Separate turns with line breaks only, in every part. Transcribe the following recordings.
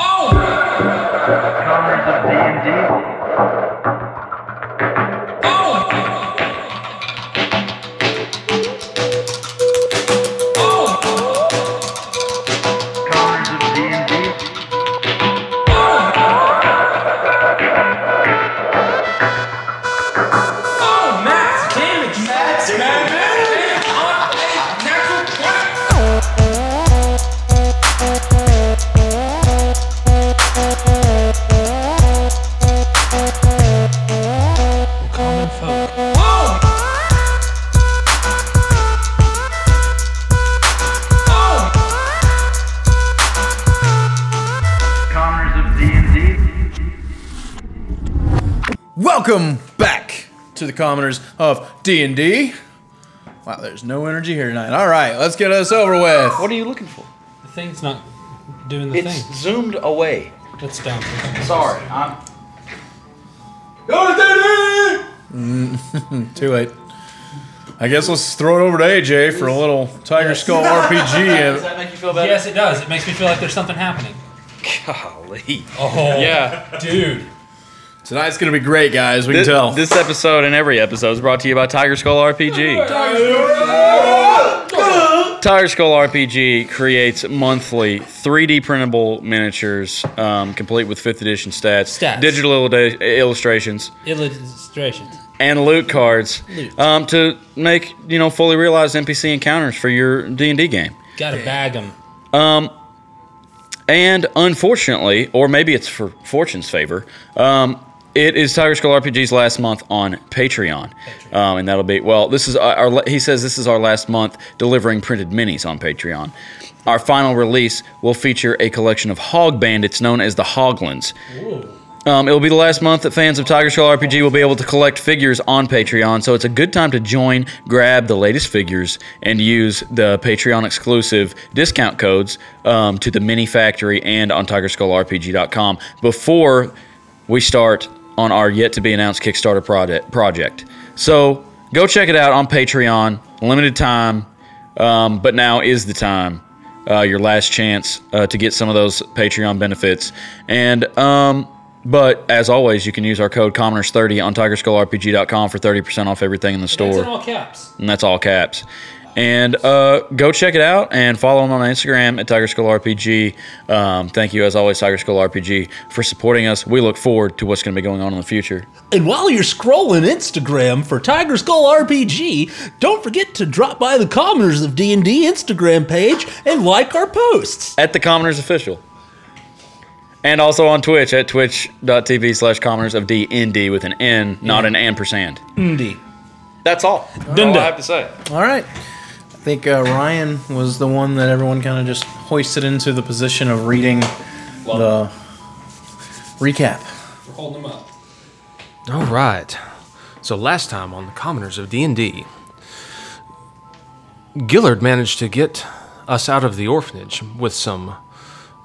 Oh, oh,
Welcome back to the commoners of D&D. Wow, there's no energy here tonight. All right, let's get this over with.
What are you looking for?
The thing's not doing the
It's
thing.
zoomed away.
That's dumb.
Sorry, I'm.
Too late. I guess let's throw it over to AJ for a little Tiger Skull
Does
RPG.
that make you feel better?
Yes, it does. It makes me feel like there's something happening.
Golly.
Oh,
Yeah,
dude.
Tonight's going to be great, guys. We
this,
can tell.
this episode and every episode is brought to you by Tiger Skull RPG. Tiger Skull RPG creates monthly 3D printable miniatures, um, complete with fifth edition stats,
Stats.
digital illu- illustrations,
Illustrations.
and loot cards um, to make you know fully realized NPC encounters for your D and D game.
Gotta bag 'em.
And unfortunately, or maybe it's for fortune's favor, um, it is Tiger Skull RPG's last month on Patreon, Um, and that'll be well. This is our, our. la- He says this is our last month delivering printed minis on Patreon. Our final release will feature a collection of hog bandits known as the Hoglins. Um, it'll be the last month that fans of Tiger Skull RPG will be able to collect figures on Patreon, so it's a good time to join, grab the latest figures, and use the Patreon exclusive discount codes um, to the Mini Factory and on TigerSkullRPG.com before we start on our yet to be announced Kickstarter project. project. So go check it out on Patreon, limited time, um, but now is the time. Uh, your last chance uh, to get some of those Patreon benefits. And um, but as always, you can use our code commoners30 on tigerskullrpg.com for 30% off everything in the
That's in
store.
all caps.
And that's all caps. And uh, go check it out and follow them on Instagram at tigerskullrpg. Um, thank you, as always, tigerskullrpg, for supporting us. We look forward to what's going to be going on in the future.
And while you're scrolling Instagram for Tiger Skull RPG, don't forget to drop by the Commoners of D&D Instagram page and like our posts.
At the Commoners Official. And also on Twitch at twitch.tv slash commoners of DND with an N, not an ampersand. That's all. That's all I have to say.
All right. I think uh, Ryan was the one that everyone kind of just hoisted into the position of reading the recap.
We're holding them up.
All right. So last time on the Commoners of D&D, Gillard managed to get us out of the orphanage with some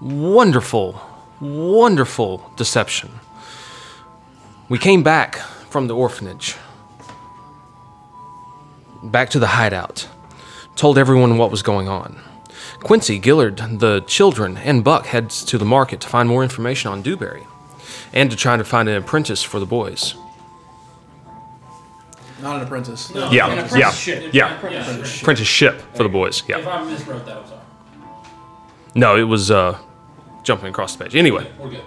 wonderful, wonderful deception. We came back from the orphanage, back to the hideout, told everyone what was going on. Quincy, Gillard, the children, and Buck heads to the market to find more information on Dewberry and to try to find an apprentice for the boys.
Not an apprentice.
Yeah, yeah,
apprenticeship.
yeah.
Apprenticeship.
Apprenticeship for the boys.
If
Yeah.
I miswrote that, I'm sorry.
No, it was uh, jumping across the page. Anyway,
We're good.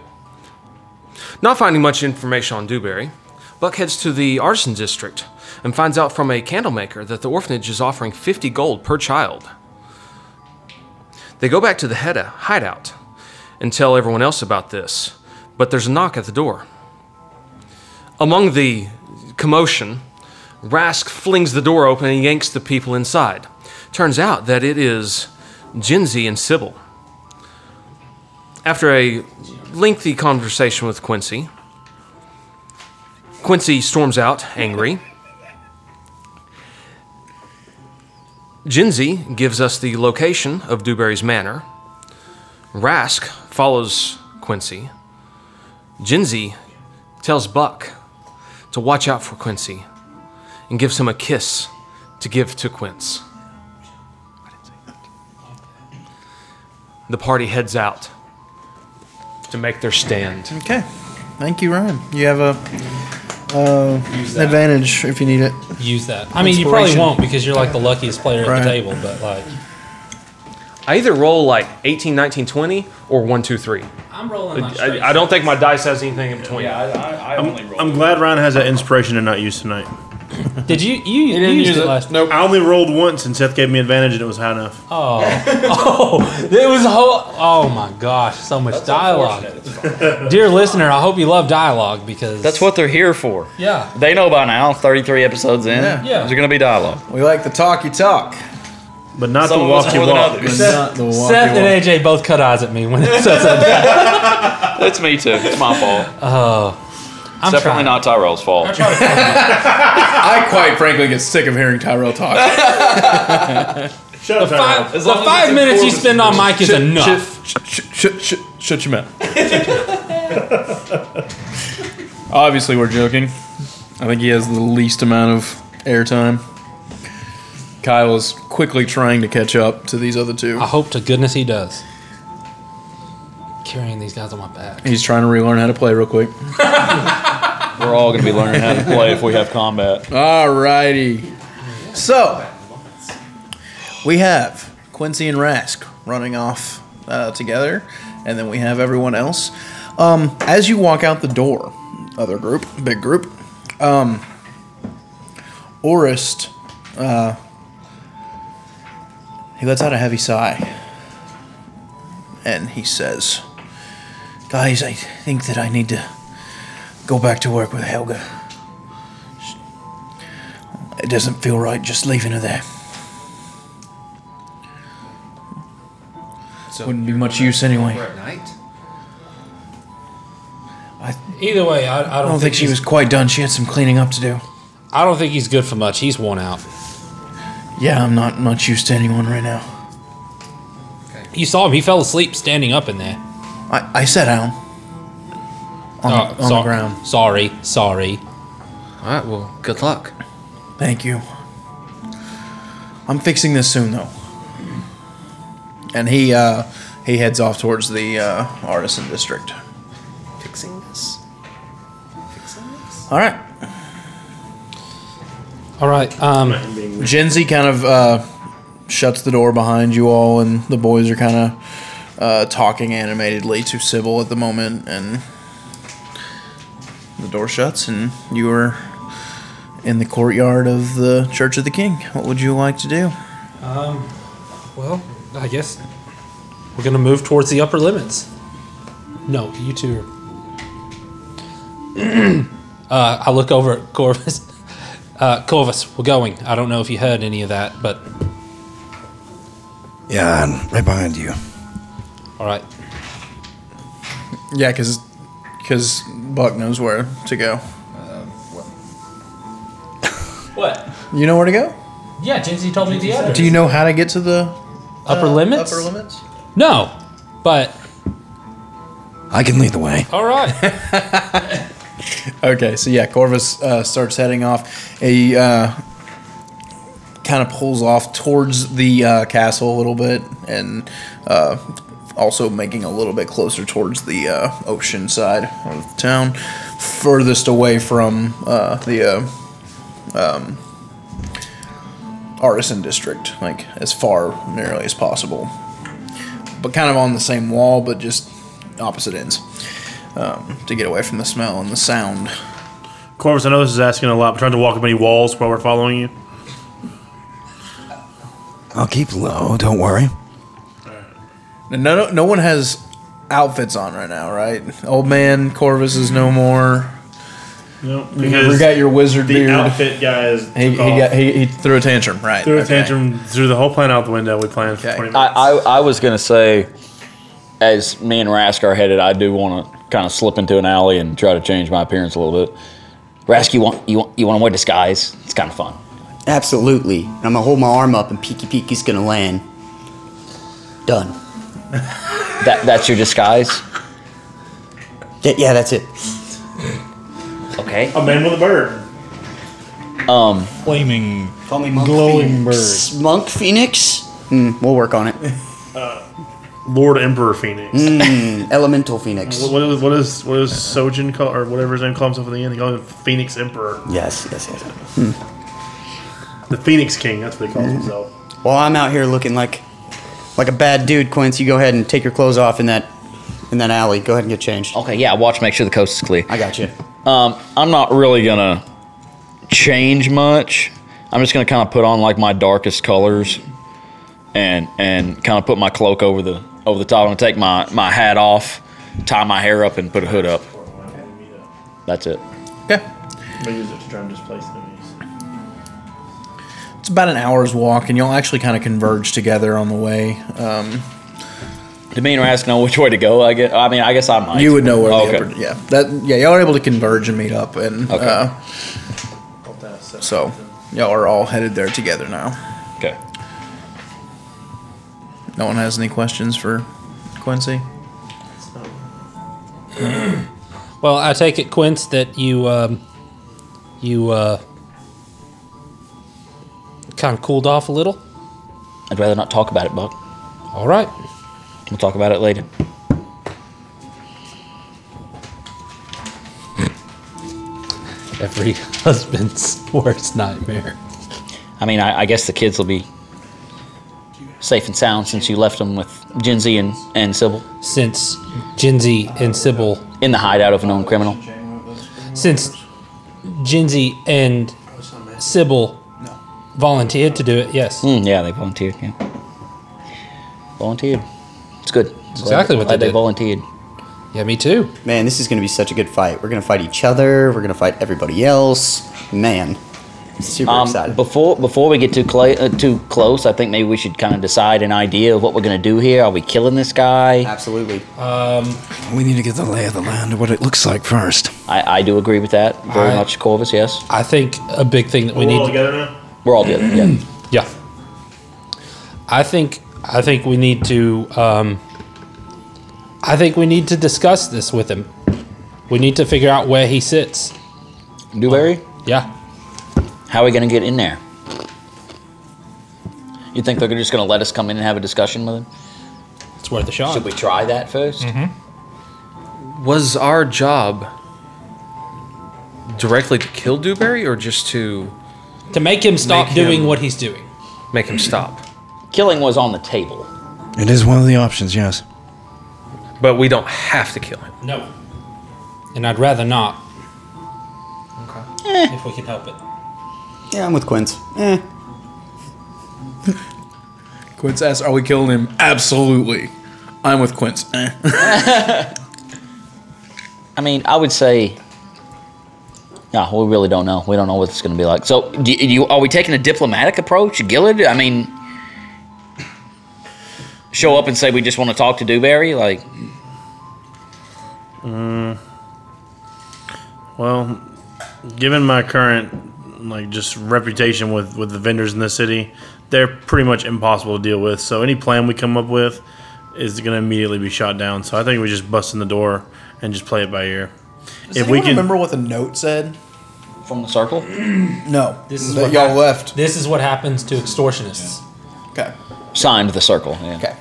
not finding much information on Dewberry, Buck heads to the artisan district and finds out from a candlemaker that the orphanage is offering 50 gold per child. They go back to the head uh, hideout and tell everyone else about this, but there's a knock at the door. Among the commotion, Rask flings the door open and yanks the people inside. Turns out that it is Jinzi and Sybil. After a lengthy conversation with Quincy, Quincy storms out, angry. Jinzi gives us the location of Dewberry's Manor. Rask follows Quincy. Jinzi tells Buck to watch out for Quincy and gives him a kiss to give to Quince. The party heads out to make their stand.
Okay. Thank you, Ryan. You have a uh, advantage if you need it.
Use that. I mean, you probably
Inspiration.
won't because you're like the luckiest player at
Right.
the table, but like.
I either roll like 18, 19, 20 or 1, 2, 3.
I'm rolling like
I, I don't think my dice has anything in between.
Yeah, I, I, I only rolled.
I'm glad Ryan has that inspiration and not used tonight.
Did you? You, you used it, last
Nope. I only rolled once and Seth gave me advantage and it was high enough.
It was a whole. Oh my gosh, so much dialogue. Dear listener, I hope you love dialogue because.
That's what they're here for.
Yeah.
They know by now, 33 episodes in,
Yeah.
Yeah.
there's going to be dialogue.
We like the talky talk.
But not
Some
the
of us
walk you
more than
walk.
others.
But
not the walkie
Seth and AJ both cut eyes at me when it says that.
That's me too. It's my fault.
I'm
Definitely
trying.
not Tyrell's fault.
I quite frankly get sick of hearing Tyrell talk.
Shut up,
Five,
Tyrell.
the five minutes you spend on Mike is enough.
shut, shut, shut, shut your mouth. Obviously, we're joking. I think he has the least amount of airtime. Kyle is quickly trying to catch up to these other two.
I hope to goodness he does. Carrying these guys on my back.
He's trying to relearn how to play real quick.
We're all going to be learning how to play if we have combat.
Alrighty. So, we have Quincy and Rask running off uh, together, and then we have everyone else. Um, as you walk out the door, other group, big group, um, Orist, uh, he lets out a heavy sigh, and he says, "Guys, I think that I need to go back to work with Helga." It doesn't feel right just leaving her there. Wouldn't be much use anyway.
At night?
Either way, I, I, don't,
I don't think she was
he's-
quite done. She had some cleaning up to do.
I don't think he's good for much. He's worn out.
Yeah, I'm not much used to anyone right now.
You saw him. He fell asleep standing up in there.
I, I sat down on, the, on
Oh, so-
the ground.
Sorry, sorry.
All right. Well, good luck.
Thank you. I'm fixing this soon, though. And he uh, he heads off towards the uh, artisan district.
Fixing this? Fixing this?
All right.
All right. Um,
Genzi kind of uh, shuts the door behind you all, and the boys are kind of uh, talking animatedly to Sybil at the moment, and the door shuts, and you are in the courtyard of the Church of the King. What would you like to do?
Well, I guess we're gonna move towards the upper limits. No, you two. Are... uh, I look over at Corvus. Uh, Corvus, we're going. I don't know if you heard any of that, but
Yeah, I'm right behind you.
all right.
Yeah, because because Buck knows where to go.
What?
You know where to go.
Yeah, Jinzy told me the
Do you know how to get to the
upper
uh,
limits?
Upper limits.
No, but
I can lead the way.
all right.
Okay, so yeah, Corvus uh, starts heading off. He uh, kind of pulls off towards the uh, castle a little bit, and uh, also making a little bit closer towards the uh, ocean side of the town, furthest away from uh, the uh, um, artisan district, like as far nearly as possible. But kind of on the same wall, but just opposite ends um, to get away from the smell and the sound.
Corvus, I know this is asking a lot. We're trying to walk up any walls while we're following you.
I'll keep low, don't worry.
Uh, No, no, no one has outfits on right now, right? Old man Corvus is no more.
No, nope,
You
because
got your wizard
the
beard.
outfit guy is.
He, he, got, he, he threw a tantrum, right?
threw a
okay.
tantrum, threw the whole plan out the window. We planned
Okay.
for 20 minutes.
I, I, I was going to say, as me and Rask are headed, I do want to kind of slip into an alley and try to change my appearance a little bit. Rask, you want you want you want to wear disguise? It's kind of fun.
Absolutely. I'm gonna hold my arm up and Peeky Peeky's gonna land. Done.
That that's your disguise.
Yeah, yeah, that's it.
Okay.
a man with a bird.
Flaming.
Call me Monk
Glowing
Phoenix. Monk Phoenix? Hmm, we'll work on it.
Lord Emperor Phoenix.
Elemental Phoenix.
What, what is what is what is Sojin call or whatever his name calls himself at the end? He calls him Phoenix Emperor,
Yes, yes, yes.
the Phoenix King. That's what he
Mm-hmm.
calls himself.
While I'm out here looking like like a bad dude, Quince, you go ahead and take your clothes off in that in that alley. Go ahead and get changed.
Okay. Yeah. Watch. Make sure the coast is clear.
I got you.
Um, I'm not really gonna change much. I'm just gonna kind of put on like my darkest colors, and and kind of put my cloak over the over the top. I'm gonna take my my hat off, tie my hair up, and put a hood up. That's it.
Okay.
They use it to try and displace enemies.
Uh, It's about an hour's walk, and you'll actually kind of converge together on the way. Um,
Do me and Rask know which way to go? I get. I mean, I guess I might.
You would know where.
Oh,
the
okay.
upper, yeah, that yeah, y'all are able to converge and meet up, and
Okay.
uh, so y'all are all headed there together now.
Okay.
No one has any questions for Quincy.
Well, I take it, Quince, that you um, you uh, kind of cooled off a little.
I'd rather not talk about it, Buck.
All right.
We'll talk about it later.
Every husband's worst nightmare.
I mean, I, I guess the kids will be safe and sound since you left them with Gen Z and, and Sybil
Since Jinzy and Sybil,
in the hideout of a known criminal.
since Jinzy and Sybil volunteered to do it, yes.
Mm, yeah, they volunteered. Yeah, volunteered. It's good. Glad-
Exactly what
glad
they
they
did.
volunteered.
Yeah, me too.
Man, this is going to be such a good fight. We're going to fight each other. We're going to fight everybody else. Man, super
Um,
excited.
before before we get too cla uh, too close, I think maybe we should kind of decide an idea of what we're gonna do here. Are we killing this guy?
Absolutely.
We need to get the lay of the land of what it looks like first.
I, I do agree with that very
I-
much, Corvus. Yes,
I think a big thing that we
We're all
need.
together now.
we're all good. Yeah.
Yeah. I think I think we need to um, I think we need to discuss this with him. We need to figure out where he sits.
Dewberry,
Yeah.
how are we gonna get in there? You think they're just gonna let us come in and have a discussion with him?
It's worth a
Should
shot.
we try that 1st
Was our job directly to kill Dewberry or just to
To make him stop
Make him-
doing what he's doing.
make him stop?
Killing was on the table.
It is one of the options, yes.
But we don't have to kill him.
No. And I'd rather not. Okay. If we can help it.
Yeah, I'm with Quince. Eh,
Quince asks, "Are we killing him?" Absolutely. I'm with Quince. Eh.
I mean, I would say. No, we really don't know. We don't know what it's going to be like. So, do you, are we taking a diplomatic approach, Gillard? I mean, show up and say we just want to talk to Dewberry. Like,
Well, given my current like just reputation with with the vendors in the city, they're pretty much impossible to deal with. So any plan we come up with is going to immediately be shot down. So I think we just bust in the door and just play it by ear.
Does
if
anyone
we can,
remember what the note said?
from the circle?
No,
This is
that
what
y'all
hap-
left.
This is what happens to extortionists.
Okay.
Signed the circle. Yeah.
Okay.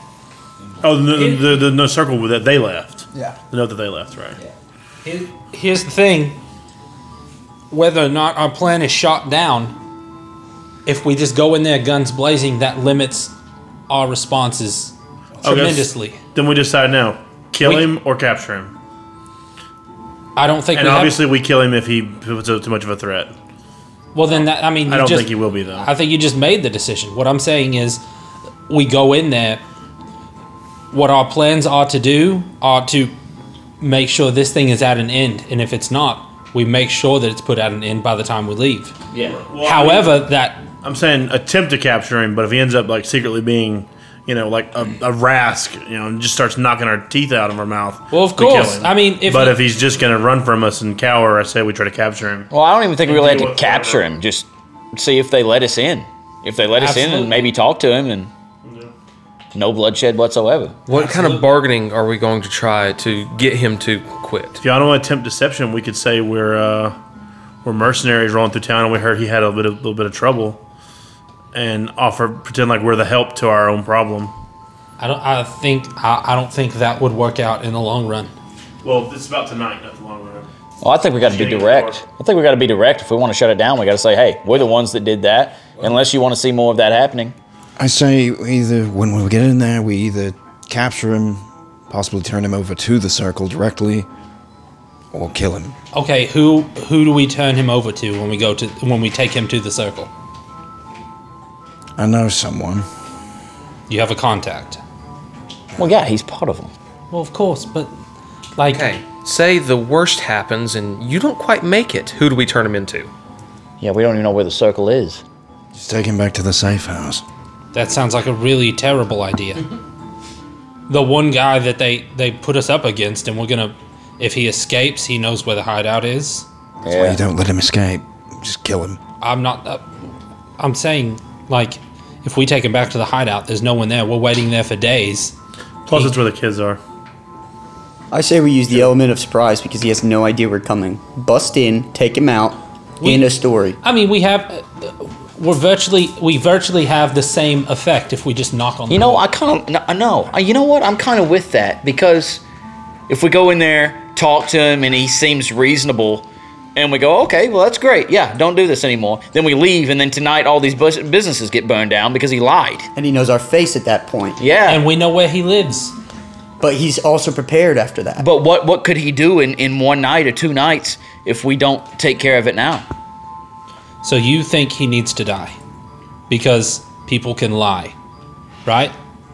oh the the, the, the, the circle that they left,
Yeah.
the note that they left, right?
Here- Here's the thing whether or not our plan is shot down, if we just go in there guns blazing, that limits our responses
Okay.
tremendously.
Then we decide now: kill
We-
him or capture him.
I don't think
And
we have-
obviously, we kill him if he puts up too much of a threat.
well, then that, I mean,
I
you
don't
just-
think he will be though.
I think you just made the decision. What I'm saying is, we go in there. What our plans are to do are to make sure this thing is at an end, and if it's not, we make sure that it's put at an end by the time we leave.
Yeah.
However, that
I'm saying attempt to capture him, but if he ends up like secretly being, you know, like a, a rask, you know, and just starts knocking our teeth out of our mouth.
Well, of
we kill
course.
him.
I mean, if
but
he-
if he's just gonna run from us and cower, I say we try to capture him.
Well, I don't even think we really had
do
to
it
capture him. Just see if they let us in. If they let us in
Absolutely.
and maybe talk to him, and no bloodshed whatsoever.
What kind of bargaining are we going to try to get him to quit?
If y'all don't want to attempt deception, we could say we're uh, we're mercenaries rolling through town, and we heard he had a little bit of, little bit of trouble, and offer pretend like we're the help to our own problem.
I don't, I think I, I don't think that would work out in the long run.
Well, it's about tonight, not the long run.
Well, I think we got to be
Shooting
direct.
for-
I think we got to be direct. If we want to shut it down, we got to say, "Hey, we're the ones that did that." Unless you want to see more of that happening.
I say either when we get in there, we either capture him, possibly turn him over to the circle directly, or kill him.
Okay, who who do we turn him over to when we go to when we take him to the circle?
I know someone.
You have a contact.
Well, yeah, he's part of them.
Well, of course, but like
Okay, say the worst happens and you don't quite make it. Who do we turn him into?
Yeah, we don't even know where the circle is.
Just take him back to the safe house.
that sounds like a really terrible idea. the one guy that they they put us up against, and we're gonna. If he escapes, he knows where the hideout is.
That's why you don't let him escape. Just kill him.
I'm not. Uh, I'm saying like, if we take him back to the hideout, there's no one there. We're waiting there for days.
Plus, it's where the kids are.
I say we use the element of surprise because he has no idea we're coming. Bust in, take him out, end of story.
I mean, we have. uh, We're virtually we virtually have the same effect if we just knock on.
You
the
know,
door.
I kind of no. You know what? I'm kind of with that because if we go in there, talk to him, and he seems reasonable, and we go, okay, well that's great. Yeah, don't do this anymore. Then we leave, and then tonight all these bus- businesses get burned down because he lied.
And he knows our face at that point.
Yeah.
and we know where he lives.
But he's also prepared after that.
but what what could he do in, in one night or two nights if we don't take care of it now?
So you think he needs to die because people can lie, right?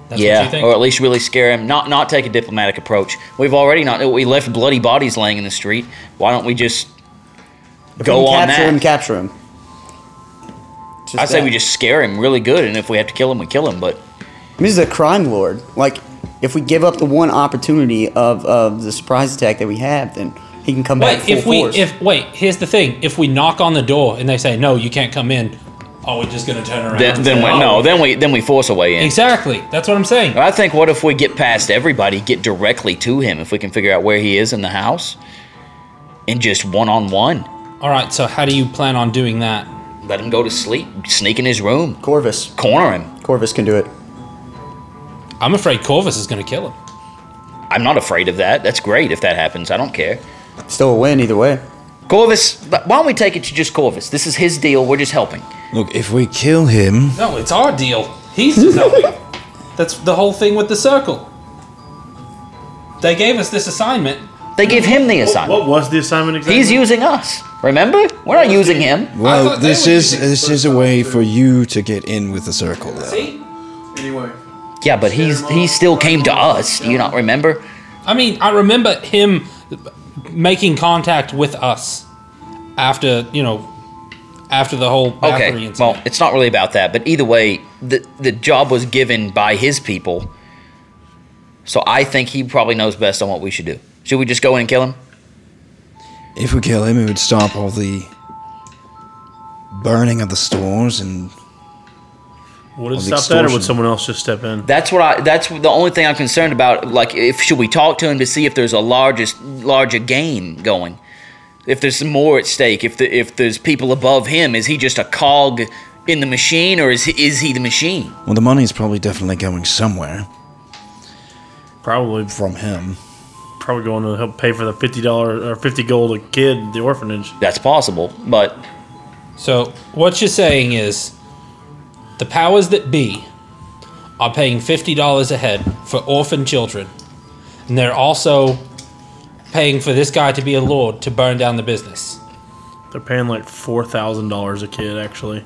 That's
yeah, or at least really scare him. Not not take a diplomatic approach. We've already not we left bloody bodies laying in the street. Why don't we just
If
go
we
on
can capture
that?
him, capture him. Just
I say
that.
we just scare him really good, and if we have to kill him, we kill him. But
I mean, This is a crime lord. Like, if we give up the one opportunity of, of the surprise attack that we have, then he can come back
But
full
if we
force.
if wait, here's the thing: if we knock on the door and they say no, you can't come in, oh, we're just gonna turn around.
then,
and
then
say,
we,
"Oh."
no, then we then we force a way in.
exactly. That's what I'm saying.
I think what if we get past everybody, get directly to him, if we can figure out where he is in the house, and just one on one,
All right. So how do you plan on doing that?
let him go to sleep, sneak in his room,
Corvus.
corner him.
Corvus can do it.
I'm afraid Corvus is gonna kill him.
I'm not afraid of that. That's great if that happens. I don't care.
Still a win either way.
Corvus, why don't we take it to just Corvus? This is his deal. We're just helping.
Look, if we kill him,
No, it's our deal. He's just helping. That's the whole thing with the circle. They gave us this assignment.
They give him the
What,
assignment.
what was the assignment exactly?
He's using us. Remember? We're not using him.
well,
thought they
this
were
is
using
this is a way for you to get in with the circle. Though.
See?
Anyway.
Yeah, but he's he still came to us. Do you not remember?
I mean, I remember him making contact with us after, you know, after the whole Bathory
Okay.
incident.
Well, it's not really about that, but either way, the the job was given by his people. So I think he probably knows best on what we should do. Should we just go in and kill him?
If we kill him, it would stop all the burning of the stores and
Would it
Of
stop that, or
extortion.
would someone else just step in?
That's what I. That's the only thing I'm concerned about. Like, if should we talk to him to see if there's a largest larger game going? If there's more at stake? If the if there's people above him? Is he just a cog in the machine, or is he, is he the machine?
well, the money's probably definitely going somewhere
Probably,
from him.
probably going to help pay for the fifty dollar or fifty gold a kid at the orphanage.
That's possible, but
So, what you're saying is the powers that be are paying $50 a head for orphan children, and they're also paying for this guy to be a lord to burn down the business.
They're paying like four thousand dollars a kid actually.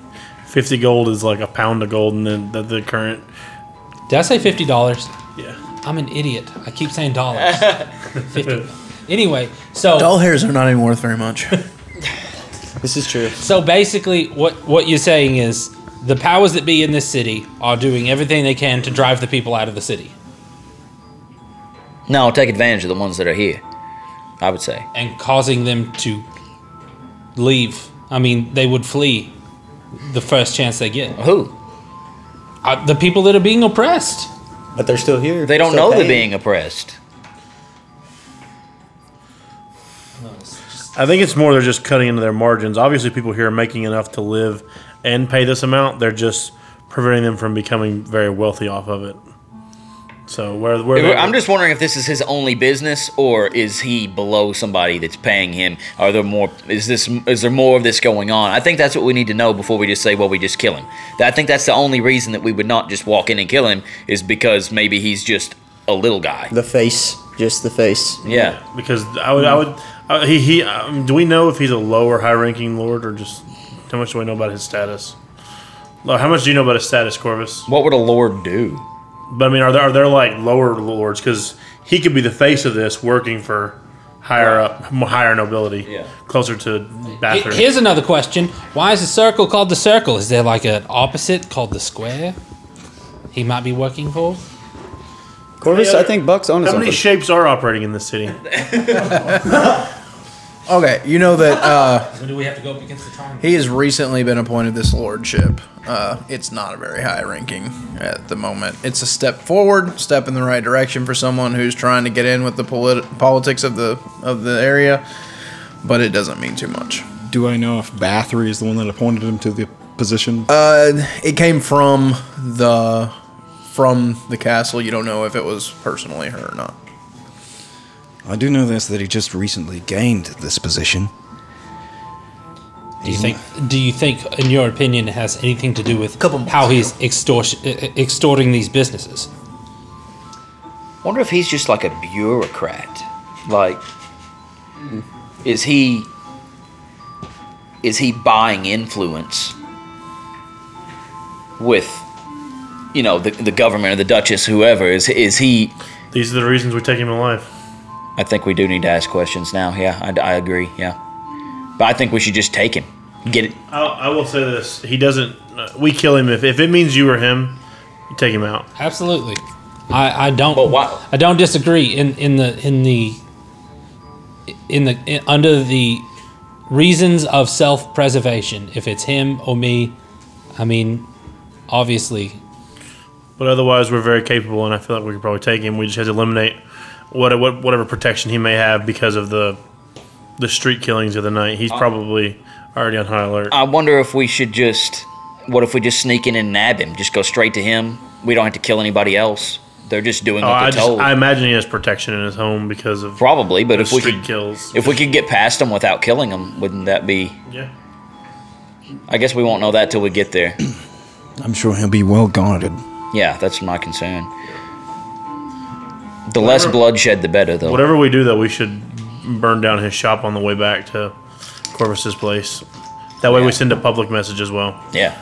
Fifty gold is like a pound of gold, and then the, the current
Did I say $50?
yeah.
I'm an idiot. I keep saying dollars. 50. Anyway, so
Doll hairs are not even worth very much.
This is true.
So basically, what what you're saying is the powers that be in this city are doing everything they can to drive the people out of the city,
no, take advantage of the ones that are here. I would say.
and causing them to leave. I mean, they would flee the first chance they get.
Who?
Uh, the people that are being oppressed.
But they're still here.
They don't
still
know they're
paying.
being oppressed.
I think it's more they're just cutting into their margins. Obviously, people here are making enough to live and pay this amount. They're just preventing them from becoming very wealthy off of it. So where where they-
I'm just wondering if this is his only business, or is he below somebody that's paying him? Are there more? Is this? Is there more of this going on? I think that's what we need to know before we just say, "Well, we just kill him." I think that's the only reason that we would not just walk in and kill him is because maybe he's just a little guy.
The face. Just the face.
Yeah.
because I would I would uh, he he. Um, do we know if he's a low or high ranking lord or just how much do we know about his status? Lo- How much do you know about his status, Corvus?
What would a lord do?
But I mean, are there are there like lower lords? Because he could be the face of this, working for higher up, m- higher nobility,
Yeah.
closer to
H-
Bathory.
Here's another question: Why is the circle called the circle? Is there like an opposite called the square? He might be working for.
Corvus,
other-
I think Buck's on
How
something.
many shapes are operating in this city?
Okay, you know that uh,
When do we have to go up against the triangle?
he has recently been appointed this lordship. Uh, it's not a very high ranking at the moment. It's a step forward, step in the right direction for someone who's trying to get in with the polit- politics of the of the area, but it doesn't mean too much.
Do I know if Bathory is the one that appointed him to the position?
Uh, it came from the from the castle. You don't know if it was personally her or not.
I do know this that he just recently gained this position.
Do you think? Do you think, in your opinion, it has anything to do with
Couple months
how he's extortion, eh, eh, extorting these businesses?
Wonder if he's just like a bureaucrat. Like, is he is he buying influence with you know the, the government or the Duchess, whoever? Is is he?
These are the reasons we take him alive.
I think we do need to ask questions now. Yeah, I, I agree. Yeah, but I think we should just take him. Get it.
I, I will say this: he doesn't. Uh, we kill him if, if it means you or him. You take him out.
Absolutely. I, I don't.
But why-
I don't disagree. In in the in the in the in, under the reasons of self-preservation. If it's him or me, I mean, obviously,
But otherwise, we're very capable, and I feel like we could probably take him. We just have to eliminate what, what whatever protection he may have because of the the street killings of the night. He's probably already on high alert.
Uh, I wonder if we should just. What if we just sneak in and nab him? Just go straight to him. We don't have to kill anybody else. They're just doing
Oh,
what they're
I, just,
told.
I imagine he has protection in his home because of
Probably, but
the
if we
street
could,
kills.
if we could get past them without killing them, wouldn't that be?
yeah.
I guess we won't know that till we get there.
I'm sure he'll be well guarded.
Yeah, that's my concern. The less bloodshed, the better, though.
Whatever we do, though, we should burn down his shop on the way back to Corvus's place. That way, we send a public message as well.
Yeah,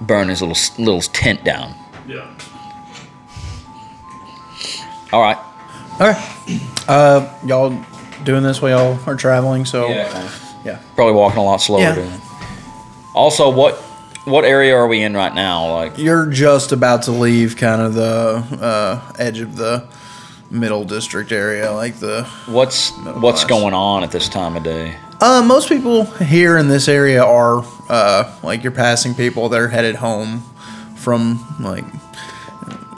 burn his little s- little tent down.
Yeah.
All right.
Okay. Uh, y'all doing this while y'all are traveling? So yeah.
Probably walking a lot slower.
Yeah.
doing it. Also, what what area are we in right now? Like,
You're just about to leave kind of the uh, edge of the middle district area, like the.
what's
class.
what's going on at this time of day?
Uh, most people here in this area are uh, like you're passing people. They're headed home from like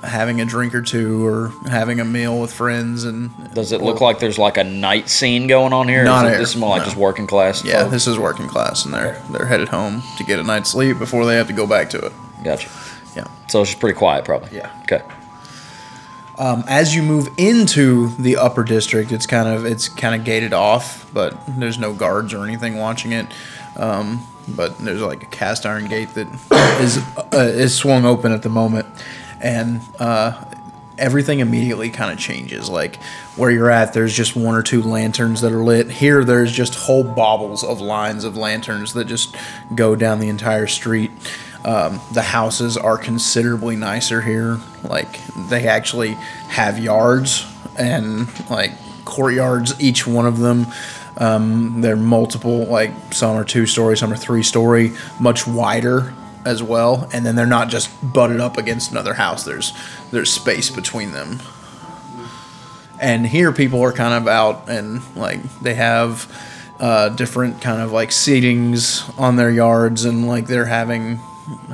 having a drink or two or having a meal with friends, and
Does it look like there's like a night scene going on here? Or
Not
is it-
here,
this is more like
no.
just working class.
yeah,
folk?
this is working class, and they're they're headed home to get a night's sleep before they have to go back to it.
Gotcha.
Yeah.
So it's just pretty quiet, probably.
Yeah.
Okay.
Um, as you move into the upper district, it's kind of it's kind of gated off, but there's no guards or anything watching it. Um, but there's like a cast iron gate that is uh, is swung open at the moment, and uh, everything immediately kind of changes. Like where you're at, there's just one or two lanterns that are lit. Here, there's just whole baubles of lines of lanterns that just go down the entire street. Um, the houses are considerably nicer here. Like they actually have yards and like courtyards, each one of them. Um, they're multiple, like some are two story, some are three story, much wider as well. And then they're not just butted up against another house. There's there's space between them. And here people are kind of out and like they have uh, different kind of like seatings on their yards and like they're having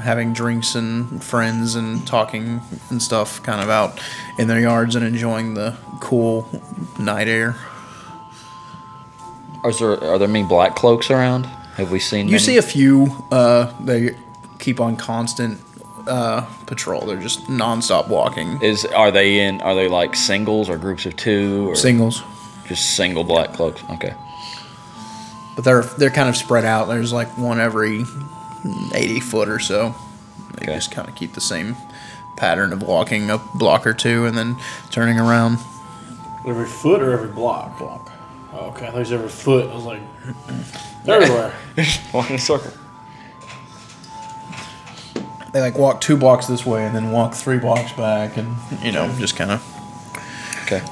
having drinks and friends and talking and stuff kind of out in their yards and enjoying the cool night air.
Are there are there many black cloaks around? Have we seen?
You
many?
see a few. Uh, they keep on constant uh, patrol. They're just nonstop walking.
Is are they in? Are they like singles or groups of two or
Singles,
just single black cloaks? Okay.
but they're they're kind of spread out. There's like one every eighty foot or so. They
Okay.
just kind of keep the same pattern of walking a block or two and then turning around.
Every foot or every block? Block. Oh, okay, there's every foot. I was like, everywhere.
Walking in a circle.
They like walk two blocks this way and then walk three blocks back, and you know just kind of
Okay.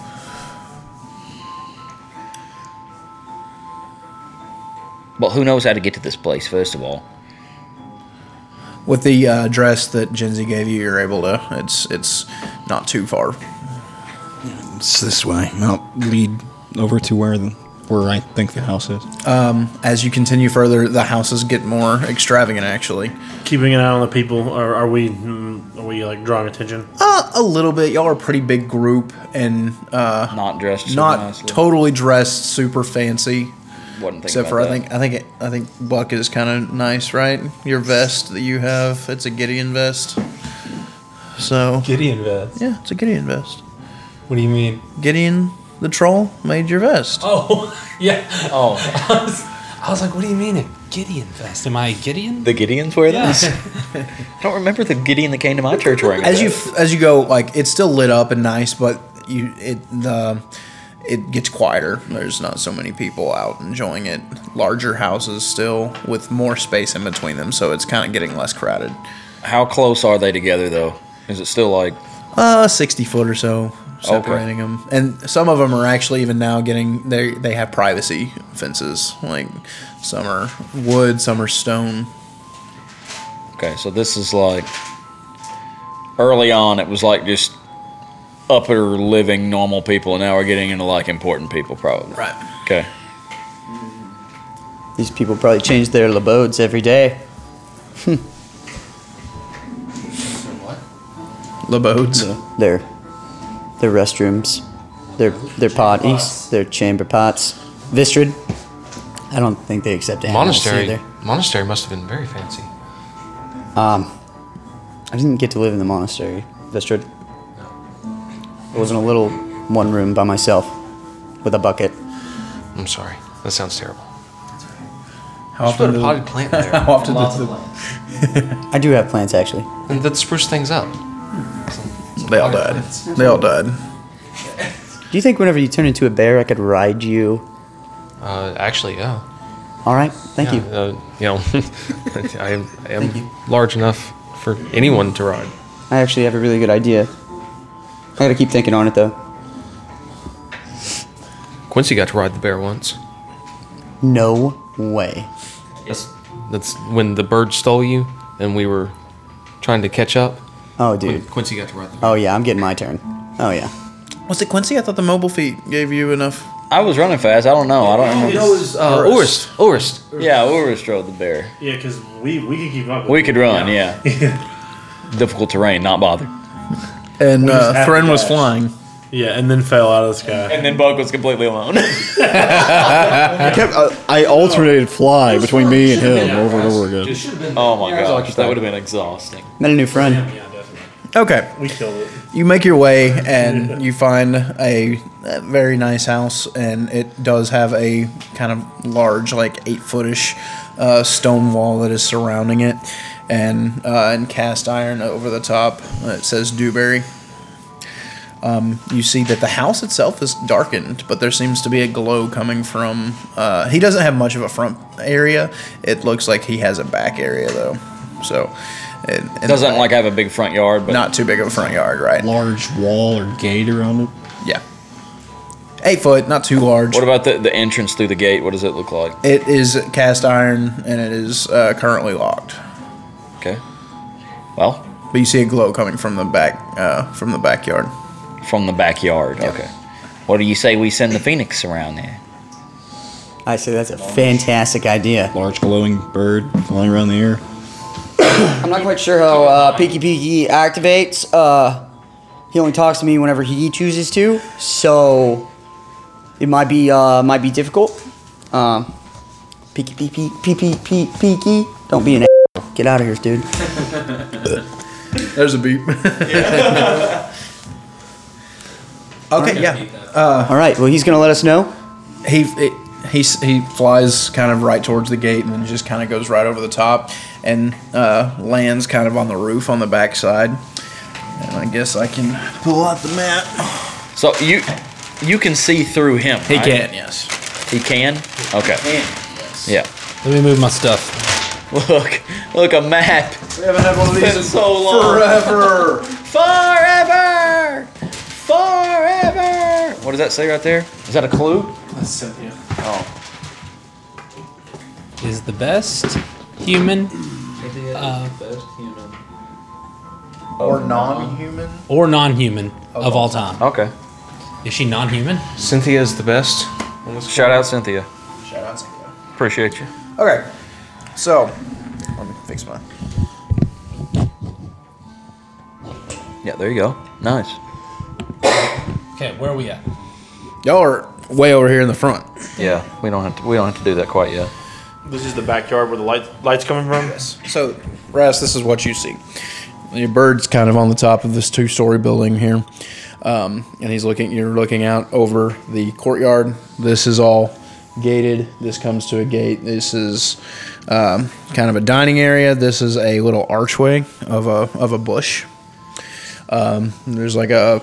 Well, who knows how to get to this place? First of all,
with the uh, dress that Genzi gave you, you're able to. It's it's not too far.
It's this way. I'll lead over to where the, where I think the house is.
Um, as you continue further, the houses get more extravagant. Actually,
keeping an eye on the people. Are, are we? mm, Are we like drawing attention?
uh, a little bit. Y'all are a pretty big group and uh,
not dressed, so
not
nicely.
totally dressed, super fancy.
Wasn't thinking
Except for
about
I think I think I think Buck is kind of nice, right? Your vest that you have, it's a Gideon vest. So
Gideon vest.
Yeah, it's a Gideon vest.
What do you mean?
Gideon the troll made your vest.
Oh, yeah. Oh. I was, I was like, what do you mean a Gideon vest? Am I a Gideon?
The Gideons wear
Yeah.
those? I don't remember the Gideon that came to my church wearing
as
that.
you as you go like it's still lit up and nice but you it the it gets quieter there's not so many people out enjoying it larger houses still with more space in between them so it's kind of getting less crowded
How close are they together though? Is it still like
uh 60 foot or so
Okay.
separating them and some of them are actually even now getting they they have privacy fences like some are wood some are stone
okay? So this is like early on. It was like just upper living normal people, and now we're getting into like important people, probably.
Right.
Okay.
These people probably change their abodes every day.
labodes
Their their restrooms, their their potties, their chamber pots. Vistrid. I don't think they accept animals
Monastery.
either.
Monastery must have been very fancy.
Um, I didn't get to live in the monastery, Vistrid. It was in a little one room by myself with a bucket.
I'm sorry. That sounds terrible.
how
Just put a
do-
potted plant there.
how often
Lots
does
of
the-
I do have plants actually.
And that spruce things up.
they all died they all died
Do you think whenever you turn into a bear, I could ride you?
Uh, actually, yeah.
All right, thank you.
Uh, you know, I am, I am large enough for anyone to ride.
I actually have a really good idea. I gotta keep thinking on it though.
Quincy got to ride the bear once.
No way.
That's, that's when the bird stole you, and we were trying to catch up.
Oh, dude.
Quincy got to ride the
Oh yeah, I'm getting my turn. Oh yeah.
was it quincy i thought the mobile feet gave you enough
I was running fast. I don't know. I don't remember.
uh, Orist. Orist.
Yeah, Orist drove the bear.
Yeah, because we we could keep up. With
We could run. Yeah. Difficult terrain, not bothered.
and
We just
uh,
have to
Thren was
dash.
flying
Yeah, and then fell out of the sky.
And then Buck was completely alone.
I kept uh, I alternated fly between me and him over and over again.
oh my gosh, that would have been exhausting.
Met a new friend.
okay
We killed it.
You make your way and you find a, a very nice house, and it does have a kind of large, like eight footish uh, stone wall that is surrounding it, and uh, and cast iron over the top. Uh, It says Dewberry. Um, you see that the house itself is darkened, but there seems to be a glow coming from. Uh, he doesn't have much of a front area. It looks like he has a back area though, so. It, it
Doesn't like have a big front yard, but
not too big of a front yard, right?
Large wall or gate around it.
Yeah. Eight foot, not too large.
What about the, the entrance through the gate? What does it look like?
it is cast iron and it is uh, currently locked.
Okay. Well,
But you see a glow coming from the back, uh, from the backyard.
from the backyard. Okay.
What do you say we send the Phoenix around there?
I say that's a fantastic idea.
Large glowing bird flying around the air.
I'm not quite sure how uh, Peaky Peaky activates. Uh, he only talks to me whenever he chooses to, so it might be uh, might be difficult. Um, Peaky Peaky Peaky Peaky Peaky. Don't be an a- get out of here, dude.
There's a beep. okay, yeah.
All right, well he's gonna let us know.
he it, he s- he flies kind of right towards the gate and then just kind of goes right over the top and uh, lands kind of on the roof on the backside. And I guess I can pull out the map.
So you you can see through him. right?
yes.
He can. Okay. Yeah.
Let me move my stuff.
Look, look a map.
We haven't had one of
It's been
these
so
in
long.
forever.
Forever. Forever. What does that say right there? Is that a clue?
Is the best human uh,
or non-human.
or non human of all time.
Okay.
Is she non-human?
Cynthia is the best.
Shout out Cynthia.
Shout out to you.
Appreciate you.
Okay. So, let me fix mine.
Yeah, there you go. Nice.
Okay, where are we at?
Y'all are way over here in the front.
Yeah, we don't have to. We don't have to do that quite yet.
This is the backyard where the light, light's coming from. Yes.
So, Ras, this is what you see. Your bird's kind of on the top of this two-story building here, um, and he's looking. You're looking out over the courtyard. This is all gated. This comes to a gate. This is um, kind of a dining area. This is a little archway of a of a bush. Um, there's like a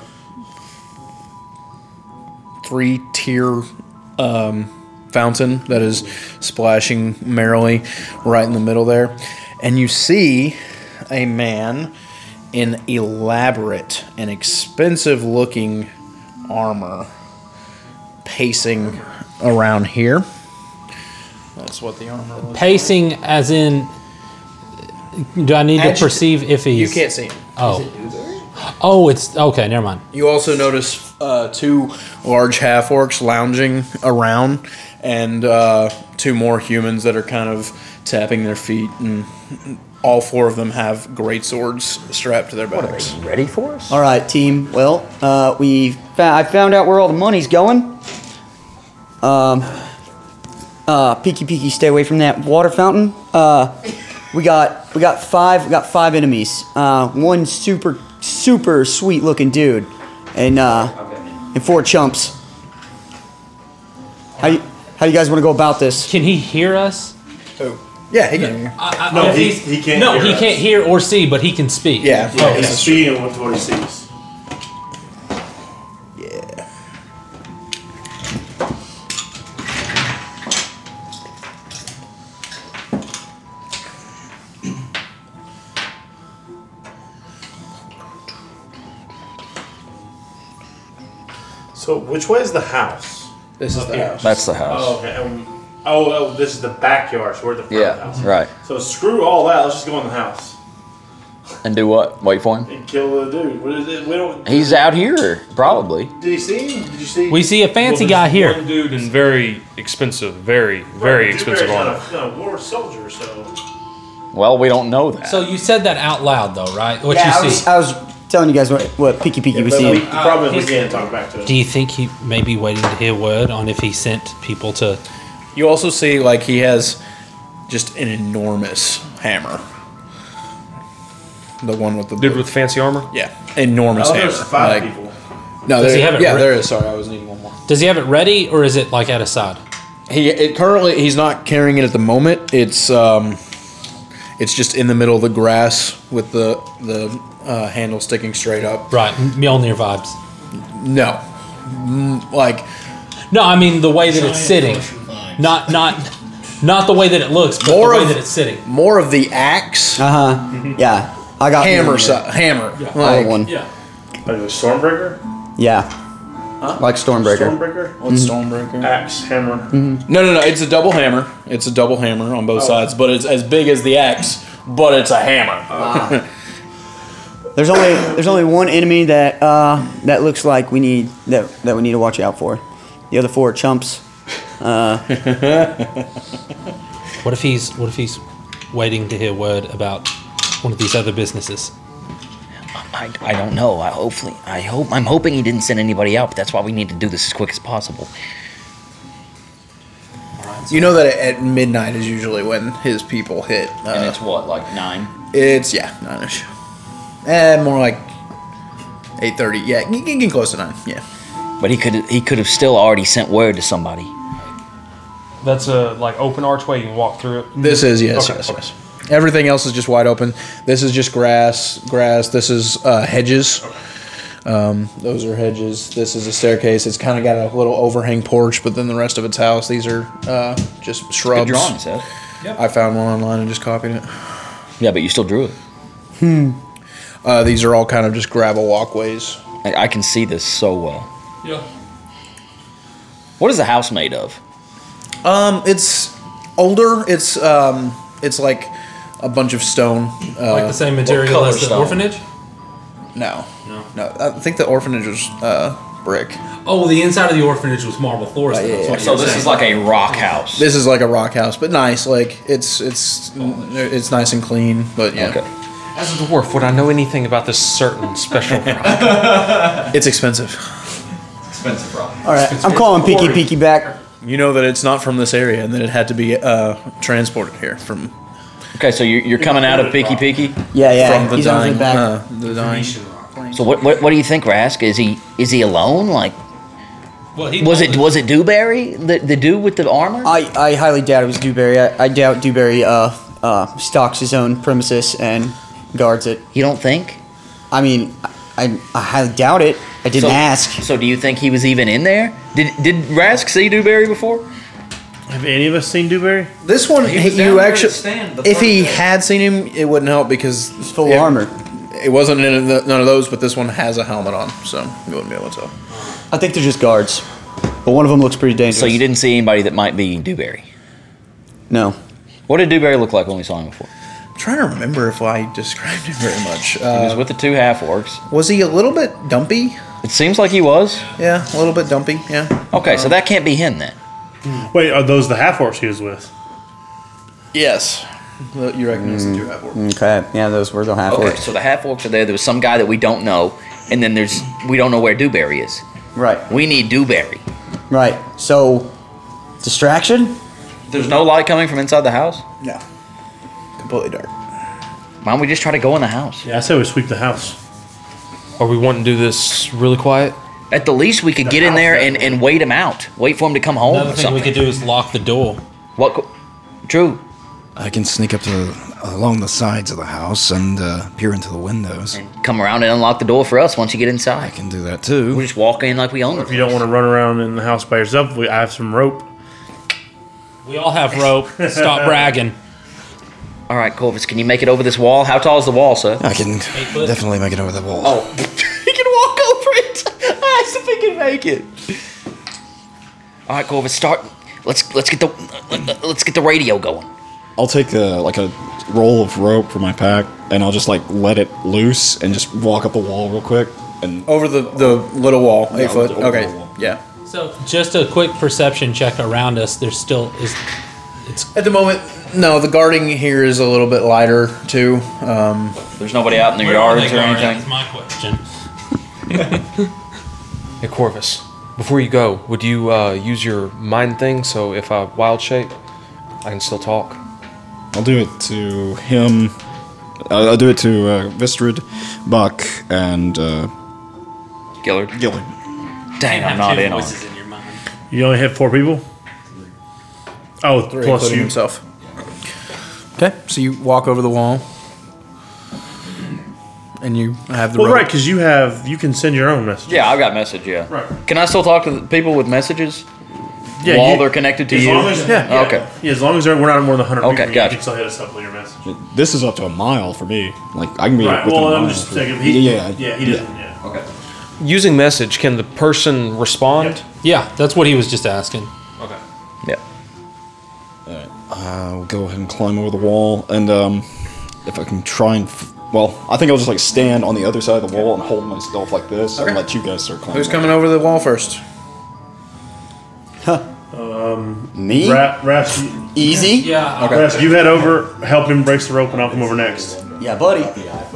three-tier um, fountain that is splashing merrily right in the middle there. And you see a man in elaborate and expensive looking armor pacing around here. That's what the armor looks
Pacing, as in, do I need
Agit-
to perceive if he's?
You can't see him.
Oh, oh, it's okay. Never mind.
You also notice uh, two large half orcs lounging around, and uh, two more humans that are kind of tapping their feet, and all four of them have great swords strapped to their backs.
Ready for us?
All right, team. Well, uh, we fa- I found out where all the money's going. Um, uh, peeky peeky, stay away from that water fountain. Uh, we got we got five we got five enemies. Uh, one super super sweet looking dude, and uh, and four chumps. How you, how you guys want to go about this?
Can he hear us?
Yeah, he can hear.
I, I,
No,
if
he-
he's-
he can't
No,
hear
he
us.
can't hear or see, but he can speak.
Oh, Yeah.
Yeah, he's seeing with what he sees. So, which way is the house?
This is
Up
the
here.
house.
That's the house.
Oh, okay. Um, oh, oh, this is the backyard, so we're at the front of
Yeah,
the house.
right.
So screw all that. Let's just go in the house
And do what? Wait for him.
and kill the dude. What is it? We don't.
He's out here, probably.
Did he see him? Did you see?
We see a fancy guy here.
One dude in very expensive, very, very expensive armor.
Not a, not a war soldier, so
Well, we don't know that.
So you said that out loud, though, right? What
yeah, I
you
was,
see?
I was telling you guys what, what peeky peeky was
But we, the
seeing.
problem is
he's-
we can't talk back to him.
Do you think he may be waiting to hear word on if he sent people to?
You also see like he has just an enormous hammer. The one with the
Dude with fancy armor?
yeah, enormous
Oh,
hammer.
there's five
Like-
people.
No,
Does
there,
he have it
yeah,
writ-
there is. Sorry, I was needing one more.
Does he have it ready, or is it like at his side?
He it currently he's not carrying it at the moment. It's um, it's just in the middle of the grass with the the uh, handle sticking straight up.
Right, Mjolnir vibes.
No, Mm, like
No, I mean the way that it's sitting, not not not the way that it looks, but
More
the way
of-
that it's sitting.
more of the axe
Uh huh. Yeah, I got
hammer Oh,
one.
si- hammer.
I
Like,
got one.
Yeah.
Like the Stormbreaker?
Yeah. Like Stormbreaker.
Stormbreaker?
What's Stormbreaker?
Axe, hammer.
No, no, no. It's a double hammer. It's a double hammer on both sides, but it's as big as the axe, but it's a hammer.
There's only there's only one enemy that uh, that looks like we need that that we need to watch out for. The other four are chumps.
What if he's what if he's waiting to hear word about one of these other businesses?
I, I don't know. I hopefully I hope I'm hoping he didn't send anybody out. But that's why we need to do this as quick as possible.
You know that at midnight is usually when his people hit.
And
Uh,
it's what like nine.
It's yeah, nine ish. Eh, more like eight thirty. Yeah, you can get close to nine. Yeah.
Mm-hmm.
But he could he could have still already sent word to somebody.
That's a like open archway. You can walk through it.
This is yes,
Okay,
yes,
okay.
yes. Everything else is just wide open. This is just grass, grass. This is uh, hedges. Um, those are hedges. This is a staircase. It's kind of got a little overhang porch, but then the rest of it's house. These are uh, just
Good
shrubs.
drawing, Seth.
I found one online and just copied it.
Yeah, but you still drew it.
Uh, these are all kind of just gravel walkways.
I, I can see this so well. Yeah. What is the house made of?
Um, it's older. It's um, it's like a bunch of stone. Uh,
Like the same material
color
as the
stone?
orphanage?
No. No. No. I think the orphanage was uh, brick.
Oh, the inside of the orphanage was marble floors.
yeah,
though,
yeah.
is
So
what
this
you're
is
saying.
like a rock house.
This is like a rock house, but nice. Like it's it's it's nice and clean. But yeah,
Okay.
As a dwarf, would I know anything about this certain special rock?
it's expensive.
expensive rock.
All right, I'm calling Peaky Peaky back.
You know that it's not from this area, and that it had to be uh, transported here from
Okay, so you're, you're coming out of Peaky Peaky.
Yeah, yeah.
from the
he's on
dying.
his back.
uh, the dying.
So what, what what do you think, Rask? Is he is he alone? Like
Well, he
was
told
it
us-
was it Dewberry the the dude with the armor?
I, I highly doubt it was Dewberry. I, I doubt Dewberry uh, uh, stocks his own premises and guards it.
you don't think?
I mean, I, I highly doubt it. I didn't
So-
ask.
So do you think he was even in there? Did did Rask see Dewberry before?
Have any of us seen Dewberry?
This one,
He was
he-
down
you
there at
actually.
the stand the
If he
first day.
had seen him, it wouldn't help because
He's full
it,
of armor.
It wasn't in the, none of those, but this one has a helmet on, so you wouldn't be able to tell.
I think they're just guards. But one of them looks pretty dangerous.
So you didn't see anybody that might be Dewberry.
No.
What did Dewberry look like when we saw him before?
I'm trying to remember if I described him very much.
He
Uh,
was with the two half orcs.
was he a little bit dumpy?
It seems like he was.
Yeah, a little bit dumpy. Yeah.
Okay,
Uh-huh.
so that can't be him then.
Wait, are those the half orcs he was with?
Yes. You recognize the two half orcs.
Okay. Yeah, those were the half
Okay,
orcs.
so the half orcs are there. There was some guy that we don't know, and then there's we don't know where Dewberry is.
Right.
We need Dewberry.
Right. So, distraction?
There's no light coming from inside the house.
No. Completely dark.
Why don't we just try to go in the house?
Yeah, I said we sweep the house.
Or we want to do this really quiet?
At the least, we could get in there and, and wait him out. Wait for him to come home
Another
or
thing we
something.
could do is lock the door.
What? co- Drew,
I can sneak up to along the sides of the house and uh, peer into the windows.
come around and unlock the door for us once you get
I
inside.
can do that
We
too.
just walk in like we own
If
it.
you don't want to run around in the house by yourself, we, I have some rope.
We all have rope. Stop bragging.
All right, Corvus, can you make it over this wall? How tall is the wall, sir?
I can
foot.
definitely make it over the wall.
Oh, he can walk over it. I see if he can make it. All right, Corvus, start. Let's let's get the let's get the radio going.
I'll take a, like a roll of rope from my pack, and I'll just like let it loose and just walk up the wall real quick. And
Over the, the little wall, eight
over
foot.
the
Okay.
wall.
Yeah.
So, just a quick perception check around us. There still is. It's
At the moment, no. The guarding here is a little bit lighter too. Um,
There's nobody out in the yards or anything.
That's my question.
Hey, Corvus, before you go, would you uh, use your mind thing so if I wild shape, I can still talk?
I'll do it to him. I'll, I'll do it to uh, Vistrid, Buck, and uh,
Gillard.
Gilly.
Dang, I'm not in on. it.
in your mind.
You only hit four people? Oh,
three,
plus
including
you.
himself. Okay, so you walk over the wall, and you have the
Well,
rope.
right, because you have you can send your own message.
Yeah, I've got message. Yeah.
Right.
Can I still talk to the people with messages
Yeah,
while
you-
they're connected to
As
you?
long as, yeah, yeah.
Okay.
Yeah, as long as they're- we're not more than 100
Okay,
people, you
gotcha.
can still hit us up with your message.
This is up to a mile for me. Like I can be.
Right,
within
well,
a
I'm
mile
just
for-
thinking. He,
yeah,
yeah, he doesn't. Yeah.
Using message, can the person respond?
Yeah, that's what he was just asking.
Yeah.
I'll go ahead and climb over the wall, and um, if I can try and. F- well, I think I'll just like stand on the other side of the wall and hold myself like this, and let you guys start climbing.
Who's coming over the wall first?
Me?
Ra- Raps, you,
Easy?
Yeah.
Raps, you head over, help him breaks the rope, and I'll come over next.
Yeah, buddy.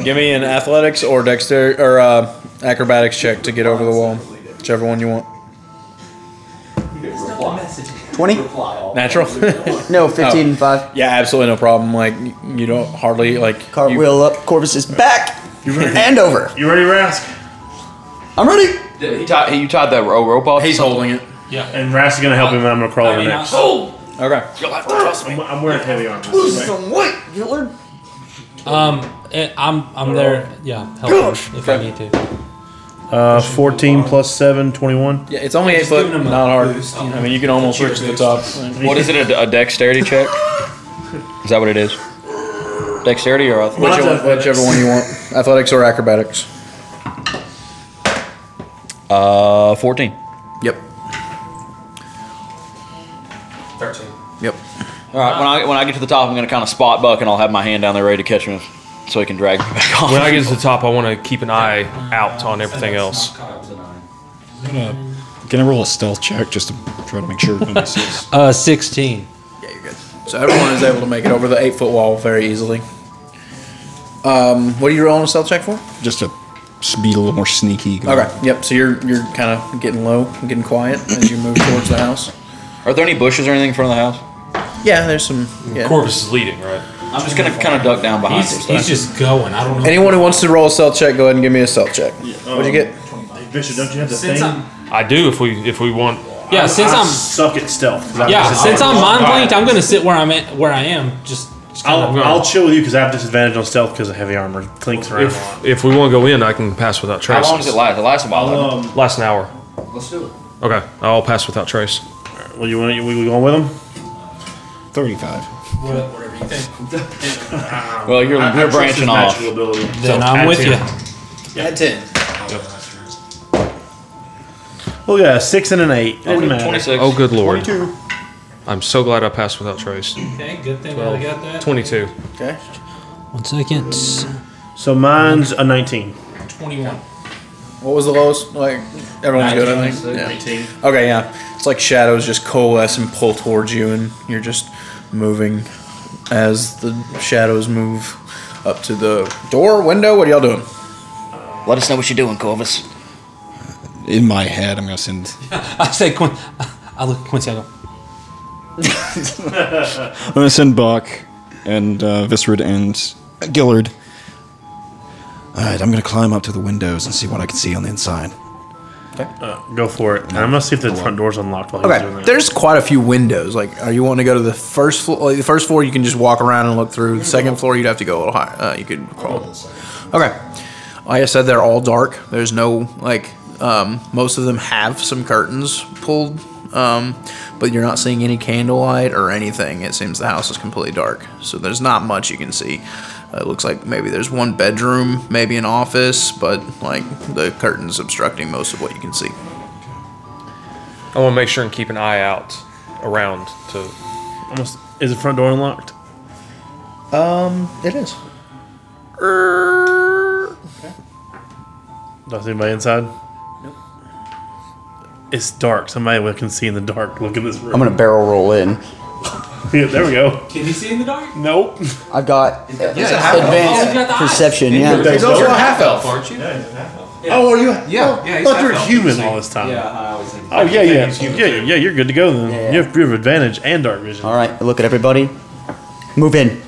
Give me an athletics or dexterity or uh, acrobatics check to get over the wall, whichever one you want.
20?
Natural.
No, 15
Oh.
and 5.
yeah, absolutely no problem. Like you don't hardly like
Cartwheel up. Corvus is back. And over.
You ready, Rask?
I'm ready.
He tied, you tied that rope off.
He's holding it.
And Rask is gonna help him, and I'm gonna crawl over next.
Oh,
Okay.
you'll have to trust
I'm,
me.
I'm wearing heavy armor.
Lose some weight, Gillard.
Um, eh, I'm I'm there. Yeah, help him if I need to.
Uh, 14 plus 7, 21.
Yeah, it's only eight foot. Not hard. I mean, you can almost reach the top.
What is it? A, a dexterity check? Is that what it is? Dexterity or athletics?
Whichever, whichever one you want, athletics or acrobatics.
Uh, fourteen.
Yep.
Thirteen.
Yep.
All right. When I when I get to the top, I'm gonna kind of spot Buck, and I'll have my hand down there ready to catch him, so he can drag me back off.
When I get to the top, I want to keep an eye out on everything else.
Uh, Can I roll a stealth check just to try to make sure nobody sees?
Uh, 16.
So everyone is able to make it over the eight foot wall very easily. Um, what are you rolling a stealth check for?
Just to s- be a little more sneaky.
Okay. Yep. So you're you're kind of getting low, getting quiet as you move towards the house.
Are there any bushes or anything in front of the house?
Yeah, there's some. Yeah.
Corvus is leading, right?
I'm just gonna kind of duck down behind.
He's,
some
he's
stuff.
just going. I don't know.
Anyone who wants to roll a stealth check, go ahead and give me a stealth check. What'd you get?
Victor, don't you have the
Since
thing?
I'm-
I do if we if we want.
yeah, since
I
I'm
suck at stealth. 'cause I
yeah,
have
since I'm
disadvantage.
mind blanked, I'm gonna sit where I'm at, where I am. Just, just kinda
I'll,
go.
I'll chill with you because I have disadvantage on stealth because of heavy armor. Clinks around.
If, if we want to go in, I can pass without
How
trace.
long does it last? It lasts a while. doesn't it?
um,
Last an hour.
Let's do it.
Okay, I'll pass without trace.
well, you want you, we going with him?
35.
Well, you're,
I-
you're
I trust his
branching off.
magical ability.
then I'm
add
with
two.
you.
At ten.
Well, Oh, yeah, six and an eight. Doesn't matter.
26.
Oh, good lord.
22.
I'm so glad I passed without trace.
Okay, good thing I got that.
22.
Okay.
One second.
So mine's a 19.
Twenty-one.
What was the lowest? Like everyone's good, I think. Yeah. Okay. Yeah. It's like shadows just coalesce and pull towards you, and you're just moving as the shadows move up to the door, window. What are y'all doing?
Let us know what you're doing, Corvus.
In my head, I'm going to send.
I say, Quin- I look at Quincy. I go,
I'm going to send Buck and uh, Viscerid and Gillard.
All right, I'm gonna climb up to the windows and see what I can see on the inside.
Uh, Go for it. And I'm gonna see if the front door's unlocked while he's doing
Okay,
that.
there's quite a few windows. Like, are you wanting to go to the first floor? Like, the first floor, you can just walk around and look through. The second floor, you'd have to go a little higher. Uh, you could crawl. Okay. Like I said, they're all dark. There's no like. Um, most of them have some curtains pulled, um, but you're not seeing any candlelight or anything. It seems the house is completely dark, so there's not much you can see. Uh, it looks like maybe there's one bedroom, maybe an office, but like the curtains obstructing most of what you can see.
I want to make sure and keep an eye out around to.
Almost, is the front door unlocked? Um,
It is.
Does anybody inside? Nope. It's dark. Somebody we can see in the dark. Look in this room.
I'm gonna barrel roll in.
Yeah, there we go.
"Can you see in the dark?"
Nope.
I've
Oh,
got
you got
advanced
the eyes.
perception. Yeah.
He's also a half elf.
aren't you? Yeah,
Oh, are you? Yeah.
yeah,
I
he's
thought you were
half-elf.
human all this time.
I always think.
Oh yeah, yeah, yeah, yeah, You're good to go then. You, have, you have advantage and dark vision.
All right. Look at everybody. Move in.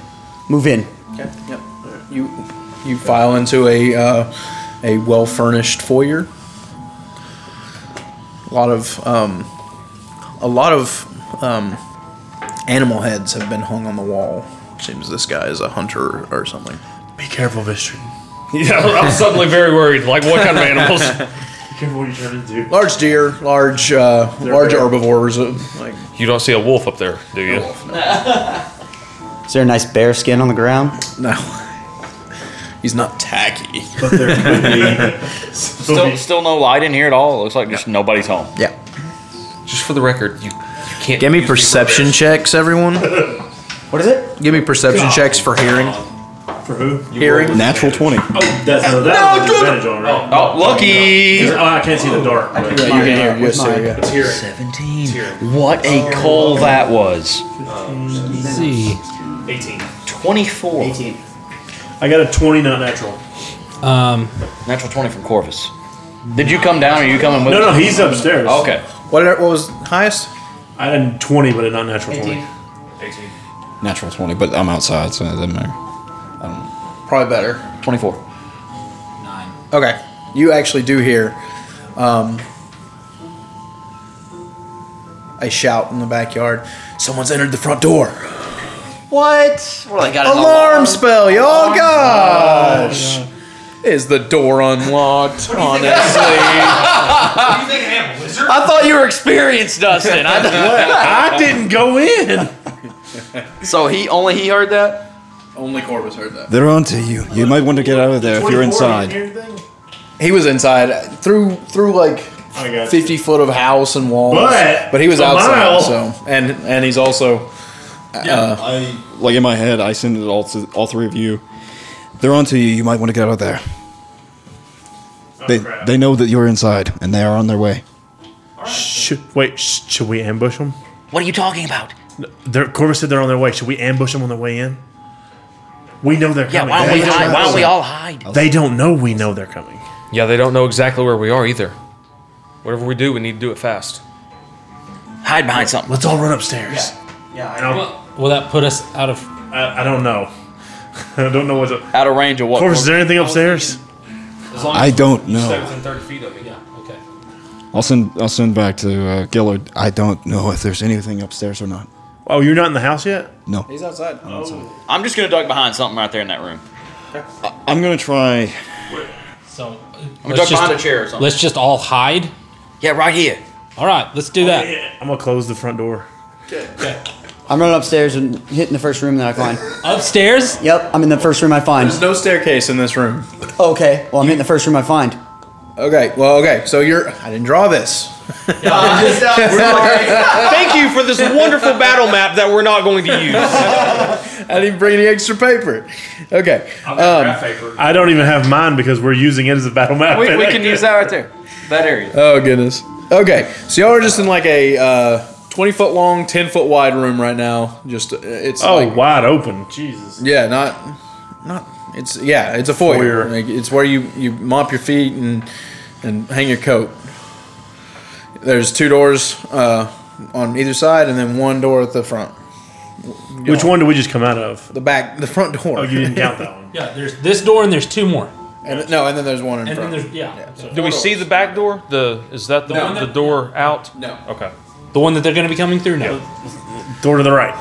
Move in.
Okay. Yep. You you file into a uh, a well furnished foyer. A lot of um, a lot of um, animal heads have been hung on the wall. Seems this guy is a hunter or something.
Be careful, Vistrin.
Yeah, I'm suddenly very worried. Like, what kind of animals?
Be careful what you turn into.
Large deer, large uh, large herbivores. Uh, like
You don't see a wolf up there, do you?
Is there a nice bear skin on the ground?
no, he's not tacky.
Still, still no light in here at all. It looks like just nobody's home.
Yeah.
Just for the record, you, you can't.
Give me perception checks, everyone.
What is it?
Give me perception checks for hearing.
For who?
Hearing.
Natural 20.
Oh, that's no, that was advantage on right.
Oh, lucky!
Oh, I can't see in the dark. but-
Yeah, you can hear. Yes, sir. Yeah.
Seventeen. What
Oh.
a call that was.
Let's see,
Twenty-four.
I got a twenty, not natural.
um,
Natural twenty from Corvus. Did you come down? Or are you coming with?
No, no, he's upstairs.
me? Okay.
What, what was highest?
I had twenty, but a not natural twenty.
Natural 20, but I'm outside, so it doesn't matter.
Probably better.
Twenty-four.
Okay. You actually do hear um, a shout in the backyard. Someone's entered the front door.
What? Well, I got
Alarm, spell, y'all! Gosh! Is the door unlocked? Honestly,
I thought you were experienced, Dustin.
I didn't go in.
so he only he heard that.
only Corvus heard that.
They're onto you. You might want to get out of there if you're inside.
I
He was inside through through like
got
fifty foot of house and walls,
But
he was
a
outside.
mile-
So and and he's also
I, like in my head, I send it all to all three of you.
They're onto you. You might want to get out of there.
All
They they know that you're inside, and they are on their way.
Should, wait, sh- should we ambush them?
What are you talking about?
They're, Corvus said they're on their way. Should we ambush them on their way in? We know they're
Yeah,
coming.
why don't we
They-
hide? Why don't we all hide?
They don't know we know they're coming.
Yeah, they don't know exactly where we are either. Whatever we do, we need to do it fast.
Hide behind something.
Let's all run upstairs.
Yeah,
I know.
Will that put us out of?
I, I don't know. I don't know what's up.
Out of range of what?
Corvus, is there anything upstairs?
As long
I
as
don't
you Stay
know.
within 30 feet of me. Yeah, okay.
I'll send I'll send back to uh, Gillard. I don't know if there's anything upstairs or not.
Oh, you're not in the house yet?
No.
He's outside.
I'm just gonna duck behind something right there in that room.
I'm gonna try.
So
I'm duck behind a chair or something.
Let's just all hide.
Yeah, right here.
All right, let's do that.
I'm gonna close the front door.
I'm running upstairs and hitting the first room that I find.
Upstairs?
Yep, I'm in the first room I find.
There's no staircase in this room.
Okay, well I'm hitting the first room I find.
Okay, well, okay. So you're. I didn't draw this.
Thank you for this wonderful battle map that we're not going to use.
I didn't bring any extra paper. Okay. Um,
I don't even have mine because we're using it as a battle map.
We, we can use that right there. That area.
oh goodness. Okay. So y'all are just in like a uh, twenty foot long, ten foot wide room right now. Just uh, it's
Oh,
like
wide open. Jesus.
yeah, not not. It's yeah, it's a foyer.
Foyer.
Like, it's where you you mop your feet and and hang your coat. There's two doors uh, on either side, and then one door at the front.
Which one do we just come out of?
The back, the front door.
Oh, you didn't count that one.
Yeah, there's this door and there's two more.
And th- no, and then there's one in
And then
front.
there's yeah. so-
Do we see the back door? The is that the,
No.
the door out?
No.
Okay.
The one that they're going to be coming through now.
Door to the right.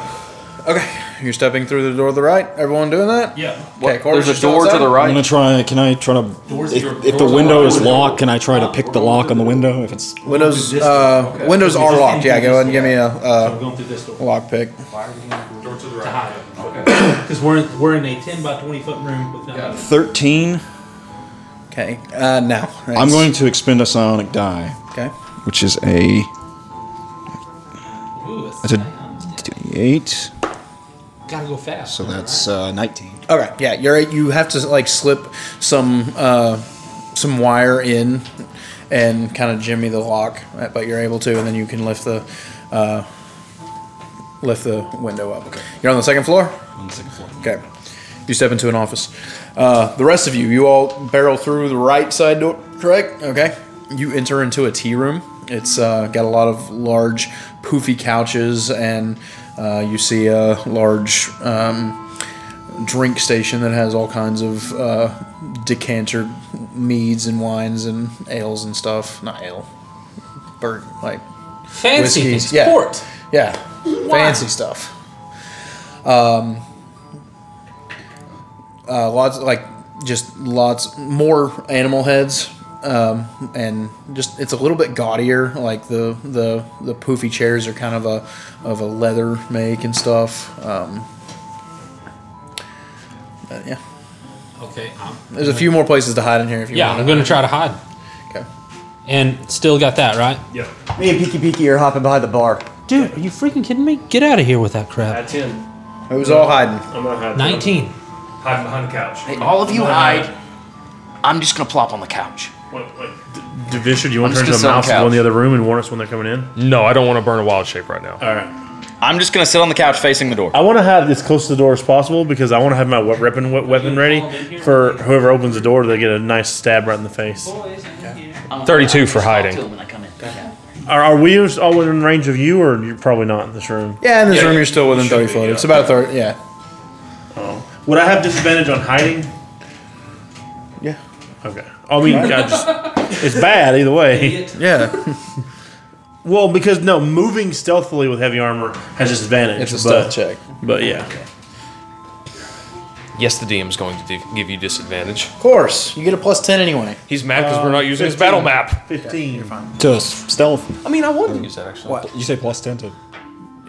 Okay, you're stepping through the door to the right. Everyone doing that?
Yeah.
Okay,
There's a door to the
I'm
right.
gonna try. Can I try to? If, if the window is locked, can I try to pick the lock on the window? If it's
Windows. Uh, Windows are locked. Yeah, go ahead and give me a
We're
uh,
going through this door.
lock pick.
to hide. Because we're we're in a ten by twenty foot room with nothing.
13,
Okay. Uh, now
I'm going to expend a psionic die,
Okay.
which is a
Ooh, that's-
that's a eight.
gotta go fast.
So that's uh, 19.
Okay. Yeah, you're you have to like slip some uh, some wire in and kind of jimmy the lock, uh, but you're able to, and then you can lift the uh, lift the window up. You're on the second floor. Okay. You step into an office. Uh, the rest of you, you all barrel through the right side door, correct? Okay. You enter into a tea room. It's uh, got a lot of large, poofy couches, and uh, you see a large um, drink station that has all kinds of uh, decanter meads and wines and ales and stuff. Not ale, bird, like
Fancy
Whiskeys,
it's
yeah.
port.
yeah, fancy stuff. Um, uh, lots like just lots more animal heads, um, and just it's a little bit gaudier. Like the the the poofy chairs are kind of a of a leather make and stuff. Um, but yeah,
Okay. uh, I'm,
there's a few more places to hide in here if you
yeah,
want.
I'm gonna try to hide.
Okay.
And still got that right,
Me and Peaky Peaky are hopping behind the bar.
dude. Are you freaking kidding me? Get out of here with that crap.
That's in.
It was all hiding.
I'm gonna hide.
Nineteen.
Hide behind the couch.
Hey, all of you hide. I'm just gonna plop on the couch.
Wait, wait. D- Divisha, do you want to
I'm
turn
just
to a
gonna
mouse
sit on
and go in the
couch.
other room and warn us when they're coming in?
No, I don't want to burn a wild shape right now.
All right.
I'm just gonna sit on the couch facing the door.
I want to have as close to the door as possible because I want to have my we- weapon, we- weapon ready for whoever opens the door. They get a nice stab right in the face.
I'm-
32
I'll
for
talk
hiding.
to him when I come in. Yeah.
Are, are we just all within range of you, or you're probably not in this room?
Yeah, in this room you're still within thirty foot. It's about a third. Yeah.
Would I have disadvantage on hiding?
Yeah.
Okay. I mean, I just, it's bad either way.
Yeah.
Well, because no, moving stealthily with heavy armor has
it's
disadvantage.
a
but-
stealth check.
But yeah.
Yes, the DM is going to di- give you disadvantage.
Of course, you get a plus ten anyway.
He's mad because we're not using his battle map.
15. You're fine.
To s- stealth.
I mean, I wanted to use that actually.
You say plus 10 to.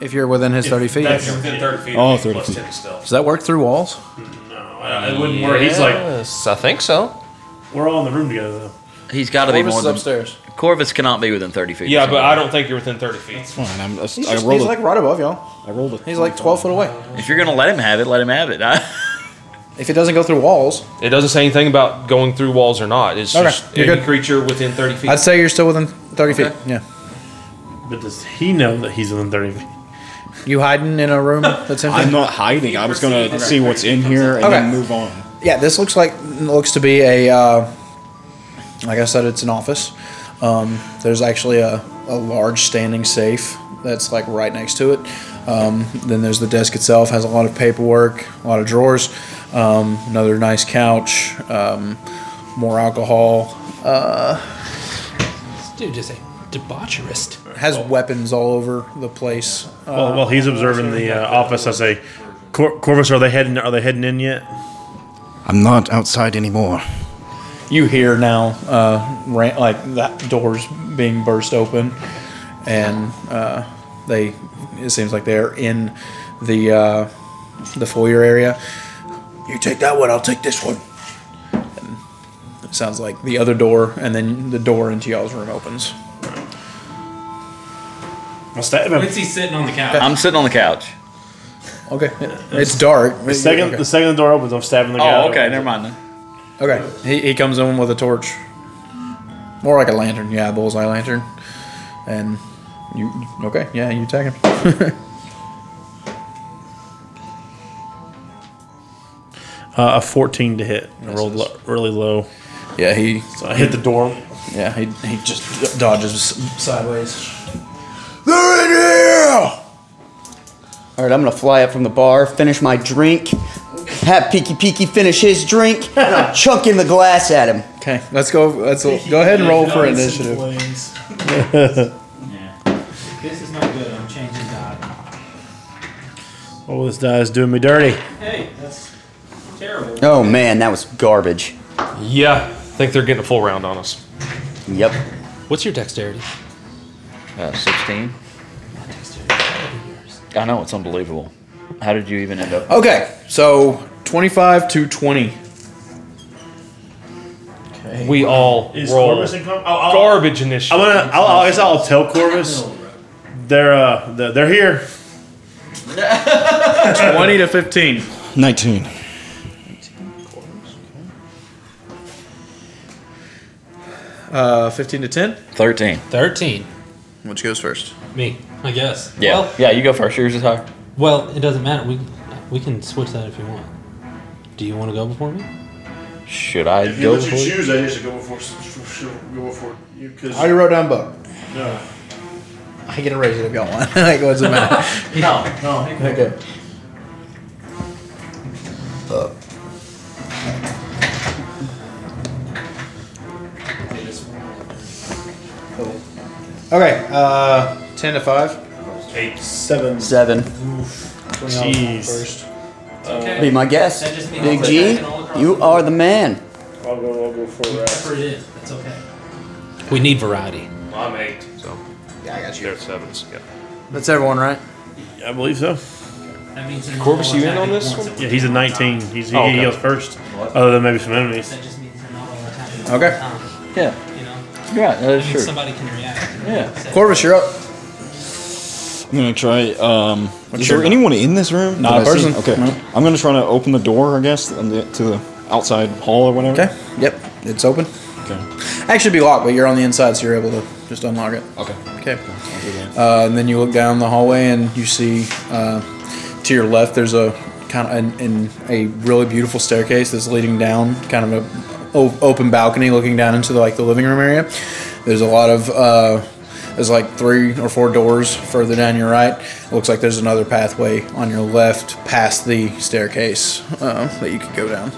If you're within his 30 feet.
that's-
Does
Within 30 feet.
Oh,
of me,
30
plus
feet.
10 to stealth.
that work through walls?
it wouldn't work. He's like,
Yes, I think so.
we're all in the room together though.
He's got to be
Corvus
more
is
than
upstairs.
Corvus cannot be within 30 feet.
Yeah, but I don't think you're within 30 feet.
Fine, I'm, I,
He's,
I
just,
rolled
he's
a,
like right above y'all.
I rolled a
He's like 12 foot away.
If you're gonna let him have it, let him have it. I,
If it doesn't go through walls,
It doesn't say anything about going through walls or not. It's
Okay,
just
you're
any
good.
creature within 30 feet.
I'd say you're still within 30 feet. Yeah.
But does he know that he's within 30 feet?
You hiding in a room that's empty?
I'm not hiding. I was going to see what's in here and then
Okay.
move on.
Yeah, this looks like looks to be a. Uh, like I said, it's an office. Um, there's actually a, a large standing safe that's like right next to it. Um, then there's the desk itself has a lot of paperwork, a lot of drawers, um, another nice couch, um, more alcohol. Uh,
This dude is a debaucherist.
has weapons all over the place.
Well,
Uh,
while he's observing the uh, office, I say, Cor- Corvus, are they heading? Are they heading in yet?
I'm not outside anymore.
you hear now uh, ran, like that doors being burst open and uh, they it seems like they're in the uh, the foyer area you take that one i'll take this one and it sounds like the other door and then the door into y'all's room opens
I'll stab him.
Quincy's sitting on the couch.
I'm sitting on the couch.
okay it's dark
The second, the second the door opens, I'm stabbing the guy.
Oh, okay. Never mind then.
Okay, he, he comes in with a torch, more like a lantern. Yeah, bullseye lantern. And you okay? Yeah, you attack him.
Uh, a 14 to hit. I rolled lo- really low.
Yeah, he.
So I hit the door.
Yeah, he, he just dodges sideways.
They're in here! All right, I'm gonna fly up from the bar, finish my drink, have Peeky Peeky finish his drink, and I'm chunking the glass at him.
Okay, let's go. Let's go ahead and roll for initiative.
This is not good. I'm changing diet.
Oh, this die is doing me dirty.
Hey, that's terrible.
Oh man, that was garbage.
Yeah, I think they're getting a full round on us.
Yep.
What's your dexterity?
Uh, 16. I know, it's unbelievable. How did you even end up?
Okay, so twenty-five to twenty. Okay.
We all
Is
roll
Corvus in com- I'll- I'll-
garbage initiative.
I'm gonna. I'll, I'll- I guess I'll tell Corvus. They're uh, they're, they're here.
Twenty to fifteen.
19.
Uh, fifteen to ten.
13.
13.
Which goes first?
Me, I guess.
Yeah.
Well,
yeah, you go first. Yours is higher.
well, it doesn't matter. We we can switch that if you want. Do you want to go before me?
Should I go for it?
I just go before go before you because
I wrote down both.
no.
I get a raise if I got one. like, what's the matter?
No, no.
Okay. Uh, Okay, uh, 10 to 5.
Eight, seven.
Seven.
Jeez.
Be my guest. Big G, you are the man.
I'll go. I'll go for that.
it is. That's okay. We need variety.
I'm eight, so
Yeah, I got
they're sevens. Yeah.
That's everyone, right?
I believe so.
That means
Corvus, you in on this one?
Yeah, he's a 19. He's he,
Oh, okay.
heals first, other than maybe some enemies.
just means they're not all attacking.
all Okay. the
Yeah,
Um, You know,
you're right. That is true.
somebody can react.
Yeah.
Corvus, you're up.
I'm gonna try. Um,
What's
is
your-
there anyone in this room?
Not a
that I see?
person.
Okay,
No.
I'm gonna try to open the door, I guess, and the- to the outside hall or whatever.
Okay, yep, it's open.
Okay.
Actually, be locked, but you're on the inside, so you're able to just unlock it.
Okay.
Okay. Uh, and then you look down the hallway and you see uh, to your left there's a kind of an, an, a really beautiful staircase that's leading down kind of a o- open balcony looking down into the, like the living room area. There's a lot of uh, there's like three or four doors further down your right. looks like there's another pathway on your left past the staircase uh, that you could go down.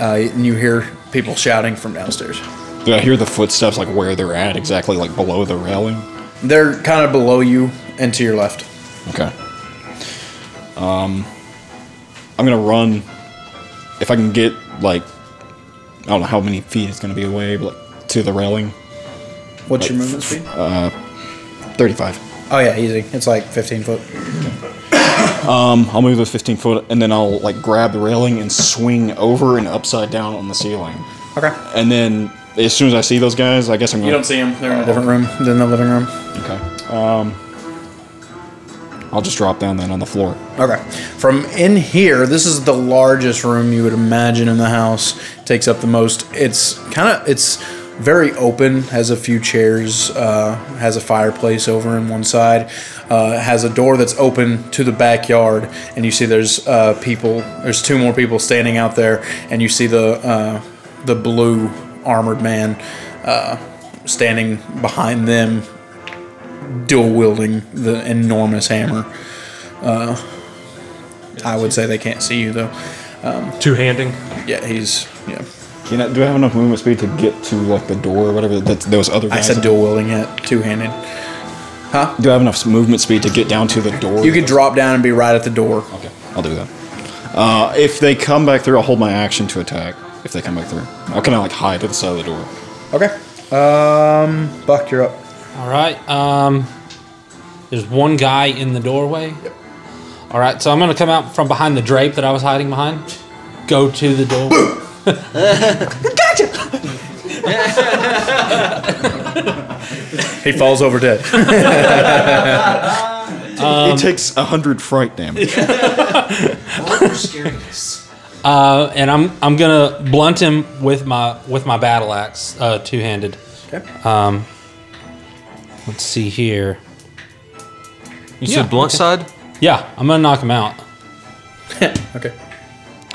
Uh, and you hear people shouting from downstairs.
Did I hear the footsteps like where they're at exactly, like below the railing?
They're kind of below you and to your left.
Okay. Um, I'm gonna run. If I can get like, I don't know how many feet it's gonna be away, but like to the railing,
What's your movement speed?
35.
Oh yeah, easy. It's like 15 foot.
Um, I'll move the 15 foot, and then I'll like grab the railing and swing over and upside down on the ceiling.
Okay.
And then as soon as I see those guys, I guess I'm gonna.
see them. They're in a different room than the living room.
Okay. Um, I'll just drop down then on the floor.
Okay. From in here, this is the largest room you would imagine in the house. Takes up the most. It's kind of it's very open. Has a few chairs. Uh, has a fireplace over in one side. Uh, has a door that's open to the backyard, and you see there's uh, people. There's two more people standing out there, and you see the uh, the blue armored man uh, standing behind them, dual wielding the enormous hammer. Uh, I would say they can't see you though. Um,
Two handing.
Yeah, he's yeah.
Can I, do I have enough movement speed to get to like the door or whatever? That's those other.
I
Guys
said dual wielding it, two handed. Huh?
Do I have enough movement speed to get down to the door?
You could drop down and be right at the door.
Okay, I'll do that. Uh, if they come back through, I'll hold my action to attack. If they come back through, I'll kind of like hide to the side of the door.
Okay. Um, Buck, you're up.
All right. Um, there's one guy in the doorway. Yep. All right. So I'm gonna come out from behind the drape that I was hiding behind. Go to the door.
He falls over dead. Um,
he takes a hundred fright damage.
Uh, and I'm I'm gonna blunt him with my with my battle axe, uh, two handed.
Okay.
Um, let's see here.
You said blunt side?
Yeah, I'm gonna knock him out.
okay.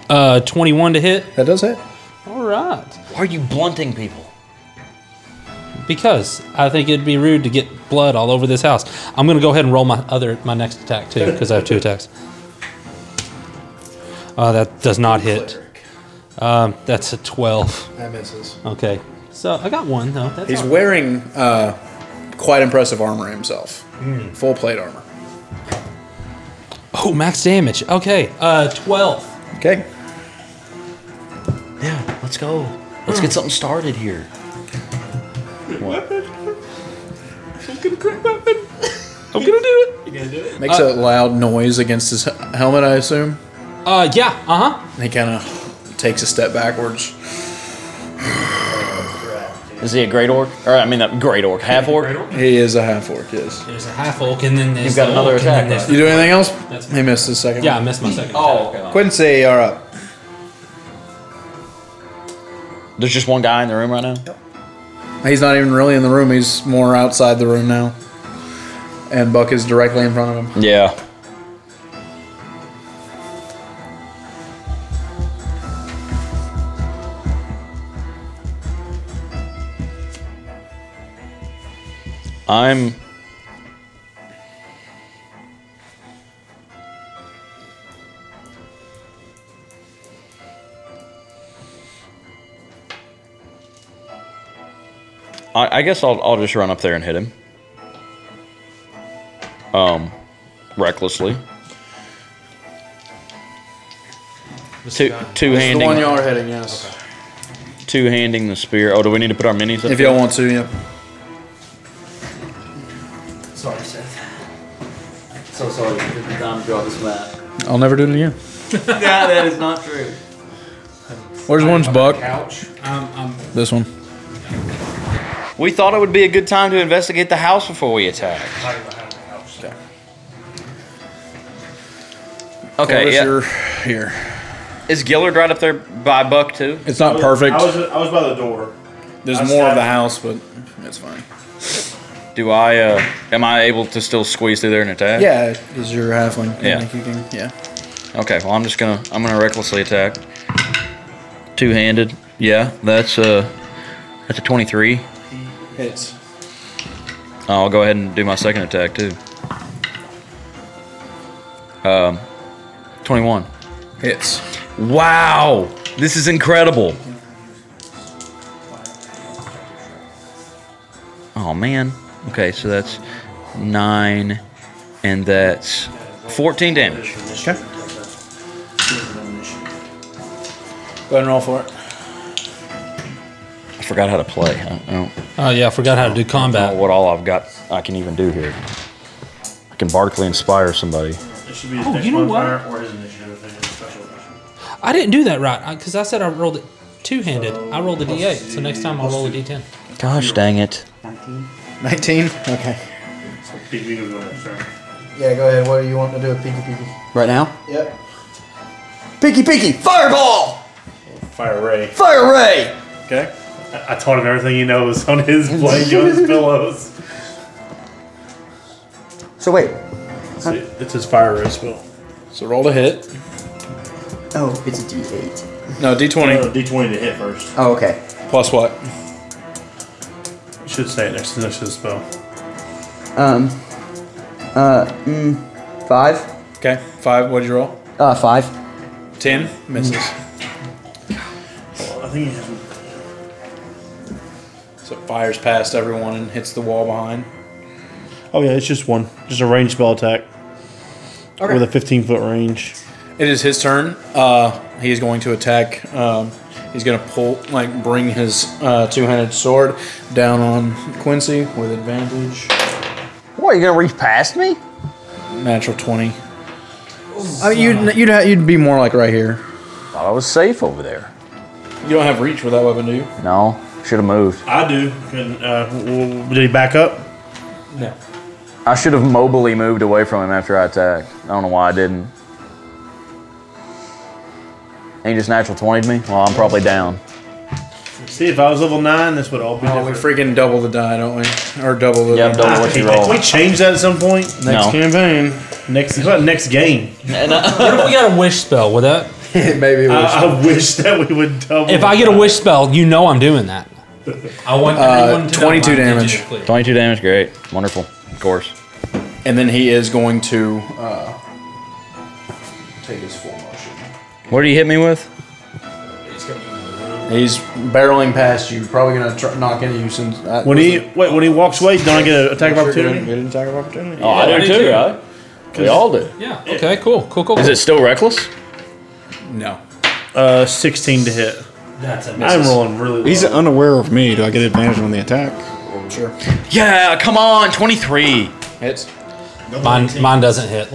Uh, 21 to hit.
That does hit.
All right.
Why are you blunting people?
Because I think it'd be rude to get blood all over this house. I'm gonna go ahead and roll my other my next attack too, because I have two attacks. Uh, that does not hit. Um, that's a 12.
That misses.
Okay. So I got one though. That's
He's
all right.
wearing uh, quite impressive armor himself. Full plate armor.
Oh, max damage. Okay. Uh, 12.
Okay.
Yeah, let's go. Let's get something started here.
Makes a loud noise against his he- helmet, I assume.
Uh, yeah. Uh huh.
He kind of takes a step backwards.
Is he a great orc? Or I mean, a great orc, half orc.
He is a half orc, yes.
There's a half oak, and then there's
You've got
the
another
orc, and then
attack,
there's
right?
You do anything else?
That's-
He missed his second.
Yeah, I
one.
missed my second.
Oh, okay.
Quincy, you're up.
There's just one guy in the room right now.
He's not even really in the room. He's more outside the room now. And Buck is directly in front of him.
Yeah. I'm. I, I guess I'll, I'll just run up there and hit him. Um, recklessly. Two, two handing,
are hitting, yes.
two handing the spear. Oh, do we need to put our minis up?
If y'all want to, yeah.
Sorry, Seth. So sorry for the time draw this map.
I'll never do it again.
nah, that is not true.
Where's one's Buck?
Um,
This one.
We thought it would be a good time to investigate the house before we attack. Okay,
Corvus,
yeah.
you're here.
Is Gillard right up there by Buck too?
It's not perfect.
I was, I was by the door.
There's
I
more of
stabbed-
the house, but it's fine.
Do I? Uh, am I able to still squeeze through there and attack?
Yeah, is your halfling.
Yeah.
You can- yeah.
Okay. Well, I'm just gonna I'm gonna recklessly attack. Two handed. Yeah, that's uh that's a 23.
Hits.
Oh, I'll go ahead and do my second attack too. Um, 21.
Hits.
Wow, this is incredible. Oh man. Okay, so that's nine, and that's 14 damage.
Okay. Go ahead and roll for it.
I forgot how to play. I don't, I don't
Oh yeah, I forgot how to do
know
combat.
what all I've got. I can even do here. I can barkly inspire somebody.
It should be
Oh,
his
you
you
know
modifier or his initiative if it's a special edition.
I didn't do that right because I said I rolled it two-handed. I rolled a D8, so next time I'll roll a D10.
Gosh dang it.
19? Okay.
So, Pete, we can go ahead, sir.
Yeah, go ahead. What do you want to do with Peeky Peeky?
Right now?
Yep.
Peeky Peeky, fireball!
Fire Ray.
Fire Ray!
Okay. I I taught him everything he knows on his blanket, on his pillows.
So wait.
So it's his fire ray spell.
So roll to hit.
Oh, it's a D8.
No, D20.
No, D20 to hit first.
Oh, okay.
Plus what?
You should say it next to next to the spell.
Um. Uh. Mm, five.
Okay. Five. What'd you roll?
Uh, five.
Ten. Misses.
I think he has
So it fires past everyone and hits the wall behind.
Oh yeah, it's just one, just a range spell attack
Okay.
with a 15 foot range.
It is his turn. Uh, he is going to attack. Um, he's going to pull, like, bring his uh, two handed sword down on Quincy with advantage.
What, you gonna reach past me?
Natural 20. I mean, you'd, you'd, ha- you'd be more like right here.
Thought I was safe over there.
You don't have reach with that weapon, do you?
No, should have moved.
I do. Can, uh, w- w- did he back up?
No.
I should have mobily moved away from him after I attacked. I don't know why I didn't. And he just natural 20'd me? Well, I'm probably down.
See, if I was level nine, this would all be
Oh, we
different.
freaking double the die, don't we? Or double the
Yeah, double what you roll.
Can we change that at some point? Next
No.
campaign. Next, what about next game?
What if we got a wish spell with that?
Maybe it was.
I, I wish that we would double.
If I get a wish spell, you know I'm doing that. I want everyone to know
22
my
damage.
digits, please.
22 damage, great. Wonderful. Of course.
and then he is going to uh, take his full motion.
What did he hit me with?
He's barreling past you. Probably gonna tr- knock into you since. Uh,
when he wait when he walks away, don't I get an attack
Sure,
of
you're
opportunity?
gonna get an attack of opportunity.
Oh, I do
did
too,
you?
right? We all do.
Yeah. Okay. Cool. Cool. Cool.
Is it still reckless?
No.
Uh, 16 to hit.
That's a
I'm rolling really. Low.
He's unaware of me. Do I get advantage on the attack?
Sure.
Yeah, come on, 23.
Hits.
Mine, mine doesn't hit.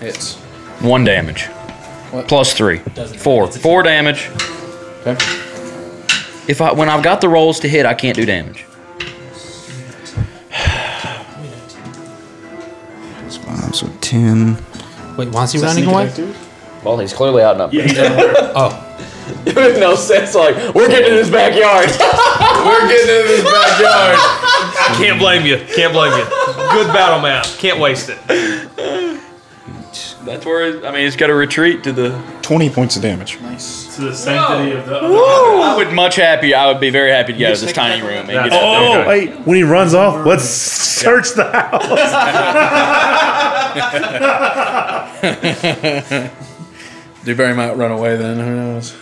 Hits.
One damage. Plus three.
Doesn't
Four.
matter. It's a-
Four damage.
Okay.
If I when I've got the rolls to hit, I can't do damage.
Five, so 10.
Wait, why is he running away?
Well, he's clearly outnumbered.
Yeah, he's unaware.
Oh,
It makes no sense. Like, we're getting in his backyard.
We're getting in his backyard.
Can't blame you. Can't blame you. Good battle map. Can't waste it.
That's where it, I mean, it's got to retreat to the.
20 points of damage.
to the sanctity of the.
I would much happy. I would be very happy to get out of this tiny room. And get out there.
Oh, wait! when he runs off, let's search the house.
Dewberry might run away then. Who knows?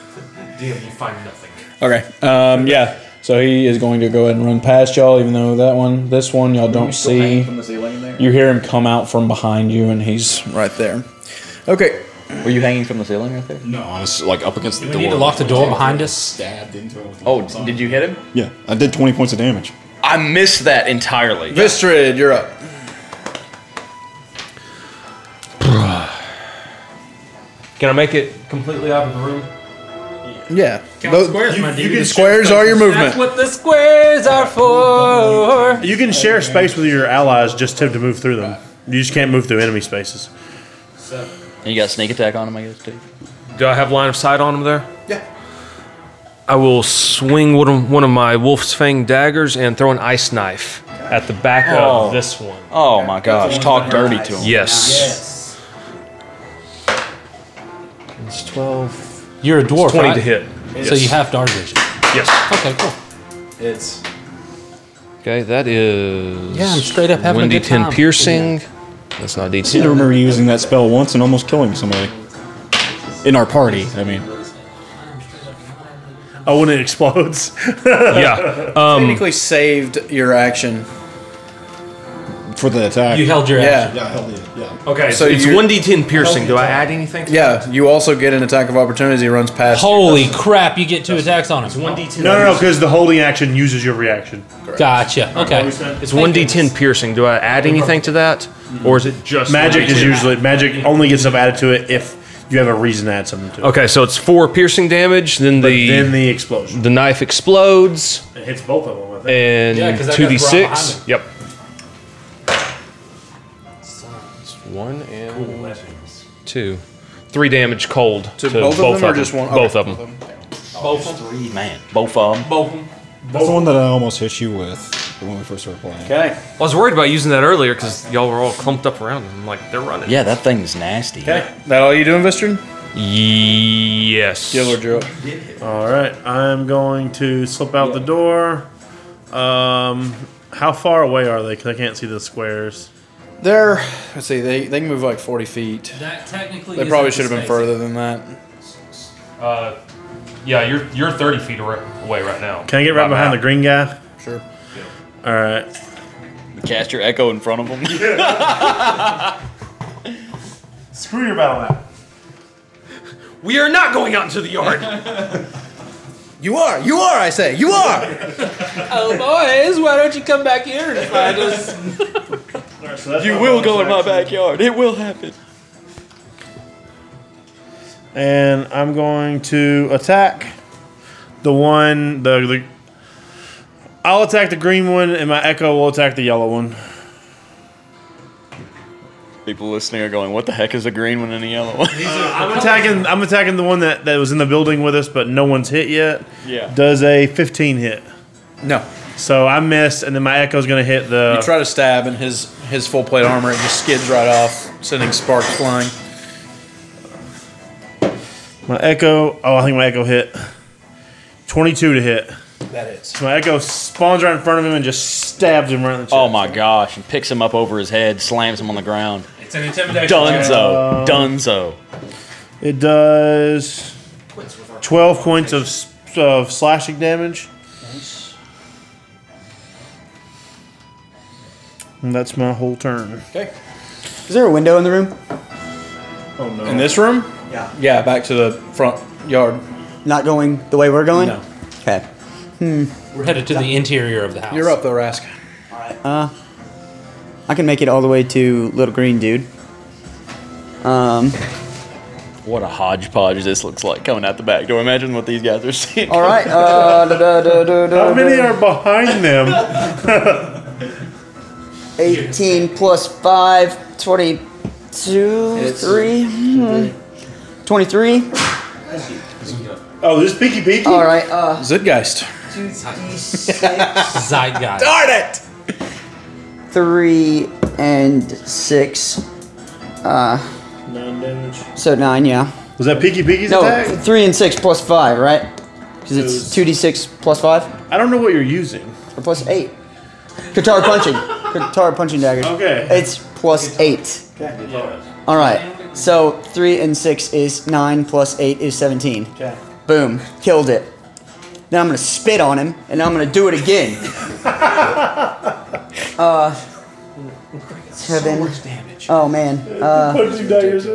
Damn, you find nothing.
Okay. Um, yeah. So he is going to go ahead and run past y'all, even though that one, this one, y'all don't see. You hear him come out from behind you, and he's right there. Okay.
Were you hanging from the ceiling right there?
No, I was like up against the
we need to lock the door behind us.
Stabbed into it.
Oh, did you hit him?
Yeah, I did 20 points of damage.
I missed that entirely.
Vistrid, you're up.
Can I make it completely out of the room?
Yeah.
Count squares, my dude.
the squares are your
That's
movement.
what the squares are for.
You can share space with your allies, just to, to move through them. You just can't move through enemy spaces.
And you got sneak attack on him, I guess, too.
Do I have line of sight on him there?
Yeah.
I will swing one of, one of my wolf's fang daggers and throw an ice knife at the back
Oh.
of this one.
Oh my gosh, talk dirty to him.
Yes.
It's twelve. You're a dwarf,
20
right?
to hit.
So you have dark vision.
Yes.
Okay, cool.
It's
Okay, that is.
Yeah, I'm straight up having a
Windy
good
10
time.
piercing. That's not
I seem to
D10.
remember using that spell once and almost killing somebody. In our party, I mean.
Oh, when it explodes.
yeah.
technically saved your action.
For the attack.
You held your action.
Yeah.
yeah, I held it. Yeah.
Okay,
So
so it's
you're-
1D10 piercing. Do I add anything?
Yeah. You also get an attack of opportunity. as He runs past. you.
Holy crap! You get two attacks on him.
1D10.
No, no, no, because the holding action uses your reaction.
Gotcha. Okay.
It's 1D10 piercing. Do I add anything to that? Or is it just.
Magic is
1d10?
usually magic only gets stuff added to it if you have a reason to add something to it.
Mm. Okay, so it's 4 piercing damage, then the.
Then Oh, the explosion.
the knife explodes
It hits both of them. I think.
and
Yeah, 'cause that guy's right behind
2d6.
him.
Yep. One and two, three damage cold to, both, of them.
or just one?
Both
Okay,
of them.
Both three, man. Both of them. Both
That's the one that I almost hit you with when we first started playing.
Okay.
I was worried about using that earlier because y'all were all clumped up around. them. like they're running.
Yeah, that thing's nasty.
That all you doing, Vistron?
Yes.
Killer Joe.
All right, I'm going to slip out the door. Um, how far away are they? Because I can't see the squares.
They're let's see, they they can move like forty feet.
That technically
They
is
probably
into
should have been
space.
further than that.
Uh, yeah, you're you're 30 feet ar- away right now.
Can I get right
By
behind the
map.
green guy?
Sure.
All right.
Cast your echo in front of them.
Screw your battle map.
We are not going out into the yard.
You are, you are, I say, you are.
Oh, boys, why don't you come back here and find us?
you will go in my
backyard. It will happen.
and I'm going to attack the one. The, the I'll attack the green one, and my echo will attack the yellow one.
People listening are going, "What the heck is a green one and a yellow one?"
I'm attacking. I'm attacking the one that, that was in the building with us, but no one's hit yet.
Yeah.
Does a 15 hit?
No.
So I miss, and then my echo's gonna hit the.
You try to stab and his his full plate armor it just skids right off, sending sparks flying.
my echo. Oh, I think my echo hit. 22 to hit.
That is.
So my echo spawns right in front of him and just stabs him right in the chest.
Oh my gosh! And picks him up over his head, slams him on the ground.
It's an intimidation.
Dunzo, Dunzo.
It does 12 points of, s- of slashing damage. And that's my whole turn.
Is there a window in the room?
Oh no.
In this room?
Yeah.
Yeah, back to the front yard.
Not going the way we're going.
No.
Okay.
We're headed to the interior of the house.
You're up though, Rask.
Uh, I can make it all the way to Little Green, dude. Um.
What a hodgepodge this looks like coming out the back door. Imagine what these guys are seeing.
All right. Uh, da, da, da, da, da,
How many
da.
are behind them?
18 plus 5, 22, 3, hmm, 23.
Oh, this Peaky Peaky?
All right, uh,
Zidgeist.
2d6,
Zeitgeist.
Darn it!
3, and 6. Uh,
Nine damage.
so 9, yeah.
Was that Peaky Peaky's
No,
attack?
3 and 6 plus 5, right? Because it's 2d6 plus 5,
I don't know what you're using.
or plus 8. Guitar punching. Guitar punching dagger.
Okay.
It's plus 8. All right, so 3 and 6 is 9, plus 8 is 17.
Okay.
Boom. Killed it. Then I'm gonna spit on him, and I'm gonna do it again. uh, seven. Oh man. Uh,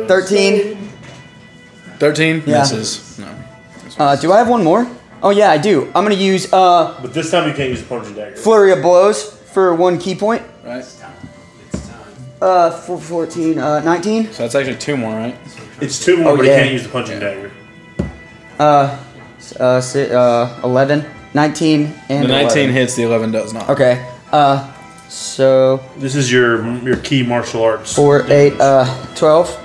Thirteen.
13
Yeah.
misses. No.
Uh, do I have one more? Oh yeah, I do. I'm gonna use uh,
But this time you can't use a punching dagger.
flurry of blows for one key point.
Right?
Uh, four, 14, uh, 19.
So that's actually two more, right?
It's two more,
Oh,
but
yeah.
you can't use the punching dagger.
Uh, s- uh, si- uh, 11, 19, and
The 19
11.
hits, the 11 does not.
Okay. Uh, so
This is your your key martial arts.
four, eight, uh, 12.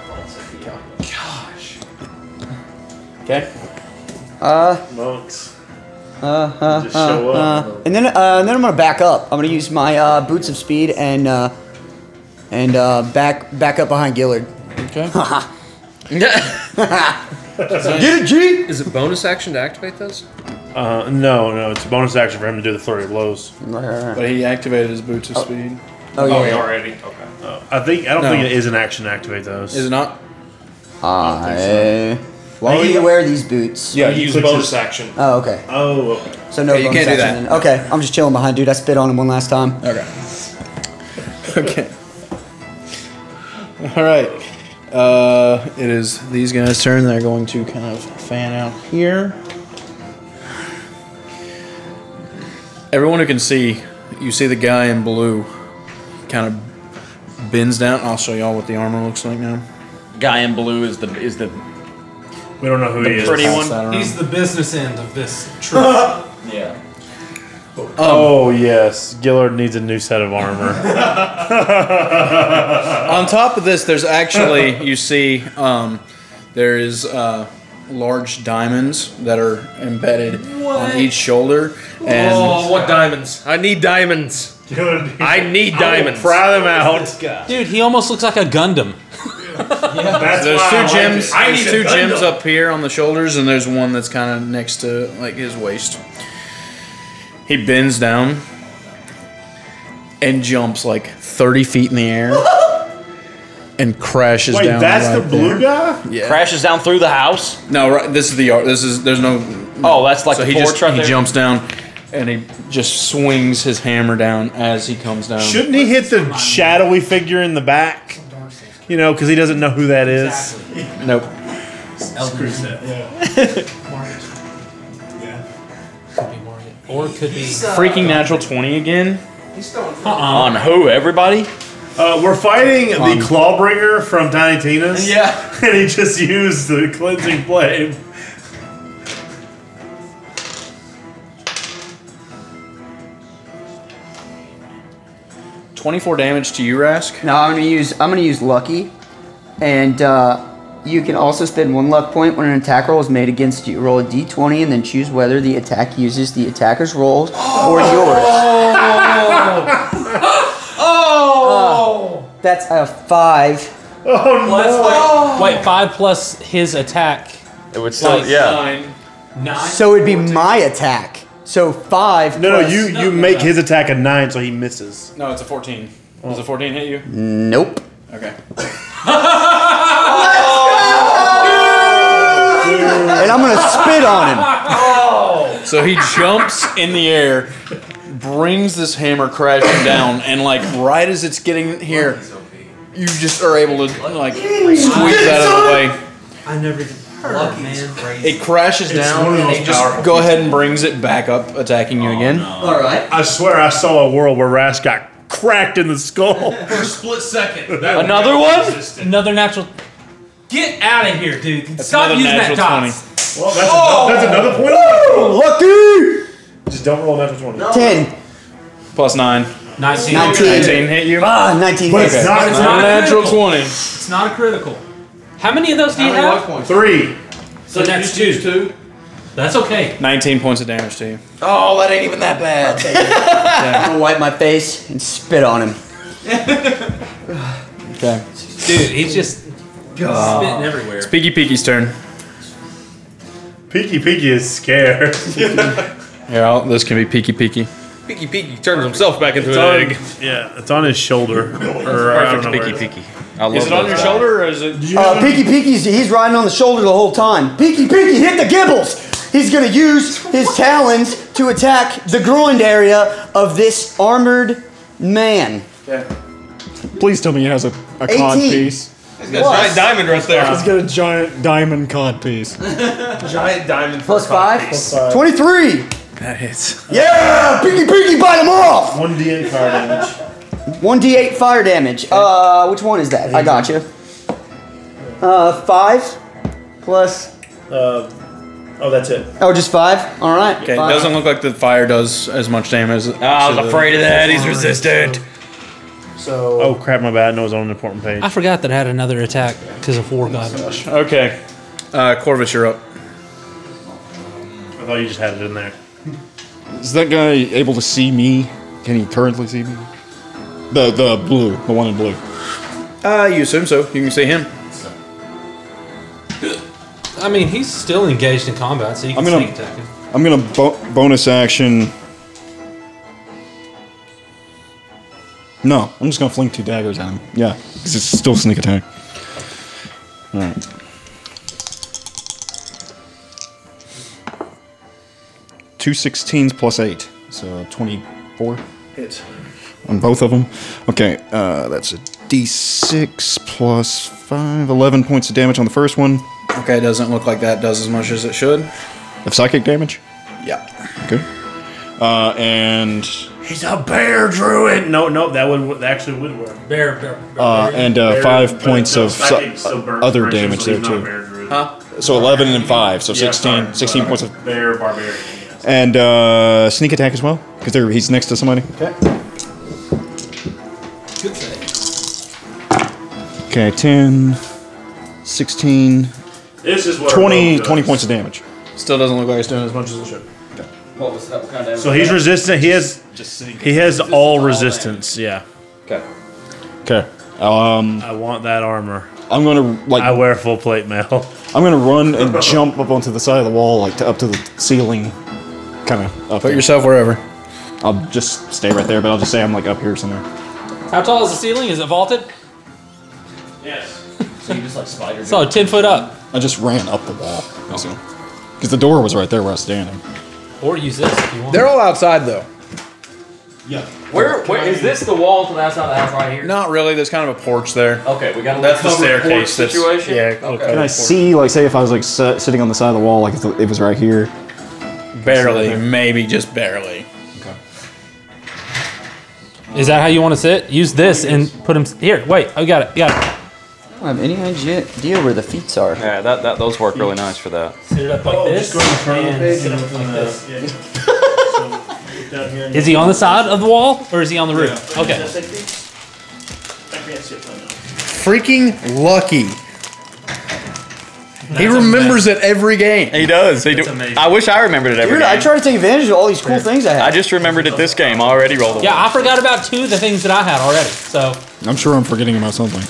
Okay.
Monks.
Uh, uh,
Just show
uh,
up.
uh. And then, uh, and then I'm gonna back up. I'm gonna use my uh, boots of speed and uh, and uh, back back up behind Gillard.
Okay.
Get it, G.
Is it bonus action to activate those?
Uh, no, no, it's a bonus action for him to do the flurry of blows.
But he activated his boots of speed.
Oh
Oh, we
yeah.
already. Okay.
Uh, I think I don't
No.
think it is an action to activate those.
Is it not? Oh,
I. Ah, Why would you wear these boots?
Yeah, use
Which
bonus
is-
action.
Oh okay.
Oh,
So no.
Yeah, you
bonus
can't do
action
that.
then. Okay, I'm just chilling behind, dude. I spit on him one last time.
Okay. okay. All right. Uh, it is these guys' turn. They're going to kind of fan out here. Everyone who can see, you see the guy in blue kind of bends down. I'll show y'all what the armor looks like now.
Guy in blue is the is the
we don't know who he is.
pretty
Pass
one.
that around.
He's the business end of this trip.
Yeah.
oh yes, Gillard needs a new set of armor.
On top of this, there's actually you see um, there is uh, large diamonds that are embedded
What?
on each shoulder, and
oh, what diamonds? I need diamonds. I need diamonds.
Pry them out.
Dude, he almost looks like a Gundam.
That's
there's
why I
two
like
gems.
it. I
there's
need
two
a Gundam.
gems up here on the shoulders, and there's one that's kind of next to like his waist. He bends down and jumps like 30 feet in the air and crashes
Wait,
down.
that's
right
the blue
there.
guy.
Yeah.
Crashes down through the house.
No, right, this is the yard. This is there's no.
Oh, that's like
so
the
he
porch
just
right
he
there.
jumps down, and he just swings his hammer down as he comes down.
Shouldn't he hit the shadowy figure in the back? You know, because he doesn't know who that is.
Nope.
Or it could be.
Freaking natural twenty again.
Uh-uh.
On who? Everybody?
Uh, we're fighting the Clawbringer from Tiny Tina's.
Yeah.
and he just used the cleansing flame.
Twenty-four damage to you, Rask.
Now I'm gonna use I'm gonna use lucky, and uh, you can also spend one luck point when an attack roll is made against you. Roll a d20 and then choose whether the attack uses the attacker's rolls or yours.
Oh!
Uh, That's a five.
Wait, five plus his attack.
It would still,
Like,
uh,
yeah.
Nine.
So it'd be my attack. So five.
No, no,
plus-
you you make his attack a nine, so he misses.
No, it's a fourteen. Does a fourteen hit you?
Nope.
Okay.
And I'm gonna spit on him.
So he jumps in the air, brings this hammer crashing down, and like right as it's getting here, you just are able to like squeeze out of the way.
I never even heard of man.
It crashes down, and he just go ahead and brings it back up, attacking you again.
All right.
I swear, I saw a world where Rask got cracked in the skull.
Split second.
Another one?
Another natural.
Get out of here, dude. Stop using that dots.
Well, that's, ano-
Oh!
that's another point. Just don't roll a natural 20.
Ten.
Plus nine.
19.
Nineteen.
Eighteen hit you.
Ah, nineteen.
But
hits.
it's not, it's
not
not
Natural
critical.
twenty.
It's not a critical. How many of those do you have?
three.
So that's two. That's okay.
Nineteen points of damage to you.
Oh, that ain't even that bad.
I'm gonna wipe my face and spit on him.
Okay.
Dude, he's just spitting everywhere.
Piggy Piggy's turn.
Peaky Peaky is scared.
Yeah, I'll- this can be Peaky Peaky.
Peaky Peaky turns himself back into an egg.
yeah, it's on his shoulder. or, I don't know where
Peaky
it's-
peaky. I love those
or is it?
Uh, Peaky Peaky's he's riding on the shoulder the whole time. Peaky Peaky hit the gibbles. He's gonna use his talons to attack the groin area of this armored man.
Please tell me he has a, a
18. Plus,
diamond right there.
He's got a giant diamond cod piece.
giant diamond.
plus five.
five.
Twenty-three.
That hits.
Yeah, Peaky Peaky bite him off.
One D in fire damage.
One d8 fire damage. Uh, which one is that? I got you. Uh, five plus.
Oh, that's it.
Oh, just five. All right.
Okay,
Five.
doesn't look like the fire does as much damage. as
I was afraid of that. He's resistant.
So.
Oh crap, my bad. No, it's on an important page.
I forgot that I had another attack because of War God.
Okay. Uh, Corvus, you're up.
I thought you just had it in there.
Is that guy able to see me? Can he currently see me? The the blue, the one in blue.
Uh, you assume so. You can see him.
I mean, he's still engaged in combat, so you can
I'm gonna-
sneak attack him.
I'm gonna bo- bonus action. No, I'm just gonna fling two daggers at him. Yeah, 'cause it's still sneak attack. All right. Two 16s plus eight, so 24
Hits.
on both of them. Okay, uh, that's a d6 plus five, 11 points of damage on the first one.
Okay, doesn't look like that does as much as it should.
Of psychic damage.
Yeah.
Okay. Uh, and
He's a bear druid. No, no, that would that actually would work.
Bear, bear, bear.
Uh, and uh,
Bear-
five
but
points
no,
of
psychic
su-
still burns
other
creatures,
damage
so
there
he's not a
too.
bear druid.
So 11 and 5, so
Yeah,
16,
sorry,
16
sorry.
points of
bear barbarian. yes.
And uh, sneak attack as well, because he's next to somebody. Okay.
Good thing.
Okay, 10, 16,
This is what a
20,
rogue does.
20 points of damage.
Still doesn't look like it's doing as much as it should.
What was that? What kind of
So he's resistant. He has he has all resistance. Yeah.
Okay.
Okay. Um,
I want that armor.
I'm gonna like. I
wear full plate mail.
I'm gonna run and jump up onto the side of the wall, like to, up to the ceiling, kind of up.
Put yourself wherever.
I'll just stay right there, but I'll just say I'm like up here somewhere.
How tall is the ceiling? Is it vaulted?
So you just like spider.
So ten foot up.
I just ran up the wall. Because the door was right there where I was standing.
Or use this if you want.
They're all outside though.
Yeah.
Where, where is this the wall to the outside of the house right here?
Not really. There's kind of a porch there.
Okay, we got a
That's the
little covered porch
staircase. That's,
situation.
Yeah.
Okay.
Can I see, like, say if I was like si- sitting on the side of the wall, like if it was right here?
Barely, maybe just barely.
Is that how you want to sit? Use this and put him here. Wait, I got it. Got it.
I don't have any idea where the feet are.
Yeah, that, that those work really nice for that.
Sit it up
Oh,
like this. and sit up like this.
Yeah.
Is he on the side of the wall or is he on the roof? Okay.
Freaking lucky. he remembers it every game.
He does. He do- I wish I remembered it every
Dude, I
game.
try to take advantage of all these cool things I have.
I just remembered it this game. I already rolled a
Yeah, I forgot about two of the things that I had already. So
I'm sure I'm forgetting about something.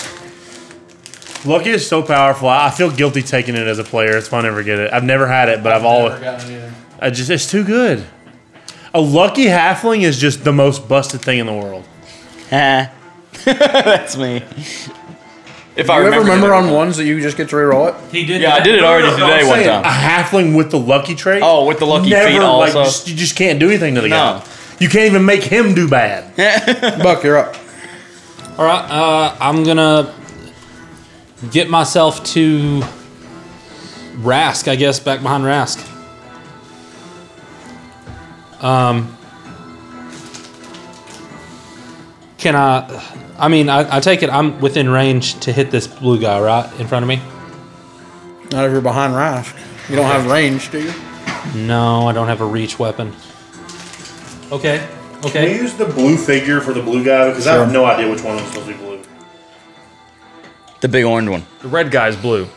Lucky is so powerful. I I feel guilty taking it as a player. It's fun I never get it. I've never had it, but I've, always. I just it's too good. A lucky halfling is just the most busted thing in the world.
That's me. If I
you ever
remember,
remember on ones that you just get to reroll it?
He did.
Yeah, I did it already
No,
today
I'm
one
saying
time.
A halfling with the lucky trait.
Oh, with the lucky
never,
feet
like,
also.
just- you just can't do anything to the
No.
guy. You can't even make him do bad.
Buck, you're up.
All right, uh, I'm gonna get myself to Rask, I guess, back behind Rask. Um, can I? I mean, I, I take it I'm within range to hit this blue guy right in front of me.
Not if you're behind Rask. You don't have range, do you?
No, I don't have a reach weapon. Okay. Okay.
Can we use the blue figure for the blue guy? Because I have no idea which one was supposed to be blue.
The big orange one.
The red guy's blue.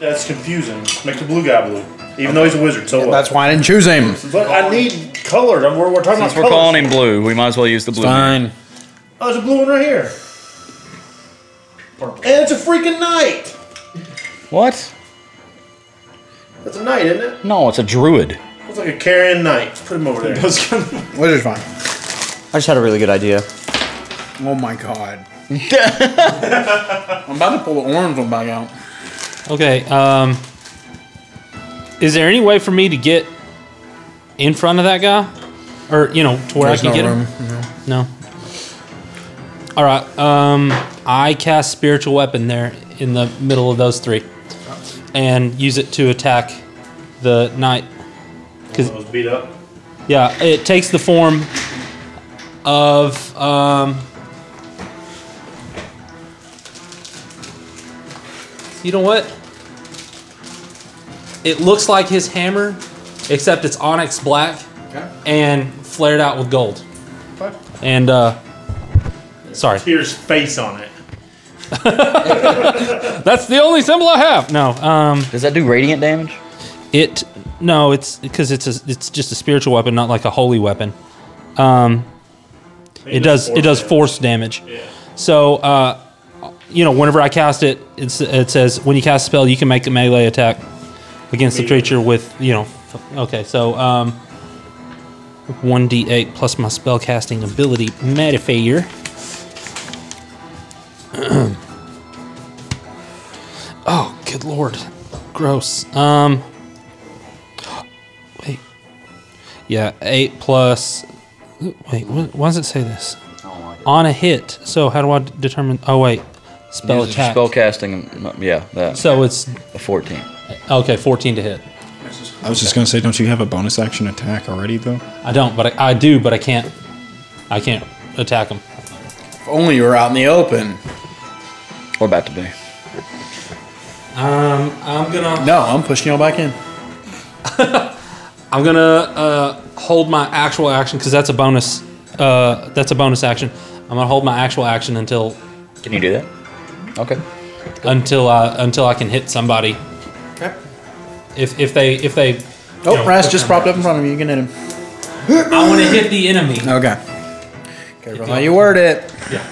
That's confusing. Make the blue guy blue. Even though he's a wizard, so
That's why I didn't choose him.
But I need colored. I'm, we're, we're talking
Since
about
we're
colors.
calling him blue, we might as well use the blue.
Fine.
Oh, there's a blue one right here. Purple. And it's a freaking knight.
What?
That's a knight, isn't it?
No, it's a druid.
Looks like a carrion knight. Let's put him over there.
Which is fine.
I just had a really good idea.
Oh my god. I'm about to pull the orange one back out.
Okay. Um, is there any way for me to get in front of that guy, or you know, to where
There's
I can
no
get
room.
him? No. All right. Um, I cast spiritual weapon there in the middle of those three, and use it to attack the knight. Because
was beat up.
yeah, it takes the form of um. You know what? It looks like his hammer, except it's onyx black and flared out with gold. And uh, sorry,
Here's face on it.
that's the only symbol I have. No. Um,
Does that do radiant damage?
It no, it's because it's a, it's just a spiritual weapon, not like a holy weapon. Um, it does it does force damage. So uh, you know, whenever I cast it, it's, it says when you cast a spell, you can make a melee attack against the creature with you know. f- Okay, so um, one d eight plus my spell casting ability modifier. oh, good lord, gross. Um, wait, yeah, eight plus. Wait, wh- why does it say this? On a hit. So how do I d- determine? Oh wait, spell
Use
attack.
Spell casting. Yeah, that.
So it's
a 14.
Okay, 14 to hit.
I was just gonna say, don't you have a bonus action attack already though?
I don't, but I, I do, but I can't. I can't attack him.
If only you were out in the open.
We're about to be.
Um, I'm gonna.
No, I'm pushing y'all back in.
I'm gonna uh, hold my actual action because that's a bonus. Uh, that's a bonus action. I'm gonna hold my actual action until.
Can you do that? Okay.
Until I until I can hit somebody.
Okay.
If if they if they.
Oh,
you know,
Ras
put
just
them-
popped up in front of you. You can hit him.
I want to hit the enemy.
Okay. Careful how you word it.
Yeah.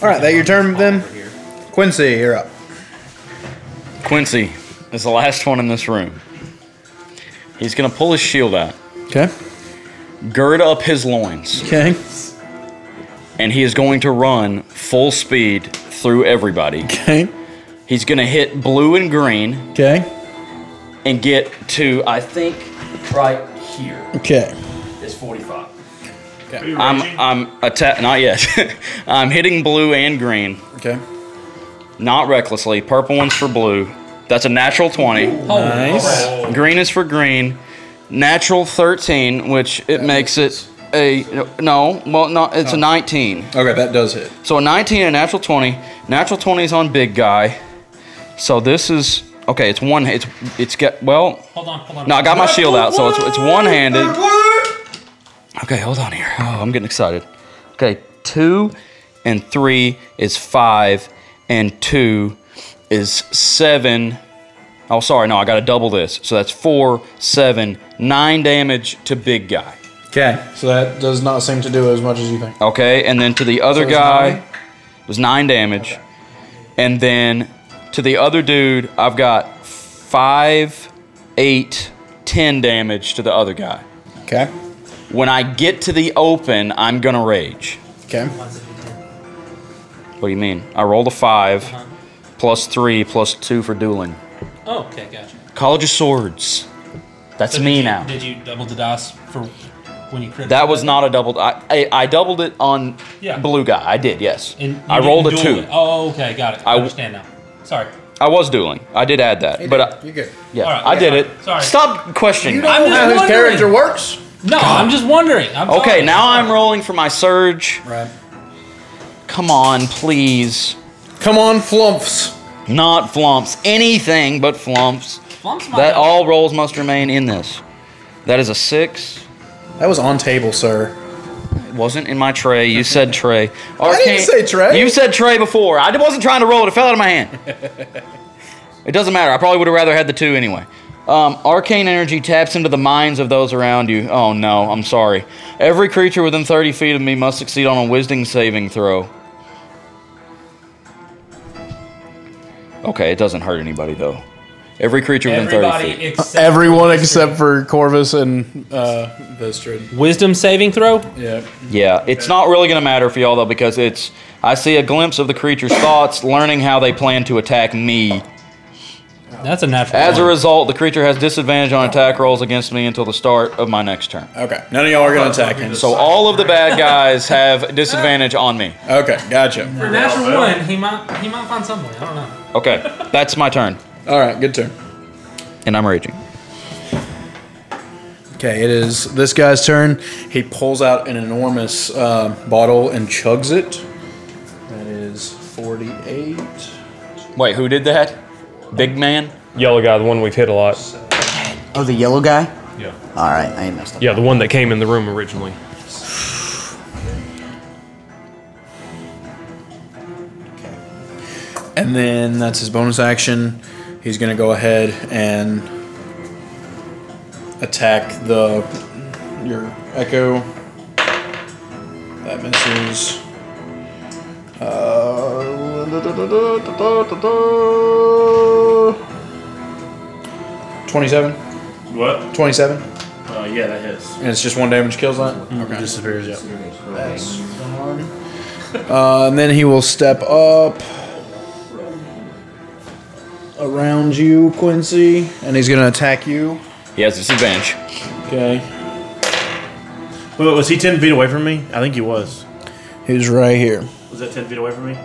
All right, that your turn then. Quincy, you're up.
Quincy is the last one in this room. He's gonna pull his shield out,
Okay.
gird up his loins,
Okay.
and he is going to run full speed through everybody.
Okay.
He's gonna hit blue and green
Okay.
and get to I think right here.
Okay.
It's 45.
Okay.
I'm I'm atta- not yet. I'm hitting blue and green.
Okay.
Not recklessly. Purple one's for blue. That's a natural 20.
Oh, Nice.
Green is for green. Natural 13, which it makes it a no, well no, it's a 19.
Okay, that does hit.
So a 19 and a natural 20. Natural 20 is on big guy. So this is okay, it's one it's it's get well
Hold on, hold on.
No, I got my shield out, so it's it's one-handed. Okay, hold on here. Oh, I'm getting excited. Okay, two and three is five, and two is seven. Oh, sorry, no, I got to double this. So that's four, seven, nine damage to big guy.
Okay. So that does not seem to do as much as you think.
Okay, and then to the other
So it's
guy
nine?
was nine damage, and then to the other dude, I've got five, eight, ten damage to the other guy.
Okay.
When I get to the open, I'm gonna rage.
Okay.
What do you mean? I rolled a 5
Uh-huh.
plus three, plus two for dueling.
Oh, okay, gotcha.
College of Swords. That's
So did
me
you-
now.
Did you double the dice for when you crit?
That was not a double. I, I, I doubled it on
Yeah.
blue guy. I did, yes.
And you
I rolled a
didn't duel
two.
it. Oh, okay, got it. I,
I w-
understand now. Sorry.
I was dueling. I did add that, but I,
You're good.
yeah,
All right,
I
yeah,
did
sorry,
it.
sorry.
Stop questioning.
You
me.
don't know how his character works.
No, I'm just wondering. I'm
okay,
sorry.
now I'm rolling for my surge.
Right.
Come on, please.
Come on, flumps.
Not flumps. Anything but flumps.
Flumps my
That
dog.
all rolls must remain in this. That is a six.
That was on table, sir.
It wasn't in my tray. You said
I
tray.
didn't
Arcane-
say tray.
You said tray before. I wasn't trying to roll it. It fell out of my hand. It doesn't matter. I probably would have rather had the two anyway. Um, arcane energy taps into the minds of those around you. Oh no, I'm sorry. Every creature within 30 feet of me must succeed on a wisdom saving throw. Okay, it doesn't hurt anybody though. Every creature within 30 feet.
Everybody except
Everyone except for Corvus and uh, Vistrid.
wisdom saving throw.
Yeah.
Yeah, it's not really going to matter for y'all though because it's. I see a glimpse of the creature's thoughts, learning how they plan to attack me.
That's a natural.
As a
one.
result, the creature has disadvantage on attack rolls against me until the start of my next turn.
Okay. None of y'all are gonna attack him.
So all of the bad guys have disadvantage on me.
Okay, gotcha.
for natural one, he might he might find something. I don't know.
Okay, that's my turn,
All right, good turn.
and I'm raging.
Okay, it is this guy's turn. He pulls out an enormous uh, bottle and chugs it. That is 48.
Wait, who did that? Big man.
Yellow guy, the one we've hit a lot.
Oh, the yellow guy?
Yeah.
All right, I ain't messed up.
Yeah, the one that came in the room originally.
And then that's his bonus action. He's going to go ahead and attack the your echo. That misses. Uh, da, da, da, da, da, da, da, da. 27?
What?
27?
Uh, yeah, that hits.
And it's just one damage kills that? Okay.
Disappears. Yeah.
Uh, and then he will step up around you, Quincy, and he's gonna attack you.
He has disadvantage.
Okay.
Wait, wait, was he ten feet away from me? I think he was.
He's right here.
Was that ten feet away from me?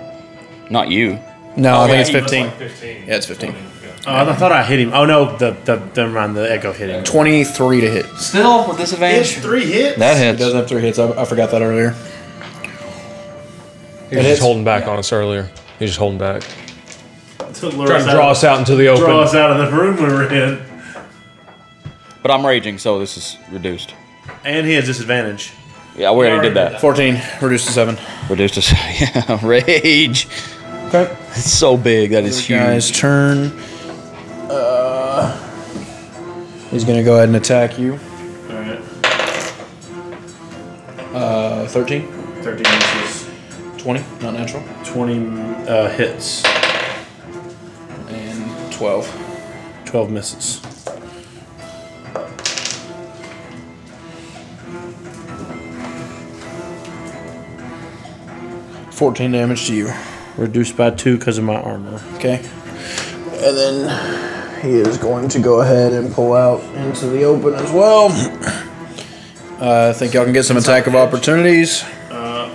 Not you.
No, I
Oh,
think
yeah,
it's
he was
15.
Like 15.
yeah, it's 15.
Oh, I thought I hit him. Oh no, the the never mind. The echo hit him.
23 to hit.
Still with disadvantage.
three hits.
That
It does
hits.
have three hits. I, I forgot that earlier.
He was
hits.
just holding back on us earlier. He was just holding back.
To lure
Trying to draw us out into the
Draw
open.
us out of the room we were in.
But I'm raging, so this is reduced.
And he has disadvantage.
Yeah, we already did that.
14, reduced to 7.
Reduced to 7. Yeah, rage.
Okay.
It's so big. That is huge.
Guy's turn. Uh, he's gonna go ahead and attack you.
Alright.
Uh, 13.
13 inches.
20, not natural.
20 uh, hits.
And 12.
12 misses.
Fourteen damage to you.
Reduced by two because of my armor.
Okay. And then he is going to go ahead and pull out into the open as well. Uh, I think y'all can get some attack of opportunities.
Uh,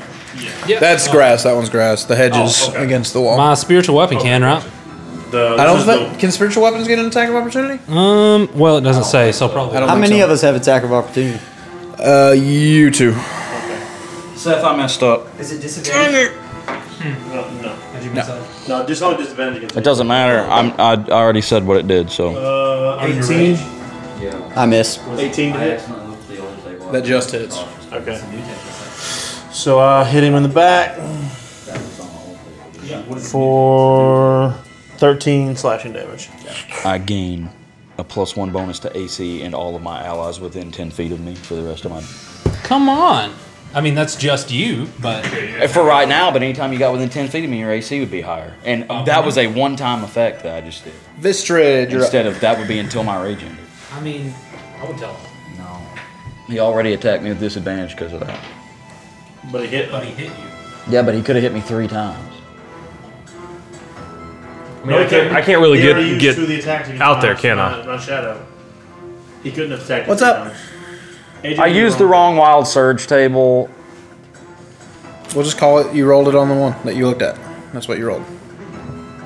That's grass. That one's grass. The hedge is against the wall.
My spiritual weapon can, right?
The,
I don't think. Can spiritual weapons get an attack of opportunity?
Um. Well, it doesn't say, so probably.
How many of us have attack of opportunity?
Uh, you two.
Seth, I messed up.
Is it
disadvantage?
No, uh, no.
Did you
miss
no.
No, just only disadvantage against
It doesn't matter. I'm, I, I already said what it did, so.
Uh,
Are you
18.
I miss.
18 to hit.
That just hits.
Okay. So I hit him in the back for 13 slashing damage.
I gain a plus one bonus to AC and all of my allies within 10 feet of me for the rest of my.
Come on. I mean, that's just you, but
For right now, but anytime you got within 10 feet of me, your AC would be higher. And that was a one time effect that I just did.
Vistrid, you're up.
Instead of that would be until my rage ended.
I mean, I would tell.
No. He already attacked me with disadvantage because of that.
But he hit. But he
hit you.
Yeah, but he could have hit me three times.
I, mean, I, can't, I can't really
He already
get
used
get
two of the attacks against
out
my-
there, can I?
my- My shadow. He couldn't have attacked.
What's
us
up?
now. AJ,
I
you
used the wrong wild surge table.
We'll just call it. You rolled it on the one that you looked at. That's what you rolled.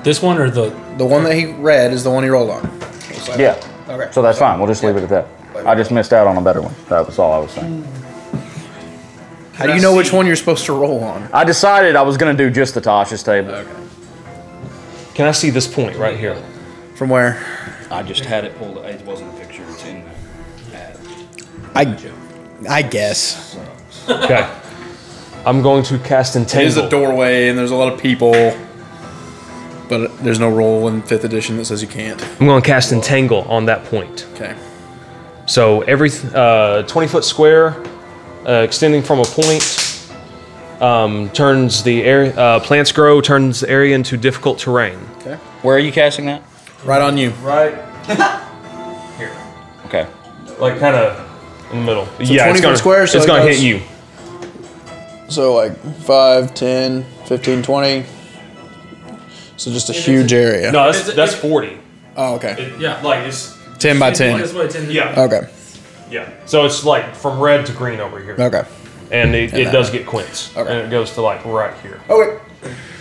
This one or the
The one that he read is the one he rolled on.
Yeah.
Okay.
So that's fine. We'll just leave it at that. I just missed out on a better one. That was all I was saying.
How do you know which one you're supposed to roll on?
I decided I was going to do just the Tasha's table.
Can I see this point right here?
From where?
I just had it pulled. It wasn't a picture. It's in there.
I, I guess.
Okay. I'm going to cast Entangle.
There's a doorway and there's a lot of people, but there's no roll in fifth edition that says you can't.
I'm going to cast Entangle on that point.
Okay.
So every uh, 20 foot square uh, extending from a point um, turns the area, uh, plants grow, turns the area into difficult terrain.
Okay.
Where are you casting that?
Right on you.
Right. Here.
Okay.
Like kind of
in the middle.
So 20
yeah, it's
foot
gonna,
square, so
it's
it
gonna
goes-
hit you.
So like 5, 10, 15, 20. So just a huge area.
No, that's, that's 40.
Oh, okay.
yeah, like it's
10 by 10.
That's what it tends to yeah.
Okay.
Yeah.
So it's like from red to green over here.
Okay.
And it,
And
it
that.
does get quints. And it goes to like right here.
Okay.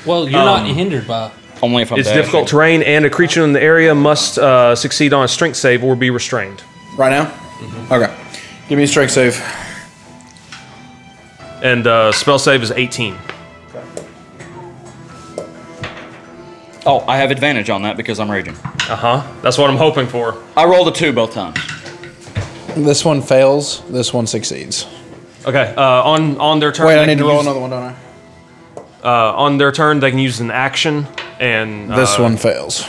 Well, you're not
Um,
hindered by.
Only if I'm
It's
dashing.
difficult terrain, and a creature in the area must uh, succeed on a strength save or be restrained.
Right now? Okay. Give me a strike save.
And uh, spell save is 18.
Oh, I have advantage on that because I'm raging.
Uh huh. That's what I'm hoping for.
I rolled a two both times.
This one fails. This one succeeds.
Okay. Uh, on on their turn,
Wait,
they
I need
can
to roll
use-
another one, don't I?
Uh, on their turn, they can use an action and
This
uh,
one fails.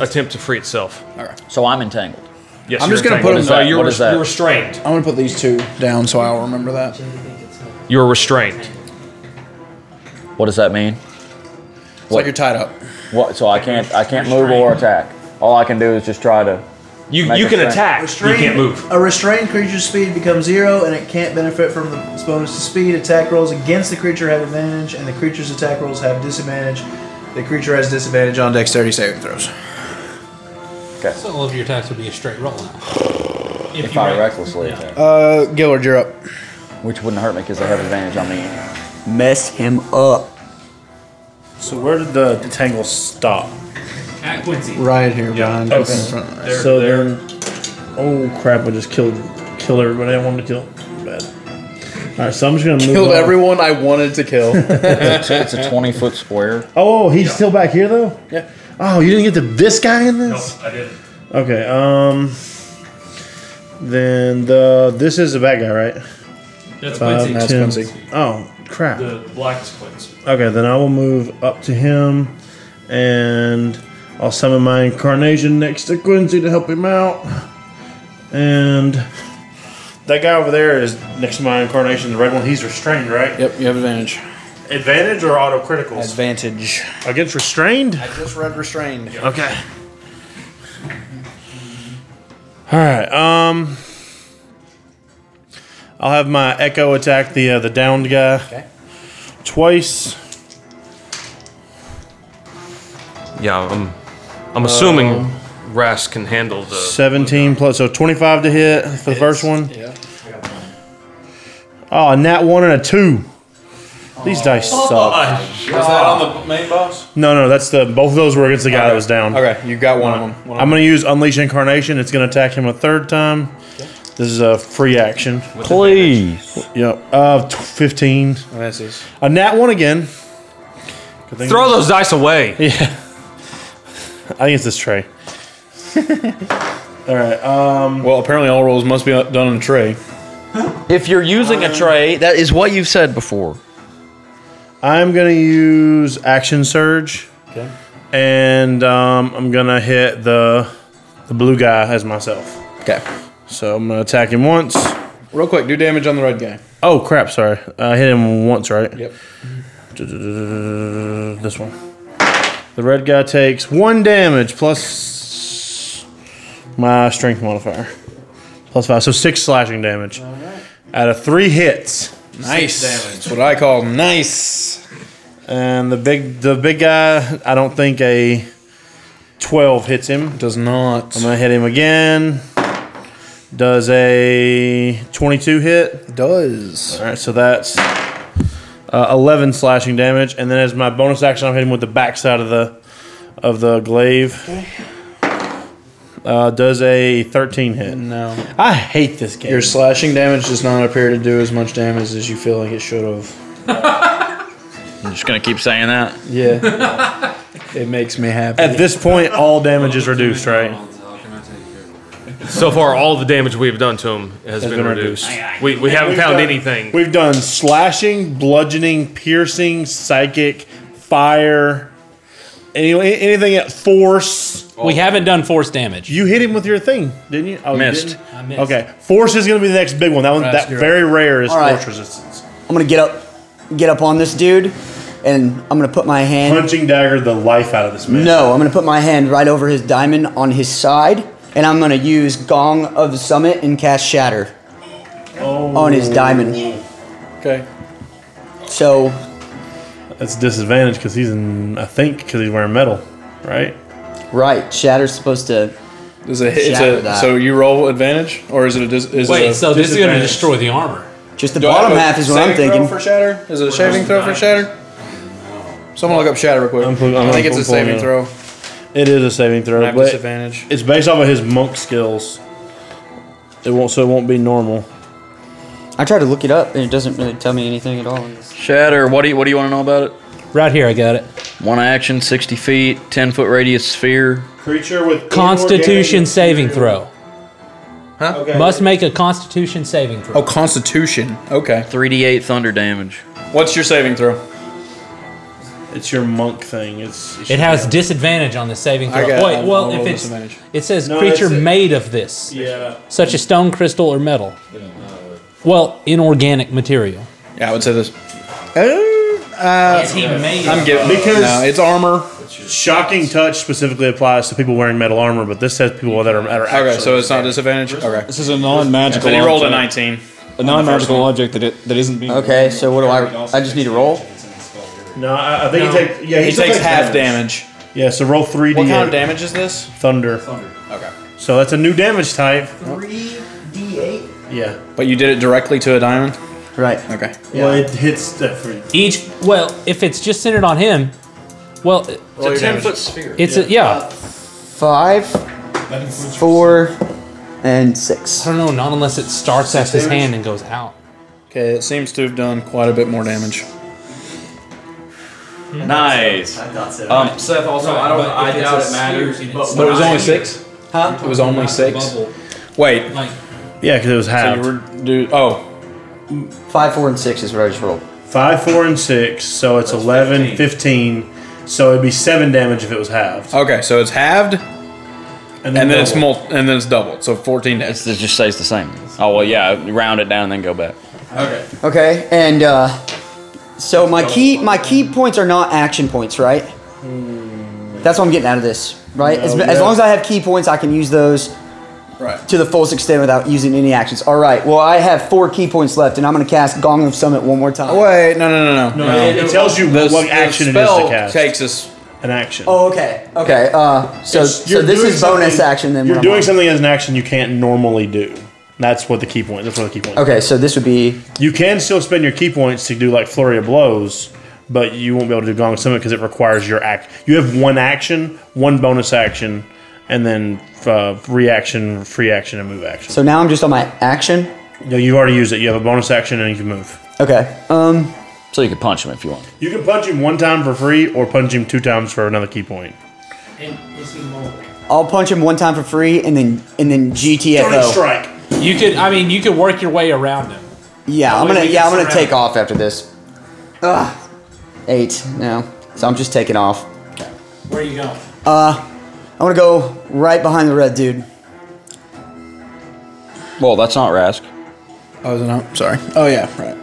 attempt to free itself.
So I'm entangled.
Yes,
I'm
you're
just gonna
entangled.
put 'em
So
back.
you're,
What is
res-
that?
you're restrained.
I'm gonna put these two down so I'll remember that.
You're restrained.
What does that mean?
It's
What?
like you're tied up.
What? So I can't I can't move or attack. All I can do is just try to.
You
make
you
a
can
strength-
attack. You can't move.
A restrained creature's speed becomes zero, and it can't benefit from the bonus to speed. Attack rolls against the creature have advantage, and the creature's attack rolls have disadvantage. The creature has disadvantage on dexterity saving throws.
So all of your attacks would be a straight roll now. If,
If
you
I
wreck-
recklessly attack,
Uh, Gillard, you're up.
which wouldn't hurt me because I have advantage on me.
Mess him up.
So where did the tangle stop?
At Quincy.
Right here, behind
Okay.
us, in front of us.
so they're. Oh crap! I just killed killed everybody I wanted to kill. Bad. All right, so I'm just gonna move.
Killed
on.
everyone I wanted to kill.
It's a, it's a 20 foot square.
Oh, he's still back here though.
Yeah.
Oh, you didn't get the, this guy in this.
I did.
Okay. Um. Then the this is a bad guy, right?
That's
Five,
Quincy. That's
10.
Quincy.
Oh crap!
The black is Quincy.
Okay, then I will move up to him, and I'll summon my incarnation next to Quincy to help him out. And that guy over there is next to my incarnation, the red one. He's restrained, right?
Yep, you have advantage.
Advantage or auto criticals?
Advantage.
Against restrained? I
just read restrained.
Okay. All right. Um, I'll have my echo attack the uh, the downed guy. Okay. Twice.
Yeah, I'm. I'm assuming
Um,
Ras can handle the.
17 plus, so 25 to hit for the first one. Yeah. Oh, a nat one and a two.
Oh.
These dice suck.
Was that on the main boss?
No, no, that's the both of those were against the guy that was down.
Okay, you got one of them. One of
I'm gonna use Unleash Incarnation. It's gonna attack him a third time. This is a free action. Please. Yep. Uh, t- 15.
Misses.
A nat one again. Good thing-
Throw those dice away.
Yeah. I think it's this tray. all right. Um,
well, apparently all rolls must be done on a tray.
If you're using a tray, that is what you've said before.
I'm gonna use Action Surge. Okay. And um, I'm gonna hit the the blue guy as myself.
Okay.
So I'm gonna attack him once.
Real quick, do damage on the red guy.
Oh crap! Sorry, I hit him once, right?
Yep.
This one. The red guy takes one damage plus my strength modifier, plus five, so six slashing damage. Out of three hits.
Nice. That's what I call nice.
And the big, the big guy. I don't think a twelve hits him.
Does not.
I'm gonna hit him again. Does a 22 hit?
Does.
All right, so that's uh, 11 slashing damage, and then as my bonus action, I'm hitting with the backside of the of the glaive. Uh, does a 13 hit?
No.
I hate this game.
Your slashing damage does not appear to do as much damage as you feel like it should have.
I'm just gonna keep saying that.
Yeah. it makes me happy.
At this point, all damage is reduced, right?
So far, all the damage we've done to him has, been, reduced. We, we haven't
We've
found
done-
anything.
We've done slashing, bludgeoning, piercing, psychic, fire, any, anything at force.
We haven't done force damage.
You hit him with your thing, didn't you? Oh, you
Missed.
didn't?
I missed.
Okay, force is going to be the next big one. That one,
Right,
that
you're
very
right.
rare is
All right.
force resistance.
I'm gonna get up, get up on this dude, and I'm gonna put my hand.
Punching dagger the life out of this man.
No, I'm gonna put my hand right over his diamond on his side, and I'm gonna use Gong of the Summit and cast Shatter
Oh.
on his diamond.
Okay.
So
That's disadvantage because he's in. I think because he's wearing metal, right?
Right, Shatter's supposed to.
Does it hit? It's a, so you roll advantage, or is it a? Dis, is it
Wait,
a
so this is going to
disadvantage?
destroy the armor.
Just
Do I have a saving Throw for shatter? Is it a saving throw for shatter? Someone look up shatter real quick. i think it's a saving throw.
It is a saving throw.
I have
but
disadvantage.
It's based off of his monk skills. It won't. So it won't be normal.
I tried to look it up, and it doesn't really tell me anything at all.
Shatter. What do you What do you want to know about it?
Right here, I got it.
One action, sixty feet, ten foot radius sphere.
Creature with
Constitution saving throw.
Huh?
Must make a Constitution saving throw.
Oh, Constitution. Okay.
Three d eight thunder damage.
What's your saving throw?
It's your monk thing. It's.
It has disadvantage on the saving throw.
I got-
Wait,
I'll-
well,
I'll roll
if it's
disadvantage.
it says
No,
creature
it's a-
made of this,
Yeah.
such as stone, crystal, or metal. Well, inorganic material.
Yeah, I would say this. Uh,
Is he made
I'm
of-
giving
Because-
no, it's armor.
Shocking touch specifically applies to people wearing metal armor, but this says people that are, that are
Okay, so it's not disadvantage. Okay.
This is a non-magical
Then he rolled a
object.
19.
A non-magical
object that it, that isn't being.
Okay, so what do I? I just need to roll.
No, I, I think he takes. Yeah, he,
he
still
takes half damage.
Yeah, so roll three d.
What kind of damage is this?
Thunder.
Thunder. Okay.
So that's a new damage type.
Three D eight.
Yeah.
But you did it directly to a diamond.
Right.
Okay.
Well, it hits different.
Each well, if it's just centered on him, well,
It's a ten foot sphere.
it's a, yeah.
Five, four, and six.
I don't know, not unless it starts at his hand and goes out.
Okay, it seems to have done quite a bit more damage.
Nice.
Um,
Seth, also, I don't. I doubt it matters.
But it was only six.
Huh?
It was only six. Wait.
Like
Yeah, because it was halved.
So you were do oh.
Five, four, and six is what I just rolled.
Five, four, and six. So it's eleven, fifteen. 11, 15. So it'd be seven damage if it was halved.
Okay, so it's halved,
and
then,
double.
it's mul- and then it's doubled. So fourteen damage.
It just stays the same. Oh well, yeah. Round it down and then go back.
Okay.
Okay, and uh, so my key my key points are not action points, right?
Hmm.
That's what I'm getting out of this, right? as,
No,
as
yeah.
long as I have key points, I can use those
Right.
to the fullest extent without using any actions. All right. Well, I have four key points left, and I'm gonna cast Gong of Summit one more time.
Wait, no, no, no, no.
No, it- it tells you
The-
what
the
action it is to
spell
cast.
Takes us
an action.
Oh, okay. Okay. Uh, so
It's-
so
you're
this
doing
is bonus
something-
action. Then
You're
when I'm
doing
on.
something as an action you can't normally do. That's what the key point. That's what the key point.
Okay, so this would be.
You can still spend your key points to do like flurry of blows, but you won't be able to do gong summit because it requires your act. You have one action, one bonus action, and then uh, reaction, free action, and move action.
So now I'm just on my action.
No, you've already used it. You have a bonus action and you can move.
Okay. Um.
So you can punch him if you want.
You can punch him one time for free, or punch him two times for another key point.
I'll punch him one time for free, and then and then GTFO.
You could. I mean, you could work your way around him.
Yeah,
That
I'm
way
gonna
we
yeah
can
I'm gonna
surround
take
him.
off after this. Ugh. Eight no, so I'm just taking off.
Where are you going?
Uh, I want to go right behind the red dude.
Well, that's not Rask.
Oh, is it not? Sorry. Oh yeah, right.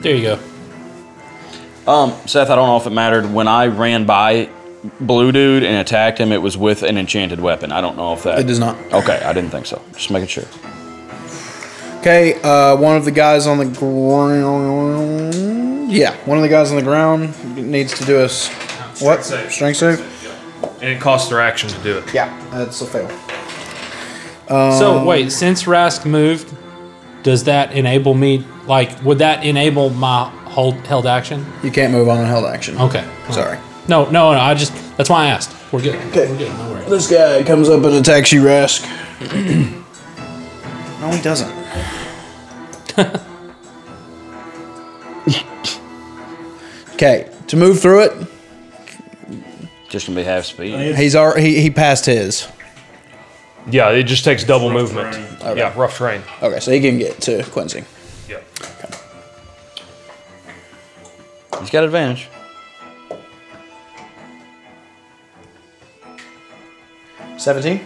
There you go.
Um, Seth, I don't know if it mattered when I ran by Blue Dude and attacked him. It was with an enchanted weapon. I don't know if that.
It does not.
Okay, I didn't think so. Just making sure.
Okay, uh, one of the guys on the ground. Yeah, one of the guys on the ground needs to do a s- what? Strength save.
And it costs their action to do it.
Yeah, that's a fail.
so wait, since Rask moved, does that enable me? Like, would that enable my hold held action?
You can't move on a held action.
Okay.
Sorry.
No, no, no. I just that's why I asked. We're good. We're good. No worries.
This guy comes up and attacks you, Rask. no, he doesn't. Okay, to move through it,
Just gonna be half speed.
he's already he, he passed his.
Yeah, it just takes double movement. Yeah, rough terrain.
Okay, so he can get to Quincy.
Yeah.
He's got advantage.
Seventeen.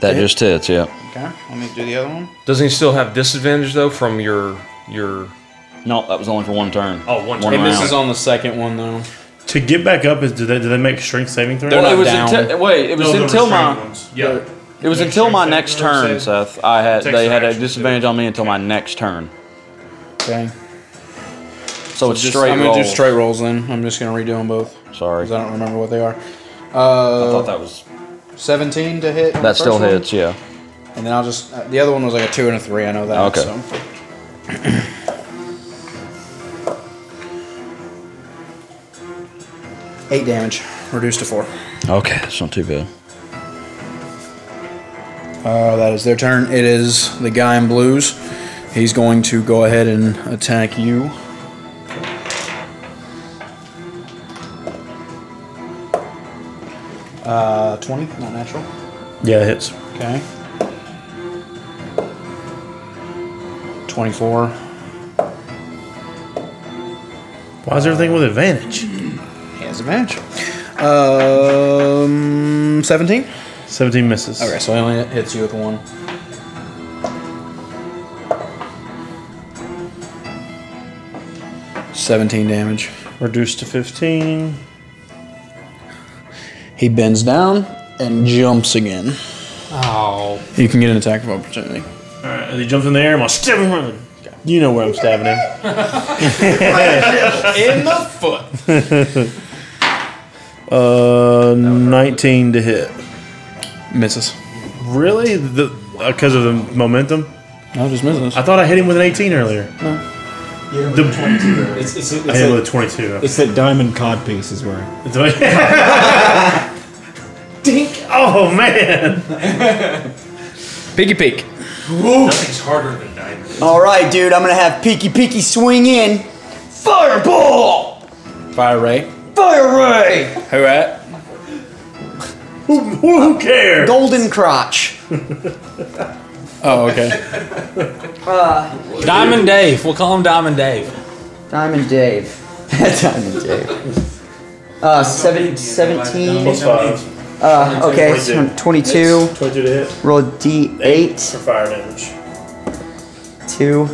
That just hits. Yeah.
Okay, let me do the other one.
Doesn't he still have disadvantage though from your your?
No, that was only for one turn.
Oh,
One
one turn.
It misses round.
on the second one though.
To get back up, is do they, do they make strength saving throws?
Well, it was until- wait, it was
No, the
until
restrained
my
ones.
It was until my next turn, Seth. I had
Takes
they
an
had a
action to
disadvantage on me until my next turn.
Okay.
So it's
just,
straight
I'm gonna do
roll.
straight rolls then. I'm just gonna redo them both.
Sorry.
'cause I don't remember what they are. Uh,
I thought that was
17 to hit. on the
that still
first one,
hits. Yeah.
And then I'll just uh, the other one was like a two and a three. I know that.
Okay.
So. Eight damage, reduced to four.
Okay, that's not too bad.
Uh, that is their turn. It is the guy in blues. He's going to go ahead and attack you. Uh, 20, not natural.
Yeah, it hits.
Okay. 24.
Why is everything with advantage?
He has advantage. Um, 17?
17 misses.
Okay, so he only hits you with one. Seventeen damage.
Reduced to fifteen.
He bends down and jumps again.
Oh.
You can get an attack of opportunity.
All right, and he jumps in the air. I'm gonna stab him. in the- You know where I'm stabbing
In the foot.
him. uh, nineteen to hit.
Misses.
Really? The because of the momentum?
No, just misses.
I thought I hit him with an eighteen earlier. No. The,
It's, it's, it's
I hit him with a twenty-two.
It's that diamond cod piece is where.
Dink! Oh man!
Peeky peek.
Nothing's harder than diamond.
All right, dude. I'm gonna have Peeky Peeky swing in. Fireball.
Fire ray.
Fire ray.
Who at?
Who, who cares?
Golden crotch.
Oh, okay.
Uh,
Diamond Dave. We'll call him Diamond Dave.
Diamond Dave. Diamond Dave. Uh, seven, 17.
Plus five.
Uh, okay, so 22.
22 to hit.
Roll d8.
For fire damage.
2.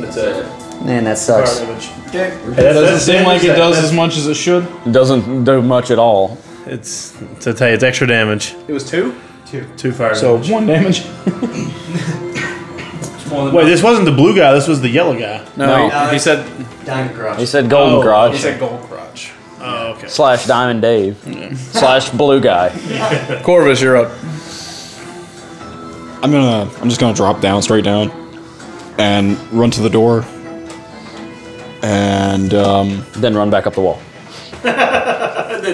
That's it.
Man, that sucks.
Fire damage.
Okay.
That doesn't seem like it does as
much as it should.
It doesn't do much at all. It's to tell you, it's extra damage.
It was two?
Two.
Two fire.
So one damage.
Wait, this wasn't the blue guy. This was the yellow guy.
No, he said.
Diamond crotch.
He said golden
Oh,
crotch.
he said
gold crotch.
Oh, okay.
Slash Diamond Dave. slash Blue Guy.
Corvus, you're up.
I'm gonna. I'm just gonna drop down, straight down, and run to the door, and um,
then run back up the wall.
they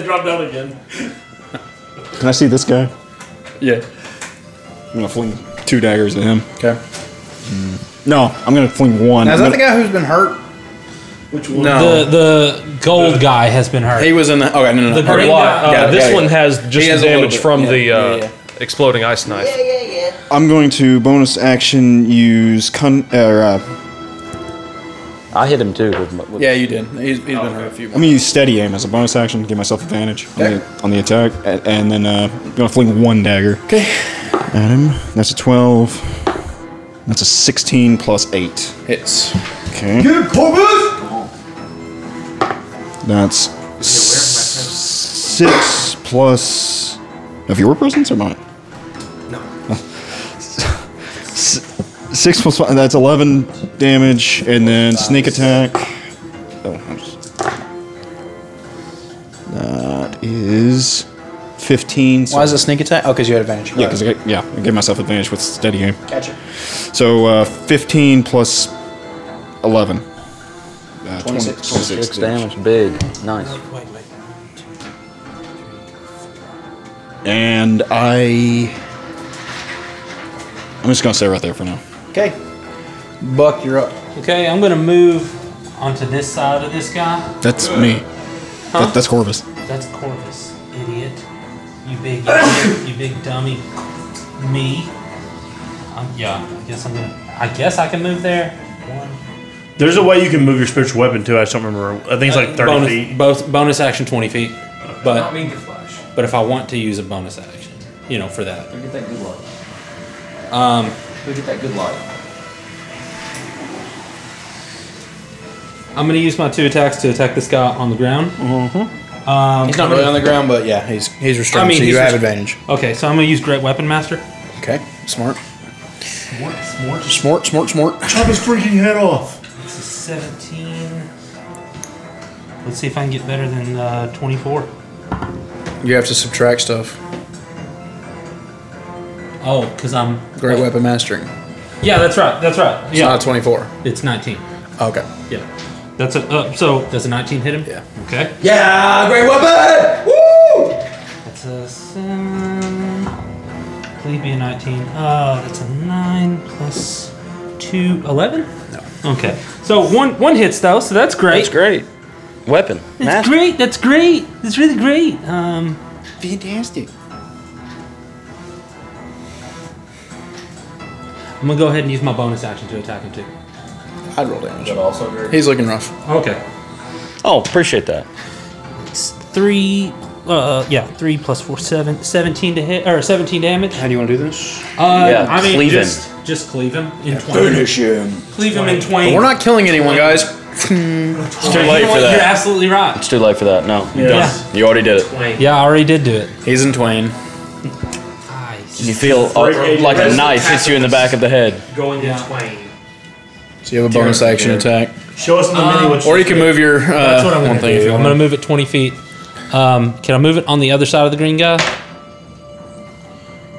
dropped down again.
Can I see this guy?
Yeah.
I'm gonna fling two daggers at him.
Okay.
No, I'm gonna fling one.
Now, is that
I'm
the
gonna-
guy who's been hurt?
Which
one? No.
The the gold guy has been hurt.
He was in the. Okay, no, no, no.
The green guy.
Uh,
Got it,
this
got it.
one has
He
just
has a
the
little
damage
bit.
from
Yeah,
the uh,
yeah, yeah.
exploding ice knife.
I'm going to bonus action use con. Er, uh,
I hit him too. With, my- with
Yeah, you did. He's, he's been hurt a few.
I'm gonna use steady aim as a bonus action, give myself advantage on, the, on the attack, a- and then uh, I'm gonna fling one dagger. Okay. At him. That's a 12. That's a 16 plus 8.
Hits.
Okay. That's six plus of your presence or mine? No. six plus five. That's eleven damage, and then sneak attack. Oh, I'm just- that is fifteen.
Why is it sneak attack? Oh, because you had advantage.
Yeah, because I, get- yeah, I gave myself advantage with steady aim.
Gotcha.
So uh, fifteen plus eleven. Uh,
26. 26 damage. Big. Nice.
And I. I'm just gonna stay right there for now.
Okay. Buck, you're up.
Okay, I'm gonna move onto this side of this guy.
That's me.
Huh?
That, that's Corvus.
That's Corvus, idiot. You big, idiot. you big dummy. Me. Um, yeah, I guess I'm gonna. I guess I can move there. One.
There's a way you can move your spiritual weapon too. I just don't remember. I think it's like 30
bonus,
feet.
Both bonus action twenty feet, but
Not mean to
But if I want to use a bonus action, you know, for that. Go get that good light. Um. Go get that good light. I'm gonna use my two attacks to attack this guy on the ground. Mm-hmm. Um,
He's not really on the ground, but yeah, he's he's restrained. so you
he's
have
rest-
advantage.
Okay, so I'm gonna use Great Weapon Master.
Okay, smart. Smart, smart, smart.
Chop his freaking head off.
It's a 17. Let's see if I can get better than uh, 24.
You have to subtract stuff.
Oh, because I'm.
Great weapon mastering.
Yeah, that's right. That's right.
It's
yeah.
not a 24.
It's 19.
Okay.
Yeah. That's a. Uh, so does a 19 hit him? Yeah. Okay.
Yeah, great weapon! Woo!
That's a seven. Please be a 19. Uh, that's a nine plus two. 11? No. Okay. So one one hits though, so that's great. That's
great. Weapon.
That's great. That's great. That's really great. Um,
Fantastic.
I'm gonna go ahead and use my bonus action to attack him too.
I'd roll damage. He's looking rough.
Okay.
Oh, appreciate that.
It's three. Uh, yeah, three plus four, seven, 17 to hit or seventeen damage. How
do you want to do this?
Uh,
Yeah,
I mean,
cleave him.
just just cleave him in twain. Cleave him in
But
twain.
we're not killing anyone, guys.
It's too late for that. You're absolutely right.
It's too late for that. No.
You're Yeah. done.
You already did it.
Yeah, I already did do it.
He's in twain.
You feel uh, like a knife hits you in the back of the head.
Going in twain.
So you have a bonus
Dear,
action
dear.
attack.
Show us in the mini what
Or you can move your. Uh,
That's what I'm
one
gonna
thing if
do.
you
I'm
want.
gonna move it twenty feet. Um, can I move it on the other side of the green guy?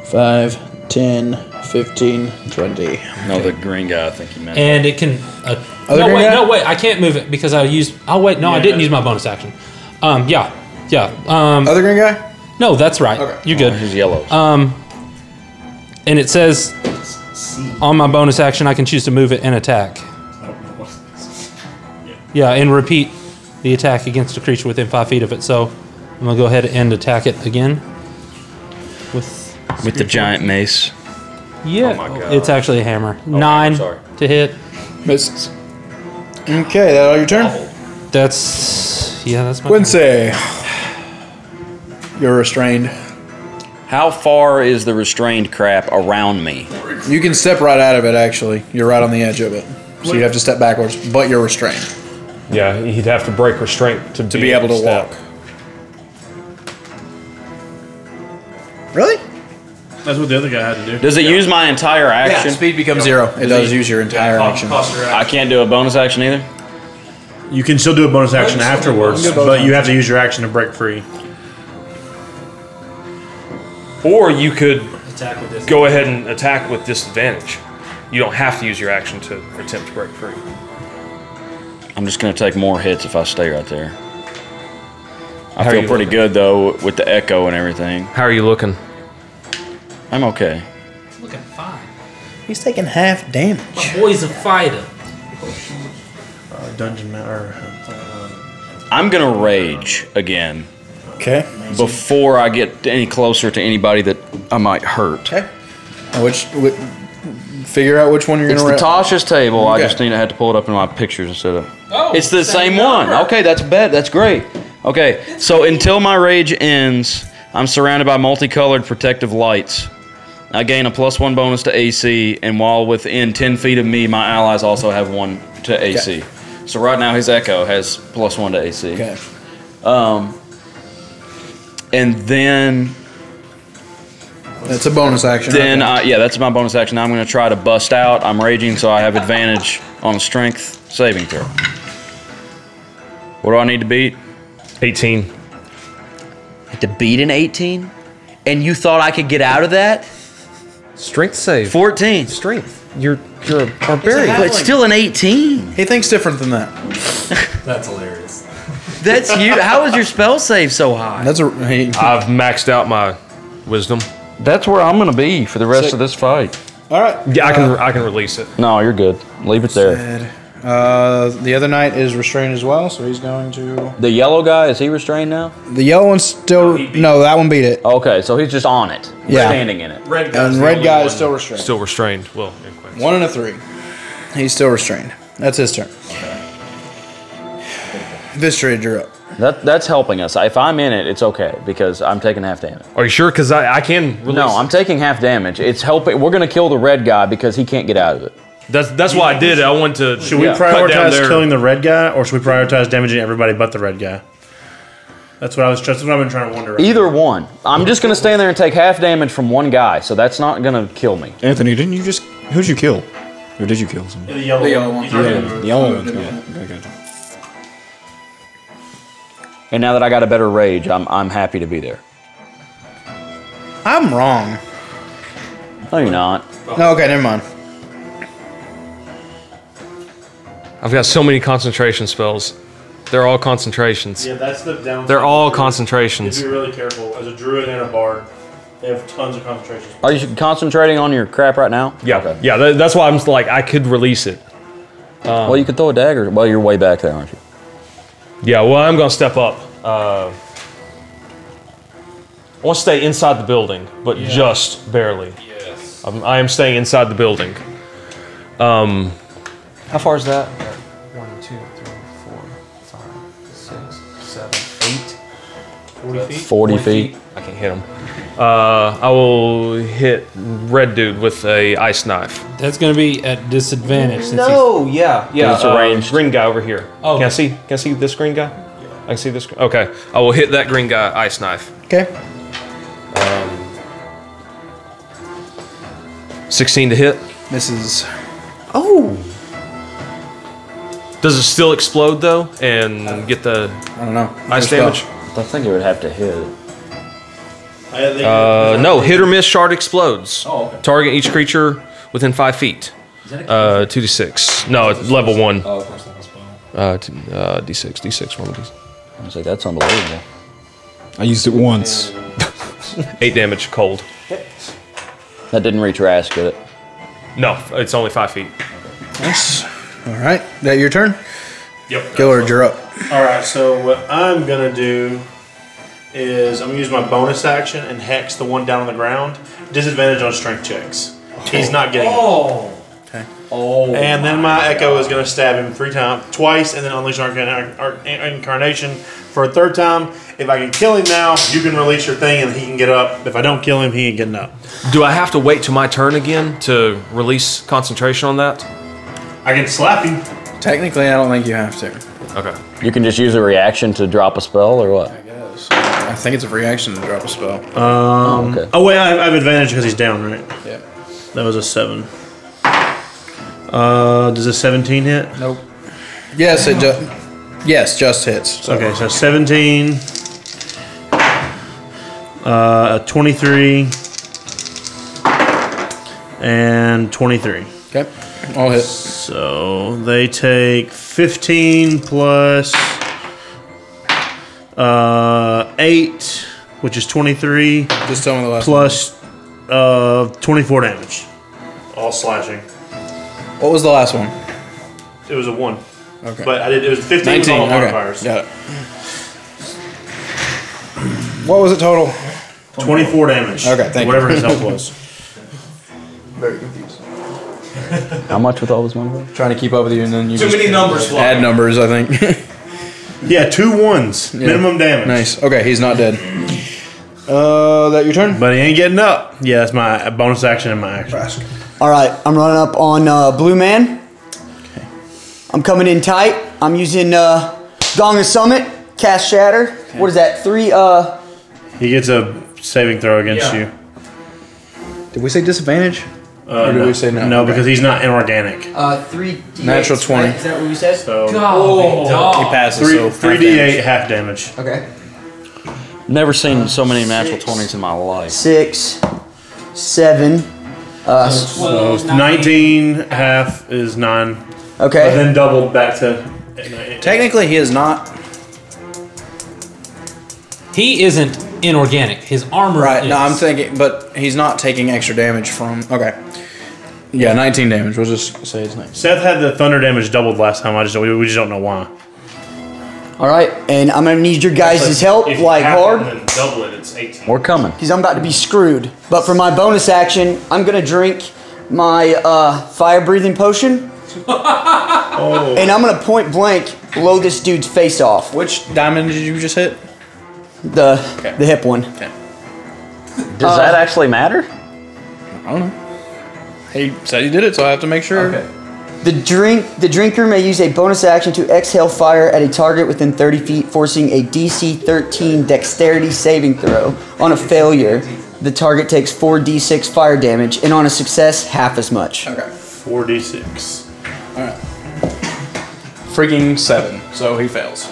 5, 10, 15, 20.
No, the green guy. I think you meant.
And it can. Uh,
Other
no
green
wait,
guy?
no wait. I can't move it because I used. Oh wait, no, I
Yeah.
didn't use my bonus action. Um, yeah, yeah. Um, Other
green guy.
No, that's right. Okay. You're good.
he's yellow.
Uh,
Um, and it says on my bonus action, I can choose to move it and attack. Yeah, and repeat the attack against a creature within five feet of it. So I'm gonna go ahead and attack it again. with
With the giant mace.
Yeah, it's actually a hammer. Nine to hit.
Misses. Okay, that all your turn?
That's yeah, that's my
Quincy. You're restrained.
How far is the restrained crap around me?
You can step right out of it, actually. You're right on the edge of it. So you'd have to step backwards, but you're restrained.
Yeah, he'd have to break restraint to,
To be able to
step.
walk. Really?
That's what the other guy had to do.
Does it use my entire action?
speed becomes zero. It does use your entire Yeah, cost- action. cost your
I can't do a bonus action either.
You can still do a bonus action afterwards, but you have to use your action to break free.
Or you could
Attack with
go ahead and attack with disadvantage. You don't have to use your action to attempt to break free.
I'm just gonna take more hits if I stay right there. I
How are
feel
you
pretty
looking?
good though with the echo and everything. How
are you looking?
I'm okay.
Looking fine.
He's taking half damage.
My boy's a fighter.
Uh, dungeon master. Uh,
I'm gonna rage again
Okay.
before I get any closer to anybody that I might hurt.
Okay. Which, which figure out which one you're
It's the
gonna. ra-
Tasha's table. I
Okay.
just need to had to pull it up in my pictures instead of.
Oh,
it's the same, one. Okay, that's bet. That's great. Okay, so until my rage ends, I'm surrounded by multicolored protective lights. I gain a plus one bonus to AC, and while within ten feet of me, my allies also have one to AC. So right now his echo has plus one to AC.
Okay.
Um, and then
That's a bonus action.
then
okay.
I, yeah, that's my bonus action. I'm going to try to bust out. I'm raging, so I have advantage on a strength saving throw. What do I need to beat?
18.
Had to beat an 18? And you thought I could get out of that?
Strength save.
14.
Strength. You're you're a
barbarian. But it's still an 18.
He thinks different than that.
That's hilarious.
That's you. How is your spell save so high?
That's a.
I've maxed out my wisdom.
That's where I'm going to be for the rest
So-
of this fight.
All right.
Yeah, I can I can release it.
No, you're good. Leave it there.
Dead. Uh, the other knight is restrained as well, so he's going to.
The yellow guy is he restrained now?
The yellow one's still. No, that one Oh, beat it.
Okay, so he's just on it.
Yeah.
Standing in it.
Red guy's And the red only guy is one still restrained.
Still restrained. Well,
One and a three. He's still restrained. That's his turn. Vistraid, you're up.
That that's helping us. If I'm in it, it's okay because I'm taking half damage.
Are you sure? Because I, I can. Release
no, I'm taking half damage. It's helping. We're gonna kill the red guy because he can't get out of it.
That's that's why I did. it. I wanted to.
should we
cut down
prioritize
their-
killing the red guy, or should we prioritize damaging everybody but the red guy? That's what I was. That's what I've been trying to wonder.
Either one. I'm just gonna stand there and take half damage from one guy, so that's not gonna kill me.
Anthony, didn't you just? Who'd you kill? Or did you kill someone?
The yellow,
The yellow one.
Yeah, the yellow one. Yeah. Okay, gotcha.
And now that I got a better rage, I'm I'm happy to be there.
I'm wrong.
No, you're not.
No, okay, never mind.
I've got so many concentration spells. They're all concentrations.
Yeah, that's the down.
They're all concentrations.
Be really careful as a druid and a bard. They have tons of concentration.
Are you concentrating on your crap right now?
Yeah, yeah. That, that's why I'm s- like I could release it. Um,
well, you could throw a dagger. Well, you're way back there, aren't you?
Yeah. Well, I'm gonna step up. Uh, I want to stay inside the building, but just barely. Yes. I'm, I am staying inside the building. Um,
How far is that?
One, two, three, four, five, six, seven, eight.
40 feet?
40 feet.
I can hit him. Uh, I will hit red dude with a ice knife.
That's gonna be at disadvantage. Since
No,
he's,
yeah, yeah.
It's
uh,
arranged.
green guy over here.
Oh.
can I see? Can I see this green guy? I can see this. gr- Okay, I will hit that green guy ice knife.
Okay.
Um, Sixteen to hit.
Misses.
Oh. Does it still explode though, and get the?
I don't know.
Ice damage.
I think it would have to hit.
Uh, no, hit or miss shard explodes.
Oh, okay.
Target each creature within five feet. Uh, two d six. No, it's level one.
Oh, of course, that was
Uh, t- uh, d6, d6, one of these.
I was like, that's unbelievable.
I used it once.
Eight damage, cold.
That didn't reach Rask, did it?
No, it's only five feet.
Nice. All right, that your turn.
Yep.
Gillard, you're up.
All right, so what I'm gonna do is I'm gonna use my bonus action and hex the one down on the ground. Disadvantage on strength checks. He's not getting
Oh.
Okay.
Oh.
And then my echo is going to stab him three times, twice, and then unleash our incarnation for a third time. If I can kill him now, you can release your thing, and he can get up. If I don't kill him, he ain't getting up.
Do I have to wait till my turn again to release concentration on that?
I can slap him.
Technically, I don't think you have to.
Okay.
You can just use a reaction to drop a spell or what?
I think it's a reaction to drop a spell.
Um, oh,
okay.
wait, I have, I have advantage because he's down, right?
Yeah.
That was a seven. Uh, does a seventeen hit?
Nope. Yes, it just. Yes, just hits.
Okay, so seventeen. Uh, a twenty-three. And twenty-three.
Okay, all hit.
So they take fifteen plus uh, eight, which is twenty-three.
Just tell me the last.
Plus, uh, twenty-four damage. All slashing.
What was the last one?
It was a one.
Okay.
But I did. It was fifteen with all the modifiers.
Got it. What was it total?
24 damage.
Okay, thank
Whatever
you.
his health was.
Very confused.
How much with all this money?
Trying to keep up with you, and then you
Too
just
many numbers flying.
Add numbers, I think.
yeah, two ones. Minimum damage.
Nice. Okay, he's not dead. Uh, that your turn?
But he ain't getting up. Yeah, that's my bonus action and my action.
All right, I'm running up on uh, Blue Man. I'm coming in tight. I'm using uh, Gong of Summit, Cast Shatter. What is that? Three. Uh,
He gets a saving throw against
Yeah.
you.
Did we say disadvantage?
Uh,
or did
no.
we say no?
No, because he's not inorganic.
uh, three. D8s,
Natural 20.
Right? Is that what we said?
Oh.
So
God,
He passes.
Three-
so
three D eight half damage.
Okay.
Never seen so many natural twenties in my life.
Six, seven. Uh,
So 19 half is nine.
Okay.
But then doubled back to.
Technically, he is not.
He isn't inorganic. His armor.
Right.
Is.
No, I'm thinking, but he's not taking extra damage from. Okay. Yeah, 19 damage. We'll just say his name.
Seth had the thunder damage doubled last time. I just we, we just don't know why.
All right, and I'm gonna need your guys' help, like hard.
Then double it. It's 18.
We're coming.
because I'm about to be screwed. But for my bonus action, I'm gonna drink my uh, fire breathing potion,
Oh.
and I'm gonna point blank blow this dude's face off.
Which diamond did you just hit?
The the hip one. Uh,
Does that actually matter?
I don't know. He said he did it, so I have to make sure. Okay.
The drink the drinker may use a bonus action to exhale fire at a target within 30 feet, forcing a DC 13 Dexterity saving throw. On a failure, the target takes 4d6 fire damage, and on a success, half as much.
Okay.
4d6.
All right. Freaking seven. So he fails.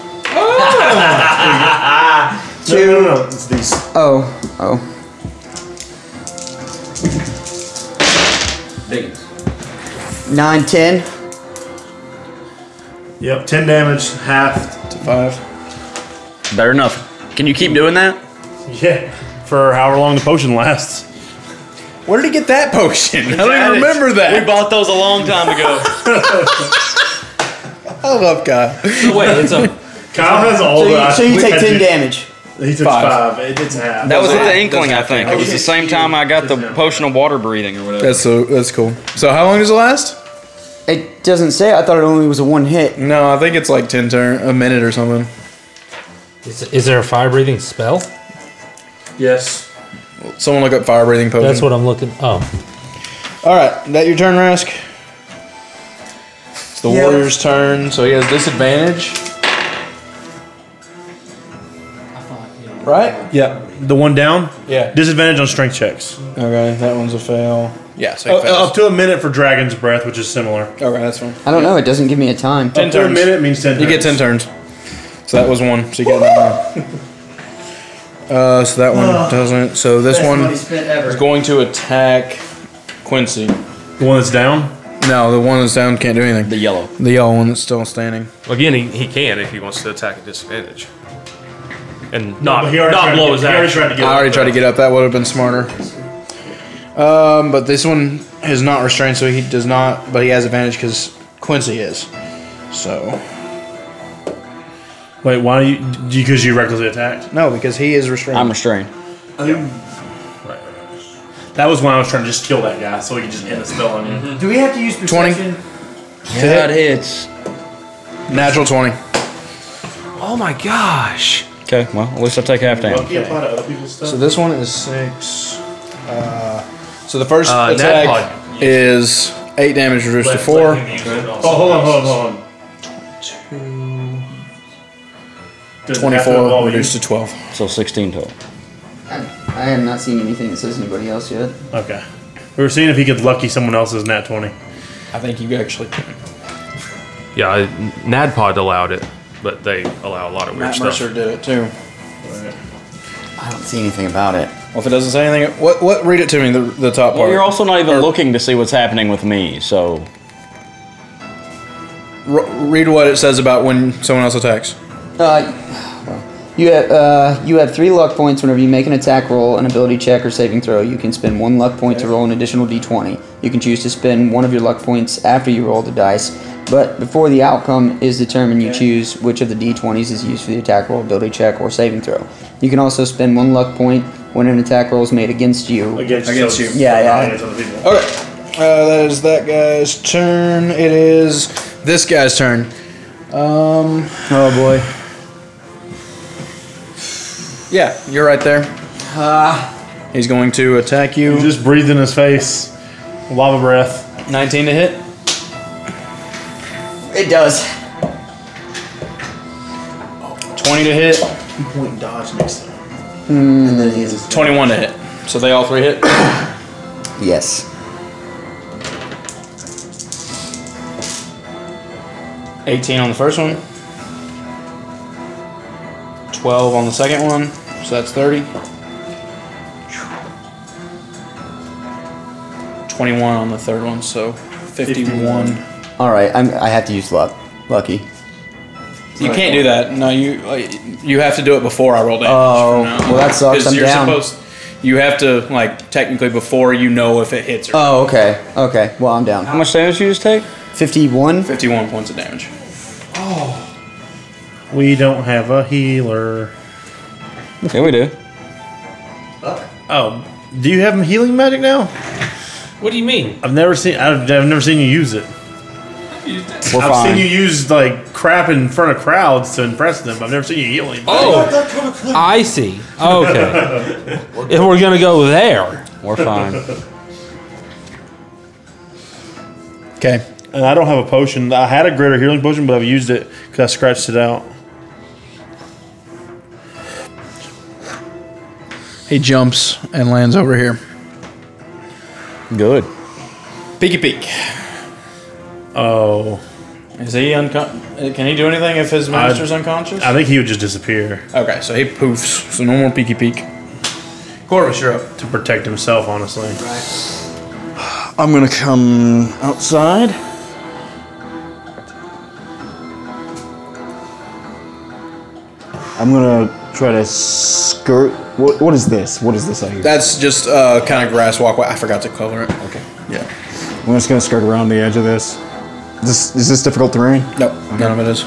Two.
No, no, no, It's these.
Oh, oh. Nine, ten.
Yep, 10 damage, half
to 5.
Better enough. Can you keep doing that?
Yeah, for however long the potion lasts.
Where did he get that potion? I don't even remember that.
We bought those a long time ago.
I love God.
So wait, it's a.
Kyle has all
So you,
the.
so you take ten
He
damage.
took
Five.
five. It, it's half.
That was at
Doesn't-
the inkling, I
doesn't
think.
count.
It was the same time I got the potion of water breathing or whatever.
That's so that's cool. So how long does it last?
It doesn't say. I thought it only was a one hit.
No, I think it's like ten turn a minute or something.
Is, is there a fire breathing spell?
Yes.
Someone look up fire breathing potion.
Mm.
That's what I'm looking. Oh,
All right, that your turn, Rask. It's the
Yeah.
warrior's turn, so he has disadvantage. Right?
Yeah, the one down.
Yeah.
Disadvantage on strength checks.
Okay, that one's a fail. Yeah, so he
Uh,
fails.
up to a minute for dragon's breath, which is similar.
Okay, that's fine.
I don't know. It doesn't give me a time.
Ten
up to a
turns.
minute means ten.
You get ten
turns.
turns. So that was one. So you get another one. Uh, so that one doesn't. So this
Best
one
money spent ever.
is going to attack Quincy.
The one that's down.
No, the one that's down can't do anything.
The yellow.
The yellow one that's still standing.
Again, he, he can if he wants to attack at disadvantage. And not,
No, but he already tried
not
to
blow
get-
his
he already
action.
tried to get-
I already tried to get up. That would have been smarter. Um, but this one is not restrained, so he does not. But he has advantage because Quincy is. So
Wait, why do you? Because you recklessly attacked.
No, because he is restrained.
I'm restrained.
That was when I was trying to just kill that guy, so we could just end the spell on you.
Do we have to use perception? 20.
That hits.
Natural 20.
Oh my gosh.
Okay, well, at least I take half damage.
You apply to other people's stuff.
So this one is six. Uh, so the first
Uh, nat
attack is eight damage reduced to four.
Oh, hold on, hold on, hold on. Does it have to
Twenty-four
involve you?
reduced to twelve.
So 16 total.
I have not seen anything that says anybody else yet.
Okay. We were seeing if he could lucky someone else's nat twenty.
I think you actually can.
Yeah, I, NADPOD allowed it, but they allow a lot of weird
Matt
stuff.
Mercer did it too.
I don't see anything about it.
Well, if it doesn't say anything, what what read it to me the, the top
Well,
part.
you're also not even looking to see what's happening with me, so.
R- read what it says about when someone else attacks.
Uh, you have uh, you have three luck points whenever you make an attack roll, an ability check, or saving throw. You can spend one luck point to roll an additional d20. You can choose to spend one of your luck points after you roll the dice, but before the outcome is determined, you choose which of the d20s is used for the attack roll, ability check, or saving throw. You can also spend one luck point when an attack roll is made against you.
Against,
Against you.
Yeah, yeah.
Okay. Uh, that is that guy's turn. It is this guy's turn. Um.
Oh boy.
Yeah, you're right there. Uh, He's going to attack you.
Just breathe in his face. Lava breath.
19 to hit.
It does.
20 to hit.
You point dodge next time.
And then he's
21 to hit. So they all three hit.
Yes.
Eighteen on the first one. Twelve on the second one. So that's thirty. Twenty-one on the third one. So fifty-one.
All right, I'm, I have to use luck. Lucky.
You can't do that. No, you like, you have to do it before I roll damage. from
Oh,
now on.
well, that sucks.
'Cause
I'm
you're
down.
supposed- you have to like technically before you know if it hits or
Oh, okay. Okay. Well, I'm down. How
much damage you just take?
51.
51 points of damage.
We don't have a healer.
Yeah, we do.
Oh, do you have healing magic now?
What do you mean?
I've never seen. I've, I've never seen you use it.
We're
I've
fine.
seen you use like crap in front of crowds to impress them. but I've never seen you heal anybody.
Oh, I see. Okay. if we're gonna go there,
we're fine.
Okay.
And I don't have a potion. I had a greater healing potion, but I've used it because I scratched it out.
He jumps and lands over here.
Good.
Peeky peek.
Oh.
Is he unconscious? Can he do anything if his master's
I-
unconscious?
I think he would just disappear.
Okay, so he poofs. So no more peeky peek. Corvus, you're up.
To protect himself, honestly.
I'm gonna come outside. I'm gonna try to skirt. What, what is this? What is this I hear?
That's just uh, kind of grass walkway. I forgot to color it. Okay. Yeah.
I'm just gonna skirt around the edge of this. Is this, is this difficult terrain?
Nope, none of it is.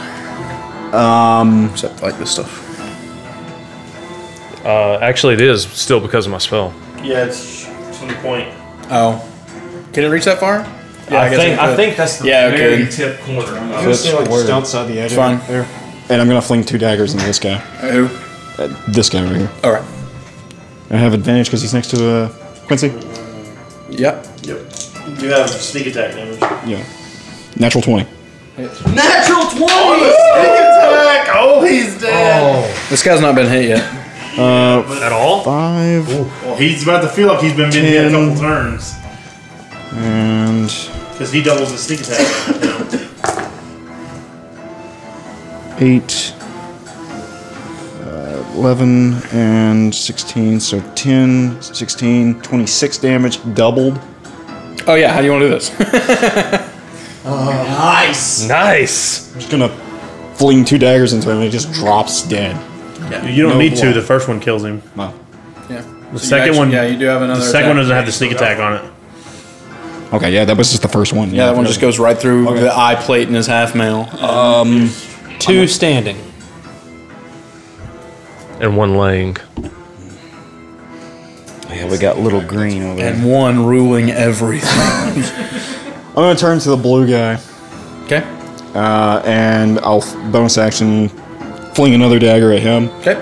Um,
Except like this stuff.
Uh, actually, it is still because of my spell.
Yeah, it's twenty point.
Oh. Can it reach that far?
I
guess
think-
it could.
I think that's the
yeah,
very
okay.
tip corner. I'm
gonna stay, like, just outside the edge of
Fine.
it And I'm gonna fling two daggers into this guy.
Who?
Uh, this guy over here.
All right.
I have advantage because he's next to uh, Quincy.
Yep.
Yep. You have sneak attack damage.
Yeah. Natural twenty.
Natural 20!
attack! Oh, he's dead!
This guy's not been hit yet.
Uh,
At all?
Five.
Oh, Well, he's about to feel like he's been hit a couple turns
And
because he doubles his sneak attack. you know.
eight. uh, 11 and 16, so 10, 16, 26 damage doubled.
Oh, yeah. How do you want to do this?
nice.
Nice. I'm just gonna fling two daggers into him, and he just drops dead.
You don't
No
need to.
blood.
The first one kills him.
No.
Yeah.
The second one.
Yeah, you do have another.
The second
attack.
one doesn't have the sneak attack on it.
Okay, yeah, that was just the first one.
Yeah, that one just goes right through the eye plate in his half mail. Um,
two standing.
and one laying.
Yeah, we got little green over
And one ruling everything.
I'm gonna turn to the blue guy.
Okay.
Uh, and I'll f- bonus action fling another dagger at him.
Okay.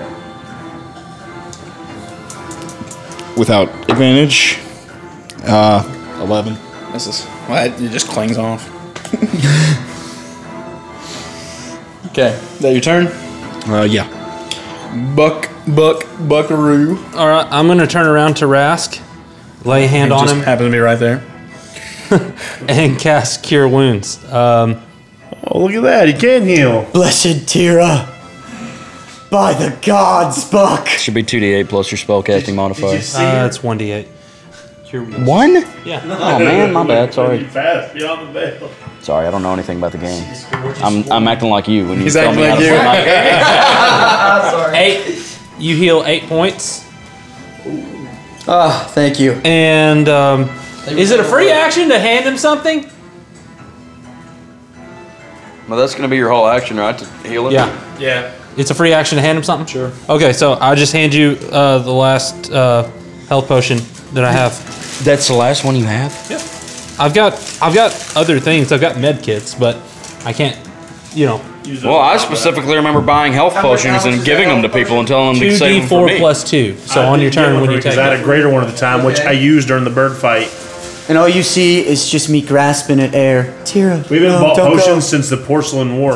Without advantage. Uh, 11.
This is well, it it just clings off. okay, is that your turn?
Uh, yeah.
Buck, buck, buckaroo.
All right, I'm gonna turn around to Rask, lay a hand
He
on
just
him,
Happens to be right there.
and cast Cure Wounds. Um,
oh, look at that! He can heal.
Blessed Tira. By the gods, Buck.
Should be 2d8 plus your spellcasting modifier.
uh, it's one d8. Cure Wounds.
One?
Yeah.
Oh man, my bad. Sorry.
Fast beyond the veil.
Sorry, I don't know anything about the game. I'm, I'm acting like you when you
He's
tell me
acting
how to
like you.
play my game.
Eight. You heal eight points.
Ah, thank you.
And um, is it a free action to hand him something?
Well, that's gonna be your whole action, right? To heal him.
Yeah.
Yeah.
It's a free action to hand him something. Sure. Okay, so I just hand you uh, the last uh, health potion that I have.
That's the last one you have.
Yeah. I've got I've got other things. I've got med kits, but I can't. You know.
Well, I specifically remember buying health potions and giving them to people and telling them to
Two
save
D
them for
four
me.
plus two. So on your turn when you take
because I had a
it.
greater one at the time, which I used during the bird fight.
And all you see is just me grasping at air. Tira.
We haven't
no,
bought
don't go.
potions since the porcelain war.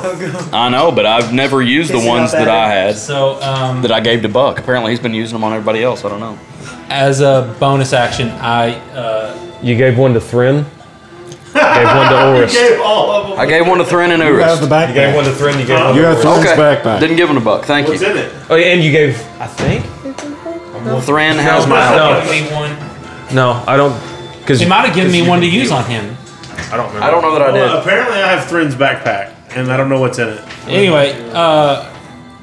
I know, but I've never used the
Guess you
ones
got
that I
better.
had
So um,
that I gave to Buck. Apparently, he's been using them on everybody else. I don't know.
as a bonus action, I uh,
You gave one to Thrin. gave one to Oris.
I gave one to Thrin and Urus.
have the backpack.
You gave one to Thrin. You gave one
You
to
have
Oris.
Thrin's backpack.
Didn't give him a buck. Thank you.
it?
Oh, yeah, and you gave. I think.
Thran has my
No.
help.
give me one.
No, I don't. Because
He might have given me one to use on him.
I don't remember.
I don't know that I
Well,
did.
apparently, I have Thrin's backpack, and I don't know what's in it.
Anyway, uh,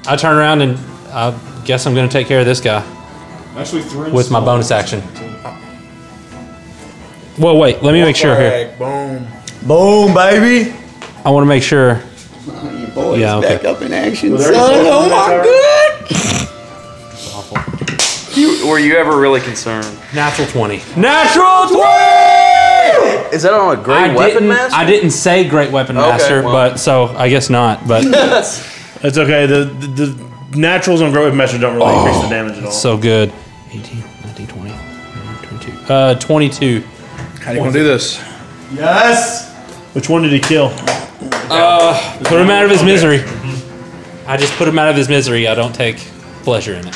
I turn around and I guess I'm going to take care of this guy
Actually, Thrin's.
with my bonus action. Well, wait. Let me make sure here.
Boom.
Boom, baby.
I want to make sure.
Oh, You boys
Yeah, okay.
back up in action,
there
son.
is one
Oh
in
my
that
god.
You, were you ever really concerned?
Natural twenty.
Natural Is that on a great
I
weapon
didn't.
master?
I didn't say great weapon
Okay,
master,
well.
but so I guess not. But
That's
It's okay. The the, the naturals on growth measure don't really increase the damage at all.
Oh, so good. 18, 19, 20, 22. Uh, 22.
How do you want to do this?
yes. Which one did he kill?
Uh, put him out of his misery. I just put him out of his misery. I don't take pleasure in it.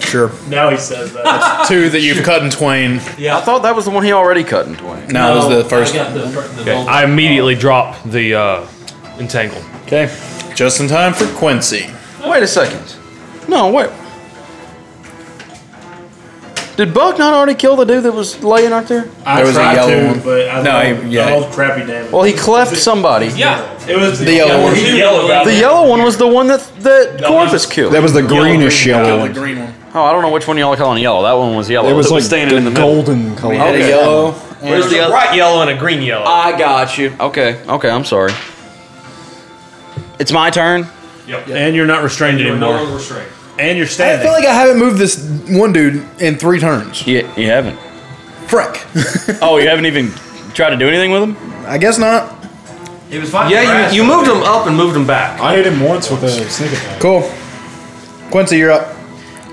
Sure.
Now he says that.
Two that you've cut in twain.
I thought that was the one he already cut in twain.
No, it was the first.
Okay, I immediately drop the uh, entangle.
Okay. Just in time for Quincy.
Wait a second. No, wait. Did Buck not already kill the dude that was laying out there?
I
There was a
tried
yellow
to,
one.
but I
No,
no,
he- yeah.
all crappy damage.
Well, he cleft somebody.
Yeah.
it was
The yellow one.
yellow guy.
The yellow one was the one that that Corvus killed.
That was the greenish
Yellow,
yellow
the
one.
green one.
oh, I don't know which one y'all are calling yellow. That one was yellow.
It was
That
like
standing in the middle.
golden color.
Had a yellow.
Where's the other?
Bright yellow and a green yellow.
I got you. Okay. Okay. I'm sorry. It's my turn.
And you're not restrained
no
anymore.
longer restrained.
And you're
I
standing.
feel like I haven't moved this one dude in three turns.
You, you haven't.
Frick.
Oh, you haven't even tried to do anything with him.
I guess not.
He was fine.
Yeah, you, you moved him up and moved him back.
I hit him once with a sneak attack.
Cool. Quincy, you're up.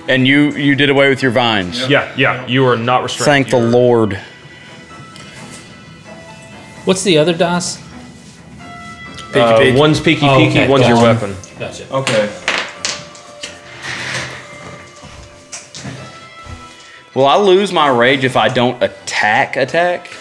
And you you did away with your vines.
Yeah, yeah, you are not restrained.
Thank the Lord.
What's the other dice?
Uh, One's peeky
Oh,
peeky,
okay,
one's your
gotcha.
weapon.
Gotcha.
Okay.
Will I lose my rage if I don't attack? Attack?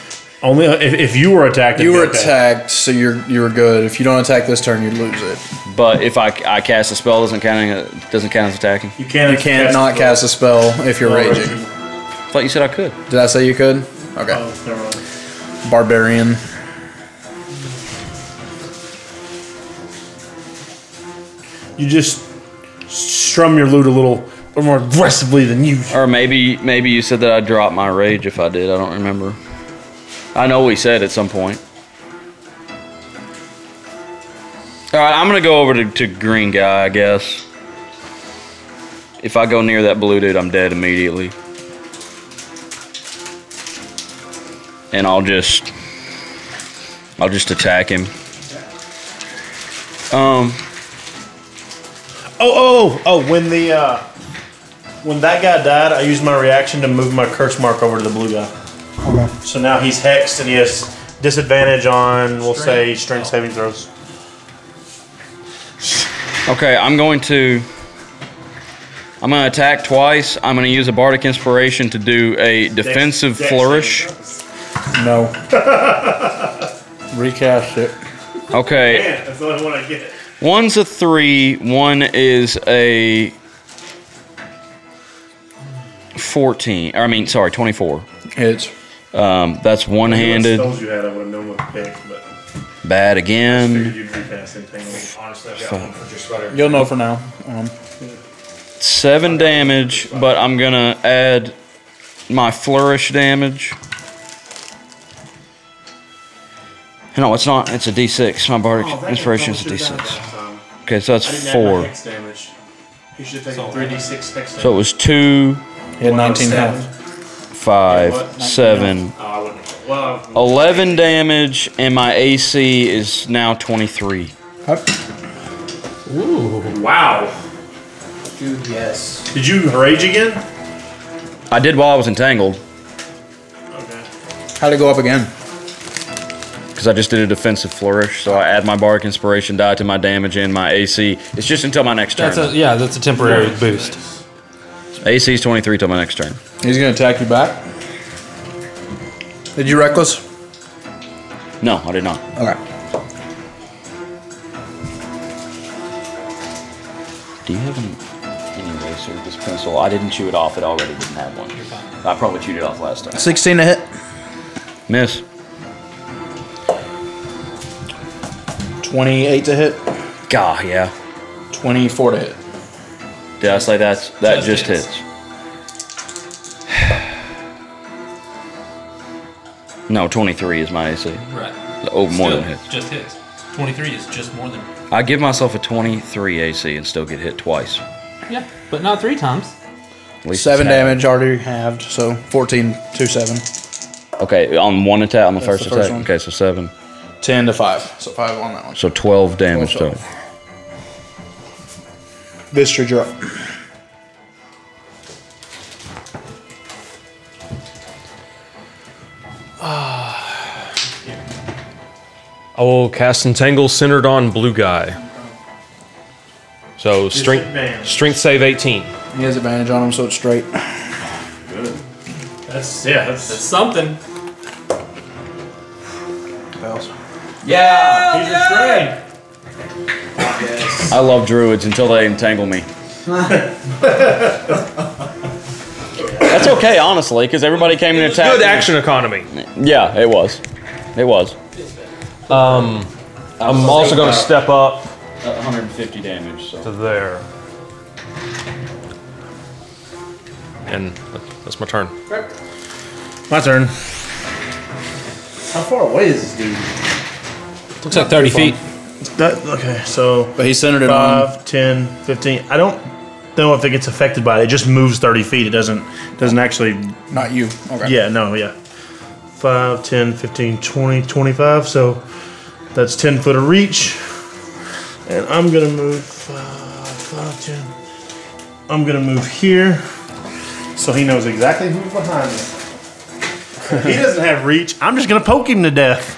Only if, if you were attacked.
You were
it'd be okay.
attacked, so you're you're good. If you don't attack this turn, you lose it.
But if I, I cast a spell, doesn't count uh, doesn't count as attacking.
You can't.
You can't not cast a Oh, spell if you're raging.
I thought you said I could.
Did I say you could? Okay.
Oh, never mind.
Barbarian.
You just strum your loot a little more aggressively than you.
Or maybe maybe you said that I dropped my rage if I did. I don't remember. I know we said at some point. All right, I'm gonna go over to, to green guy, I guess. If I go near that blue dude, I'm dead immediately. And I'll just I'll just attack him. Um
Oh, oh, oh! When the uh, when that guy died, I used my reaction to move my curse mark over to the blue guy. Okay. So now he's hexed and he has disadvantage on, we'll say, strength saving throws.
Okay, I'm going to. I'm going to attack twice. I'm going to use a bardic inspiration to do a defensive
dex
flourish.
No. Recast it.
Okay,
Man, that's the only one I get.
one's a three. One is a fourteen. I mean, sorry, twenty-four.
Hits.
Um, that's one-handed.
What spells you had, I would have known what to pick, but
Bad
I
again.
figured you'd recast Entangle. Honestly, I've
got one
for just about
You'll know for now. Um,
seven damage, but I'm gonna add my flourish damage. No, it's not. It's a D6. My bardic
Oh, that
inspiration is a
probably should've done it
D6.
last time.
Okay, so
I didn't
that's
add my
four.
hex damage. You should have taken 3d6 hex damage.
So it was two,
He had 19
Oh,
health.
five, seven, eleven damage, and my AC is now twenty-three.
Ooh. Wow.
Dude, yes.
Did you rage again?
I did while I was entangled
How'd it go up again?
because I just did a defensive flourish. So I add my bardic inspiration die to my damage and my AC. It's just until my next turn.
That's a, yeah, that's a temporary boost.
AC is 23 till my next turn.
He's gonna attack you back. Did you reckless?
No, I did not.
Okay.
Do you have an, an eraser? This pencil? I didn't chew it off. It already didn't have one. I probably chewed it off last time.
16 to hit.
Miss.
28 to hit.
God, yeah.
24 to hit.
Did I say that's that
Just
just
hits.
hits? No, 23 is my AC.
Right.
Oh, more
Still,
than hits.
Just hits. 23 is just more than.
I give myself a 23 AC and still get hit twice.
Yeah, but not three times.
At least
Seven
it's half.
damage already halved, so 14 to 7.
Okay, on one attack, on the
That's
first
the first
attack.
one.
Okay, so seven.
10 to 5. So 5 on that one.
So 12 damage total.
This your drop.
I will cast Entangle centered on Blue Guy. So strength,
Disadvantage.
strength save 18.
He has advantage on him, so it's straight.
That's yeah. That's,
something.
Fails.
Yeah. He's restrained.
I love druids until they entangle me. That's okay, honestly, because everybody came and attacked.
Good
me.
action economy.
Yeah, it was. It was.
Um, I'm also going to step up
150 damage. So.
to there. And that- that's my turn.
My turn.
How far away is this dude?
Looks like 30 feet.
That, okay, so.
But he centered it on-
5, 10, 15. I don't know if it gets affected by it. It just moves 30 feet. It doesn't doesn't actually.
Not you. Okay.
Yeah, no, yeah. 5, 10, 15, 20, 25. So that's 10 foot of reach. And I'm going to move 5, 5, 10. I'm going to move here so he knows exactly who's behind me. he doesn't have reach. I'm just going to poke him to death.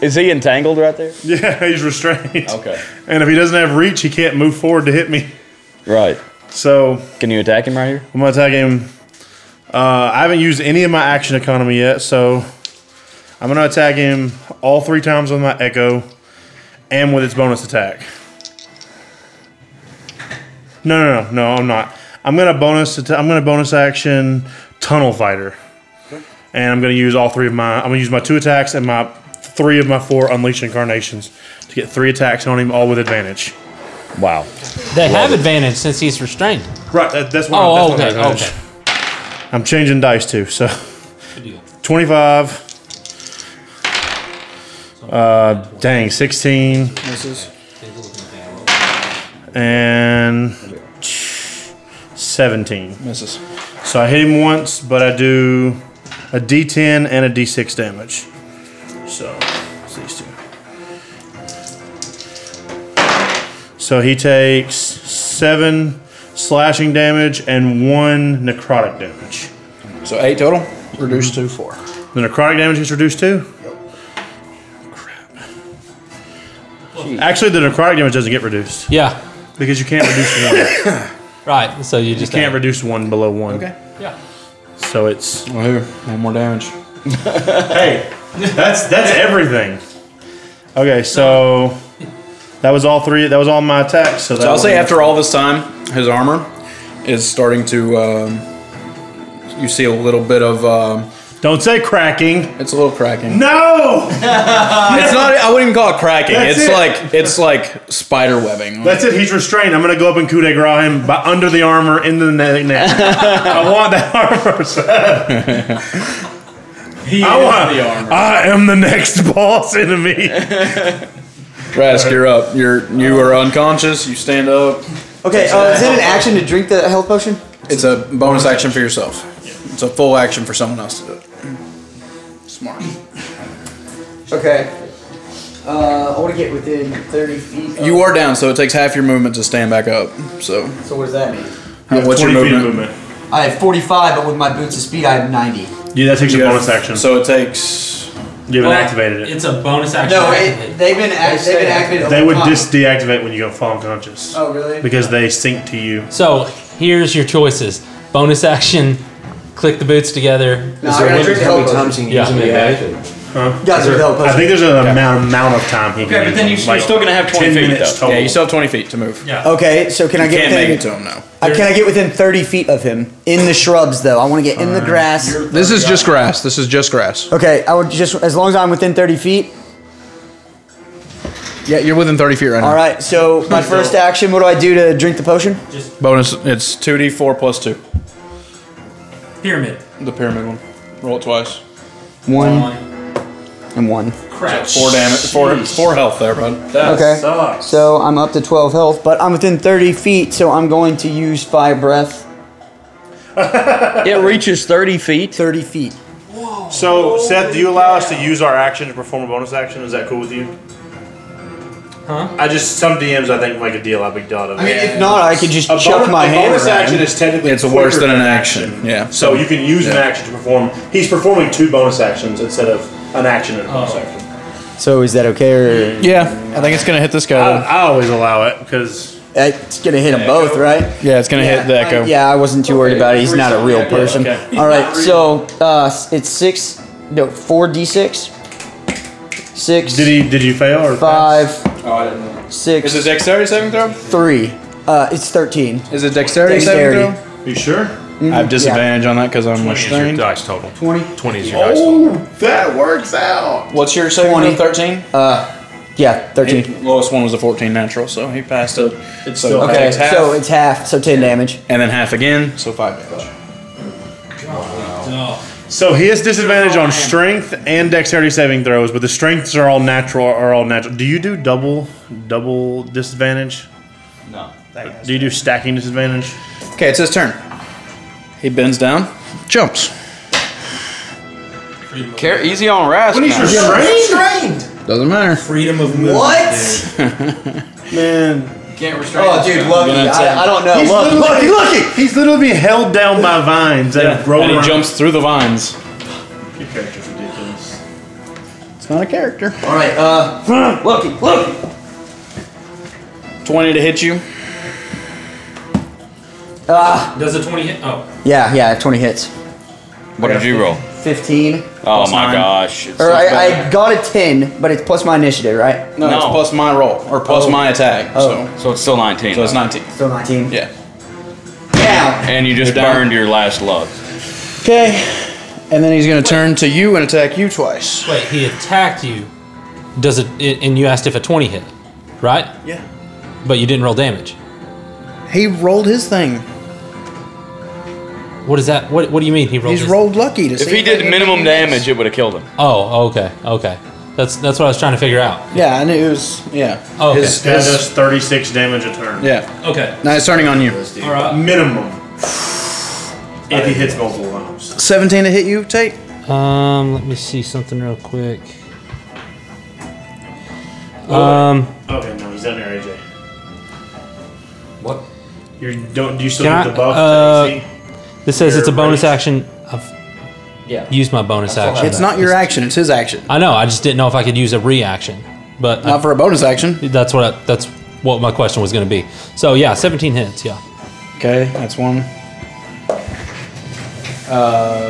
Is he entangled right there?
Yeah, he's restrained.
Okay.
And if he doesn't have reach, he can't move forward to hit me.
Right.
So
Can you attack him right here?
I'm gonna attack him. Uh, I haven't used any of my action economy yet, so I'm gonna attack him all three times with my echo and with its bonus attack. No, no, no, no, I'm not. I'm gonna bonus. atta I'm gonna bonus action tunnel fighter, and I'm gonna use all three of my. I'm gonna use my two attacks and my three of my four unleashed incarnations to get three attacks on him, all with advantage.
Wow.
They have advantage since he's restrained.
Right. That, that's what.
Oh,
I'm, that's
okay,
what I'm
okay.
I'm changing dice too. So, twenty-five. Uh, dang, sixteen.
Misses.
and 17.
Misses.
So I hit him once, but I do a d10 and a d6 damage. So, it's these two. So he takes seven slashing damage and one necrotic damage.
So eight total, reduced to four.
The necrotic damage is reduced to? Crap. Actually, the necrotic damage doesn't get reduced.
Yeah.
Because you can't reduce one.
right, so you just
can't reduce one below one. Okay.
Yeah.
So it's.
Well, here, one more damage.
hey, that's that's everything. Okay, so that was all three. That was all my attacks. So,
So,
that
I'll say
was-
after all this time, his armor is starting to. Um, you see a little bit of. Um,
Don't say cracking.
It's a little cracking.
No.
it's not. I wouldn't even call it cracking.
That's
it's
it.
like it's like spider webbing.
That's it. He's restrained. I'm gonna go up and coup de grace him by under the armor into the ne- neck. I want that armor.
He
I
is
want
the armor.
I am the next boss enemy.
Rask, you're up. You're you are unconscious. You stand up.
Okay, uh, is it an action to drink the health potion?
It's a bonus action for yourself. It's a full action for someone else to do it. Smart.
Okay. Uh, I want to get within 30 feet. of-
You are down, so it takes half your movement to stand back up. So
So what does that mean?
Yeah, what's your
20 feet of
movement?
I have 45, but with my boots of speed, I have 90.
Yeah, that takes
You
a
have-
bonus action.
So it takes.
You haven't activated it.
It's a bonus action.
No, it, they've been act, they've been activated.
They
over
would
time.
dis deactivate when you go fall unconscious.
Oh, really?
Because they sync to you.
So here's your choices: bonus action, click the boots together.
No, I gotta drink the health potion.
Yeah.
Huh?
Guys, there's no
I
potion.
think there's an amount, amount of time he can use them, like 10 minutes total.
Yeah, you still have 20 feet to move. Yeah.
Okay, so can I
You
get
can't
within,
make it to him, no.
Uh, can I get within 30 feet of him in the shrubs though? I want to get in the grass.
This is just grass. This is just grass.
Okay, I would just as long as I'm within 30 feet.
Yeah, you're within 30 feet right now.
All right, so my first action, what do I do to drink the potion?
Bonus. It's 2d4 plus 2.
Pyramid.
The pyramid one. Roll it twice.
One and one.
Crap. four damage. Four, four health there, bud.
okay. So I'm up to 12 health, but I'm within 30 feet, so I'm going to use fire breath.
it reaches 30 feet.
30 feet.
So, Seth, do you allow us to use our action to perform a bonus action? Is that cool with you?
Huh?
I just some DMs I think make a deal. I big deal.
I mean, if not, I could just chuck my
a
hand
Bonus
around.
action is technically
It's worse
quicker
than an action. Yeah.
So you can use an
Yeah.
action to perform. He's performing two bonus actions instead of an action and a bonus action.
So is that okay? Or
Yeah, I think it's gonna hit this guy.
Uh,
I, I always allow it because
it's gonna hit them both, right?
Yeah, it's gonna hit the echo.
Yeah, I wasn't too worried about it. He's not a real
Yeah,
person.
okay.
All right, so uh, it's six, no, four d six. Six. Did
he? Did you fail or
five?
Oh, I didn't know.
Six.
Is it dexterity saving throw?
Three. Uh, it's thirteen.
Is it dexterity,
Dexterity.
saving throw?
You sure?
I have disadvantage on that because I'm restrained.
dice total.
20?
20 is your dice total.
Oh, that works out. What's your saving
20.
throw? 13?
Uh, yeah, thirteen.
He- lowest one was a 14 natural, so he passed it. It's so it
okay,
takes half,
so it's half, so ten damage.
and then half again, so five damage.
So he has disadvantage on strength and dexterity saving throws, but the strengths are all natural. Are all natural. Do you do double double disadvantage?
No.
Do you do stacking disadvantage?
Okay, it's his turn. He bends down, jumps.
Care, easy on Rask.
When he's
now.
Restrained.
Doesn't matter.
Freedom of
movement, What?
Man.
Can't restrain.
Oh, dude, lucky. I, I don't know.
He's
Lucky,
literally-
lucky, lucky.
He's literally being held down by vines that have grown
and he
around-
jumps through the vines.
Your character's ridiculous.
It's not a character.
All right, uh, lucky, lucky.
20 to hit you.
Ah,
Does a twenty hit? Oh.
yeah, yeah, twenty hits.
What did you roll?
Fifteen.
Oh my gosh. it's
Or
not
I, I
bad.
got a ten, but it's plus my initiative, right?
No, it's plus my roll, or plus
Oh.
my attack.
Oh.
so it's still 19.
So, so it's 19.
Still nineteen.
Yeah.
And you just
You're down.
burned your last love.
Okay. And then he's going to turn to you and attack you twice.
Wait, he attacked you. Does it? i- And you asked if a twenty hit, right?
Yeah.
But you didn't roll damage.
He rolled his thing.
What is that? What What do you mean he rolled?
He's
his-
rolled lucky to see
If he did minimum damage, it would have killed him.
Oh, okay, okay. That's that's what I was trying to figure out.
Yeah, I knew it was. Yeah.
Oh, okay.
His, that does 36 damage a turn.
Yeah.
Okay.
Now it's turning on you.
All right.
Minimum. If he hits multiple rounds.
17 to hit you, Tate?
Um, let me see something real quick. Um,
Okay, no, he's down there, AJ.
What?
You don't. Do you still
can I,
get the buff?
uh,
to AC?
this says it's a
Your
bonus
raise?
action. I've
Yeah.
used my bonus
That's all
action.
that- It's not your action, it's his action.
I know. I just didn't know if I could use a reaction, but
Not for a bonus action.
That's what I, that's what my question was going to be. So yeah, 17 hits. Yeah.
Okay, that's one. Uh,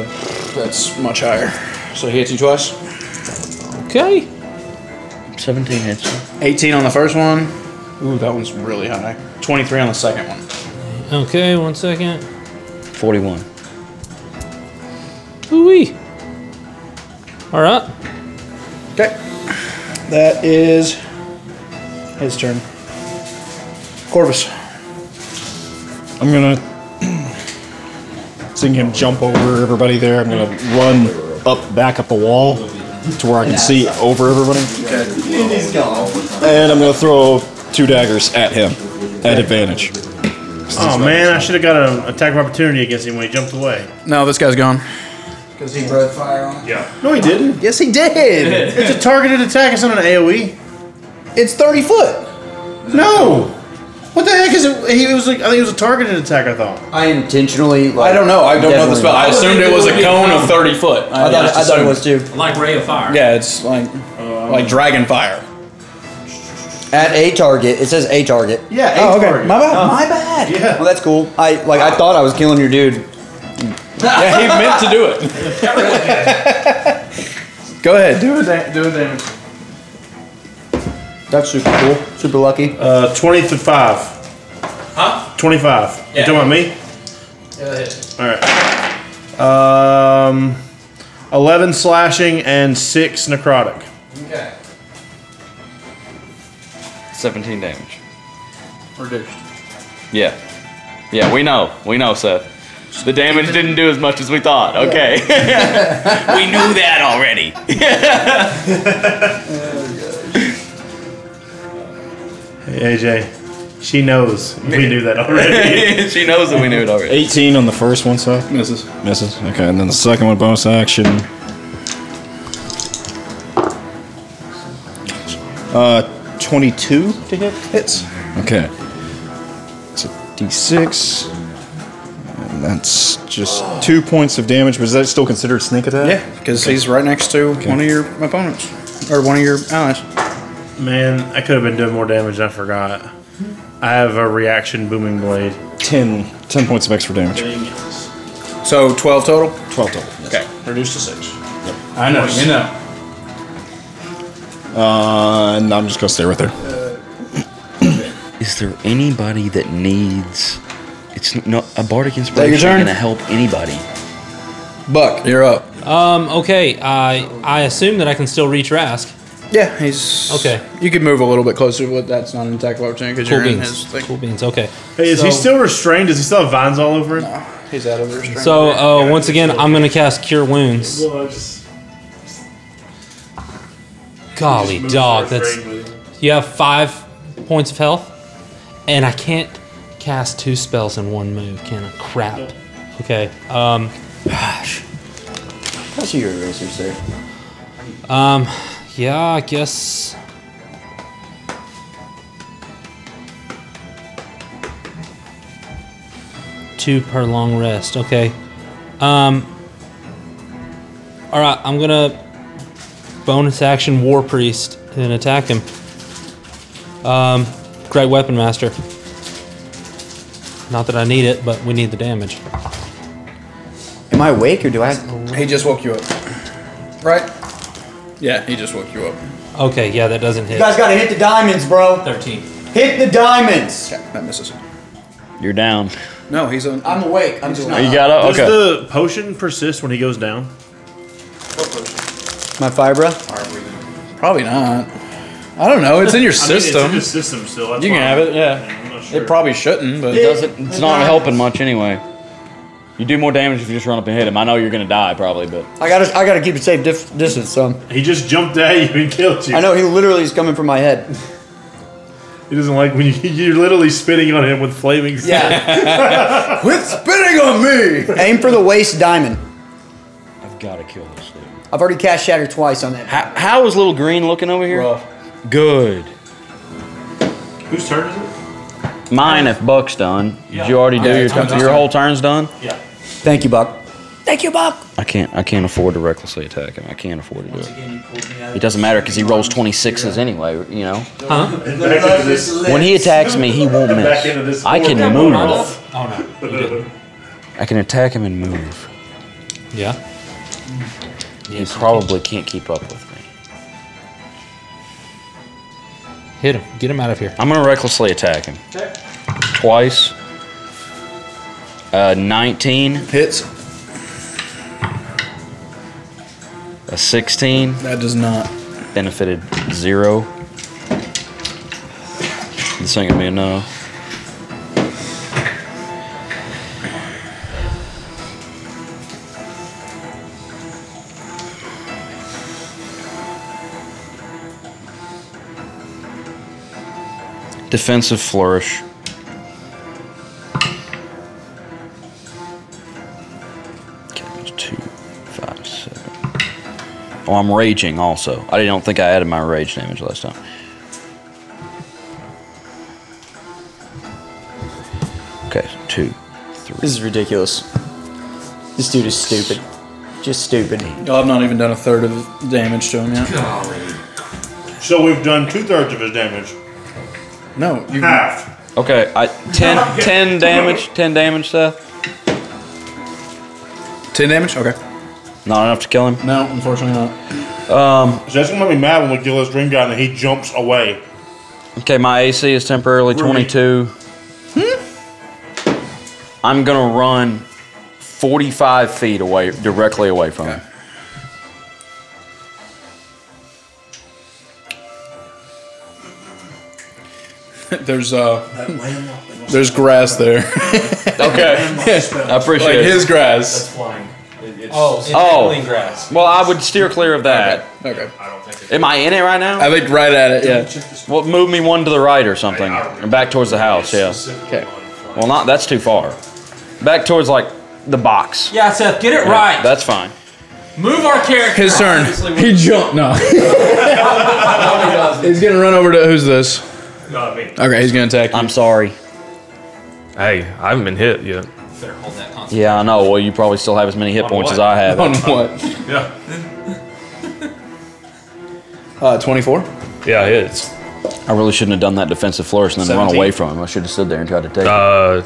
that's much higher. So he hits you twice.
Okay.
17 hits. 18 on the first one. Ooh, that one's really high. 23 on the second one.
Okay. One second.
41.
Ooh All right.
Okay. That is his turn. Corvus.
I'm gonna seeing him jump over everybody there. I'm gonna run up back up the wall to where I can see over everybody, and I'm gonna throw two daggers at him at advantage.
Oh man, I should have got an attack of opportunity against him when he jumped away.
No, this guy's gone.
Because he breathed fire on him.
Yeah. No, he didn't.
Yes, he did.
it's a targeted attack. It's not an E. AOE.
It's 30 foot.
No. What the heck is it? He was like, I think it was a targeted attack. I thought.
I intentionally. Like,
I don't know. I don't know the spell. I assumed it was a cone of 30 foot.
I thought-
just
I thought it was
assumed.
too.
Like ray of fire.
Yeah, it's like like dragon fire.
At a target, it says a target.
Yeah, a
oh, okay.
target.
My bad.
Oh.
My bad.
Yeah.
Well, that's cool. I like. I thought I was killing your dude.
yeah, he meant to do it. Go ahead.
Do a da- do a damage.
That's super cool. Super lucky.
Uh, twenty to five. Huh? Twenty-five. You
Yeah.
talking about me? All right. Um, eleven slashing and six necrotic.
Okay.
17 damage.
Reduced.
Yeah. Yeah, we know. We know, Seth. The damage didn't do as much as we thought. Okay. we knew that already.
Hey, AJ, she knows. We knew that already.
she knows that we knew it already.
18 on the first one, so
misses.
Misses. Okay, and then the second one, bonus action. Uh, 22 to hit. Hits. Okay. It's a D6. And that's just two points of damage, but is that still considered sneak attack?
Yeah, because he's right next to one of your opponents or one of your allies.
Man, I could have been doing more damage. and I forgot. I have a reaction booming blade.
10, 10 points of extra damage.
So twelve total.
Twelve total.
Okay, reduced to six.
I know, you know.
Uh, and I'm just gonna stay right there.
Is there anybody that needs? It's n- no a bardic
that
inspiration
your turn?
gonna help anybody.
Buck, you're up.
Um. Okay. I I assume that I can still reach Rask.
Yeah, he's
Okay.
You could move a little bit closer, but that's not an attack of opportunity because
Cool
you're in
beans.
his thing.
Cool beans. Okay.
Hey, is he
So-
still restrained? Does he still have vines all over him?
He's out of restraint.
So uh, once again, I'm gonna cast Cure Wounds. Golly dog, that's you have five points of health, and I can't cast two spells in one move. Can I? Crap. Okay. Um. Gosh.
That's your erasers there.
Um. Yeah, I guess. Two per long rest. Okay. Um. All right, I'm gonna bonus action War Priest and attack him. Um, great weapon master. Not that I need it, but we need the damage.
Am I awake or do I?
He just woke you up, right? Yeah, he just woke you up.
Okay, yeah, that doesn't hit.
You guys gotta hit the diamonds, bro.
Thirteen.
Hit the diamonds.
Okay, that misses.
You're down.
No, he's on.
I'm awake. I'm just not.
You got up?
Does
Okay.
the potion persist when he goes down?
My fibra.
Probably not. I don't know. It's in your
I mean, it's in
system.
his system still. that's
you can
why.
have it. Yeah.
I'm not sure.
It probably shouldn't, but
It doesn't. It's not helping much anyway. You do more damage if you just run up and hit him. I know you're gonna die probably, but
I gotta, I gotta keep it safe dif- distance. So
he just jumped at you and killed you.
I know he literally is coming from my head.
He doesn't like when you, you're literally spitting on him with flaming.
Yeah. Quit spitting on me. Aim for the waist diamond.
I've gotta kill this dude.
I've already cast shatter twice on that.
How, how is little green looking over here? Good.
Whose turn is it?
Mine if Buck's done. Did you already do
Yeah,
your
it's my
turn?
turn.
Your whole turn's done?
Yeah.
Thank you, Buck. Thank you, Buck.
I can't I can't afford to recklessly attack him. I can't afford to do
it.
It doesn't matter because he rolls 26s anyway, you know?
Huh?
When he attacks me, he won't
Back into this
miss. I can
horrible
move.
roll. Oh, no. You didn't.
I can attack him and move.
Yeah.
He probably can't keep up with me.
Hit him. Get him out of here.
I'm gonna recklessly attack him. Twice. Uh, 19
hits.
A 16.
That does not
benefited zero. This ain't gonna be enough. Defensive flourish. Okay, there's two, five, seven. Oh, I'm raging also. I don't think I added my rage damage last time. Okay, two, three.
This is ridiculous. This dude is stupid. Just stupid.
I've not even done a third of damage to him yet.
So we've done two thirds of his damage.
No, you
half.
Okay, I 10, 10 damage. Ten damage, Seth.
Ten damage. Okay.
Not enough to kill him.
No, unfortunately not.
Um.
So that's gonna make me mad when we kill this dream guy and he jumps away.
Okay, my AC is temporarily
Ruby.
22. I'm gonna run 45 feet away, directly away from him.
there's uh, there's grass there.
Okay. I appreciate
like
it.
his grass.
flying.
Oh, it's
oh.
clean grass.
Well, I would steer clear of that.
Okay.
Am I in it right now?
I think right at it. Yeah.
Well, move me one to the right or something, or back towards the house. Yeah.
Okay.
Well, not that's too far. Back towards like the box.
Yeah, Seth, get it
Yeah,
right.
That's fine.
Move our character.
His turn. He jumped. No. he's gonna run over to who's this?
Not me.
Okay, he's gonna attack you.
I'm sorry.
Hey, I haven't been hit yet.
Yeah, I know. Well, you probably still have as many hit
On
points
what?
as I have.
On
what?
Yeah.
Uh, 24.
Yeah, it is.
I really shouldn't have done that defensive flourish and then run
17.
away from him. I should have stood there and tried to take him.
Uh,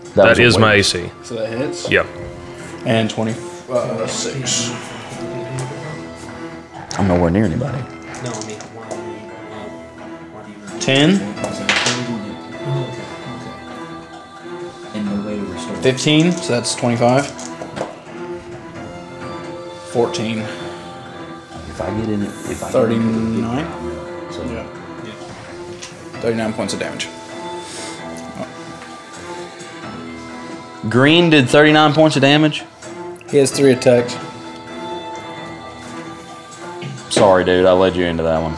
was
that
a
is my
waste.
AC.
So that hits.
Yeah.
And Uh, 26.
I'm nowhere near anybody.
No, I mean, why?
10. 15. So that's 25. 14. If
I get in it, if I
39. yeah. 39 points of damage.
Green did 39 points of damage.
He has three attacks.
Sorry, dude. I led you into that one.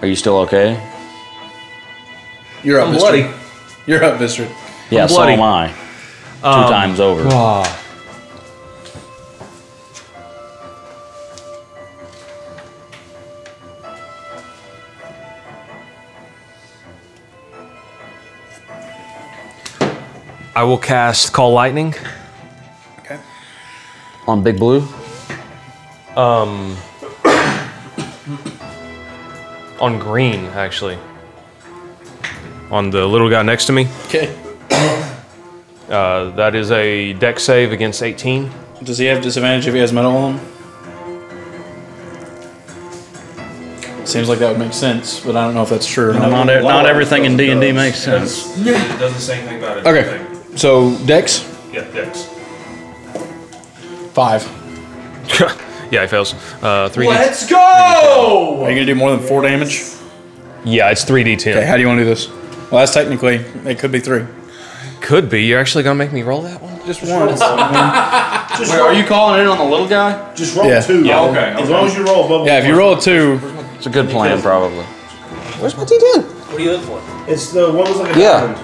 Are you still okay?
You're up,
I'm
Mr.
Oh, bloody.
You're up, Mr.
Yeah, so am I. Two
Um,
times over.
God.
I will cast Call Lightning.
On Big Blue?
Um, on green, actually. On the little guy next to me.
Okay.
Uh, that is a deck save against 18.
Does he have disadvantage if he has metal on him? Seems like that would make sense, but I don't know if that's true or not.
not, not everything in D and D makes sense.
It doesn't say anything about it.
Okay, so Dex
Yeah, Dex.
five.
yeah, he fails. Uh, 3D.
go! Are you gonna do more than four damage?
Yeah, it's 3D10.
Okay, how do you want to do this? Well, that's technically it could be three.
Could be. You're actually gonna make me roll that one.
Just once.
Just
Wait,
roll-
are you calling in on the little guy?
Just
roll Yeah. two.
Yeah, okay.
As long as you
roll above.
Yeah, if you roll a two, it's a good plan probably.
Where's my D10? What are you looking for? It's the one was like a
Yeah.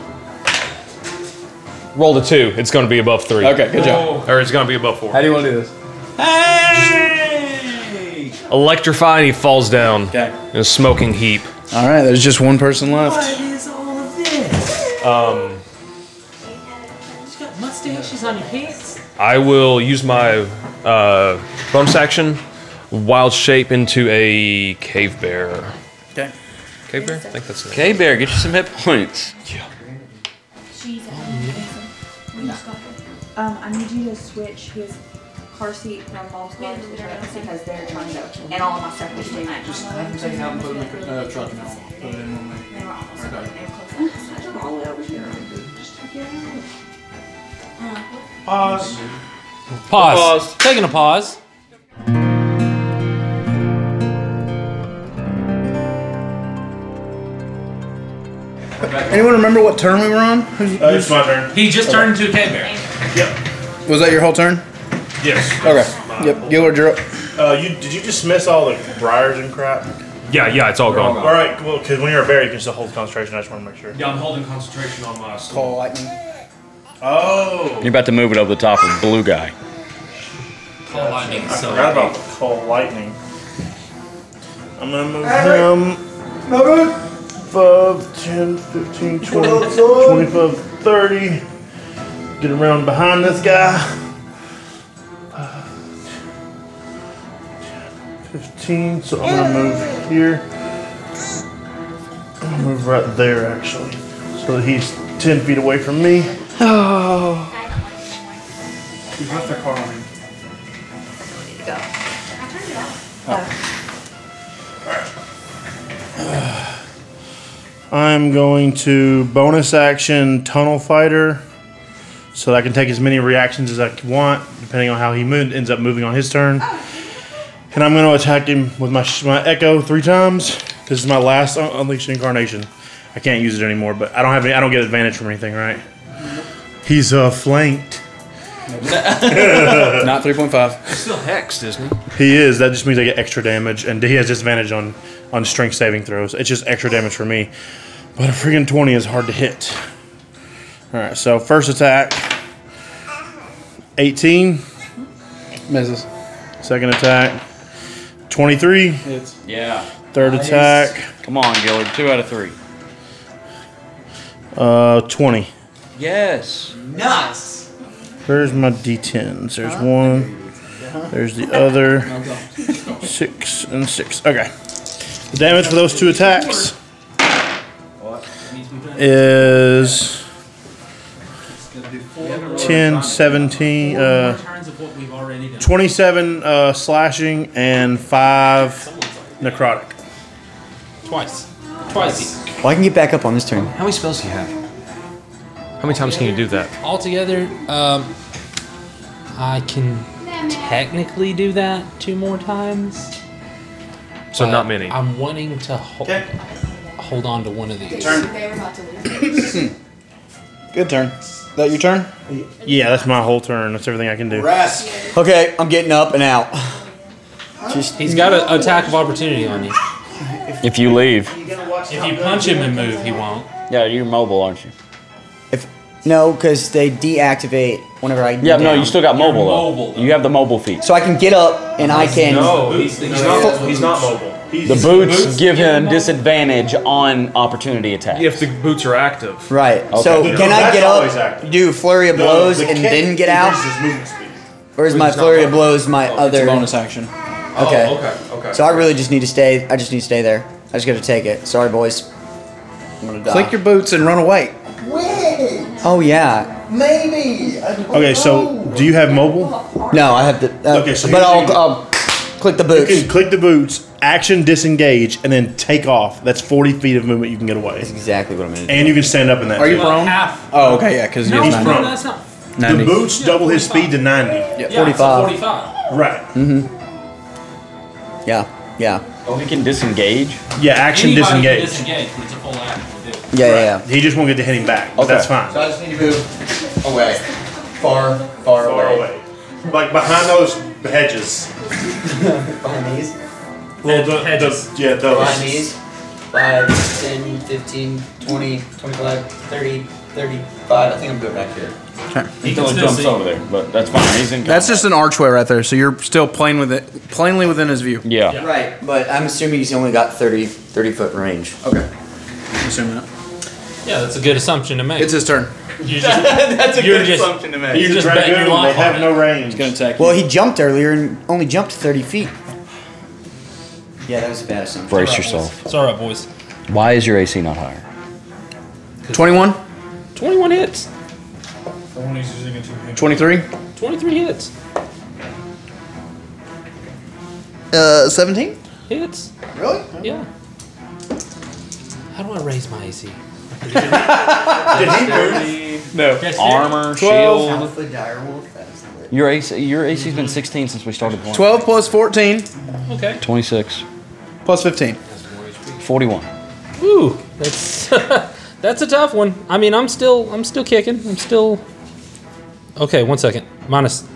Roll to two. It's going to be above three.
Okay, good job.
Or it's going to be above four.
How do you want to do this?
Electrify and he falls down
Okay.
in a smoking heap.
All right, there's just one person left.
is all of this?
Um,
She's got mustaches on your pants.
I will use my uh, bonus action, wild shape into a cave bear.
Okay.
Cave bear? I think that's the name.
K Bear, get you some hit points.
She's at We just got her. Um, I need you to switch his car seat from mom's car to the truck because they're trying to, and all of my stuff is doing that. Just have them take it out and put it in the uh, truck now. Put it in one way. They were almost okay. they were close. All the way over here. Just take it out.
Pause. Pause. Taking a pause.
Anyone remember what turn we were on? Who's,
Uh, it's my turn.
He just turned into a cave bear.
Was that your whole turn?
Yes.
Okay. Yep. Gillard, you're up.
Uh, you did you dismiss all the briars and crap?
Yeah, yeah, it's all gone.
All right. Well, because when you're a bear, you can still hold concentration. I just want to make sure.
Yeah, I'm holding concentration on my sword.
Call lightning.
Oh.
You're about to move it over the top of blue guy.
Call lightning. I forgot about call lightning. I'm gonna move
Alright.
him. Above 10, 15, 20, 25, 30. Get around behind this guy. Uh, 15, so I'm gonna move here. I'm gonna move right there actually. So that he's 10 feet away from me. Oh. You left the car on I'm going to bonus action tunnel fighter so that I can take as many reactions as I want, depending on how he mo- ends up moving on his turn. And I'm going to attack him with my, sh- my echo three times. This is my last un- unleashed incarnation. I can't use it anymore, but I don't have any, I don't get advantage from anything, right? He's uh, flanked.
Not 3.5.
He's still hexed, isn't he?
He is. That just means I get extra damage, and he has disadvantage on on strength saving throws. It's just extra damage for me. But a freaking twenty is hard to hit. All right. So first attack, eighteen,
misses.
Second attack, twenty-three.
Hits. Yeah.
Third
Nice.
attack,
Come on, Gillard. Two out of three.
uh, twenty.
Yes.
Nice.
There's my d10s. There's one. There's the other. Six and six. Okay. The damage for those two attacks is 10, 17, uh, 27 uh, slashing and 5 necrotic.
Twice. Twice.
Well, I can get back up on this turn.
How many spells do you have? How many times can you do that?
Altogether, um, I can technically do that two more times.
So
but
not many.
I'm wanting to ho- hold on to one of these.
They were about to leave.
Good turn. that your turn?
Yeah, that's my whole turn. That's everything I can do.
Rask. Okay, I'm getting up and out. Just
He's got an attack of opportunity on you.
If you leave.
If you punch him and move, he won't.
Yeah, you're mobile, aren't you?
No, because they deactivate whenever I.
Yeah,
down.
no, you still got mobile though. You have the mobile feet.
So I can get up and I can.
mobile.
the boots give him disadvantage on opportunity attack.
If the boots are active.
Right. So
Okay.
can
No,
I
that's
get
always
up,
active.
do flurry of
No,
blows,
the
and
kick
then get out? Or is
Which
my
is not
flurry of
bonus.
blows my
Oh, it's
other
a bonus action?
Oh,
Okay.
okay, okay.
So I really just need to stay. I just need to stay there. I just got to take it. Sorry, boys. I'm gonna die.
Click your boots and run away.
Wait,
Oh yeah.
maybe.
Okay, so do you have mobile?
No, I have the. Uh,
okay, so
but
you-
I'll, I'll click the boots.
You can click the boots, action disengage, and then take off. That's 40 feet of movement you can get away. That's
exactly what I'm going to
And you can stand up in that.
Are you
too.
prone? Oh, okay, yeah, because
No,
he's
he's
not.
prone.
That's not.
The
90.
boots double his speed to 90.
Yeah,
Yeah, it's a 45.
Right.
Mm-hmm. Yeah. Yeah.
Oh, he can disengage?
Yeah, action
Anybody can
disengage.
disengage. It's a full action.
Yeah, yeah, yeah.
He just won't get to hit him back. But
Okay.
That's fine.
So I just need to move away. Far, far,
Far
away.
away. Like behind those hedges.
behind these?
Well, the, the, yeah, those.
Behind these? 5, 10, 15, 20, 25, 30, 35. I think I'm good back here.
He totally jumps over there, but that's fine. He's in.
That's just an archway right there, so you're still plain with it, plainly within his view.
Yeah.
Right, but I'm assuming he's only got 30, 30 foot range. Okay.
Assuming that.
Yeah, that's a good assumption to make. It's
his turn.
You just, you're just- You're just betting your life on it.
no range.
gonna attack.
Well, he jumped earlier and only jumped 30 feet. Yeah, that was a bad assumption.
Brace yourself.
It's all right, boys.
Why is your AC not higher?
21,
21 hits.
23,
23 hits.
uh, 17.
Hits.
Really?
Yeah. How do I raise my AC?
No.
Yes, sir.
Armor, shield.
Alpha direwolf. That is
Your AC, your AC's been 16 since we started playing.
12 plus 14,
26.
plus 15.
41.
Ooh, that's that's a tough one. I mean, I'm still I'm still kicking. I'm still Okay, one second. Minus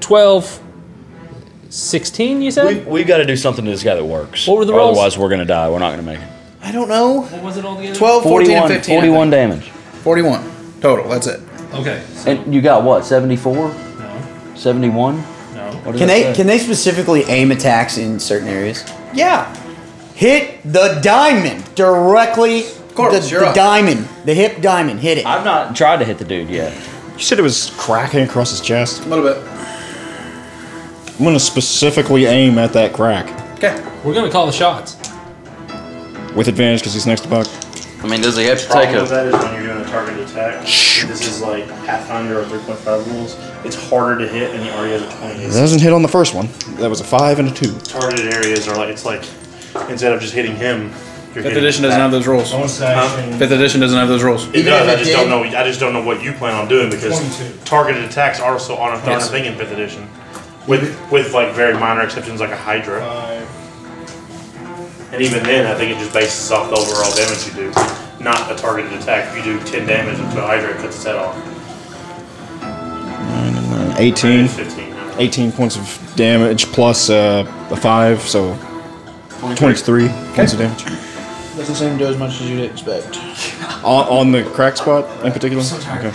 12 16 you said?
We, we've got to do something to this guy that works.
What were the
Or
rolls?
Otherwise, we're going to die. We're not going to make it.
I don't know.
What was it all together?
12, 14,
41,
and 15. I
41 damage.
think. 41 total. That's it.
Okay.
And you got what, 74?
No.
71? No.
Can they can they specifically aim attacks in certain areas? Yeah. Hit the diamond directly.
course,
the,
you're
the
up.
diamond, the hip diamond, hit it.
I've not tried to hit the dude yet.
You said it was cracking across his chest.
A little bit.
I'm gonna specifically aim at that crack
Okay.
We're going to call the shots.
with advantage because he's next to Buck.
I mean, does he have to
problem
take
with
a.
that is when you're doing a target attack. This is like Pathfinder or 3.5 rules. It's harder to hit, and he already has a 20.
It doesn't hit on the first one. That was a five and a two.
Targeted areas are like it's like instead of just hitting him. You're
Fifth edition doesn't have those rules. Fifth edition doesn't have those rules.
It does. I just don't know. I just don't know what you plan on doing because targeted attacks are also on a darn
Yes.
thing in fifth edition, with with like very minor exceptions like a Hydra. And even then, I think it just bases off the overall damage you do, not a targeted attack. If you do ten damage to a Hydra, it cuts its head off.
Uh, 18.
15.
18 points of damage plus uh, a five, so 23 points of damage.
Doesn't seem to do as much as you'd expect.
On, on the crack spot in particular? Okay.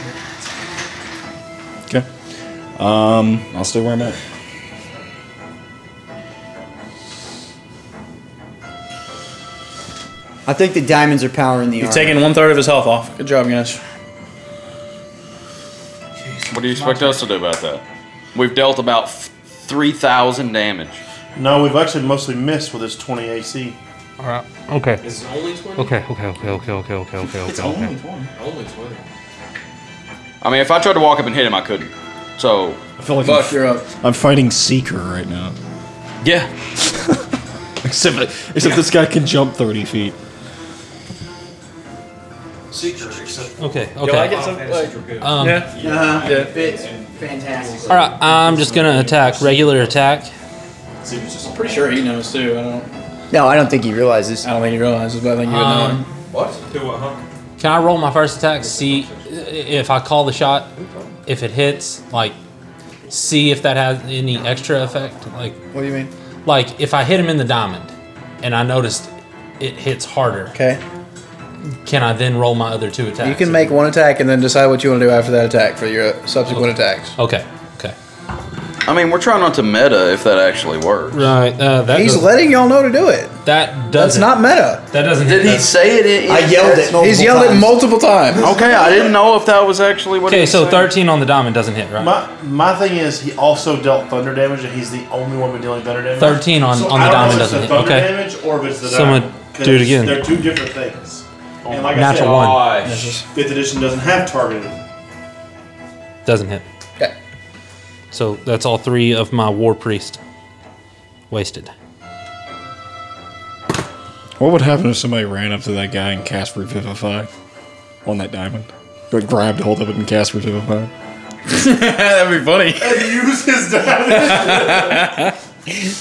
Okay. Um, I'll stay where I'm at.
I think the diamonds are powering the
You've
armor.
taken one third of his health off. Good job, guys.
What do you expect us to do about that? We've dealt about 3,000 damage.
No, we've actually mostly missed with his 20 AC.
All right. Okay.
It's only 20?
Okay, okay, okay, okay, okay, okay, okay, okay. okay.
20.
Only 20.
I mean, if I tried to walk up and hit him, I couldn't. So.
I feel like
Buck,
I'm,
you're
Uh-huh.
up.
I'm fighting Seeker right now.
Yeah.
except except this guy can jump 30 feet.
Okay, okay.
I get some-
Um,
yeah.
Uh-huh.
Yeah.
Fits fantastic.
All right, I'm just going to attack regular attack.
I'm pretty sure he knows too. I don't.
No, I don't think he realizes.
I don't think he realizes, but I think you would know.
Um,
What? Do what, huh?
Can I roll my first attack? See if I call the shot, if it hits, like see if that has any extra effect. Like
What do you mean?
like if I hit him in the diamond and I noticed it hits harder,
Okay.
can I then roll my other two attacks?
You can make one attack and then decide what you want to do after that attack for your uh, subsequent attacks.
Okay. Okay.
I mean, we're trying not to meta if that actually works.
Right. Uh, that
He's
does,
letting y'all know to do it.
that
That's
doesn't.
not meta.
that doesn't.
Did he say it? In,
I yelled it multiple
He's yelled it
times.
multiple times.
Okay, I didn't know if that was actually what. he
Okay,
was
so
saying.
13 on the diamond doesn't hit, right?
My my thing is he also dealt thunder damage, and he's the only one been dealing thunder damage.
13 on- on the
I don't
diamond
know if it's
doesn't hit.
the thunder
Okay.
damage or if it's the
Someone
diamond,
do it
'cause
again.
They're two different things. and like
Natural one.
I
Gosh.
said, fifth edition doesn't have targeted.
Doesn't hit.
Okay.
So that's all three of my war priest wasted.
What would happen if somebody ran up to that guy and cast Revivify on that diamond? Like grabbed hold of it and cast Revivify?
That'd be funny.
And use his damage.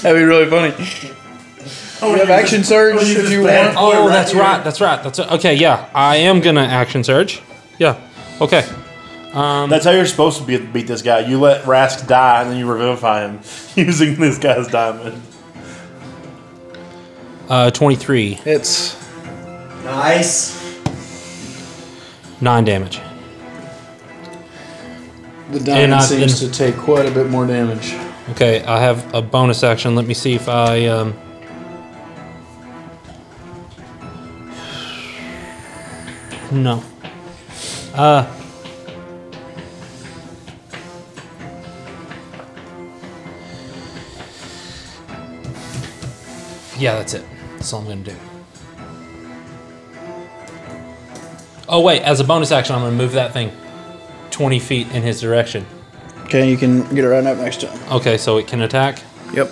That'd be really funny. you have action surge if you want.
Oh, that's right. That's right. That's okay. Yeah, I am gonna action surge. Yeah. Okay. Um,
That's how you're supposed to be, beat this guy. You let Rask die, and then you revivify him using this guy's diamond.
Uh, twenty-three,
It's
nice.
nine damage.
The
And I-
diamond seems to
and-
take quite a bit more damage.
Okay, I have a bonus action. Let me see if I. Um, no. Uh. Yeah, that's it. That's all I'm gonna do. Oh wait, as a bonus action, I'm gonna move that thing 20 feet in his direction.
Okay, you can get it right up next to him.
Okay, so it can attack.
Yep.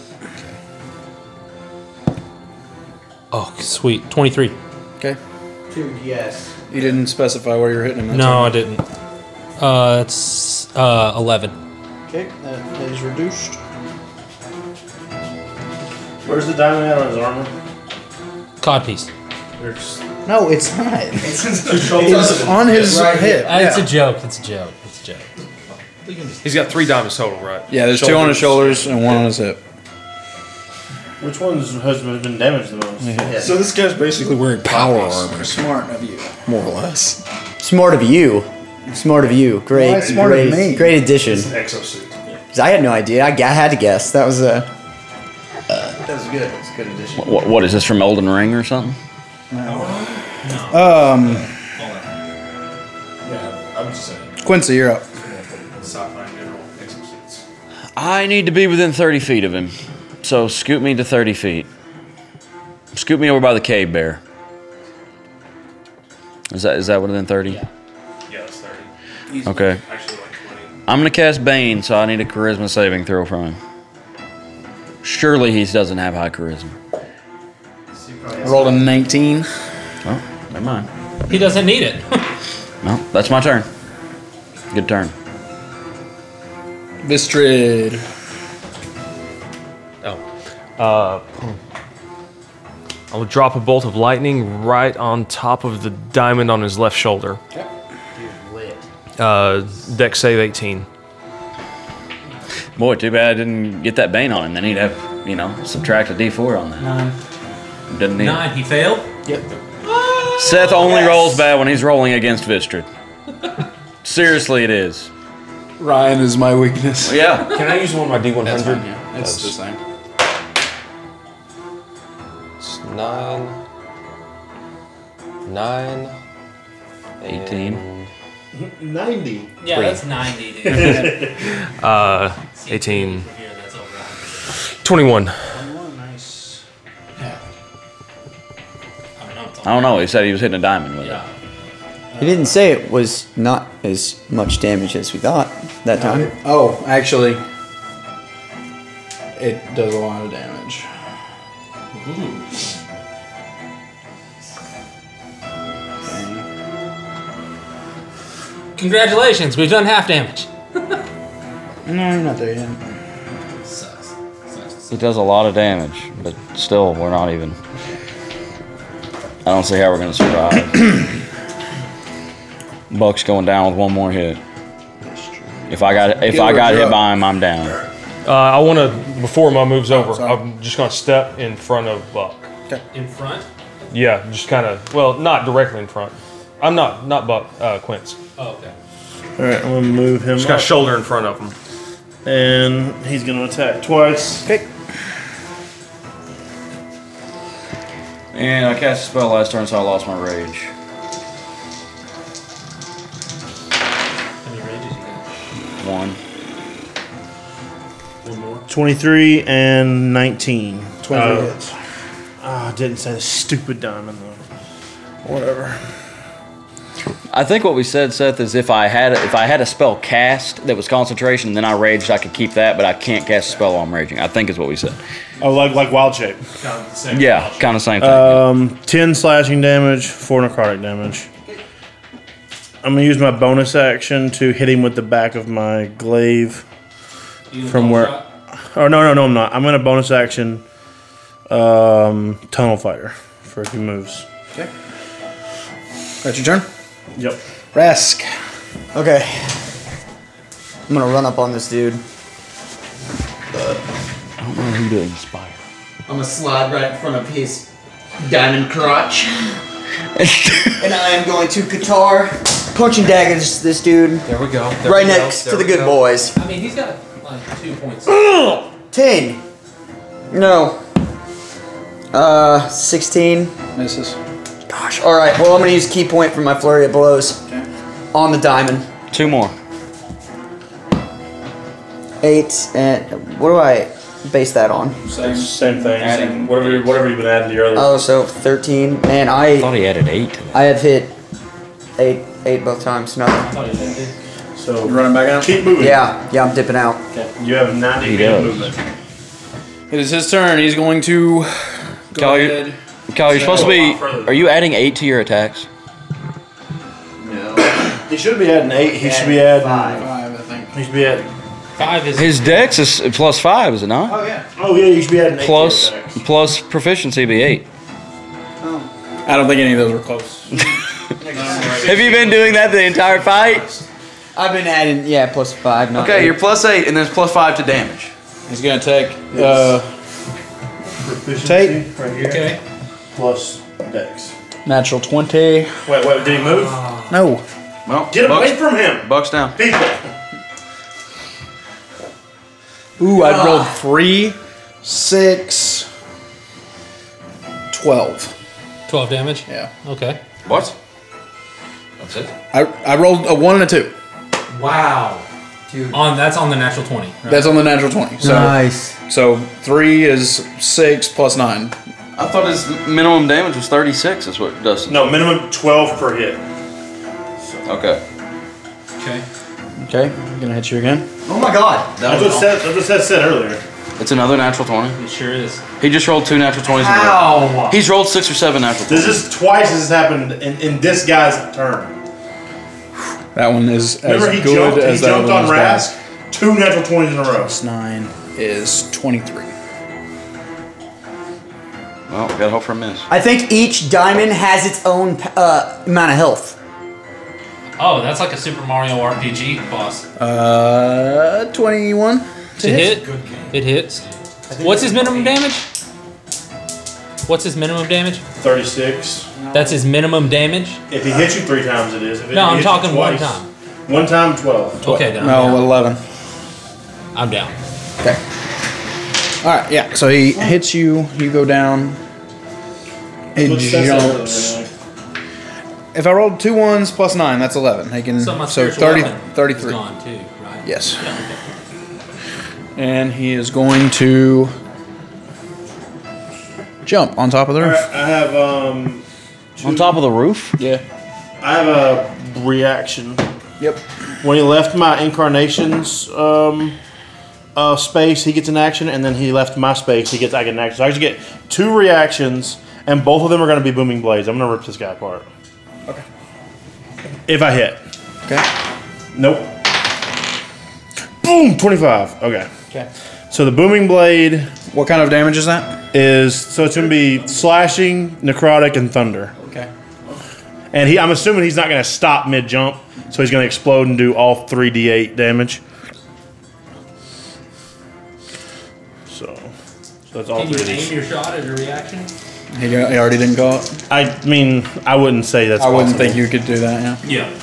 Oh, sweet. 23.
Okay.
Two, yes.
You didn't specify where you're hitting him. that's
no,
all.
I didn't. Uh, it's uh, 11.
Okay, that that is reduced.
Where's the diamond at on his armor?
Codpiece.
There's
No, it's not. it's on his hip.
Uh, It's a
yeah.
joke. It's a joke. It's a joke.
He's got three diamonds total, right?
Yeah, there's two on his shoulders and one on his hip.
Which one's has been damaged the most?
So this guy's basically wearing power armor.
Smart of you.
More or less.
Smart of you. Smart of you. Great.
Why smart of
great,
me?
great addition.
exosuit.
'Cause I had no idea. I, I had to guess. That was uh, a.
That was good. It's a good addition.
What, what, what is this from Elden Ring or something?
Um,
Yeah, I'm just saying.
Quincy, you're up.
Sci-fi in general, exosuits.
I need to be within 30 feet of him. So scoot me to 30 feet. Scoot me over by the cave bear. Is that is that within 30? Yeah, it's 30. Okay. I'm going to cast Bane, so I need a charisma saving throw from him. Surely he doesn't have high charisma.
I rolled a 19.
Oh, never mind.
He doesn't need it.
No, that's my turn. Good turn.
Vistrid.
Oh. Uh, I will drop a bolt of lightning right on top of the diamond on his left shoulder. Uh, deck save 18.
Boy, too bad I didn't get that Bane on him. Then he'd have, you know, subtract a d4 on that.
Nine.
Didn't need it.
Nine. He failed?
Yep.
Seth only rolls bad when he's rolling against Vistrid. Seriously, it is.
Ryan is my weakness.
Yeah.
Can I use one of my D100?
That's fine, yeah. It's the same.
It's nine. Nine.
18.
90.
Yeah,
Three.
that's 90, dude.
Uh, 18. 21.
I don't know. He said he was hitting a diamond with it.
He didn't say it was not as much damage as we thought that time.
Oh, actually, it does a lot of damage.
Congratulations, we've done half damage.
No, you're not there yet.
Sucks.
He does a lot of damage, but still, we're not even. I don't see how we're going to survive. Buck's going down with one more hit. If I got if I
Gilbert,
got
you're
hit
up.
by him, I'm down.
Uh, I want to, before my move's
Oh,
over, I'm just going to step in front of Buck.
In front?
Yeah, just kind of, well, not directly in front. I'm not, not Buck, uh, Quince.
Oh, okay.
All right, I'm gonna move him.
Just got
up.
shoulder in front of him.
and he's gonna attack twice. Okay.
And I cast a spell last turn, so I lost my rage. One.
Twenty-three and nineteen. Oh.
23 hits.
Ah, I didn't say the stupid diamond though. Whatever.
I think what we said, Seth, is if I had if I had a spell cast that was concentration, then I raged. I could keep that, but I can't cast a spell while I'm raging. I think is what we said.
Oh, like like wild shape.
Yeah, kind of same thing.
Uh,
Um, ten slashing damage, four necrotic damage. I'm gonna use my bonus action to hit him with the back of my glaive.
You
From where? Oh no no no I'm not. I'm gonna bonus action. um, tunnel fighter for a few moves.
Okay. That's your turn?
Yep.
Rask.
Okay. I'm gonna run up on this dude.
I don't know who to inspire.
I'm gonna slide right in front of his diamond crotch.
and I am going to guitar punching daggers this dude. There
we go.
there
right
we go,
next
there
to the
we
good
go.
boys.
I mean, he's got like two points.
Ten. No. Uh, sixteen.
Misses.
Gosh. All right. Well, I'm gonna use key point for my flurry of blows on the diamond.
Two more.
Eight and what do I base that on?
Same, same thing. Same, whatever, you- whatever you've been adding to your other.
Oh, so thirteen. Man, I
thought he added eight.
I have hit eight, eight both times. No.
So
You running back out?
Keep moving.
Yeah, yeah, I'm dipping out.
You have 90
He
feet of
does.
movement.
It is his turn. He's going to go
Kyle,
ahead.
you're, Kyle, you're supposed to be. Are you adding eight to your attacks?
He should be adding eight. He should be adding five. I think he should be adding.
Five is
His dex is plus five, is it not?
Oh yeah. Oh yeah. You should be adding eight.
Plus, plus proficiency be eight.
I don't think any of those were close.
Have you been doing that the entire fight?
I've been adding, yeah, plus five. Not
Okay,
eight.
you're plus eight, and then it's plus five to damage.
He's going to take. Uh,
Tape right here. Okay. Plus dex.
natural 20.
Wait, wait. Did he move?
No.
Well,
Get away from him.
Bucks down.
People.
Ooh, I rolled three, six, twelve.
12 damage?
Yeah.
Okay.
What? That's it.
I, I rolled a one and a two.
Wow. Dude. On that's on the natural 20. right?
That's on the natural 20. So,
nice.
So three is six plus nine.
I thought his minimum damage was 36, is what Dustin.
No, minimum 12 per hit.
Okay.
Okay.
Okay, I'm going to hit you again.
Oh my god.
That's what, Seth, that's what Seth said earlier.
It's another natural 20.
It sure is.
He just rolled two natural 20s
Oh,
in a row.
How?
He's rolled six or seven natural 20s.
This is twice this has happened in, in this guy's turn.
That one is as
Remember, he
good
jumped,
as
he
that
jumped
one
on
was bad.
Rask, two natural 20s in a row.
Plus nine is 23.
Well, we gotta hope for a miss.
I think each diamond has its own uh, amount of health.
Oh, that's like a Super Mario RPG boss.
Uh, 21 to,
To hit? It hits. What's his minimum damage? What's his minimum damage?
36.
That's his minimum damage?
If he hits you three times, it is. If it
No, I'm
hits you
talking one
twice-
time.
One time, 12.
Okay, then
No, 11.
I'm down.
Okay. All right, yeah. So he hits you, you go down. It
What's that sound
jumps. If I rolled two ones plus nine, that's 11. He can,
So my
so 30,
spiritual weapon is
33.
gone too, right?
Yes. And he is going to jump on top of the
All right,
roof.
I have, um,
On top of the roof?
Yeah.
I have a reaction.
Yep.
When he left my incarnations um, uh, space, he gets an action, and then he left my space, he gets I get an action. So I actually get two reactions, and both of them are going to be booming blades. I'm going to rip this guy apart. Okay. If I hit.
Okay.
Nope. Boom. Twenty-five. Okay.
Okay.
So the booming blade.
What kind of damage is that?
Is so it's gonna be slashing, necrotic, and thunder.
Okay.
And he, I'm assuming he's not gonna stop mid jump, so he's gonna explode and do all three d8 damage. So, so that's all
Can you
three.
aim your shot as a reaction?
He, he already didn't go up.
I mean, I wouldn't say that's.
I wouldn't
possible.
think you could do that, yeah.
Yeah.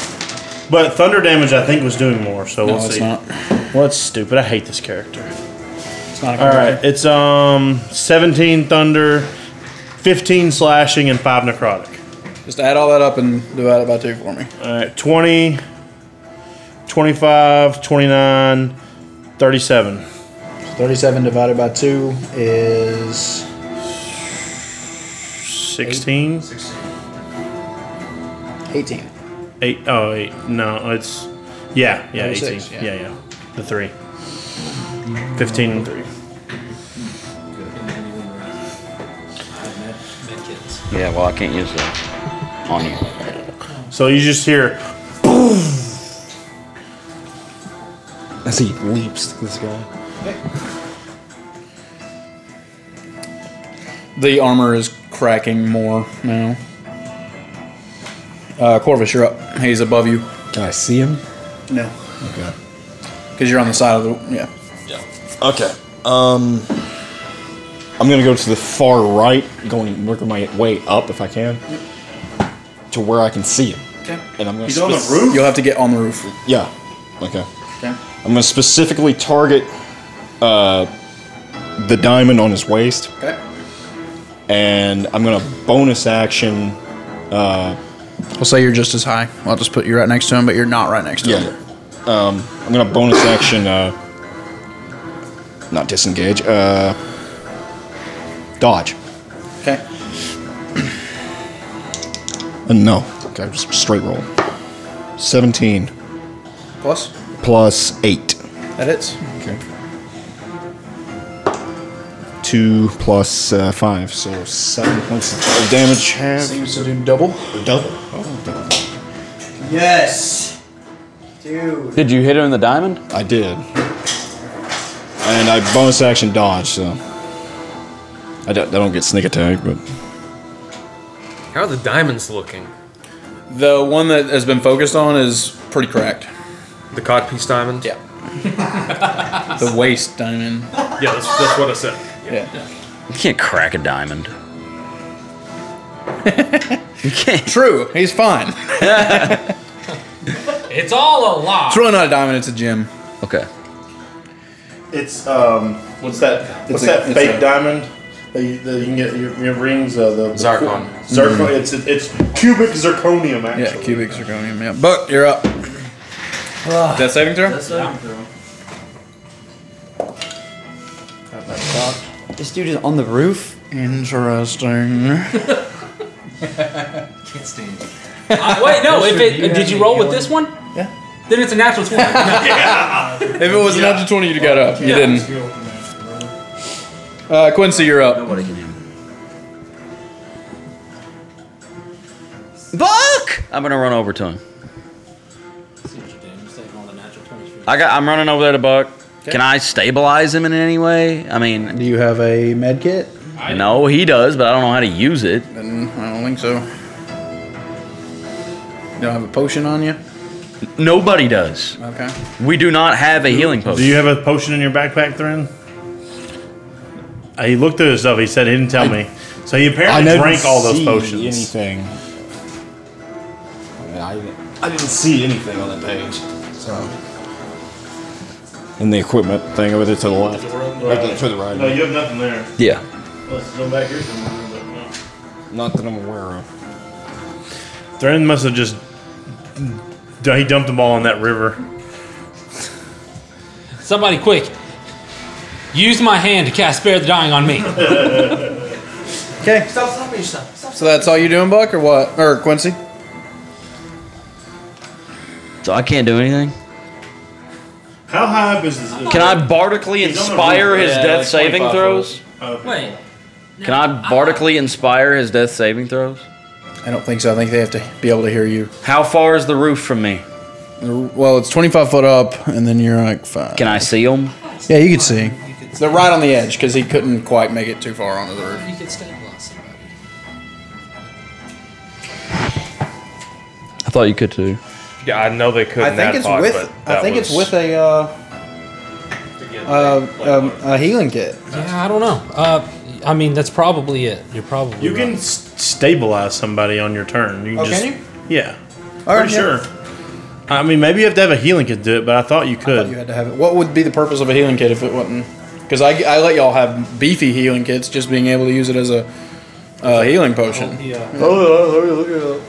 But thunder damage, I think, was doing more. So
No,
we'll
it's
see.
not.
Well, it's stupid. I hate this character.
It's not a
All right, it's um 17 thunder, 15 slashing, and five necrotic.
Just add all that up and divide it by two for me.
All right, 20, 25, 29, 37.
37 divided by two is
16?
18.
Eight, oh, eight. No, it's. Yeah, yeah, 18.
36,
Yeah.
yeah.
yeah, The three. 15 and three.
Yeah, well, I can't use that on you.
So you just hear.
As he leaps to this guy.
The armor is cracking more now. Uh, Corvus, you're up. He's above you.
Can I see him?
No.
Okay.
Because you're on the side of the. Yeah.
Okay. Um, I'm gonna go to the far right, going working my way up if I can, to where I can see him.
Okay.
And I'm gonna
He's on the
spec-
roof? You'll have to get on the roof.
Yeah. Okay.
Okay.
I'm gonna specifically target uh, the diamond on his waist.
Okay.
And I'm gonna bonus action. Uh,
We'll say you're just as high. I'll just put you right next to him, but you're not right next to
yeah.
him.
Um, I'm gonna bonus action. Uh, not disengage. Uh, dodge.
Okay.
Uh, no. Okay, just straight roll. 17
Plus,
plus 8.
that hits.
Okay. 2 plus uh, 5, so 7 points of damage.
Seems to do double.
Double.
Yes. Dude.
Did you hit him in the diamond?
I did. And I bonus action dodge, so. I don't, I don't get sneak attack, but.
How are the diamonds looking?
The one that has been focused on is pretty cracked.
The codpiece diamond?
Yeah. the waist diamond.
Yeah, that's, that's what I said.
Yeah.
You can't crack a diamond.
True. He's fine.
It's all a lie.
It's really not a diamond. It's a gem.
Okay.
It's um, what's that?
It's
What's
a-
that
it's
fake
a-
diamond? That you, that you can get your, your rings. Uh, the
Zircon.
Zircon.
Mhm.
It's it's cubic zirconium actually.
Yeah, cubic zirconium. Yeah. Buck, you're up. Death saving throw?
This dude is on the roof.
Interesting.
Can't stand you.
Uh, wait, no. if it did you roll with this one?
Yeah.
Then it's a natural twenty.
Yeah. if it was an after 20, you'd have got up. You
Yeah.
didn't. Uh, Quincy, you're up. Nobody can
Buck! I'm gonna run over to him. I got. I'm running over there to Buck. Can I stabilize him in any way? I mean,
do you have a med kit?
No, he does, but I don't know how to use it.
Then I don't think so. You don't have a potion on you?
Nobody does.
Okay.
We do not have a healing potion.
Do you have a potion in your backpack, Thren? Uh, He looked through his stuff. He said he didn't tell me. So he
I
apparently
didn't
drank all those
see
potions.
Anything? I, I didn't see anything on that page. So. And the equipment thing over there to the left. Right there, to the right.
No, you have nothing there.
Yeah.
Let's go back here. somewhere, but no.
Not that I'm aware of.
Thren must have just. He dumped them all in that river.
Somebody quick. Use my hand to cast spare the dying on me.
Okay.
Stop slapping yourself. Stop
So that's all you doing, Buck, or what? Or Quincy?
So I can't do anything.
How high up is this?
Can I bardically
He's on the
inspire
roof.
his
Yeah,
death
like
saving
25
throws?
Wait.
Can I bardically inspire his death saving throws?
I don't think so. I think they have to be able to hear you.
How far is the roof from me?
Well, it's 25 foot up, and then you're like five.
Can I see them?
Yeah, you can see. They're right on the edge because he couldn't quite make it too far onto the roof.
You could stabilize somebody.
I thought you could too.
Yeah, I know they could.
I
in
think
that
it's
pod,
with.
but
I
that
think it's
was-
with a. Uh, uh, um, a healing kit.
Yeah, I don't know. Uh, I mean, that's probably it. You're probably.
You can s- stabilize somebody on your turn. You can
Oh,
just,
can
Yeah.
All right,
Pretty
yeah.
sure. I mean, maybe you have to have a healing kit to do it, but I thought you could.
You had to have it. What would be the purpose of a healing kit if it wasn't? Because I, I let y'all have beefy healing kits, just being able to use it as a uh, healing potion.
Oh, look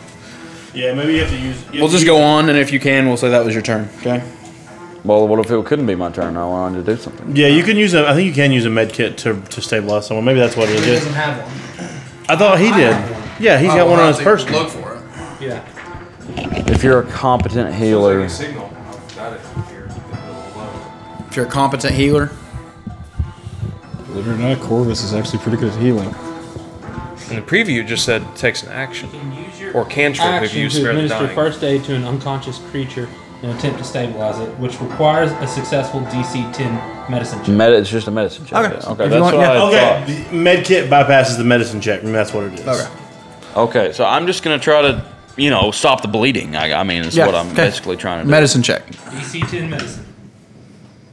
at Yeah, maybe you have to use. you
We'll
have to
just
use-
go on, and if you can, we'll say that was your turn. Okay.
Well, what if it couldn't be my turn? I wanted to do something.
Yeah, you can use a. I think you can use a med kit to, to stabilize someone. Maybe that's what it
He
is.
doesn't have one.
I thought he did. Yeah, he's
Oh,
got one
well,
on
I
his
think we'll
person.
look
for it.
Yeah.
If you're a competent healer,
Signal. I've got it here.
If you're a competent healer,
Believe it or not, Corvus is actually pretty good at healing.
In the preview, it just said takes an action. or cantrip if you
Action to
spare the
administer
dying.
first aid to an unconscious creature and attempt to stabilize it, which requires a successful DC 10 medicine check.
Med- it's just a medicine check.
Okay.
yeah.
If
Okay,
you
that's
want-
what
yeah.
I
Okay, the med kit bypasses the medicine check, and that's what it is. Okay.
thought. Okay, so I'm just gonna try to, you know, stop the bleeding. I, I mean, it's
Yeah,
what I'm
okay.
basically trying to do.
Medicine check.
DC 10 medicine.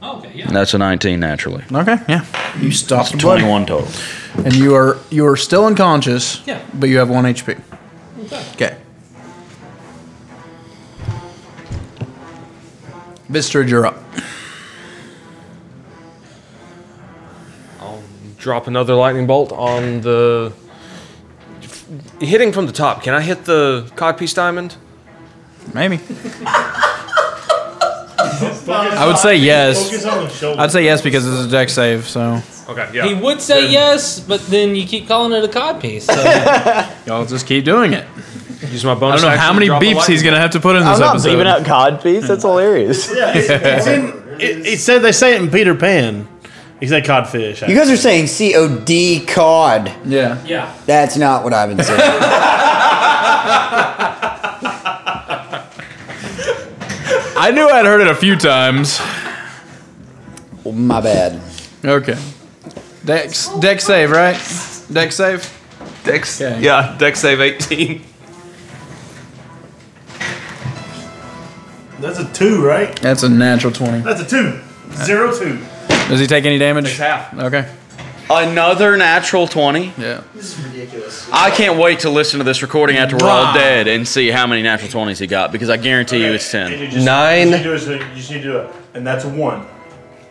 Oh, Okay, yeah.
And That's a 19 naturally.
Okay, yeah. You stopped the blood.
21 total.
And you are you are still unconscious.
Yeah.
But you have one HP.
Okay.
Okay. Vistrid, you're up.
I'll drop another lightning bolt on the. Hitting from the top. Can I hit the codpiece diamond?
Maybe. I would say yes. I'd say yes because it's a deck save, so.
Okay,
He would say yes, but then you keep calling it a codpiece. So
Y'all just keep doing it.
Use my
I don't
bonus
know
action
how
to
many
drop a
beeps he's going
lightning
to
bolt.
have to put in this
I'm not
episode.
beeping out cod piece.
Hmm.
That's hilarious.
it's in- it, it said they say it in Peter Pan. He said codfish.
You guys are saying C O D cod.
Yeah.
Yeah.
That's not what I've been saying.
I knew I'd heard it a few times.
My bad.
Okay. Dex, deck save, right? Deck save. Dex.
Yeah, deck save 18.
That's a two, right?
That's a natural twenty.
That's a two. Zero two.
Does he take any damage?
half.
Okay.
Another natural 20.
Yeah.
This is ridiculous.
I can't wait to listen to this recording after we're
Wow.
all dead and see how many natural 20s he got because I guarantee you it's 10.
Nine. You just need to do it, so you just need to do it, and that's a one.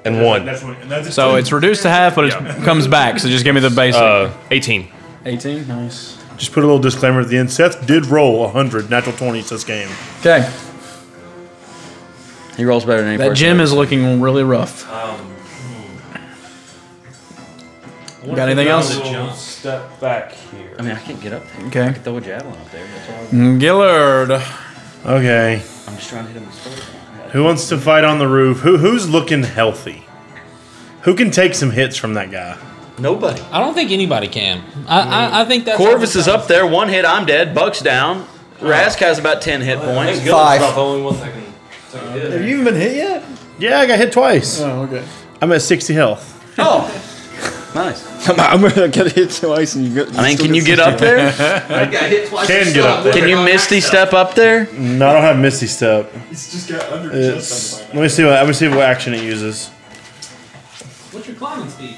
And
That's-
one.
That's one. And that's a
So
two.
it's reduced to half, but it comes back. So just give me the basic.
Uh, 18.
18. Nice.
Just put a little disclaimer at the end. Seth did roll hundred natural twenties this game.
Okay.
He rolls better than any
That
person.
gym is looking really rough. Got anything else?
Step back here.
I mean, I can't get up there.
Okay. Mm,
I could throw a javelin up there. That's all.
Gillard.
Okay.
I'm just trying to hit him with the sword.
Who wants to fight on the roof? Who who's looking healthy? Who can take some hits from that guy?
Nobody.
I don't think anybody can. I, I, I think that's.
Corvus is up there. One hit, I'm dead. Buck's down. Rask has about 10 hit points.
Gilbert's Five. about the
only one
Have you even been hit yet? Yeah, I got hit twice.
Oh, okay.
I'm at sixty health.
Nice.
I'm, I'm gonna get hit twice, and you get.
I mean,
still
can you get up there?
I can get up there.
Can you misty step up there?
No, I don't have Misty Step.
It's just got under
It's, let me see what let me see what action it uses.
What's your climbing speed?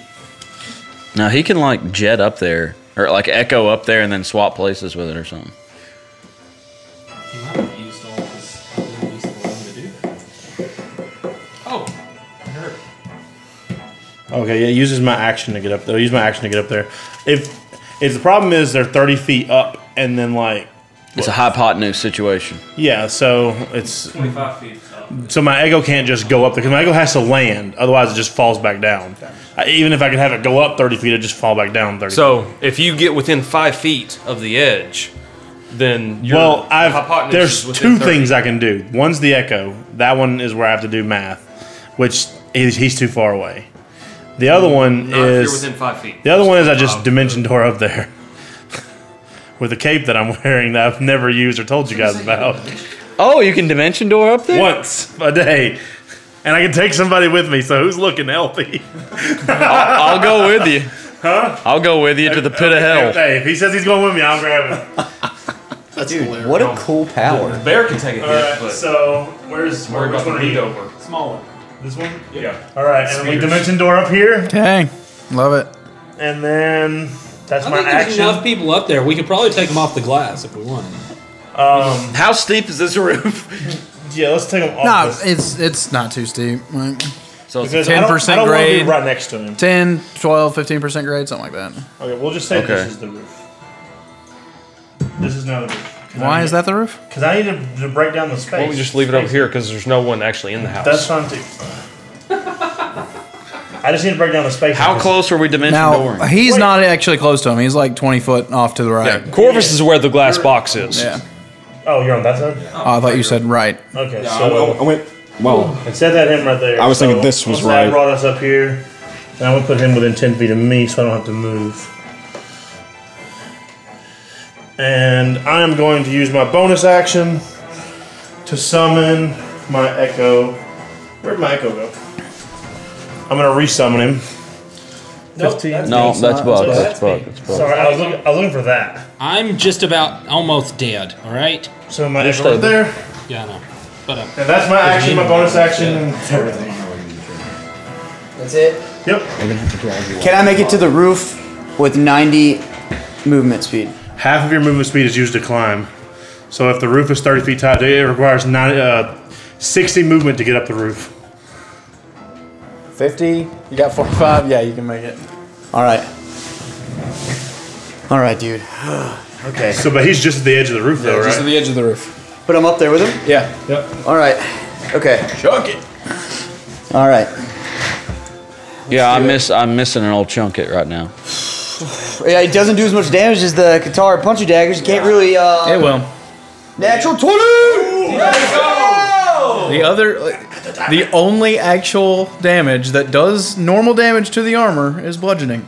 No, he can like jet up there or like echo up there and then swap places with it or something.
You haven't used all this. to do that. Oh, I heard.
Okay, yeah, it uses my action to get up there. Use my action to get up there. If if the problem is they're thirty feet up and then like
It's a hypotenuse situation.
yeah, so it's
25 feet up.
So my ego can't just go up there because my ego has to land, otherwise it just falls back down. I, even if I could have it go up thirty feet, it just fall back down thirty.
So, if you get within five feet of the edge, then
feet.
your
well, I've
hypotenuse is
there's
within
two
30.
things I can do. One's the echo. That one is where I have to do math, which is, he's too far away. The other one
Mm-hmm. Not if you're
is
within five feet.
The other one is I just dimension door up there with a cape that I'm wearing that I've never used or told you guys about.
Oh, you can dimension door up there
once a day, and I can take somebody with me. So who's looking healthy?
I'll go with you. Huh? I'll go with you to the pit of hell.
Hey, if he says he's going with me, I'll grab him.
That's Dude, what a cool power.
The bear can take a hit,
All right,
but
so where's
worry
which
about the
one are you?
lead over.
Small one. This one.
Yeah.
All right, and we dimension door up here,
Dang. Love it.
and then that's
I
my
think there's
action.
enough people up there. We could probably take them off the glass if we wanted.
Um,
How steep is this roof?
yeah, let's take them off.
No,
this.
it's it's not too steep. Like,
so
Because I don't- I don't wanna be right next to him.
10, 12, 15% grade, something like that.
Okay, we'll just say
Okay.
this is the roof. This is now the roof.
Why is that the roof?
Because I need to, to break down the space.
Why don't we just leave it over here because there's no one actually in the house.
That's fine too. I just need to break down the space.
How close are we dimension
Now,
dooring?
he's not actually close to him. He's like 20 foot off to the right.
Yeah, Corvus is where the glass box is.
Yeah.
Oh, you're on that side.
Oh, I thought you said right.
Okay,
Yeah,
so
I- I went-
well-
It said that him right there.
I was
so
thinking this was
once that
right.
brought us up here, and I'm gonna put him within ten feet of me, so I don't have to move. And I am going to use my bonus action to summon my echo. Where'd my echo go? I'm gonna resummon him.
that's No, me. that's Bug, that's Bug, that's Bug.
Sorry, I was, looking, I was looking for that.
I'm just about almost dead. All right.
So my echo right there.
Yeah, I know. But uh,
And that's my action, my bonus action, and everything.
That's it.
Yep.
Can I make it to the roof with 90 movement speed?
Half of your movement speed is used to climb. So if the roof is 30 feet high, it requires 90, uh, 60 movement to get up the roof.
50. You got 45. Yeah, you can make it.
All right. All right, dude. okay.
So, but he's just at the edge of the roof, though,
Yeah, just
right?
at the edge of the roof.
But I'm up there with him?
Yeah.
Yep. All right. Okay.
Chunk it.
All right.
Yeah, I miss I'm missing an old chunk it right now.
Yeah, it doesn't do as much damage as the Qatar Puncher Daggers. You can't really. Uh,
It will.
Natural 20! Let's go!
The other, the only actual damage that does normal damage to the armor is bludgeoning.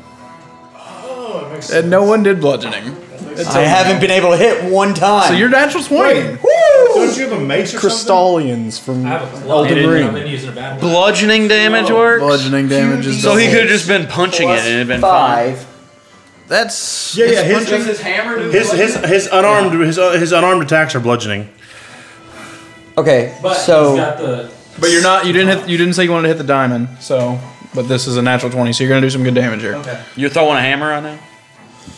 And no one did bludgeoning.
I haven't been able to hit one time.
So your natural 20.
Don't you have a mace or
Crystallians from Elden Ring.
Bludgeoning damage works.
Bludgeoning damage is
So he
double.
could have just been punching it and it'd been
five.
That's
Yeah, yeah.
it's
His,
punching-
his, his, his unarmed his, uh, his unarmed attacks are bludgeoning.
Okay,
but
so-
he's got the.
But you're not. You didn't hit. You didn't say you wanted to hit the diamond. So, but this is a natural twenty. So you're gonna do some good damage here. Okay.
You're throwing a hammer right now.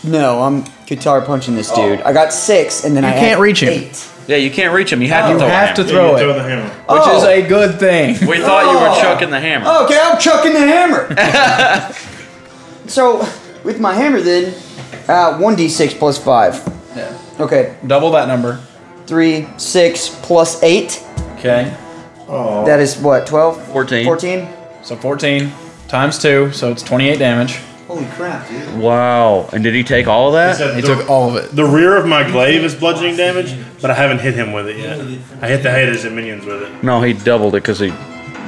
No, I'm guitar punching this dude. I got six, and then
You
I
can't
had
reach him.
Eight.
Yeah, you can't reach him. You have
You
to throw. a
have to
hammer.
throw it,
the hammer.
which
Oh.
is a good thing.
We thought you were
Oh.
chucking the hammer.
Okay, I'm chucking the hammer. so, with my hammer, then, uh, one d6 plus five.
Yeah.
Okay.
Double that number.
Three, six plus eight.
Okay. Oh.
That is what, 12?
14.
14?
So 14 times 2, so it's 28 damage.
Holy crap, dude.
Wow. And did he take all of that?
He took all of it.
The rear of my glaive is bludgeoning damage, but I haven't hit him with it yet. I hit the head of his minions with it.
No, he doubled it because he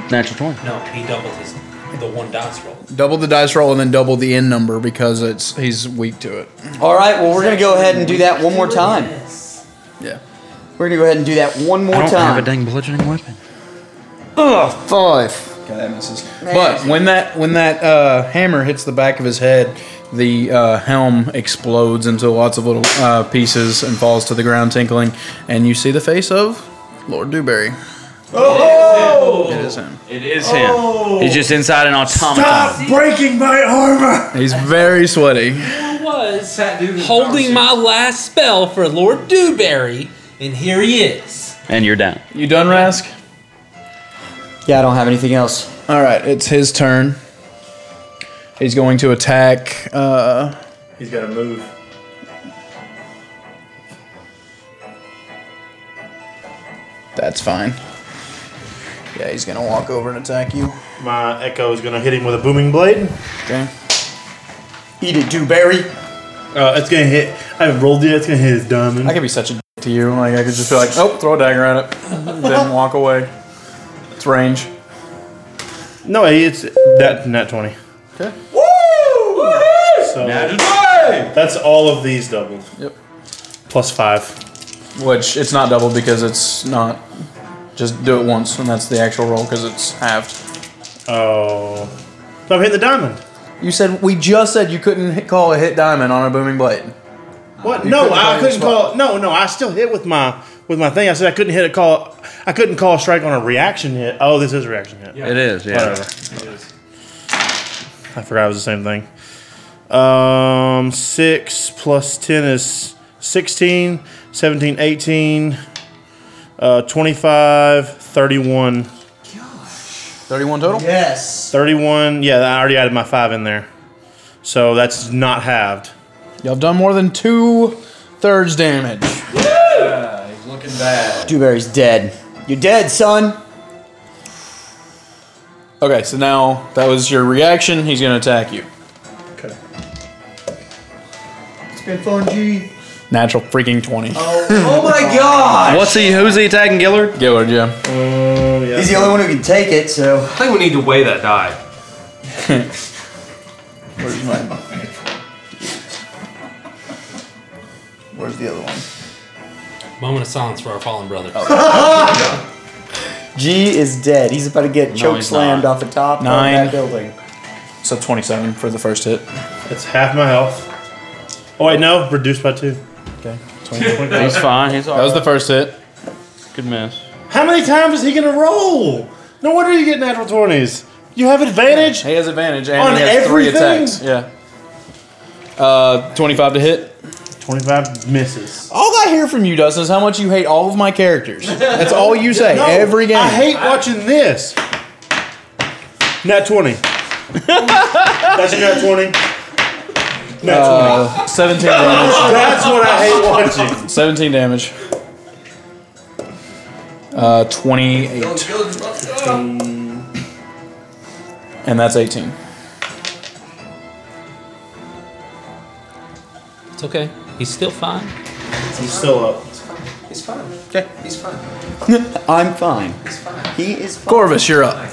natural twenty.
No, he doubled his the one dice roll.
Double the dice roll and then double the end number because it's he's weak to it.
All right, well, we're going to go ahead and do that one more time.
Yeah.
We're going to go ahead and do that one more
I don't
time.
have a
dang bludgeoning weapon.
Ugh, five.
God, that misses. But when that when that uh, hammer hits the back of his head, the uh, helm explodes into lots of little uh, pieces and falls to the ground, tinkling. And you see the face of Lord Dewberry.
Oh!
It is him.
It is him. He's just inside an automaton.
breaking my armor! He's very sweaty.
I was holding my last spell for Lord Dewberry, and here he is.
And you're down.
You done, Rask?
Yeah, I don't have anything else.
All right, it's his turn. He's going to attack. Uh,
He's got to move.
that's fine. Yeah, he's gonna walk over and attack you.
My echo is gonna hit him with a booming blade.
Okay.
Eat it, Dewberry.
Uh, it's gonna hit. I haven't rolled yet. It's gonna hit his diamond.
I could be such a d- to you. Like I could just be like, oh, throw a dagger at it, then walk away. It's range.
No, it's that not twenty.
Okay.
Woo! So that's all of these doubled.
Yep.
Plus five.
Which it's not double because it's not. Just do it once, and that's the actual roll because it's halved.
Oh. So I'm hitting the diamond.
You said we just said you couldn't hit, call a hit diamond on a booming blade.
What?
You
no,
couldn't
I
call
couldn't
your spot.
call. No, no, I still hit with my with my thing. I said I couldn't hit a call. I couldn't call a strike on a reaction hit. Oh, this is a reaction hit.
It is, yeah.
Whatever. I forgot it was the same thing. Um, 6 plus 10 is 16, 17, 18, uh, 25, 31.
31 total?
Yes.
31, yeah, I already added my 5 in there. So that's not halved.
Y'all have done more than two thirds damage.
he's looking bad. Dewberry's dead. You're dead, son.
Okay, so now that was your reaction. He's going to attack you.
It's been fun, G.
Natural freaking 20.
Oh, oh my god!
What's he? Who's he attacking? Gillard.
Gillard, yeah.
Oh, yeah.
He's the only one who can take it, so. I
think we need to weigh that die.
Where's mine? Where's the other one?
Moment of silence for our fallen brothers.
G is dead. He's about to get choke
he's
slammed
not.
off the top
Nine.
of that building.
So 27 for the first hit.
That's half my health. Oh wait, no, reduced by two.
Okay.
He's fine, he's
That was the first hit.
Good miss.
How many times is he gonna roll? No wonder you get natural twenties. You have advantage.
He has advantage and
on
he has three
everything.
attacks. Yeah. Uh, 25 to hit.
25 misses.
All I hear from you, Dustin, is how much you hate all of my characters. That's all you say
No,
every game.
I hate watching this. Nat twenty. That's a nat twenty. Nat
Uh, 17 damage.
That's what I hate watching.
17 damage. Uh, 28. And that's 18.
It's okay. He's still fine.
He's still up.
He's fine. Okay, he's fine.
I'm fine. He is fine.
Corvus, you're up.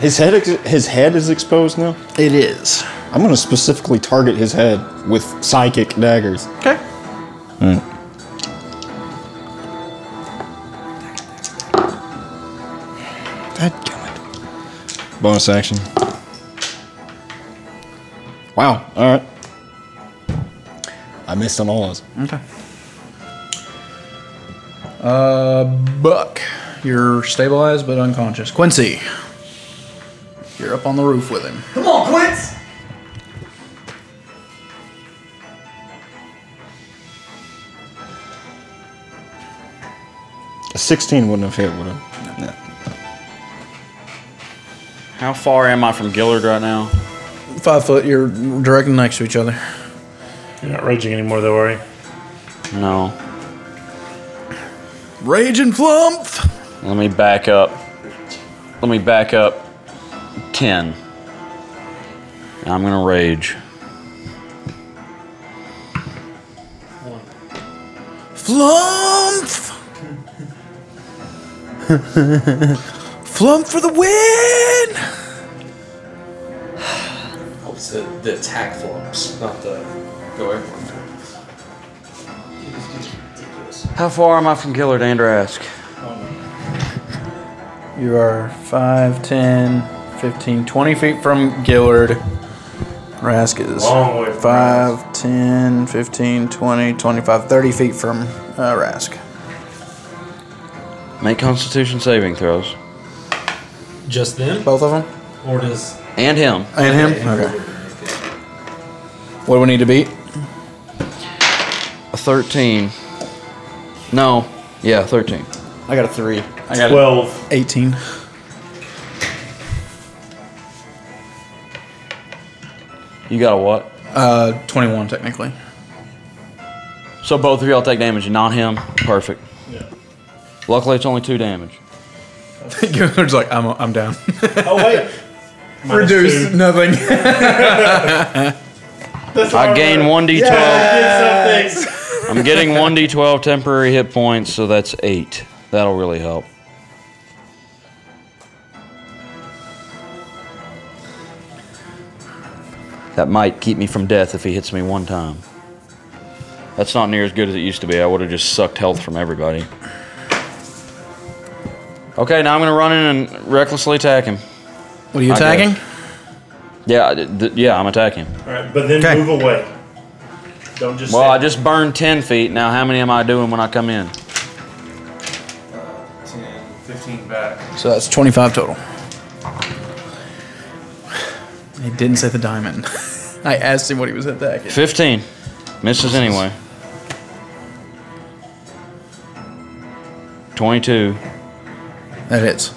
His head, ex- his head is exposed now.
It is.
I'm gonna specifically target his head with psychic daggers.
Okay.
Bonus action. Wow. All right. I missed on all those.
Okay. Uh, Buck, you're stabilized but unconscious. Quincy, you're up on the roof with him.
Come on, Quince!
A 16 wouldn't have hit, would it?
How far am I from Gillard right now?
Five foot, you're directly next to each other.
You're not raging anymore, though, are you?
No.
Rage and flump.
Let me back up. Let me back up 10. And I'm going to rage.
Flump! Flump for the win!
Hopes the, the attack flops, not the go everyone.
How far am I from Gillard, Andrask?
You are 5, 10, 15, 20 feet from Gillard. Rask is
Long way from
5, 10, 15, 20, 25, 30 feet from uh, Rask.
Make Constitution saving throws.
Just them?
Both of them?
Or does.
And him.
And him? Okay. What do we need to beat?
A 13. No. Yeah, 13.
I got a 3.
I got
12.
18.
You got a what?
Uh, 21, technically.
So both of y'all take damage, not him. Perfect.
Yeah.
Luckily, it's only two damage.
Gillard's like, I'm, I'm down.
Oh wait. Minus
Reduce
two.
nothing.
I gain 1d12.
Yeah, did some things.
I'm getting 1d12 temporary hit points, so that's 8. That'll really help. That might keep me from death if he hits me one time. That's not near as good as it used to be. I would have just sucked health from everybody. Okay, now I'm going to run in and recklessly attack him.
What are you
I guess.
attacking?
Yeah, I- th- yeah, I'm attacking.
All right, but then
Okay.
move away. Don't just.
Well,
sit.
I just burned 10 feet. Now, how many am I doing when I come in?
10, 15 back.
So that's 25 total. He didn't say the diamond. I asked him what he was attacking.
15. Misses anyway. 22.
That hits.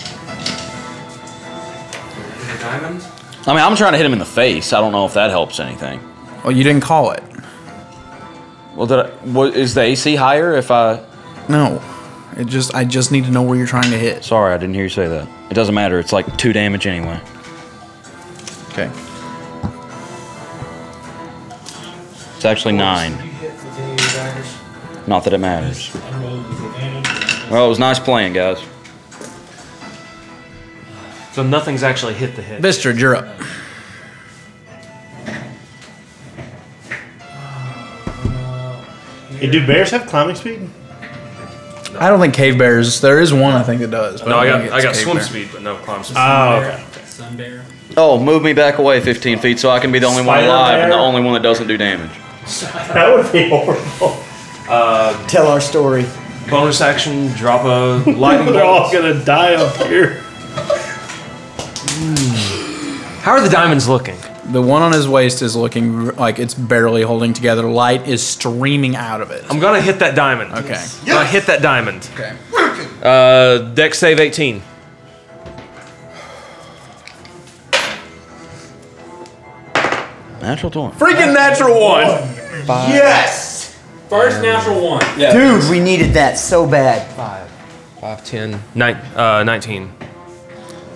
The diamond?
I mean, I'm trying to hit him in the face. I don't know if that helps anything.
Well, Oh, you didn't call it.
Well, did I, what, is the AC higher if I.
No. It just I just need to know where you're trying to hit.
Sorry, I didn't hear you say that. It doesn't matter. It's like two damage anyway.
Okay.
It's actually nine. Not that it matters. Well, it was nice playing, guys.
So nothing's actually hit the head.
Vistrid, you're up.
Hey, do bears have climbing speed?
though.
I don't think cave bears. There is one I think that does. but
No, I
don't
got-
think
I
it's
got
cave
swim
bear.
speed, but no climb speed.
Uh,
Oh,
Bear.
okay.
Sun bear.
Oh, move me back away 15 feet so I can be the only one
Spider
alive and the
bear?
only one that doesn't do damage.
That would be horrible. Uh,
Tell our story.
Bonus action, drop a lightning
They're all
bolt.
gonna die up here.
How are the diamonds looking?
The one on his waist is looking r- like it's barely holding together. Light is streaming out of it.
I'm gonna hit that diamond.
Okay.
I'm gonna hit that diamond.
Okay.
Uh, deck save 18.
Natural 20.
Freaking natural one.
Yes!
First natural one.
Dude, we needed that so bad. Five.
5, 10, nine, uh, 19.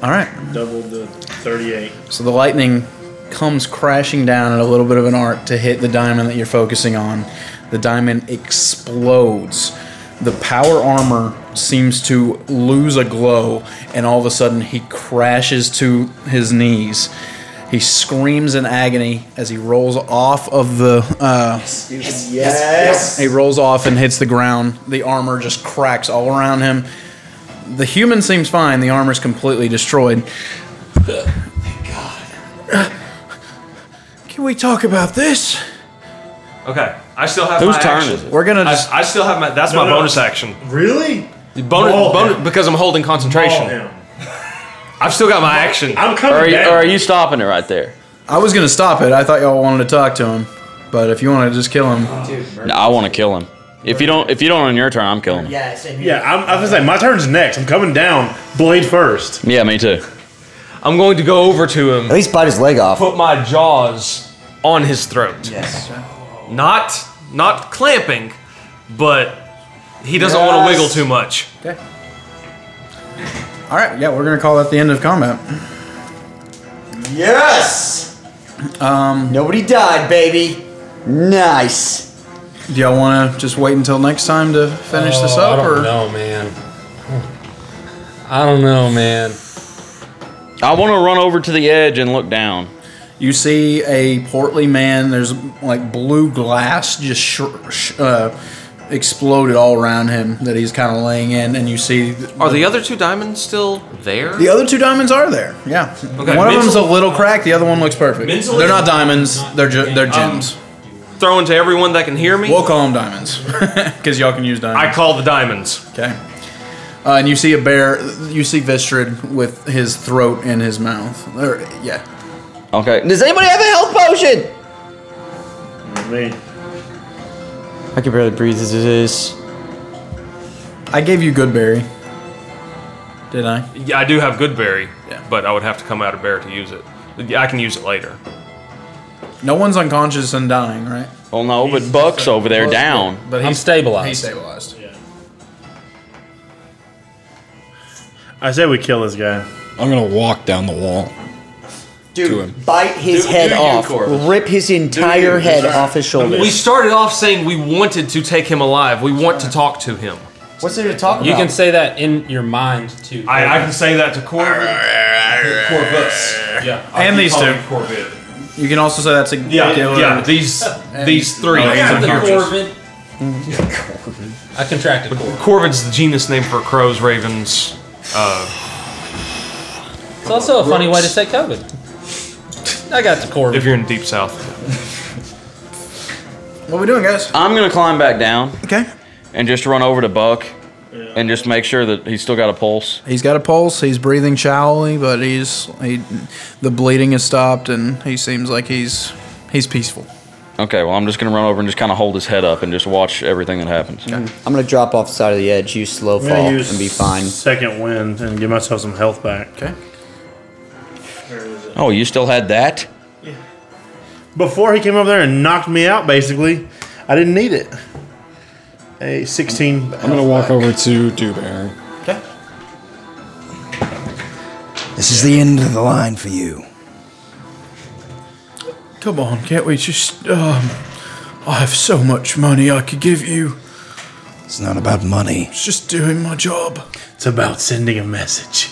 All right.
Double the 38.
So the lightning comes crashing down at a little bit of an arc to hit the diamond that you're focusing on. The diamond explodes. The power armor seems to lose a glow, and all of a sudden he crashes to his knees. He screams in agony as he rolls off of the. Uh,
Yes.
He rolls off and hits the ground. The armor just cracks all around him. The human seems fine. The armor's completely destroyed. Can we talk about this?
Okay. I still have
Whose
my
turn
action.
is it? We're gonna
I-
just-
I, still have my. That's
No,
my
no.
bonus action.
Really?
Bonus,
Maul
bonus
him.
because I'm holding concentration.
Maul him.
I've still got my action.
I'm
Or are, you, or are you stopping it right there?
I was gonna stop it. I thought y'all wanted to talk to him, but if you want to just kill him,
No, I want to kill him. If you don't, if you don't on your turn, I'm killing him.
Yeah, same
Yeah, I'm, I was gonna say, my turn's next. I'm coming down. Blade first.
Yeah, me too.
I'm going to go over to him. At
least bite his leg off.
Put my jaws on his throat.
Yes.
Not not clamping, but he doesn't want
Yes.
to wiggle too much.
all right, yeah, we're gonna call that the end of combat.
Yes!
Um,
Nobody died, baby. Nice.
Do y'all want to just wait until next time to finish this
Oh,
up,
I don't
or
know, man. I don't know, man.
I want to run over to the edge and look down.
you see a portly man? There's like blue glass just sh- sh- uh, exploded all around him that he's kind of laying in, and you see.
Are the other two diamonds still there?
The other two diamonds are there. Yeah.
Okay,
one of
mental-
them's a little cracked. The other one looks perfect.
Mental-
they're not diamonds. They're ju- they're
um,
gems.
Throwing to everyone that can hear me.
We'll call them diamonds because y'all can use diamonds.
I call the diamonds.
Okay. Uh, and you see a bear. You see Vistrid with his throat in his mouth. Or, yeah.
Okay.
Does anybody have a health potion?
Me.
I can barely breathe as it is.
I gave you good berry. Did I?
Yeah, I do have good berry, but I would have to come out of bear to use it. Yeah, I can use it later.
No one's unconscious and dying, right?
Well, Oh, no, but Buck's over there down.
But
I'm
he's-
stabilized.
He's stabilized. Yeah.
I say we kill this guy.
I'm gonna walk down the wall. To him.
Dude, bite his
Do-
head
do you,
off.
Corvus.
Rip his entire
Dude,
head
sorry.
off his shoulders.
We started off saying we wanted to take him alive. We want to talk to him.
What's there to talk
You can say that in your mind too.
I, I can say that to Corvus. Corvus.
Yeah.
I
And
keep
these two.
calling him Corvus.
You can also say that's a
Yeah, yeah, these- these three. Oh, yeah, the Corvid.
I contracted Corvid.
Corvid's the genus name for crows, ravens. Uh,
It's also a funny way to say COVID. I got the Corvid.
if you're in the deep south.
What are we doing, guys?
I'm gonna climb back down.
Okay.
And just run over to Buck, and just make sure that he's still got a pulse.
He's got a pulse. He's breathing shallowly, but he's he, the bleeding has stopped, and he seems like he's he's peaceful.
Okay. Well, I'm just gonna run over and just kind of hold his head up and just watch everything that happens.
I'm gonna drop off the side of the edge, use slow
I'm gonna
fall,
use
and be fine.
Second win and give myself some health back.
Okay.
Oh, you still had that?
Before he came over there and knocked me out, basically, I didn't need it. A 16.
I'm gonna walk over to Dewberry.
Okay.
This is the end of the line for you.
Come on, can't we just? Um, I have so much money I could give you.
It's not about money.
It's just doing my job.
It's about sending a message.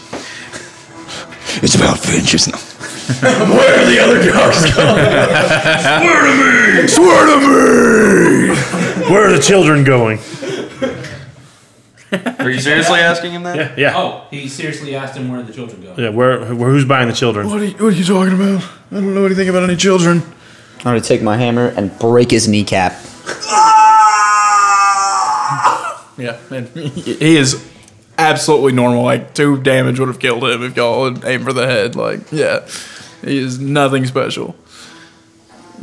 It's about vengeance. No.
Where are the other
guys?
Swear
to me! Swear to
me! Where are the children going?
Are you seriously asking him that?
Yeah, yeah.
Oh, he seriously asked him where the children go.
Yeah, where, where who's buying the children?
What are, you, what are you talking about? I don't know anything about any children.
I'm gonna take my hammer and break his kneecap.
Yeah, man. he is absolutely normal. Like two damage would have killed him if y'all had aimed for the head. Like, yeah, he is nothing special.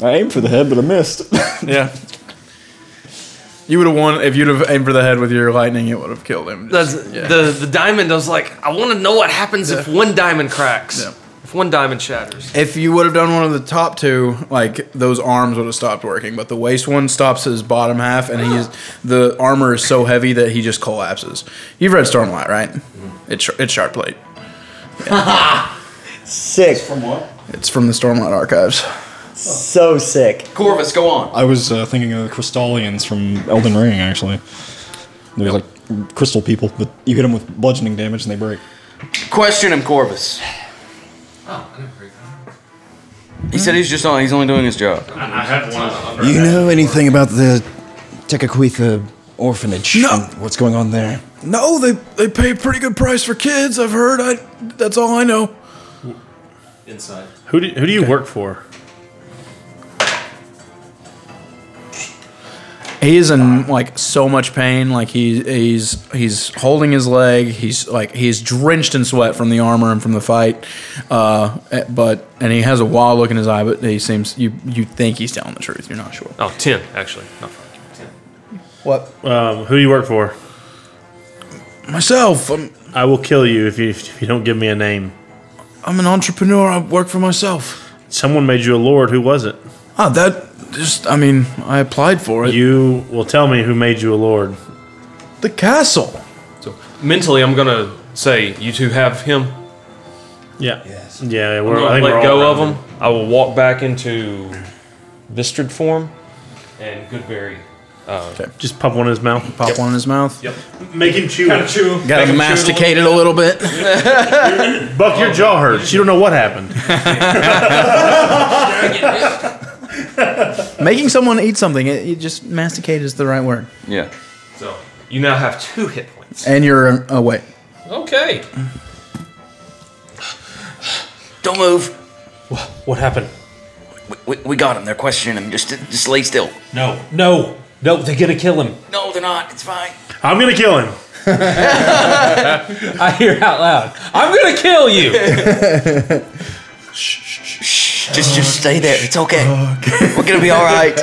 I aimed for the head, but I missed.
Yeah. You would have won if you'd have aimed for the head with your lightning. It would have killed him.
That's,
yeah.
the, the diamond, I was like, I want to know what happens if one diamond cracks.
Yeah.
If one diamond shatters.
If you would have done one of the top two, like those arms would have stopped working, but the waist one stops his bottom half, and he is the armor is so heavy that he just collapses. You've read Stormlight, right? It's sh- it's sharp plate.
sick. From
what? It's from the Stormlight archives.
So sick.
Corvus, go on.
I was uh, thinking of the Crystallians from Elden Ring, actually. They're like crystal people, but you hit them with bludgeoning damage and they break.
Question him, Corvus. He said he's just on. He's only doing his job.
I, I had one.
You know anything about the Tekakwitha orphanage? No. What's going on there?
No, they they pay a pretty good price for kids. I've heard. I that's all I know.
Inside.
Who do, who do you work for?
He is in like so much pain. Like he, he's he's holding his leg. He's like he's drenched in sweat from the armor and from the fight. Uh, eh, but and he has a wild look in his eye. But he seems you you think he's telling the truth. You're not sure.
Oh, 10, actually. Not five.
What?
Um, who do you work for?
Myself. I'm,
I will kill you if you if you don't give me a name.
I'm an entrepreneur. I work for myself.
Someone made you a lord. Who was it?
Ah, that just I mean I applied for it.
You will tell me who made you a lord.
The castle.
Mentally, I'm going to say, you two have him.
Yeah. Yes. Yeah.
I'm
We're, I
going to
think
let
we're all
go
around
of him. I will walk back into Vistrid form and Goodberry. Uh,
Just pop one in his mouth.
Pop one in his mouth.
Yep.
Make him chew.
Kinda chew.
Got to masticate it a little bit.
Buck, your jaw hurts. You don't know what happened.
Making someone eat something. It, it just masticate is the right word.
Yeah.
So you now have two hit points.
And you're uh, away.
Okay.
Don't move.
What happened?
We, we, we got him. They're questioning him. Just just lay still.
No, no, no. They're gonna kill him.
No, they're not. It's fine.
I'm gonna kill him.
I hear out loud. I'm gonna kill you.
Just just stay there. It's okay. We're gonna be all right.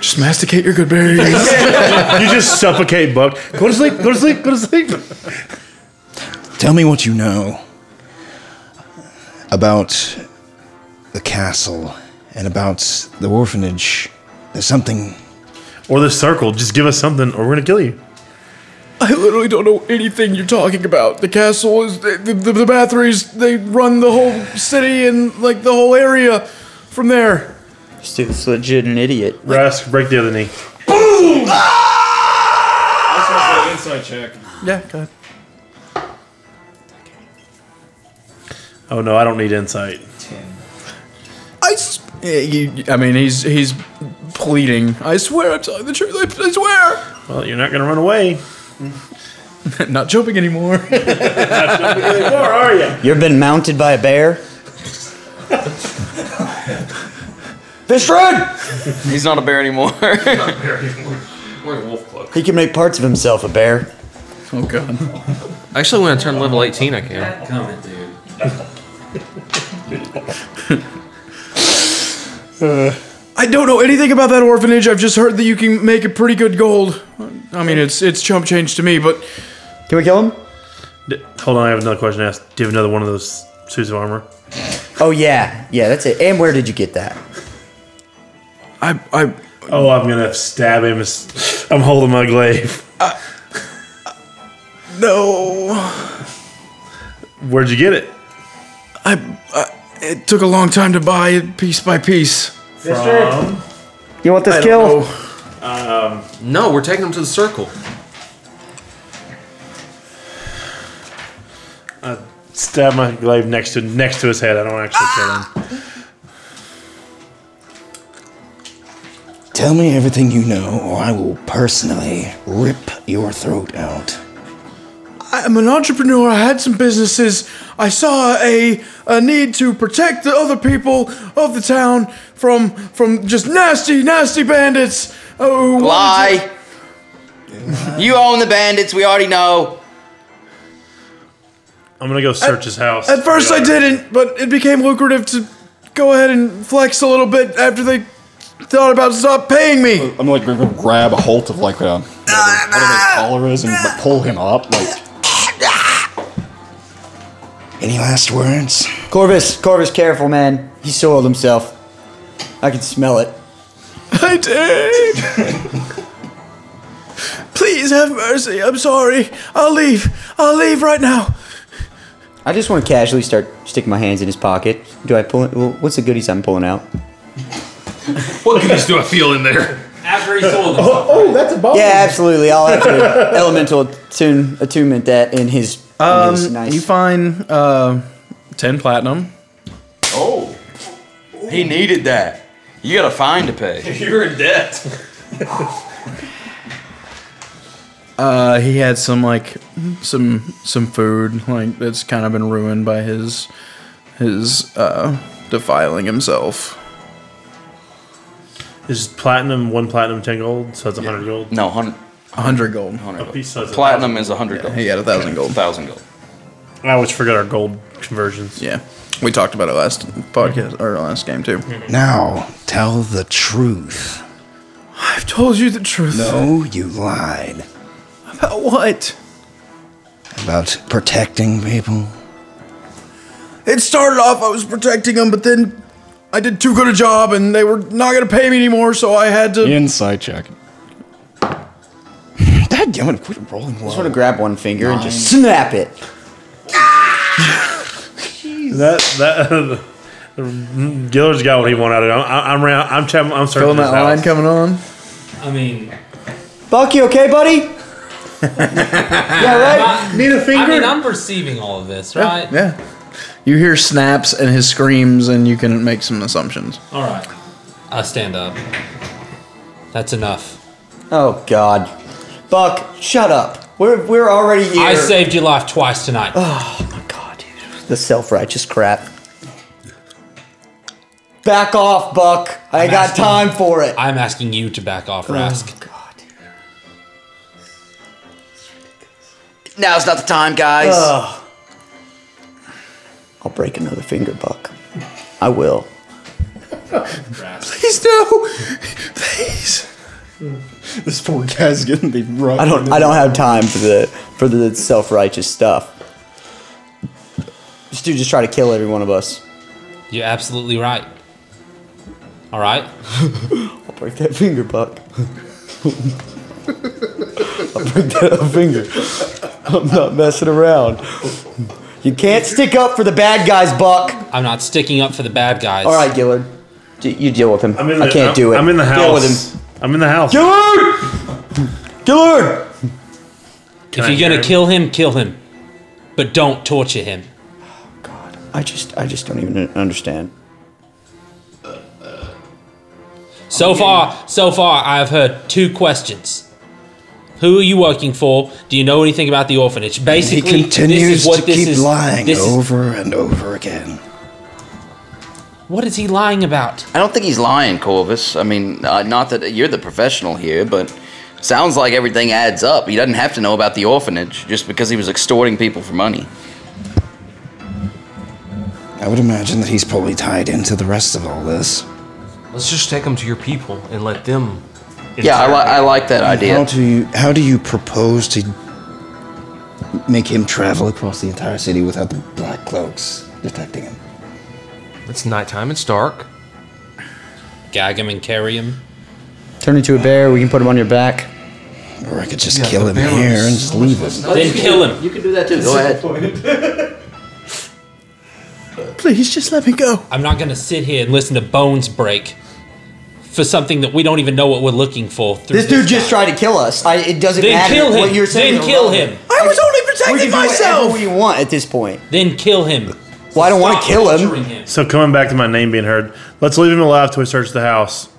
Just masticate your good berries.
you just suffocate Buck. Go to sleep. Go to sleep. Go to sleep.
Tell me what you know about the castle and about the orphanage. There's something.
Or the circle. Just give us something, or we're gonna kill you.
I literally don't know anything you're talking about. The castle is the the, the Bathories. They run the whole city and like the whole area from there.
This dude's legit an idiot.
Rask, break the other knee.
Boom!
That's an inside check.
Yeah, go ahead.
Oh no, I don't need insight.
I, s- Yeah, you- I mean, he's he's pleading. I swear, I'm telling the truth. I, I swear.
Well, you're not gonna run away.
Not jumping anymore.
Where are you?
You've been mounted by a bear? Vistrid!
He's not a bear anymore.
Wearing a wolf cloak.
He can make parts of himself a bear.
Oh god.
Actually, when I turn level 18, I can.
Comment, dude.
I don't know anything about that orphanage. I've just heard that you can make a pretty good gold. I mean, it's it's chump change to me, but
can we kill him?
D- hold on, I have another question to ask. Do you have another one of those suits of armor?
Oh, yeah. Yeah, that's it. And where did you get that?
I I
Oh, I'm gonna stab him. as- I'm holding my glaive.
no.
Where'd you get it?
I, I it took a long time to buy it piece by piece.
From?
You want this
I don't
kill?
know.
Um,
No, we're taking him to the circle.
I stab my glaive next to next to his head. I don't actually kill him.
Tell me everything you know, or I will personally rip your throat out.
Ah, I'm an entrepreneur. I had some businesses. I saw a, a need to protect the other people of the town from from just nasty, nasty bandits. Oh,
Lie. You own the bandits. We already know.
I'm gonna go search his house.
At first, I didn't, but it became lucrative to go ahead and flex a little bit after they thought about stop paying me.
I'm like gonna grab a hold of like a collar is and like, pull him up. Like
Any last words? Corvus, Corvus, careful, man. He soiled himself. I can smell it.
I did. Please have mercy. I'm sorry. I'll leave. I'll leave right now.
I just want to casually start sticking my hands in his pocket. Do I pull it? Well, what's the goodies I'm pulling out?
What goodies do I feel in there? After he sold himself.
Oh, oh, that's a bonus.
Yeah, absolutely. I'll have to elemental attune, attunement that in his. in
Um,
his nice.
you find uh, ten platinum.
Oh, he needed that. You got a fine to pay.
You're in debt.
Uh, he had some like some some food like that's kind of been ruined by his his uh, defiling himself.
Is platinum one platinum ten gold? So that's a hundred gold.
No, hundred.
hundred gold.
A piece size of
Platinum is a hundred gold.
He had a thousand gold.
Thousand gold.
I always forget our gold conversions.
Yeah, we talked about it last podcast or last game too.
Now, tell the truth.
I've told you the truth.
No, you lied
About what?
about protecting people.
It started off I was protecting them, but then I did too good a job, and they were not gonna pay me anymore, so I had to.
inside check.
Dad, I'm gonna quit rolling.
I just want to grab one finger and just
Nine.
snap it.
That that. Giller's got what he wanted. I'm I'm around, I'm tra- I'm searching
Feeling
his
that
house.
line coming on.
I mean,
Buck, you okay, buddy? yeah, right.
Need a finger. I mean, I'm perceiving all of this, right?
Yeah. You hear snaps and his screams, and you can make some assumptions.
All right. I stand up. That's enough.
Oh God, Buck, shut up. We're we're already here.
I saved your life twice tonight.
the self-righteous crap. Back off, Buck. I
I'm
got
asking-
time for it.
I'm asking you to back off,
Oh,
Rask.
Now's not the time, guys.
Ugh. I'll break another finger, Buck. I will.
Please no, please.
This poor guy's getting the rough.
I don't. I don't have time for the for the self-righteous stuff. This dude just tried to kill every one of us.
You're absolutely right. All right.
I'll break that finger, Buck. I'll break that other finger. I'm not messing around. You can't stick up for the bad guys, Buck.
I'm not sticking up for the bad guys.
All right, Gillard. D- You deal with him.
I'm in the-
I can't
I'm-
do it.
I'm in the
Deal with
house.
him.
I'm in the house.
Gillard! Gillard!
if you're gonna kill him, kill him, but don't torture him.
I just, I just don't even understand.
So far, so far, I've heard two questions. Who are you working for? Do you know anything about the orphanage? Basically,
he continues
this is what
to
this
keep
is.
lying
This is,
over and over again.
what is he lying about?
I don't think he's lying, Corvus. I mean, uh, not that you're the professional here, but sounds like everything adds up. He doesn't have to know about the orphanage just because he was extorting people for money.
I would imagine that he's probably tied into the rest of all this.
Let's just take them to your people and let them.
Yeah, I, li- I like that
How
idea.
do you how do you propose to make him travel across the entire city without the black cloaks detecting him?
It's nighttime. It's dark.
Gag him and carry him.
Turn into a bear. We can put him on your back.
Or I could just kill him here and just leave him.
Then kill him.
You can do that too. Go ahead.
Please just let me go.
I'm not gonna sit here and listen to bones break for something that we don't even know what we're looking for. Through
This dude just tried to kill us. I, it doesn't
Then
matter
kill him.
what you're saying.
Then
is
kill
irrelevant.
him.
I was only
We can
protecting
do
myself.
whatever we want at this point.
Then kill him.
Well, I don't want
Stop
to kill
torturing
him.
him.
So coming back to my name being heard, let's leave him alive till we search the house.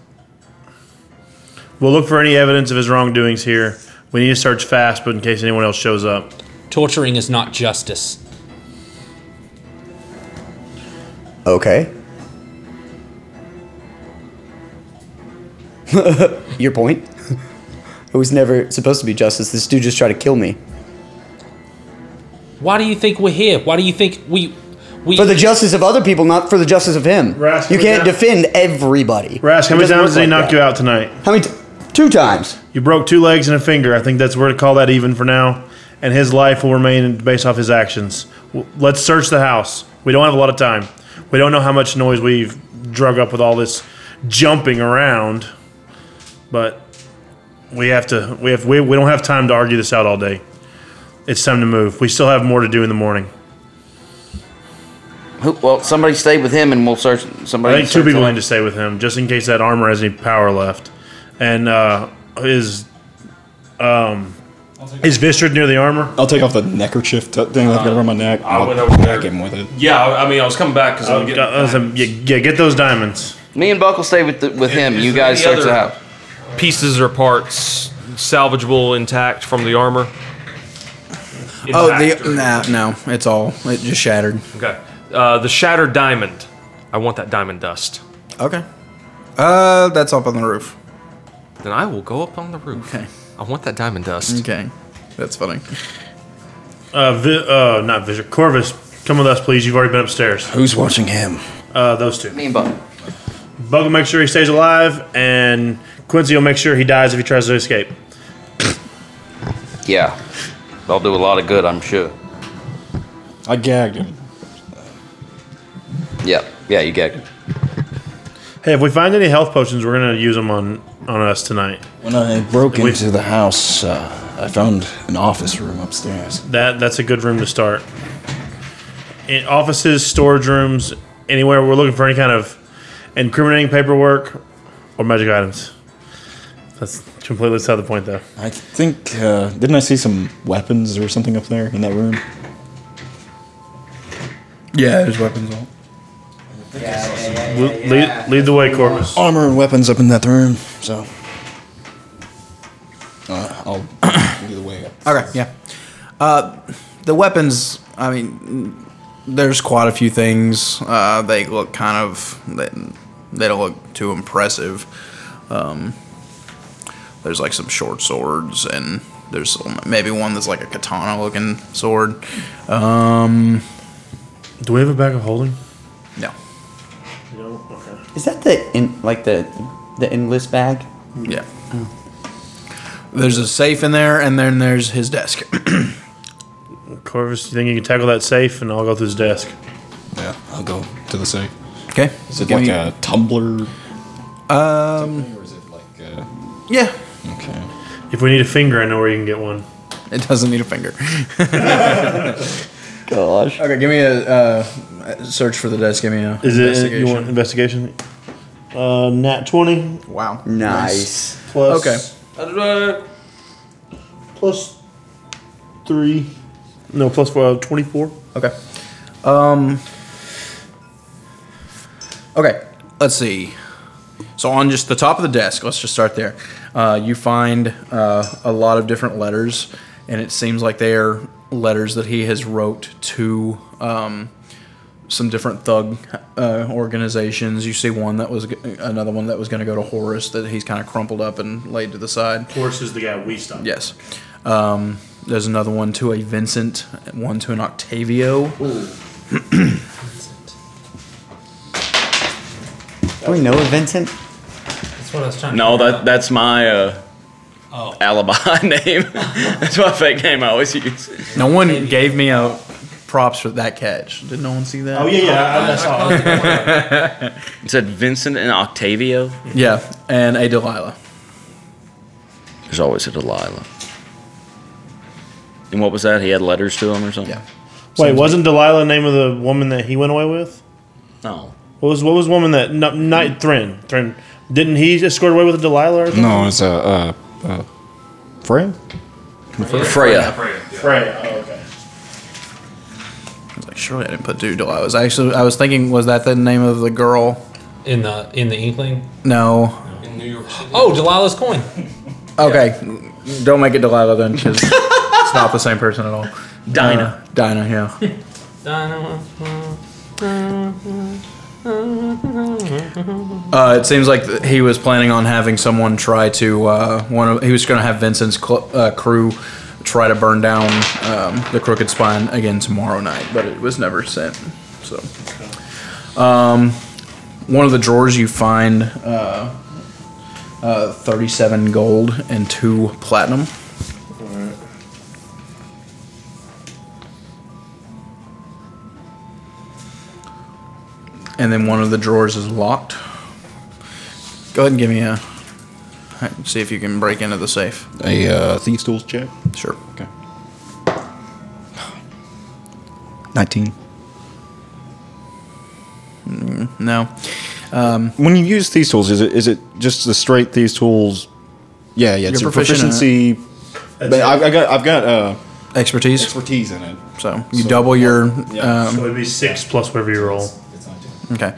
We'll look for any evidence of his wrongdoings here. We need to search fast, but in case anyone else shows up,
Torturing is not justice.
Okay. Your point? It was never supposed to be justice. This dude just tried to kill me.
Why do you think we're here? Why do you think we we
for the justice of other people, not for the justice of him.
Rask,
you
how many
can't
times-
defend everybody.
Rask, how
It
many
doesn't
times did
work
he
like
knock
that.
you out tonight?
How many? T- two times.
You broke two legs and a finger. I think that's where to call that even for now. And his life will remain based off his actions. W- Let's search the house. We don't have a lot of time. We don't know how much noise we've drug up with all this jumping around, but we have to. We have. We, we don't have time to argue this out all day. It's time to move. We still have more to do in the morning.
Who, well, somebody stay with him and we'll search. Somebody.
I think two
search
people
him.
need to stay with him just in case that armor has any power left. And uh, is um, is Vistrid near the armor?
I'll take off the neckerchief t- thing that I've got around my neck.
I
I'll
went over
whack him with it.
Yeah, I I mean, I was coming back because I'm getting.
um, yeah, get those diamonds.
Me and Buck will stay with the, with him.
is
You
there
guys
any
search
other-
it out.
Pieces or parts salvageable intact from the armor.
Oh,
Intact
the nah, no, it's all it just shattered.
or- okay. Uh, the shattered diamond. I want that diamond dust.
Okay. Uh, that's up on the roof.
Then I will go up on the roof. Okay. I want that diamond dust.
Okay, that's funny.
Uh, vi- uh, not Vistrid. Corvus, come with us, please. You've already been upstairs.
Who's watching him?
Uh, those two.
Me and Buck.
Bug will make sure he stays alive, and Quincy will make sure he dies if he tries to escape.
Yeah, they'll do a lot of good, I'm sure.
I gagged him.
Yeah, yeah, you get it.
Hey, if we find any health potions, we're gonna use them on on us tonight.
When I broke
We-
into the house, uh, I found an office room upstairs.
That that's a good room to start. In offices, storage rooms, anywhere we're looking for any kind of incriminating paperwork or magic items. That's completely beside the point, though.
I think uh, didn't I see some weapons or something up there in that room?
Yeah, there's weapons all.
Lead, lead the way, Corvus.
Armor and weapons up in that room, so uh, I'll lead the way up.
Okay, yeah. Uh, the weapons. I mean, there's quite a few things. Uh, they look kind of they, they don't look too impressive. Um, there's like some short swords and there's maybe one that's like a katana looking sword. Um,
Do we have a bag of holding?
No.
No. Okay.
Is that the in like the the endless bag?
Yeah. There's a safe in there, and then there's his desk.
Corvus, you think you can tackle that safe, and I'll go through his desk.
Yeah, I'll go to the safe.
Okay.
Is it
Give
like
me-
a tumbler?
Um. Yeah.
Okay.
If we need a finger, I know where you can get one.
It doesn't need a finger.
Gosh.
Okay, give me a uh, search for the desk. Give me a.
Is it
investigation.
you want investigation? Uh, nat twenty.
Wow.
Nice.
Plus
Okay.
Plus three. No, plus four. Uh, Twenty-four.
Okay. Um. Okay. Let's see. So on just the top of the desk, let's just start there. Uh, you find uh, a lot of different letters, and it seems like they are letters that he has wrote to um, some different thug uh, organizations. You see one that was another one that was going to go to Horus that he's kind of crumpled up and laid to the side.
Horus is the guy we stopped.
Yes. Um, there's another one to a Vincent, one to an Octavio.
Do we know of Vincent?
That's what I was trying.
No,
to
that that's my uh,
Oh.
alibi name. that's my fake name I always use.
No one gave me a props for that catch. Did no one see that?
Oh yeah, yeah. I, I saw. it.
It said Vincent and Octavio.
Yeah, and a Delilah.
There's always a Delilah. And what was that? He had letters to him or something. Yeah.
Wait, wasn't Delilah the name of the woman that he went away with?
No.
What was what was the woman that no, night Thren Thren? Didn't he escort away with Delilah? Or something?
No, it's a uh, uh, Freya.
Freya. Freya.
Freya. Oh, okay.
I was like, surely I didn't put two Delilah. I was actually, I was thinking, was that the name of the girl?
In the in the inkling.
No.
In New York. Oh, Delilah's coin.
Okay, don't make it Delilah then, because It's not the same person at all.
Dinah.
Uh, Dinah, yeah. Uh, it seems like th- he was planning on having someone try to uh, one of he was going to have Vincent's cl- uh, crew try to burn down um, the Crooked Spine again tomorrow night, but it was never sent. So, um, one of the drawers you find uh, uh, thirty-seven gold and two platinum. and then one of the drawers is locked. Go ahead and give me a. alright, See if you can break into the safe.
A uh, thieves' tools check.
Sure.
Okay. Nineteen.
no.
when you use thieves' tools, is it is it just the straight thieves' tools? Yeah, yeah. It's
You're
your
proficient in it.
proficiency. But I've, I've got I've got uh,
expertise
expertise in it.
So you double your. Um,
so it'd be six plus whatever you roll.
Okay.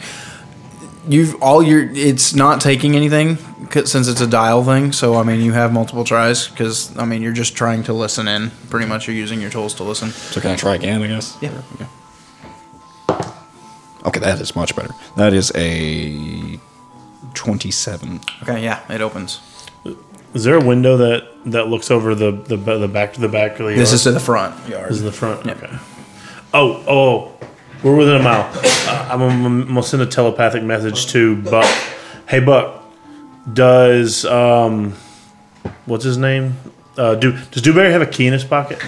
You've all your. It's not taking anything 'cause- since it's a dial thing. So I mean, you have multiple tries because I mean you're just trying to listen in. Pretty much, you're using your tools to listen.
So can I try again? I guess.
Yeah.
Okay. Okay, that is much better. That is a twenty-seven.
Okay. Yeah, it opens.
Is there a window that that looks over the the, ba- the back to the back of the yard?
This is to the front yard.
This is the front. Okay. Oh, oh, we're within a mile. Uh, I'm, gonna- I'm gonna send a telepathic message to Buck. Hey, Buck, does um, what's his name? Uh, do does Dewberry have a key in his pocket?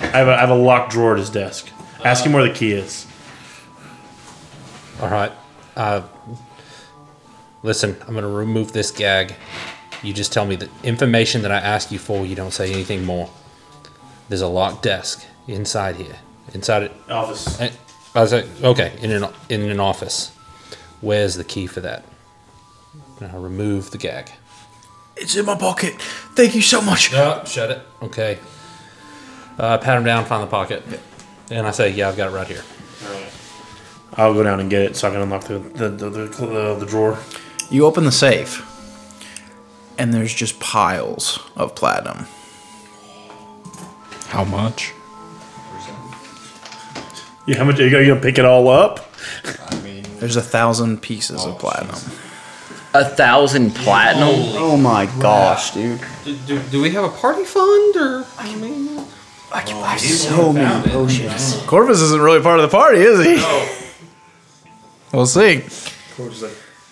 I have a, I have a locked drawer at his desk. Ask him where the key is.
All right. Uh, listen, I'm going to remove this gag. You just tell me the information that I ask you for. You don't say anything more. There's a locked desk inside here. Inside it.
Office.
I, I was like, okay, in an, in an office. Where's the key for that? And I remove the gag.
It's in my pocket. Thank you so much.
Oh, shut it. Okay. Uh, pat him down, find the pocket. And I say, yeah, I've got it right here.
I'll go down and get it so I can unlock the the, the, the, the, the drawer.
You open the safe, and there's just piles of platinum.
How much?
Yeah, how much are you gonna pick it all up?
There's a thousand pieces of platinum.
A thousand platinum?
Oh my gosh, dude.
Do, do, do we have a party fund or? I mean, I can buy
So many potions.
Corvus isn't really part of the party, is he? We'll see.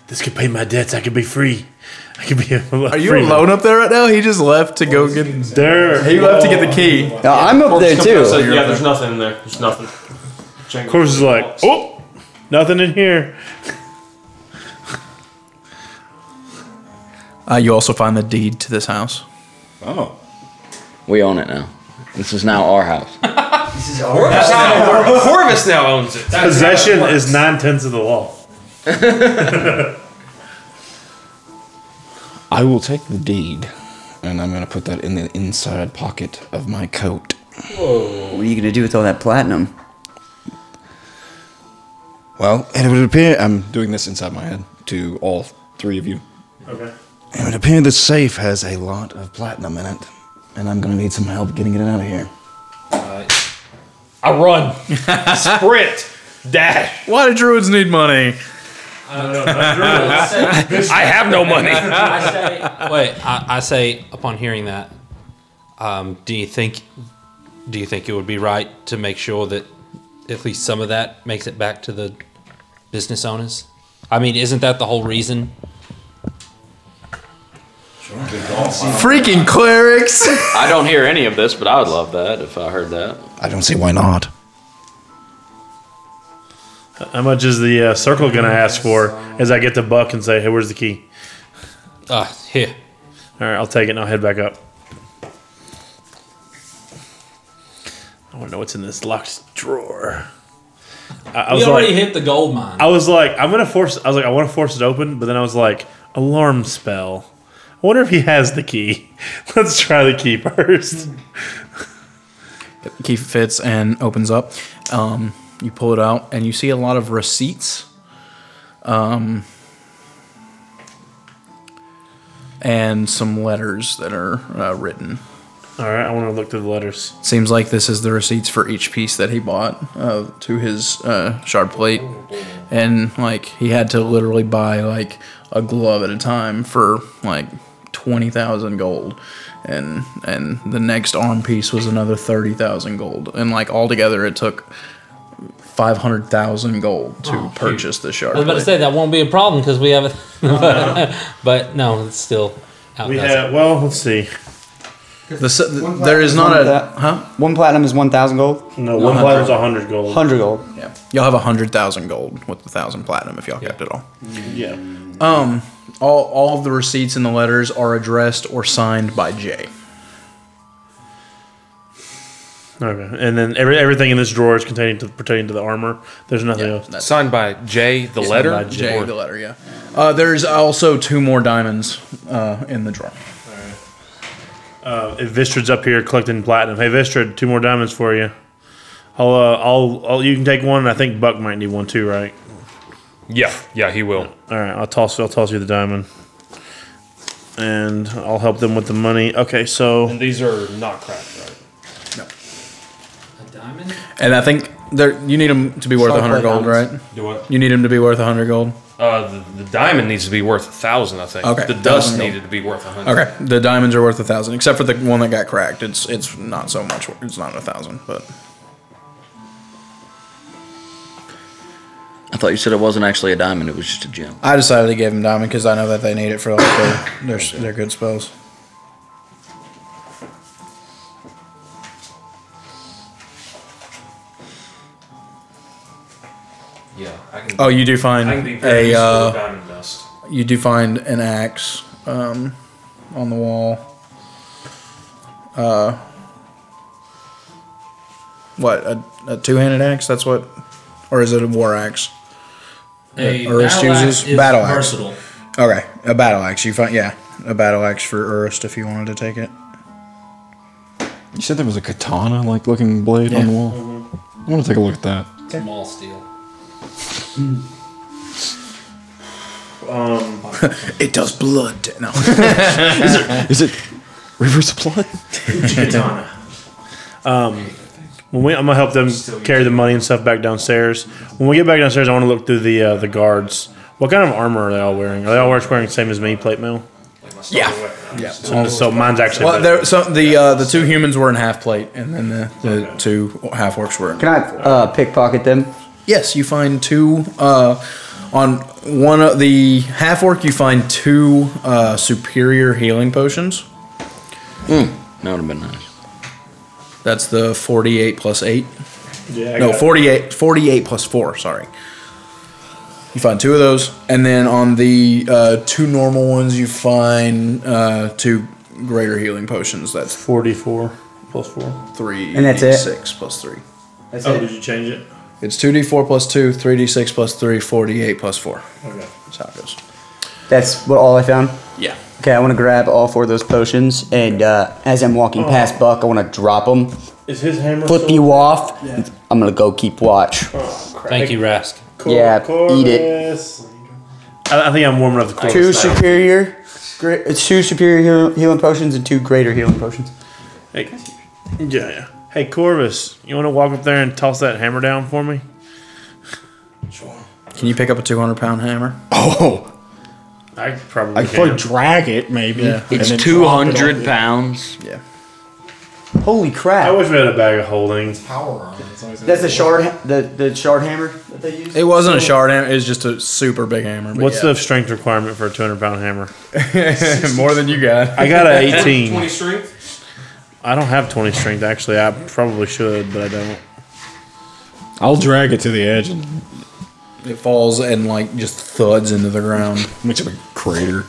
This could pay my debts. I could be free. I could be. A, Are
you alone up there right now? He just left to go get.
There.
He left to get the key.
I'm up
there, too.
yeah, there's nothing in there. There's nothing. Jangle.
Corvus is like, oh, nothing in here.
Uh, you also find the deed to this house.
Oh.
We own it now. This is now our house.
This is Corvus now. Corvus now owns it. That's
Possession
how it works.
is nine tenths of the law.
I will take the deed, and I'm going to put that in the inside pocket of my coat.
What are you gonna do with all that platinum?
Well, it would appear I'm doing this inside my head to all three of you.
Okay.
It would appear the safe has a lot of platinum in it, and I'm going to need some help getting it out of here.
I run, sprint, dash.
Why do druids need money?
I have no money.
I say, wait, I, I say, upon hearing that, um, do you think, do you think it would be right to make sure that at least some of that makes it back to the business owners? I mean, isn't that the whole reason?
Freaking clerics!
I don't hear any of this, but I would love that if I heard that.
I don't see why not.
How much is the uh, circle gonna ask for? As I get to Buck and say, hey, where's the key?
Ah, here.
All right, I'll take it and I'll head back up. I want to know what's in this locked drawer. I, I
we
was
already
like,
hit the gold mine.
I was like, I'm gonna force. I was like, I want to force it open, but then I was like, alarm spell. I wonder if he has the key. Let's try the key first.
Key fits and opens up. Um, you pull it out, and you see a lot of receipts. Um, and some letters that are uh, written.
All right, I want to look through the letters.
Seems like this is the receipts for each piece that he bought uh, to his uh, shard plate, and like he had to literally buy like a glove at a time for like twenty thousand gold, and and the next arm piece was another thirty thousand gold, and like altogether it took five hundred thousand gold to
Oh,
purchase the
I
shard.
was about to
plate.
say that won't be a problem because we have a but no, it's still out.
Oh, We have well, let's see.
The, s-
One
there is not a
platinum-
huh.
One platinum is one thousand gold.
No, one platinum's a hundred gold.
Hundred gold.
Yeah, y'all have a hundred thousand gold with a thousand platinum if y'all kept it all.
Yeah.
Um, all all of the receipts and the letters are addressed or signed by J.
Okay, and then every, everything in this drawer is containing to pertaining to the armor. There's nothing else.
Signed by J, the
Signed
letter.
by
J, the letter, yeah. Uh, there's also two more diamonds uh, in the drawer.
Uh, if Vistrid's up here collecting platinum. Hey, Vistrid, two more diamonds for you. I'll, uh, I'll, I'll, you can take one, and I think Buck might need one too, right?
Yeah, yeah, he will.
All right, I'll toss, I'll toss you the diamond, and I'll help them with the money. Okay, so
And these are not cracked, right?
And I think there you need them to be worth a
Solid
hundred
plate
gold,
diamonds.
right?
Do what?
You need them to be worth a hundred gold.
Uh, the, the diamond needs to be worth a thousand, I think.
Okay,
The dust
1,000 gold.
needed to be worth a hundred.
Okay, the diamonds are worth a thousand, except for the one that got cracked. It's it's not so much. wor- It's not a thousand, but
I thought you said it wasn't actually a diamond; it was just a gem.
I decided to give them diamond because I know that they need it for like their their, their good spells.
Yeah. I can,
Oh, you do find
I can be very
a
useful with
uh,
diamond dust.
You do find an axe um, on the wall. Uh, what a, a two-handed axe? That's what, or is it a war axe?
A
That Urus
battle axe is versatile.
Okay, a battle axe. You find yeah, a battle axe for Urist if you wanted to take it.
You said there was a katana like looking blade on the wall. I want to take a look at that.
Small steel.
Um,
it does blood. da- No,
is, it, is it river supply?
um, when we, I'm gonna help them carry the money and stuff back downstairs. When we get back downstairs, I want to look through the uh, the guards. What kind of armor are they all wearing? Are they all wearing the same as me, plate mail?
Yeah. Yeah.
Oh.
So, so mine's actually.
Well,
better.
there, so the uh, the two humans were in half plate, and then the, the two half orcs were. In
Can I uh, pickpocket them?
Yes, you find two. Uh, on one of the half orc, you find two uh, superior healing potions.
Hmm, That would have been nice.
That's the forty-eight plus eight.
Yeah, I
no,
got it.
48, 48 plus four. Sorry. You find two of those, and then on the uh, two normal ones, you find uh, two greater healing potions. That's
forty-four plus four.
Three
And that's it?
Six plus three.
That's
oh,
it.
did you change it?
It's 2d4 plus 2, 3d6 plus 3, 48 plus 4.
Okay.
That's how it goes.
That's what all I found.
Yeah.
Okay, I want to grab all four of those potions, and uh, as I'm
Oh.
walking past Buck, I want to drop them.
Is his hammer?
Flip
still-
you off. I'm gonna go keep watch.
Thank you, Rask.
yeah, eat it.
I, I think I'm warming up the chorus.
Two
now.
superior, great, it's two superior heal- healing potions and two greater healing potions.
Hey, yeah, yeah. Hey, Corvus, you want to walk up there and toss that hammer down for me?
Can you pick up a 200 pound hammer?
Oh. I probably
I
I
could probably
can.
drag it, maybe, Yeah. and
It's
then
two
drop it on
hundred
you.
pounds.
Yeah.
Holy crap!
I wish we had a bag of holding.
Power armor. That's the shard, ha- the the shard hammer that they use.
It wasn't a shard hammer, it was just a super big hammer. but
What's
yeah.
the strength requirement for a 200 pound hammer?
More than you got.
I got a 18.
20
strength? I don't have 20 strength, actually. I probably should, but I don't.
I'll drag it to the edge and
It falls and like just thuds into the ground.
Makes a crater.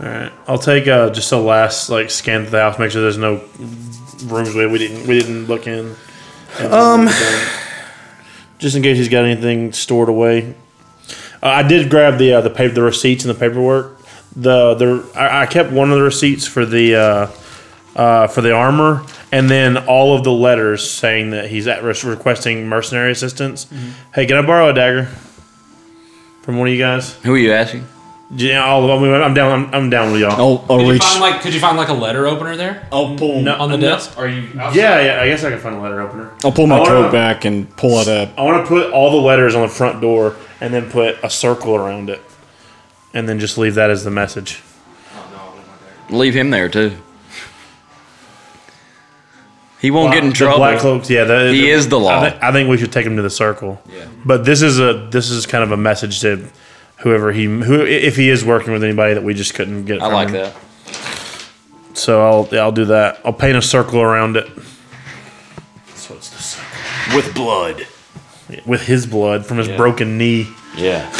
All right. I'll take uh, just a last like scan of the house, make sure there's no rooms we we didn't we didn't look in. And, uh,
Um.
just in case he's got anything stored away. Uh, I did grab the uh, the paper, the receipts and the paperwork. The the I, I kept one of the receipts for the uh, uh, for the armor, and then all of the letters saying that he's at risk requesting mercenary assistance. Hey, can I borrow a dagger from one of you guys?
Who are you asking?
Yeah, all of them. I'm down. I'm, I'm down with y'all.
I'll,
Could you find like could you find like a letter opener there?
Oh, boom.
on the
No.
desk. Are you?
Yeah, yeah. I guess I can find a letter opener.
I'll pull
Oh,
my
I wanna-
coat back and pull it up.
I want to put all the letters on the front door and then put a circle around it, and then just leave that as the message.
Leave him there too. He won't get in
The
trouble.
Black cloaks. Yeah, the,
he is the law.
I, thi- I think we should take him to the circle. Yeah. But this is a this is kind of a message to whoever he who if he is working with anybody that we just couldn't get.
I
from
like
him.
that.
So I'll yeah, I'll do that. I'll paint a circle around it So it's the
with blood.
with his blood from his
Yeah.
broken knee.
Yeah.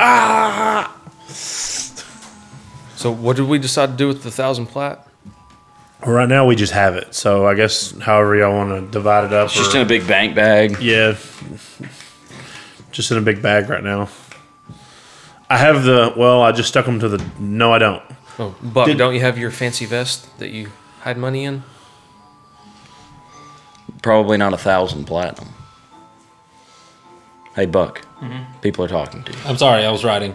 Ah.
So what did we decide to do with the thousand plat?
Right now we just have it. So I guess however y'all want to divide it up.
It's just in
a big bank bag.
Yeah. Just in a big bag right now. I have the well. I just stuck them to the. No, I don't.
Oh, Buck,
Did-
don't you have your fancy vest that you hide money in?
Probably not a thousand platinum. Hey Buck,
Mhm.
Mm-hmm.
people are talking to you.
I'm sorry, I was writing.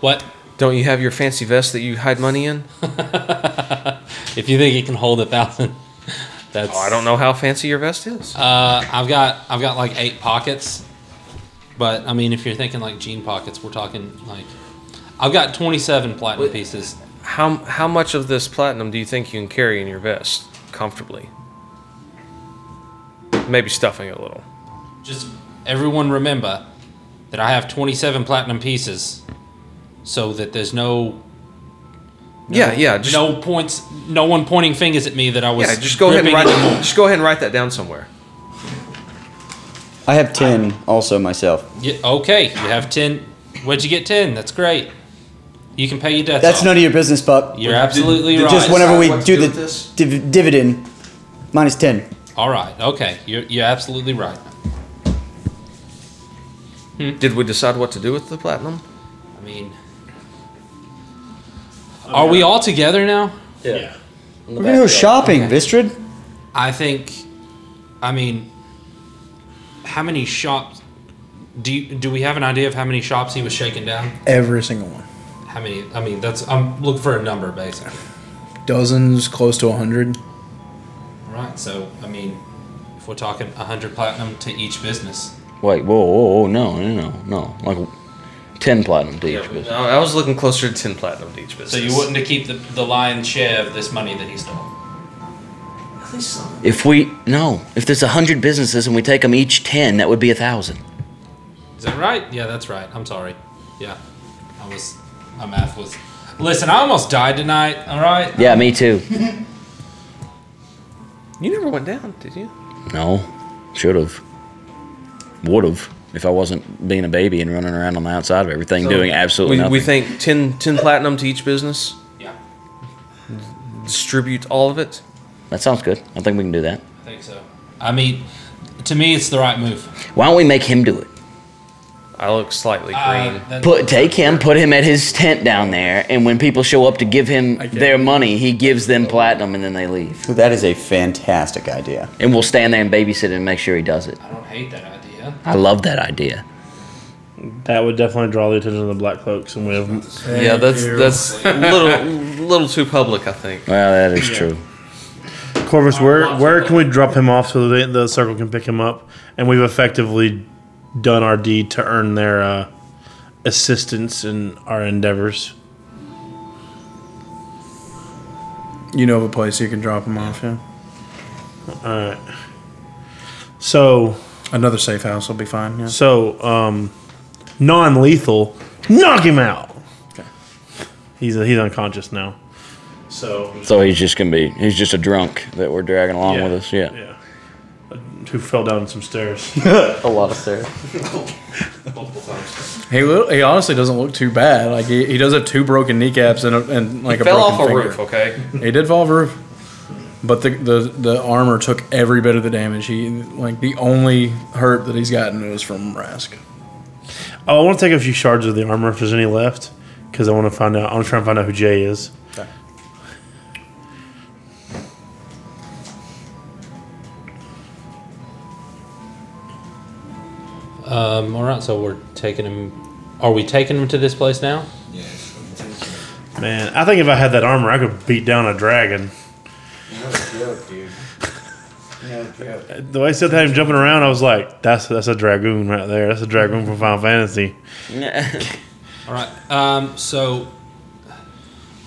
What?
Don't you have your fancy vest that you hide money in?
if you think it can hold a thousand, that's.
Oh, I don't know how fancy your vest is.
Uh, I've got I've got like eight pockets, but I mean, if you're thinking like jean pockets, we're talking like I've got 27 platinum pieces.
How how much of this platinum do you think you can carry in your vest comfortably? Maybe stuffing it a little.
Just everyone remember that I have 27 platinum pieces, so that there's no. no-
Yeah, yeah, just-
no points. No one pointing fingers at me that I was.
Yeah, just go ahead and
gripping
write
in the-
just go ahead and write that down somewhere.
I have 10 also myself.
Yeah, okay, you have 10. Where'd you get 10? That's great. You can pay your debts.
That's
off.
none of your business, pup.
You're absolutely right.
Just whenever we do the div- dividend, minus 10.
All right, okay. You're, you're absolutely right.
Did we decide what to do with the platinum?
I mean, are we all together now?
Yeah.
We're going to go shopping, Vistrid.
I think, I mean, how many shops do you, do we have an idea of how many shops he was shaking down?
Every single one.
How many? I mean, that's I'm looking for a number basically.
Dozens, close to 100.
Right. So I mean, if we're talking 100 platinum to each business,
Wait, whoa, whoa, whoa, no, no, no, no. Like ten platinum to each business.
I I was looking closer to ten platinum to each business.
so you wouldn't to keep the, the lion's share of this money that he stole.
At least some.
If we no, if there's a hundred businesses and we take them each ten, that would be a thousand.
Is that right? Yeah, that's right. I'm sorry. Yeah, I was. My math was. Listen, I almost died tonight. All right.
Yeah, me too.
You never went down, did you?
No, should have, would have, if I wasn't being a baby and running around on the outside of everything,
So
doing absolutely
we,
nothing.
We think 10, 10 platinum to each business.
Yeah.
Distribute all of it.
that sounds good. I think we can do that.
I think so. I mean, to me, it's the right move.
Why don't we make him do it?
I look slightly
Uh,
green.
Put take him, put him at his tent down there, and when people show up to give him their money, he gives them platinum, and then they leave.
That is a fantastic idea.
And we'll stand there and babysit and make sure he does it.
I don't hate that idea.
I love that idea.
That would definitely draw the attention of the black cloaks, and we have.
yeah, that's that's a little little too public, I think.
Well, that is
Yeah.
true.
Corvus, where where can we drop him off so that the circle can pick him up? And we've effectively done our deed to earn their uh, assistance in our endeavors.
You know of a place you can drop them off, yeah?
Alright. So.
Another safe house will be fine, yeah.
So, um, non lethal, knock him out. He's he's unconscious now. So
So he's just gonna be he's just a drunk that we're dragging along with us. Yeah.
Yeah. Who fell down some stairs?
A lot of stairs.
He lo- he honestly doesn't look too bad. Like he, he does have two broken kneecaps and a, and like
He
a
fell
broken
off a
finger.
roof, okay?
He did fall off a roof, but the, the the armor took every bit of the damage. He like the only hurt that he's gotten was from Rask.
Oh, I want to take a few shards of the armor if there's any left, because I want to find out. I'm trying to find out who Jay is.
Okay.
Um, all right, so we're taking him. Are we taking him to this place now?
Yes.
Man, I think if I had that armor, I could beat down a dragon.
No joke, dude. No joke.
The way I said that, him jumping around, I was like, "That's that's a dragoon right there. That's a dragoon from Final Fantasy."
All right. Um, so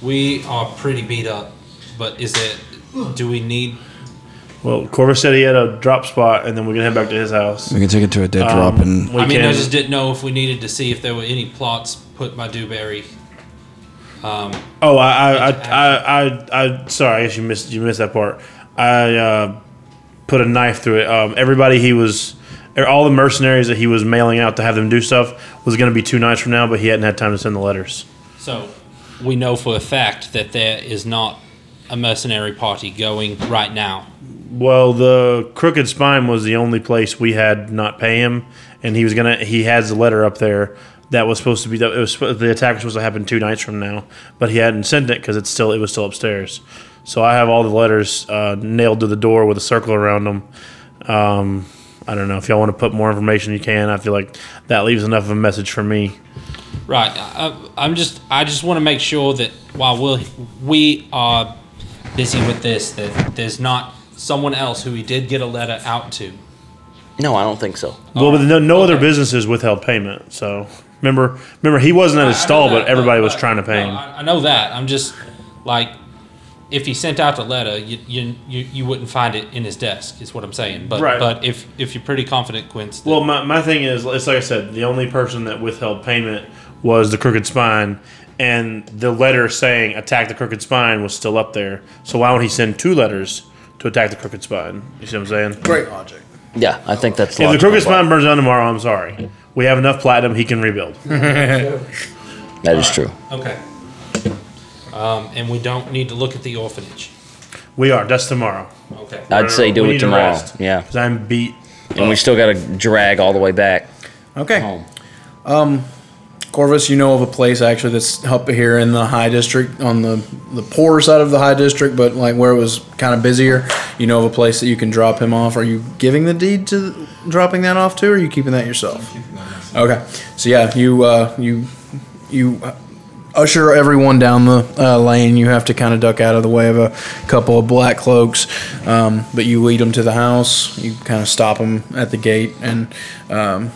we are pretty beat up, but is it? Do we need?
Well, Corvus said he had a drop spot, and then we can head back to his house. Um,
We can take it to a dead drop and-
we
I mean,
can-
I just didn't know if we needed to see if there were any plots put by Dewberry. Um,
Oh, I, I, I, I, I, I, sorry, I guess you missed you missed that part. I uh, put a knife through it. Um, everybody he was, er, all the mercenaries that he was mailing out to have them do stuff was going to be two nights from now, but he hadn't had time to send the letters.
so we know for a fact that there is not a mercenary party going right now.
Well, the Crooked Spine was the only place we had not pay him, and he was gonna. He has the letter up there that was supposed to be. That it was supposed- the attack was supposed to happen two nights from now, but he hadn't sent it because it's still it was still upstairs. So I have all the letters uh, nailed to the door with a circle around them. Um, I don't know if y'all want to put more information. You can. I feel like that leaves enough of a message for me.
Right. I, I'm just. I just want to make sure that while we we are busy with this, that there's not someone else who we did get a letter out to.
No, I don't think so.
Well, but no, no other businesses withheld payment. So remember, remember he wasn't at his stall, but everybody was trying to pay him.
I, I know that. I'm just like, if he sent out the letter, you you you, you wouldn't find it in his desk. Is what I'm saying. But
Right.
but if if you're pretty confident, Quince, that-
Well, my, my thing is, it's like I said, the only person that withheld payment was the Crooked Spine, and the letter saying attack the Crooked Spine was still up there. So why would he send two letters to attack the Crooked Spine? You see what I'm saying?
Great logic.
Yeah, I think that's
If the
logical,
Crooked
but-
Spine burns down tomorrow, I'm sorry. We have enough platinum, he can rebuild.
That is true.
okay. Um, and we don't need to look at the orphanage.
We are. That's tomorrow.
Okay.
I'd say do
We
it
need to
tomorrow.
rest.
Yeah,
because I'm beat.
And we still got to drag all the way back.
Okay. Um, Corvus, you know of a place actually that's up here in the High District, on the the poorer side of the High District, but like where it was kind of busier. You know of a place that you can drop him off. Are you giving the deed to the, dropping that off to, or are you keeping that yourself? Okay. So yeah, you uh, you you usher everyone down the uh, lane. You have to kind of duck out of the way of a couple of black cloaks, um, but you lead them to the house. You kind of stop them at the gate and. Um,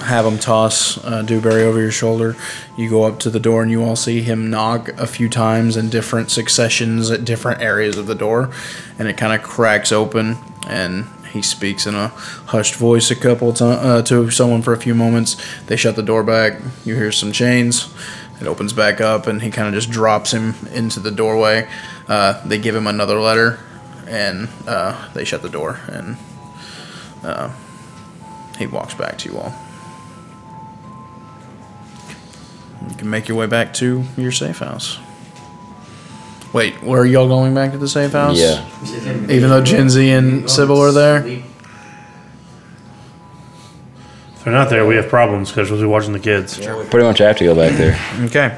have him toss uh, Dewberry over your shoulder. You go up to the door and you all see him knock a few times in different successions at different areas of the door, and it kind of cracks open and he speaks in a hushed voice a couple of times uh, to someone for a few moments. They shut the door back. You hear some chains. It opens back up and he kind of just drops him into the doorway. Uh, they give him another letter and uh, they shut the door and uh, he walks back to you all. You can make your way back to your safe house. Wait, where are y'all going back to the safe house?
Yeah.
Even though Gen Z and Sybil are there?
If they're not there, we have problems because we'll be watching the kids.
Pretty much, I have to go back there.
Okay.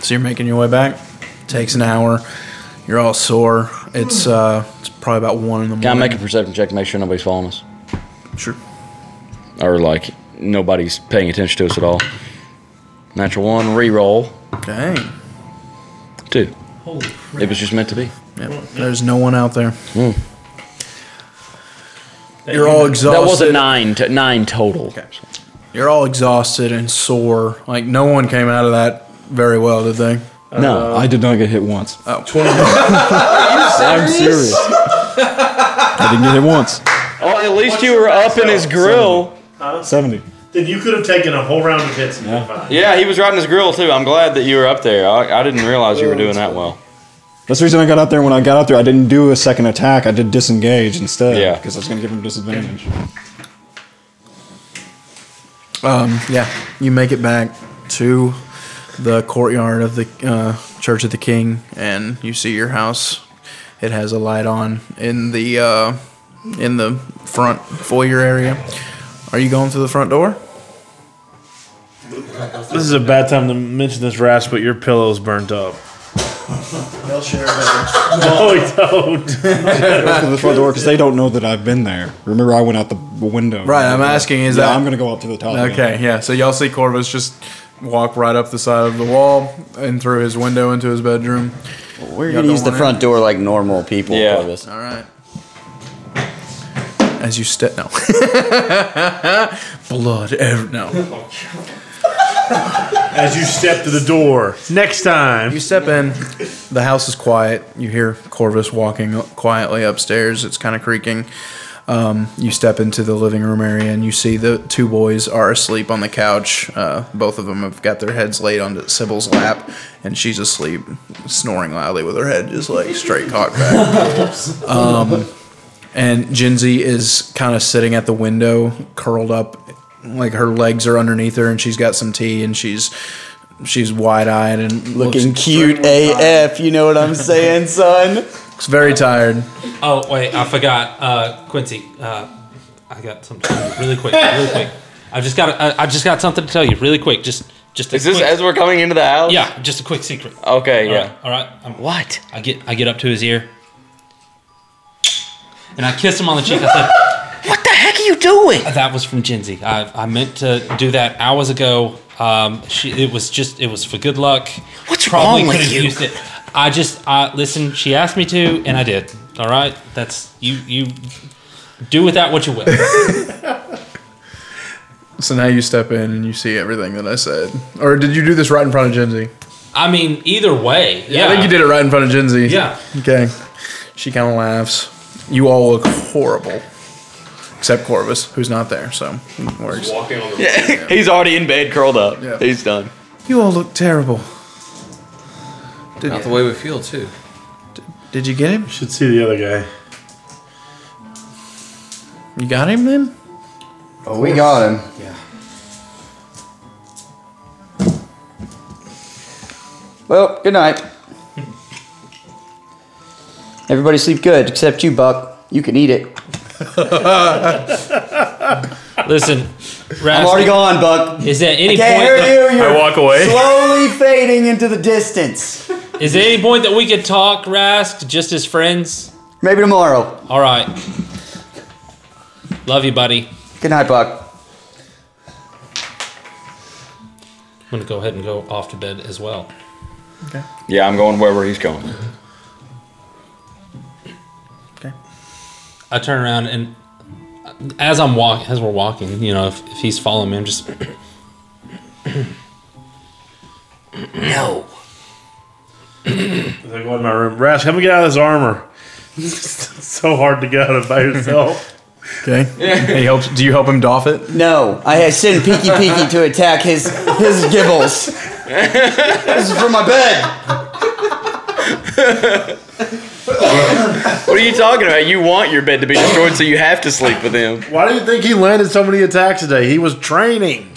So you're making your way back. Takes an hour. You're all sore.
Hmm.
It's uh, it's probably about one in the morning.
Can I make a perception check to make sure nobody's following us?
Sure.
Or like nobody's paying attention to us at all. Natural one, reroll.
Dang.
Two.
Holy
It was just meant to be.
Yep. There's no one out there.
Mm.
You're all exhausted.
That was a nine, to, nine total.
You're all exhausted and sore. Like no one came out of that very well, did they?
No, I did not get hit once.
Oh.
I'm serious. I didn't get hit once.
Oh, at least you were up in his grill.
Seventy.
Then you could have taken a whole round of hits. and been fine.
Yeah, he was riding his grill too. I'm glad that you were up there. I, I didn't realize you were doing that well.
That's the reason I got out there. When I got out there, I didn't do a second attack. I did disengage instead.
Yeah.
Because I was going to give him disadvantage.
Um, yeah, you make it back to the courtyard of the uh, Church of the King, and you see your house. It has a light on in the uh, in the front foyer area. Are you going through the front door?
This is a bad time to mention this, Rash, but your pillow's burnt up.
They'll share it.
No, we don't.
go to the front door because they don't know that I've been there. Remember, I went out the window.
Right, I'm asking, is
Yeah,
that-
Oh,
I'm going to go up to the top.
Okay, yeah. So y'all see Corvus just walk right up the side of the wall and through his window into his bedroom.
We're gonna use the front door like normal people.
Yeah.
Corvus.
All right. As you step, no. Blood. Ev- no. As you step to the door, next time you step in, the house is quiet. You hear Corvus walking quietly upstairs. It's kind of creaking. Um, you step into the living room area and you see the two boys are asleep on the couch. Uh, both of them have got their heads laid onto Sybil's lap, and she's asleep, snoring loudly with her head just like straight cocked back. Um, and Jinzy is kind of sitting at the window, curled up, like her legs are underneath her, and she's got some tea, and she's she's wide eyed and
Looking
looks
cute AF, you know what I'm saying, son?
Looks very tired.
Oh wait, I forgot, uh, Quincy. Uh, I got something to tell you really quick, really quick. I just got I, I just got something to tell you really quick. Just just a
Is this
quick-
as we're coming into the house?
Yeah, just a quick secret.
Okay, yeah.
All right. what? I get I get up to his ear, and I kiss him on the cheek. I said,
What the heck are you doing?
"That was from Jinsey. I I meant to do that hours ago. Um, she, it was just it was for good luck. What's
wrong with
could've
you?
Used it. I just I listen. She asked me to, and I did. All right. That's you you do with that what you will.
So now you step in and you see everything that I said. Or did you do this right in front of Jinzy?
I mean, either way. Yeah.
I think you did it right in front of Jinzy.
Yeah.
Okay. She kind of laughs. You all look horrible. Except Corvus, who's not there, so it works.
Walking on the
Yeah, he's already in bed, curled up.
Yeah.
He's done.
You all look terrible.
Not the way we feel, too.
Did you get him?
Should see the other guy.
You got him then?
Oh, we got him.
Yeah.
Well, good night. Everybody sleep good, except you, Buck. You can eat it.
Listen,
I'm already gone, Buck.
Is there any
I can't
point?
hear
that-
you. You're Slowly fading into the distance.
Is there any point that we could talk, Rask, just as friends?
Maybe tomorrow.
All right. Love you, buddy.
Good night, Buck.
I'm gonna go ahead and go off to bed as well.
Yeah, I'm going wherever he's going.
I turn around and as I'm walk, as we're walking, you know, if, if he's following me, I'm just
No.
As I go in my room, Rask, help me get out of this armor. it's so hard to get out of by yourself.
Okay. He helps. Do you help him doff it?
No, I send Peaky Peaky to attack his his gibbles. this is from my bed.
What are you talking about? You want your bed to be destroyed, so you have to sleep with him.
Why do you think he landed so many attacks today? He was training.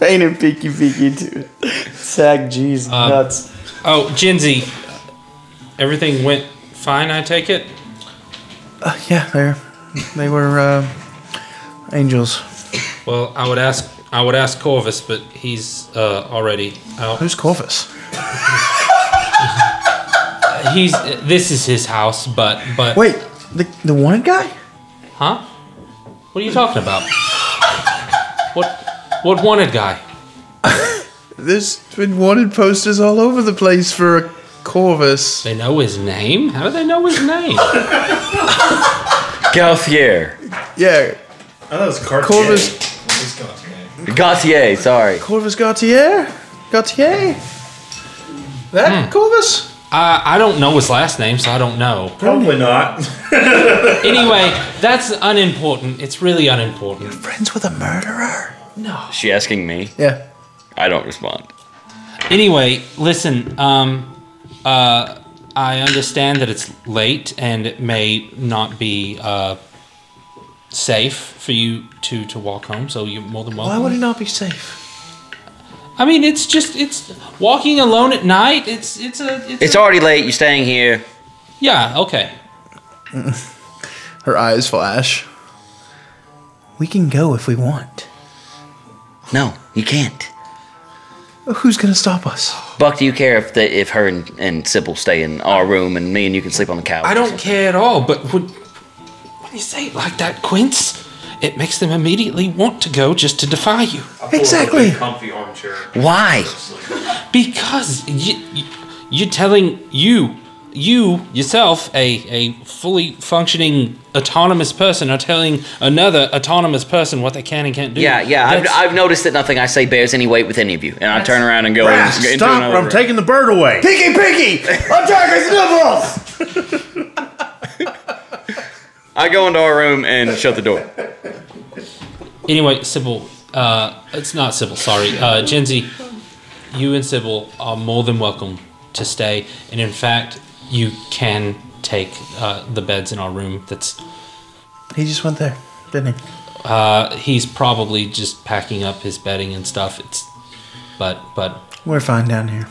Pain and Peaky Peaky too. Sag G's
Um,
nuts.
Oh, Jinzy, everything went fine. I take it.
Uh, yeah, they're, they were uh, angels.
Well, I would ask, I would ask Corvus, but he's uh, already out.
Who's Corvus?
He's this is his house, but but
Wait, the, the one guy?
huh? What are you talking about? what what wanted guy?
There's been wanted posters all over the place for a Corvus.
They know his name? How do they know his name?
Gauthier.
Yeah.
I thought it was Cartier.
Corvus.
Gauthier, sorry.
Corvus Gautier? Gautier? That Corvus?
I I don't know his last name, so I don't know.
Probably not.
anyway, that's unimportant. It's really unimportant.
Friends with a murderer?
No.
She asking me.
Yeah.
I don't respond.
Anyway, listen. Um, uh, I understand that it's late and it may not be uh, safe for you to to walk home. So you're more than welcome.
Why would it not be safe?
I mean, it's just it's walking alone at night. It's it's a it's,
It's
a,
already late. You're staying here.
yeah okay.
Her eyes flash. We can go if we want.
No, you can't.
Who's gonna stop us?
Buck, do you care if the, if her and, and Sybil stay in our room and me and you can sleep on the couch?
I don't care at all. But when when you say it like that, Quince,
it makes them immediately want to go just to defy you.
Exactly. comfy armchair.
Why? Because you, you, you're telling you, you yourself, a, a fully functioning autonomous person, are telling another autonomous person what they can and can't do.
Yeah, yeah. I've,
That's-
I've noticed that nothing I say bears any weight with any of you, and I turn around and go
Brass,
into
stop,
another
I'm
room.
taking the bird away.
Pinky, pinky! I'm Dracula's nipples!
I go into our room and shut the door.
Anyway, Sybil, uh, it's not Sybil, sorry. Uh, Genzi, you and Sybil are more than welcome to stay. And in fact, you can take uh, the beds in our room. That's
He just went there, didn't he?
uh, He's probably just packing up his bedding and stuff. It's, But, but,
We're fine down here.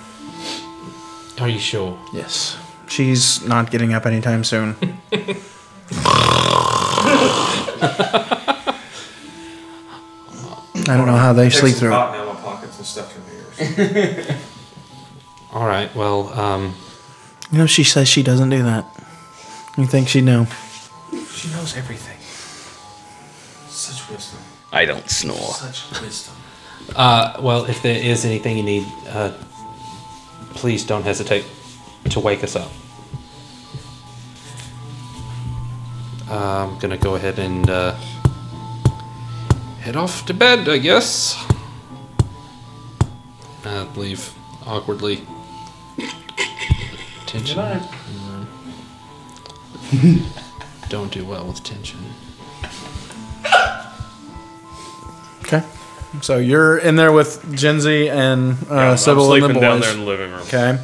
are you sure?
Yes. She's not getting up anytime soon. I don't know how they
There's
sleep
some
through it.
cotton out of my pockets and stuff in my ears.
All right, well, um,
You know, she says she doesn't do that. You think she'd know?
she knows everything. Such wisdom.
I don't snore.
Such wisdom.
Uh, well, if there is anything you need, uh, please don't hesitate to wake us up. Uh, I'm gonna go ahead and uh, head off to bed, I guess. Uh, leave awkwardly. Tension. Don't do well with tension.
Okay. So you're in there with Genzi and uh,
Yeah, I'm
Sybil and the boys.
sleeping down there in the living room.
Okay.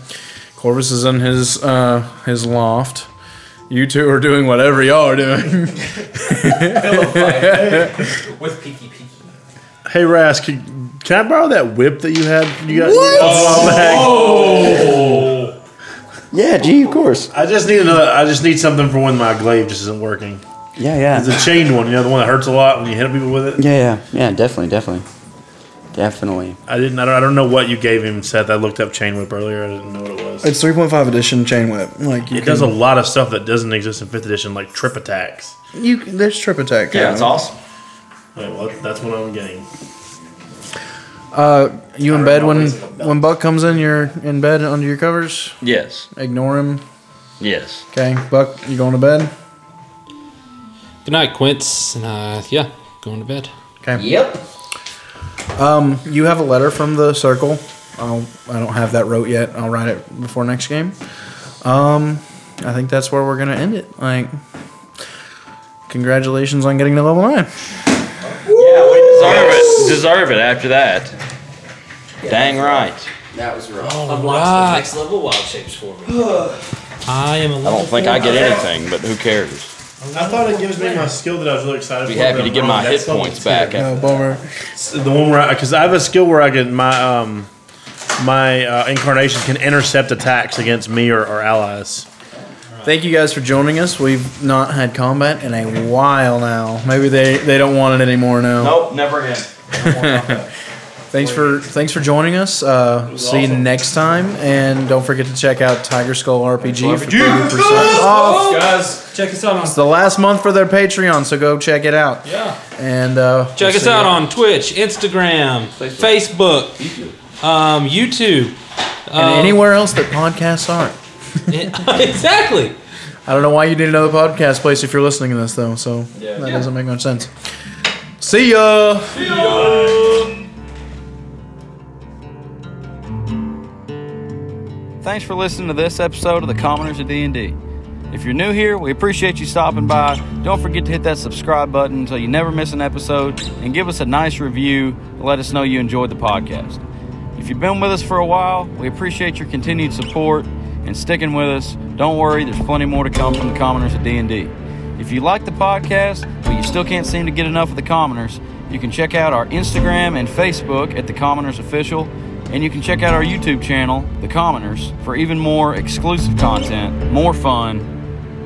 Corvus is in his uh, his loft. You two are doing whatever y'all are doing.
With Peaky Peaky.
Hey, Rask, can, can I borrow that whip that you had? You got
What?
a while back?
Oh.
Yeah, gee, of course. I just need another. I just need something for when my glaive just isn't working.
Yeah, yeah.
It's a chained one. You know, the one that hurts a lot when you hit people with it.
Yeah, yeah, yeah, definitely, definitely. Definitely.
I didn't. I don't, I don't know what you gave him, Seth. I looked up chain whip earlier. I didn't know what it was.
It's 3.5 edition chain whip. Like you
It does a
can-
lot of stuff that doesn't exist in fifth edition, like trip attacks.
You can- there's trip attack.
it's Wait, well, that's what I'm getting.
Uh, you in bed when when Buck comes in? You're in bed under your covers.
Yes.
Ignore him.
Yes.
Okay, Buck, you going to bed?
Good night, Quince, and uh, yeah, going to bed.
Okay. Um, you have a letter from the circle. I'll, I don't have that wrote yet. I'll write it before next game. Um, I think that's where we're gonna end it. Like, congratulations on getting to level nine.
Deserve it. Deserve it after that. Dang right.
That was rough.
Unlocks the right. next
level wild shapes for me.
I am a
I don't think I get anything, but who cares?
I thought it gives me my skill that I was really excited
Be
for.
happy
but
to
I'm
get
wrong.
my
That's
hit
level
points
10.
back. No,
bummer.
It's The one where I, because I have a skill where I can my um my uh, incarnation can intercept attacks against me or, or allies.
Thank you guys for joining us. We've not had combat in a while now. Maybe they, they don't want it anymore now.
Oh, never again.
thanks for thanks for joining us. Uh, see you next time, and don't forget to check out Tiger Skull RPG for thirty percent off.
Guys,
check us out on.
It's the last month for their Patreon, so go check it out.
Yeah.
And uh,
Check
we'll
us
see
out
ya.
on Twitch, Instagram, Facebook, um, YouTube.
and
Um,
anywhere else that podcasts aren't.
exactly.
I don't know why you need another podcast place if you're listening to this though. So
Yeah.
that
Yeah.
doesn't make much sense. See ya.
Thanks for listening to this episode of the Commoners of D&D. If you're new here, we appreciate you stopping by. Don't forget to hit that subscribe button so you never miss an episode and give us a nice review to let us know you enjoyed the podcast. If you've been with us for a while, we appreciate your continued support and sticking with us. Don't worry, there's plenty more to come from the Commoners of D&D. If you like the podcast, but you still can't seem to get enough of the Commoners, you can check out our Instagram and Facebook at the Commoners Official, and you can check out our YouTube channel, The Commoners, for even more exclusive content, more fun,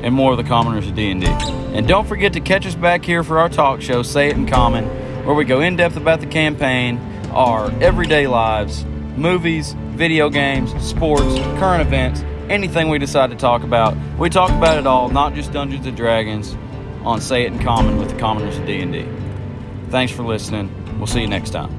and more of the Commoners of D&D. And don't forget to catch us back here for our talk show, Say It in Common, where we go in depth about the campaign, our everyday lives, movies, video games, sports, current events, anything we decide to talk about. We talk about it all, not just Dungeons and Dragons, on Say It in Common with the Commoners of D&D. Thanks for listening. We'll see you next time.